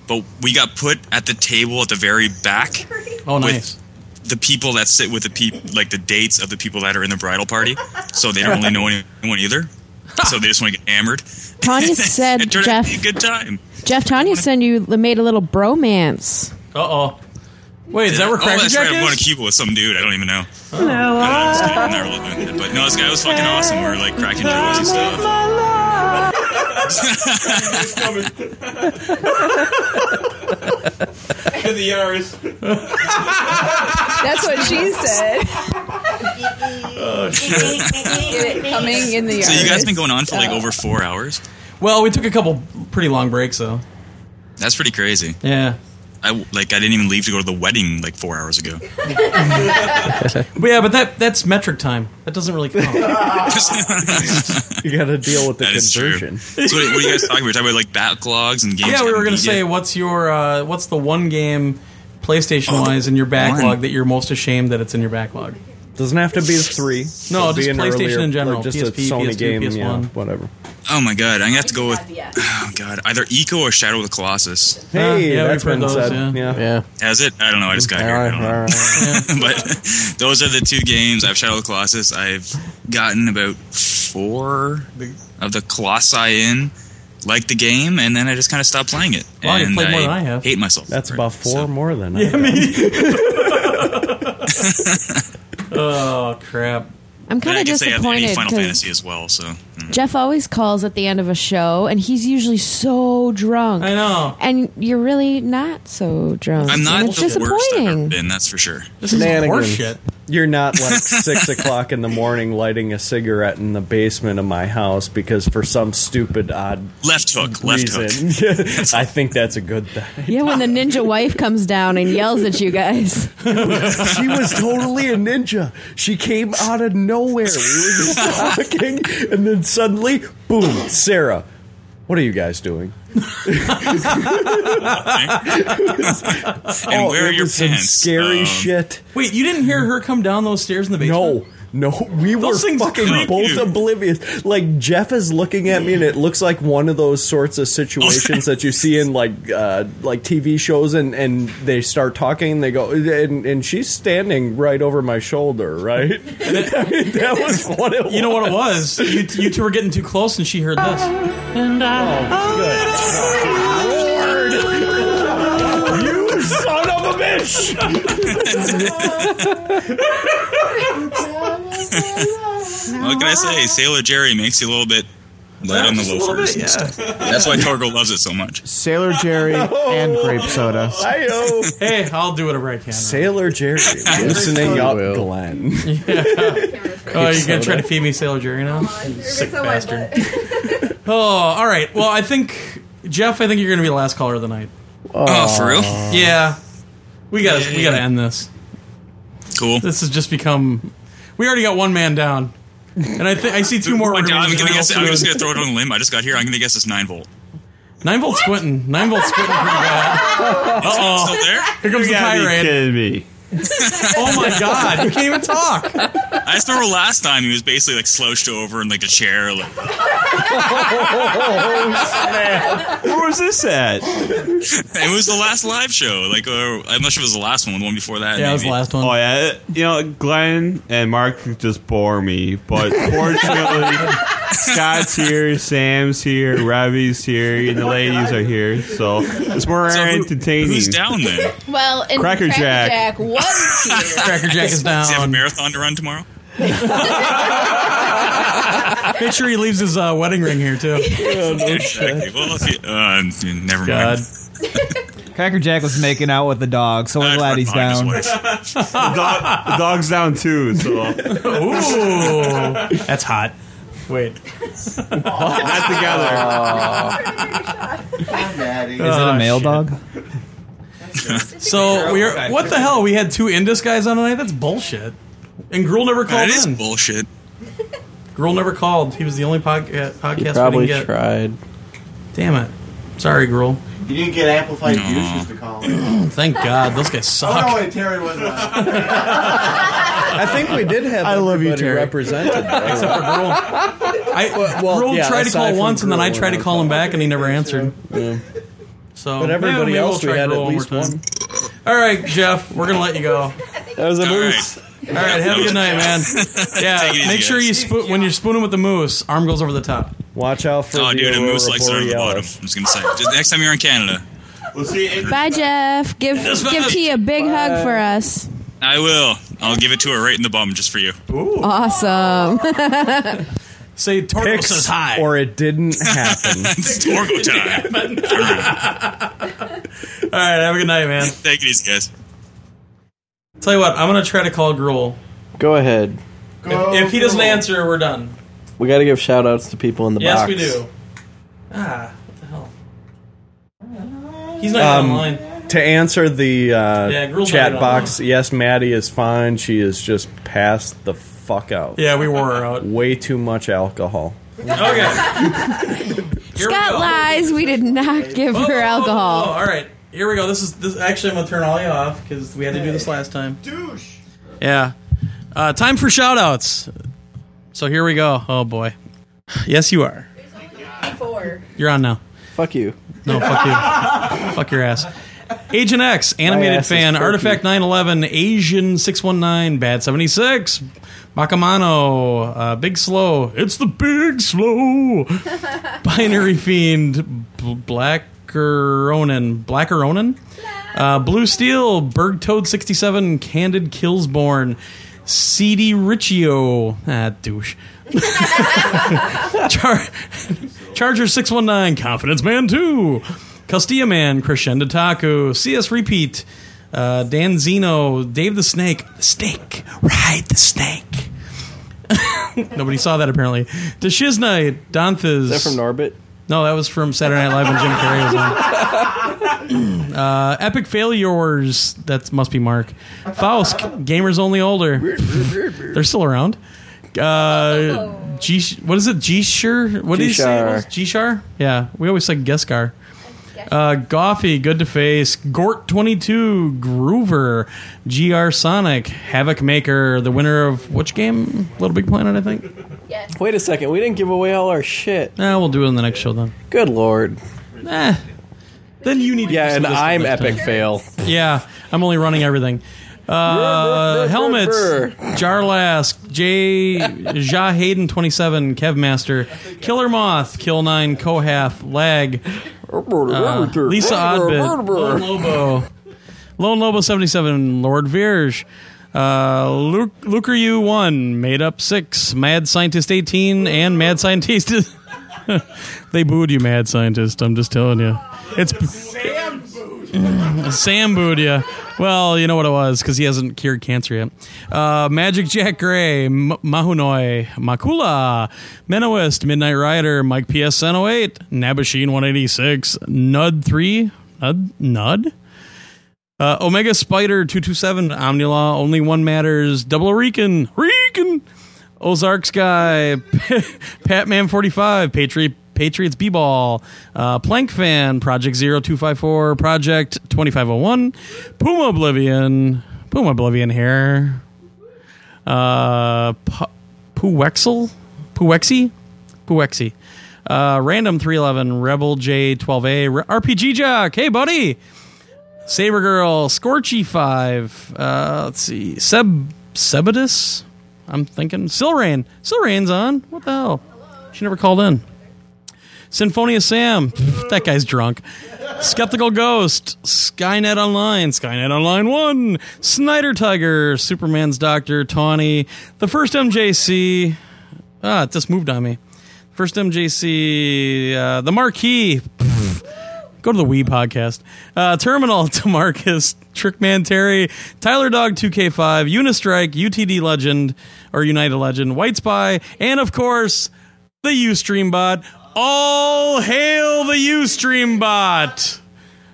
but we got put at the table at the very back. Oh, with nice. The people that sit with the people like the dates of the people that are in the bridal party, so they don't really know anyone either. So they just want to get hammered. Tanya said, It turned out to be Jeff, a good time. Jeff Tanya said you made a little bromance. Uh oh. Wait, is that where oh, Cracker that's Jack right. I'm going is? to Cuba with some dude. I don't even know. Now I'm not really doing it, but no, this guy was fucking awesome. We were like cracking jokes and stuff. to the Yaris. That's what she said. shit. It coming in the yard. So you guys been going on for like over four hours. Well, we took a couple pretty long breaks though. That's pretty crazy. Yeah. I like I didn't even leave to go to the wedding like four hours ago. But yeah, but that that's metric time. That doesn't really count. you got to deal with the That is true. conversion. So what, what are you guys talking about? We're talking about like backlogs and games. yeah, we you were gonna haven't beat say yet. what's your uh, what's the one game PlayStation wise in your backlog Oh, one. that you're most ashamed that it's in your backlog? Doesn't have to be three. No, Could be uh, just an PlayStation earlier- in general. like just a PSP, Sony PS2, game, yeah, PS1. whatever. Oh my god, I'm gonna have to go with. Oh god, either Eco or Shadow of the Colossus. Uh, Hey, yeah, that's we've been heard those, said. Yeah. Has it? I don't know. I just got here. I don't know. but those are the two games. I've Shadow of the Colossus. I've gotten about four of the Colossi in, like the game, and then I just kind of stopped playing it. Wow, you've and played more than I have. Hate myself. That's about four more than I Yeah, got. Oh crap! I'm And kind I of guess they have any disappointed Final 'cause Fantasy as well. So mm. Jeff always calls at the end of a show, and he's usually so drunk. I know, and you're really not so drunk. I'm not and it's the worst I've ever disappointing. been. That's for sure. Shenanigans. You're not like six o'clock in the morning lighting a cigarette in the basement of my house because for some stupid odd left hook, left hook. I think that's a good thing. Yeah, when the ninja wife comes down and yells at you guys. she was totally a ninja. She came out of nowhere. We were just talking, and then suddenly, boom! Sarah, what are you guys doing? and where it are your was some pants? scary Um, shit. Wait, you didn't hear her come down those stairs in the basement? No, no, we Those were things fucking creep both you. oblivious. Like Jeff is looking at me, and it looks like one of those sorts of situations that you see in like uh, like TV shows, and and they start talking, and they go, and, and she's standing right over my shoulder, right? I mean, that was what it was. You know what it was? You, you two were getting too close, and she heard this. And Oh, I. You son of a bitch! What can I say? Sailor Jerry makes you a little bit light on the Just a little loafers. bit, and yeah. stuff. That's why Torgo loves it so much. Sailor Jerry and grape soda. uh, hey, I'll do whatever I can. Sailor Jerry, loosening up, Glenn. Oh, you gonna try to feed me Sailor Jerry now? You sick bastard. oh, all right. Well, I think Jeff, I think you're gonna be the last caller of the night. Oh, for real? Yeah, we gotta we gotta end this. Cool. This has just become. We already got one man down, and I think I see two more. I'm, gonna remaining real guess, I'm just soon. gonna throw it on a limb. I just got here. I'm gonna guess it's nine volt. Nine volt squinting. Nine volt squinting pretty bad. Uh-oh. Still there? Here comes the tirade. kidding me. Oh my god, you can't even talk. I just remember last time he was basically like slouched over in like a chair. Like, Oh, Where was this at? it was the last live show. Like, or, I'm not sure if it was the last one, the one before Uh, that. maybe. one. Oh yeah, It- you know Glenn and Mark just bore me, but fortunately, Scott's here, Sam's here, Ravi's here, Oh and the ladies are here, so it's more entertaining. who's down there? Well, and Cracker Cracker, Jack. Jack. was here. Cracker Jack is Does he have down. a marathon to run tomorrow? Make sure he leaves his uh, wedding ring here too. exactly. Well, if you, uh, never God. mind. Cracker Jack was making out with the dog, so we're glad he's down. The, dog, the dog's down too, so Ooh, that's hot. Wait, not Oh. together. Daddy. Is Ah, it a male dog? So we are. What the hell? We had two Indus guys on tonight. That's bullshit. And Gruel never called That is in. bullshit. Gruel never called. He was the only podca- He podcast we probably didn't get. tried. Damn it! Sorry, Gruel. You didn't get amplified douches to call Oh. him. Thank God, those guys suck. Oh, no, wait, Terry was on. I think we did have I love you, Terry. represented. Except for Gruel. I well, Gruel yeah, tried to aside call from once, and then I Gruel, tried to I call him back, and he never answered. So, But maybe everybody we'll else, we try had at Gruel least more time. All right, Jeff, we're gonna let you go. That was a moose. All right, have a good night, man. Take it Yeah, easy, make sure guys. you spoon when you're spooning with the moose. Arm goes over the top. Watch out for Oh, the dude, a moose Aurora likes to run to the bottom. Borealis. I'm just gonna say. Just next time you're in Canada, we'll see. Bye, Jeff. Give Yes, give ma'am. T a big hug for us. I will. I'll give it to her right in the bum just for you. Awesome. Say Torcos is high, or it didn't happen. it's Torgo time. All right, have a good night, man. Take it easy, guys. Tell you what, I'm gonna try to call Gruel. Go ahead. If, if he doesn't answer, we're done. We got to give shout outs to people in the yes, box. we do. Ah, what the hell? He's not even online. Um, to answer the uh, Yeah, Gruel's chat not box, yes, Maddie is fine. She is just passed the fuck out. Yeah, we wore her out. Way too much alcohol. Scott lies. We did not give her alcohol. Oh, all right. Here we go. This is this. Actually, I'm gonna turn all you off because we had to do this last time. Douche. Yeah. Uh, time for shout outs. So here we go. Oh boy. Yes, you are. Before. You're on now. Fuck you. No, fuck you. fuck your ass. Agent X, My animated ass is fan, fuck Artifact 911, Asian 619, Bad 76, Bakamano, uh, Big Slow, It's the Big Slow, Binary Fiend, B- Blackeronin, Blackeronin, uh, Blue Steel, Bergtoad 67, Candid Killsborn, CD Riccio, ah, douche. Char- Charger 619, Confidence Man 2, Castilla Man, Crescendo Taku, CS Repeat, uh, Dan Zeno, Dave the Snake, the Snake, Ride the Snake. Nobody saw that apparently. Deshiz Knight, Donthes. Is that from Norbit? No, that was from Saturday Night Live when Jim Carrey was on. Uh, Epic Failures. That must be Mark. Faust. Gamers only older. They're still around. Uh, G. What is it? G. Sure. What did you say? it was? G. Shar. Yeah. We always said Geskar. Uh, Goffy, good to face. Gort twenty two, Groover, Gr Sonic, Havoc Maker, the winner of which game? Little Big Planet, I think. Wait a second. We didn't give away all our shit. Nah, we'll do it in the next show then. Good lord. Eh. Then you need. Yeah, listen and to this the I'm next epic time. fail. Yeah, I'm only running everything. Uh, helmets, Jarlask, J. Ja Hayden 27, Kevmaster, Killer Moth, Kill 9, Kohath, Lag, uh, Lisa Odbit, Lone Lobo, Lone Lobo 77, Lord Virge, uh, Luke, Luker U 1, Made Up 6, Mad Scientist 18, and Mad Scientist. they booed you, Mad Scientist, I'm just telling you. It's. Sam booed ya. Well, you know what it was because he hasn't cured cancer yet. Uh, Magic Jack Gray, M- Mahunoi, Makula, Menoist, Midnight Rider, Mike PS 108, Nabashin 186, Nud 3, Nud? Nud? Uh, Omega Spider 227, Omnila, Only One Matters, Double Rican, Rican, Ozarks Guy, Patman 45, Patriot. Patriots B Ball, uh, Plank Fan, Project 0254, Project 2501, Puma Oblivion, Puma Oblivion here, uh, Pu- Puwexel, Puwexi, Puexi. Uh, Random 311, Rebel J12A, Re- RPG Jock. Hey, buddy. Saber Girl, Scorchy 5. Uh, let's see. Seb Sebadus? I'm thinking. Silrain. Silrain's on. What the hell? She never called in. Symphonia Sam. Pff, that guy's drunk. Skeptical Ghost. Skynet Online. Skynet Online 1. Snyder Tiger. Superman's Doctor. Tawny. The first MJC. Ah, it just moved on me. First MJC. Uh, the Marquee. Pff, Go to the Wii podcast. Uh, Terminal, Demarcus, Trickman Terry, Tyler Dog 2K5, Unistrike, UTD Legend, or United Legend, White Spy, and of course, the Ustream bot. All hail the Ustream bot.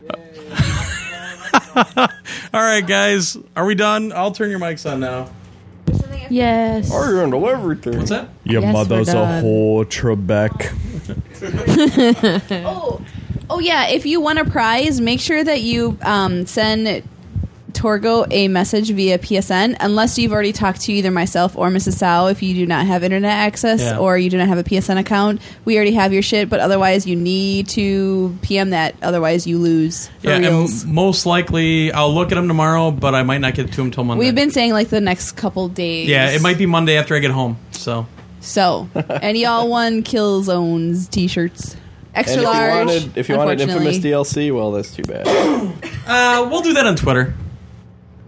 All right, guys. Are we done? I'll turn your mics on now. Yes. Or you handle everything. What's that? Your Yes, we're mother's a done. whore, Trebek. oh, oh yeah. If you want a prize, make sure that you um, send Torgo a message via PSN. Unless you've already talked to either myself or Mrs. Sow, if you do not have internet access Yeah. or you do not have a PSN account, we already have your shit. But otherwise, you need to PM that. Otherwise, you lose. For yeah, and reals. m- most likely I'll look at them tomorrow, but I might not get to them till Monday. We've been saying like the next couple days. yeah, it might be Monday after I get home. So So, and y'all won kill zones t-shirts, extra and if large. You wanted, if you wanted infamous unfortunately. DLC, well, that's too bad. uh, we'll do that on Twitter.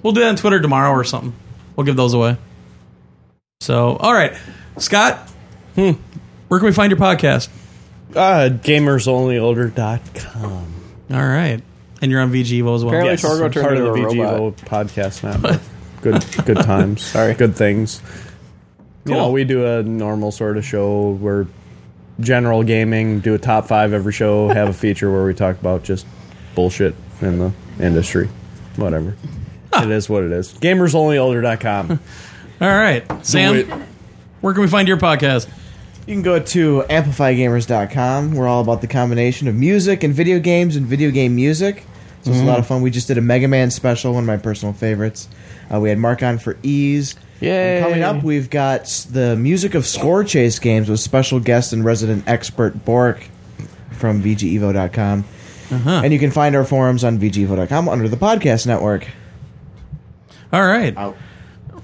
We'll do that on Twitter tomorrow or something. We'll give those away. So, all right, Scott, hmm, where can we find your podcast? Uh, gamersonlyolder.com. All right, and you're on VGevo as well. Apparently, Torgo turned part of the VG Evil podcast now. good, good times. Sorry, good things. You know, Cool. we do a normal sort of show where general gaming, do a top five every show, have a feature where we talk about just bullshit in the industry, whatever. It is what it is. GamersOnlyOlder.com. All right, Sam, where can we find your podcast? You can go to amplifygamers.com. We're all about the combination of music and video games and video game music. So it's a Mm-hmm. Mhm. lot of fun. We just did a Mega Man special, one of my personal favorites. Uh, we had Mark on for ease. Yeah. Coming up, we've got s- the music of Score Chase games with special guest and resident expert Bork from E VGEvo.com. Uh-huh. And you can find our forums on E VGEvo.com under the podcast network. All right,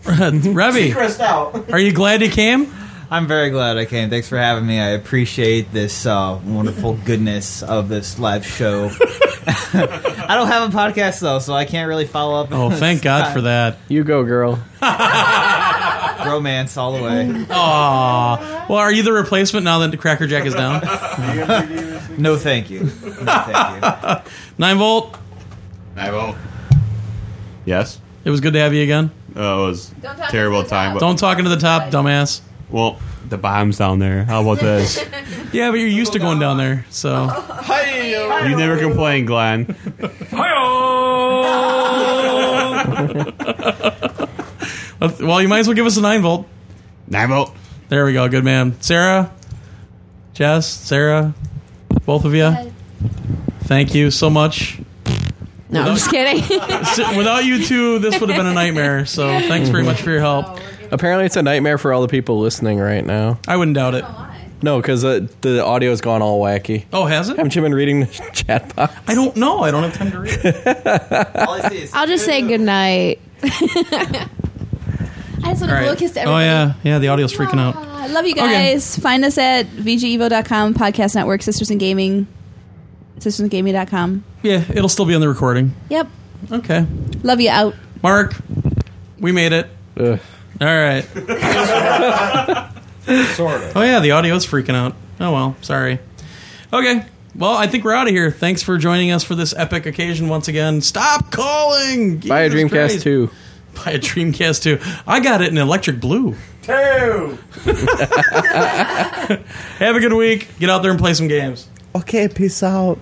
Revy, Secret's out. are you glad you came? I'm very glad I came. Thanks for having me. I appreciate this uh, wonderful goodness of this live show. I don't have a podcast though, so I can't really follow up. Oh, thank God for that. You go, girl. Romance all the way. Aw. Well, are you the replacement now that Cracker Jack is down? no, thank you. No, thank you. Nine volt. Nine volt. Yes. It was good to have you again. Uh, it was terrible time. But Don't talk into the top, dumbass. Well, the bomb's down there. How about this? Yeah, but you're used to going down there, so. you never complain, Glenn. Well, you might as well give us a nine volt. Nine volt. There we go. Good man, Sarah, Jess, Sarah, both of you. Thank you so much. No, I'm just kidding. Without you two, this would have been a nightmare. So thanks very much for your help. Mm-hmm. Apparently, it's a nightmare for all the people listening right now. I wouldn't doubt it. No, because the, the audio's gone all wacky. Oh, has it? Haven't you been reading the chat box? I don't know. I don't have time to read. I'll just say goodnight. I just want All to blow a right. kiss to Oh everybody. yeah, Oh, yeah. The audio's freaking out. I love you guys. Find us at E VGEvo.com, Podcast Network, Sisters in Gaming, sistersingaming.com. Yeah, it'll still be on the recording. Yep. Okay. Love you out. Mark, we made it. All right. sort of. Oh yeah, the audio's freaking out. Oh well, sorry. Okay. Well, I think we're out of here. Thanks for joining us for this epic occasion once again. Stop calling. Buy a Jesus Dreamcast Christ. 2. Buy a Dreamcast two. I got it in electric blue. Two. Have a good week. Get out there and play some games. Okay, peace out.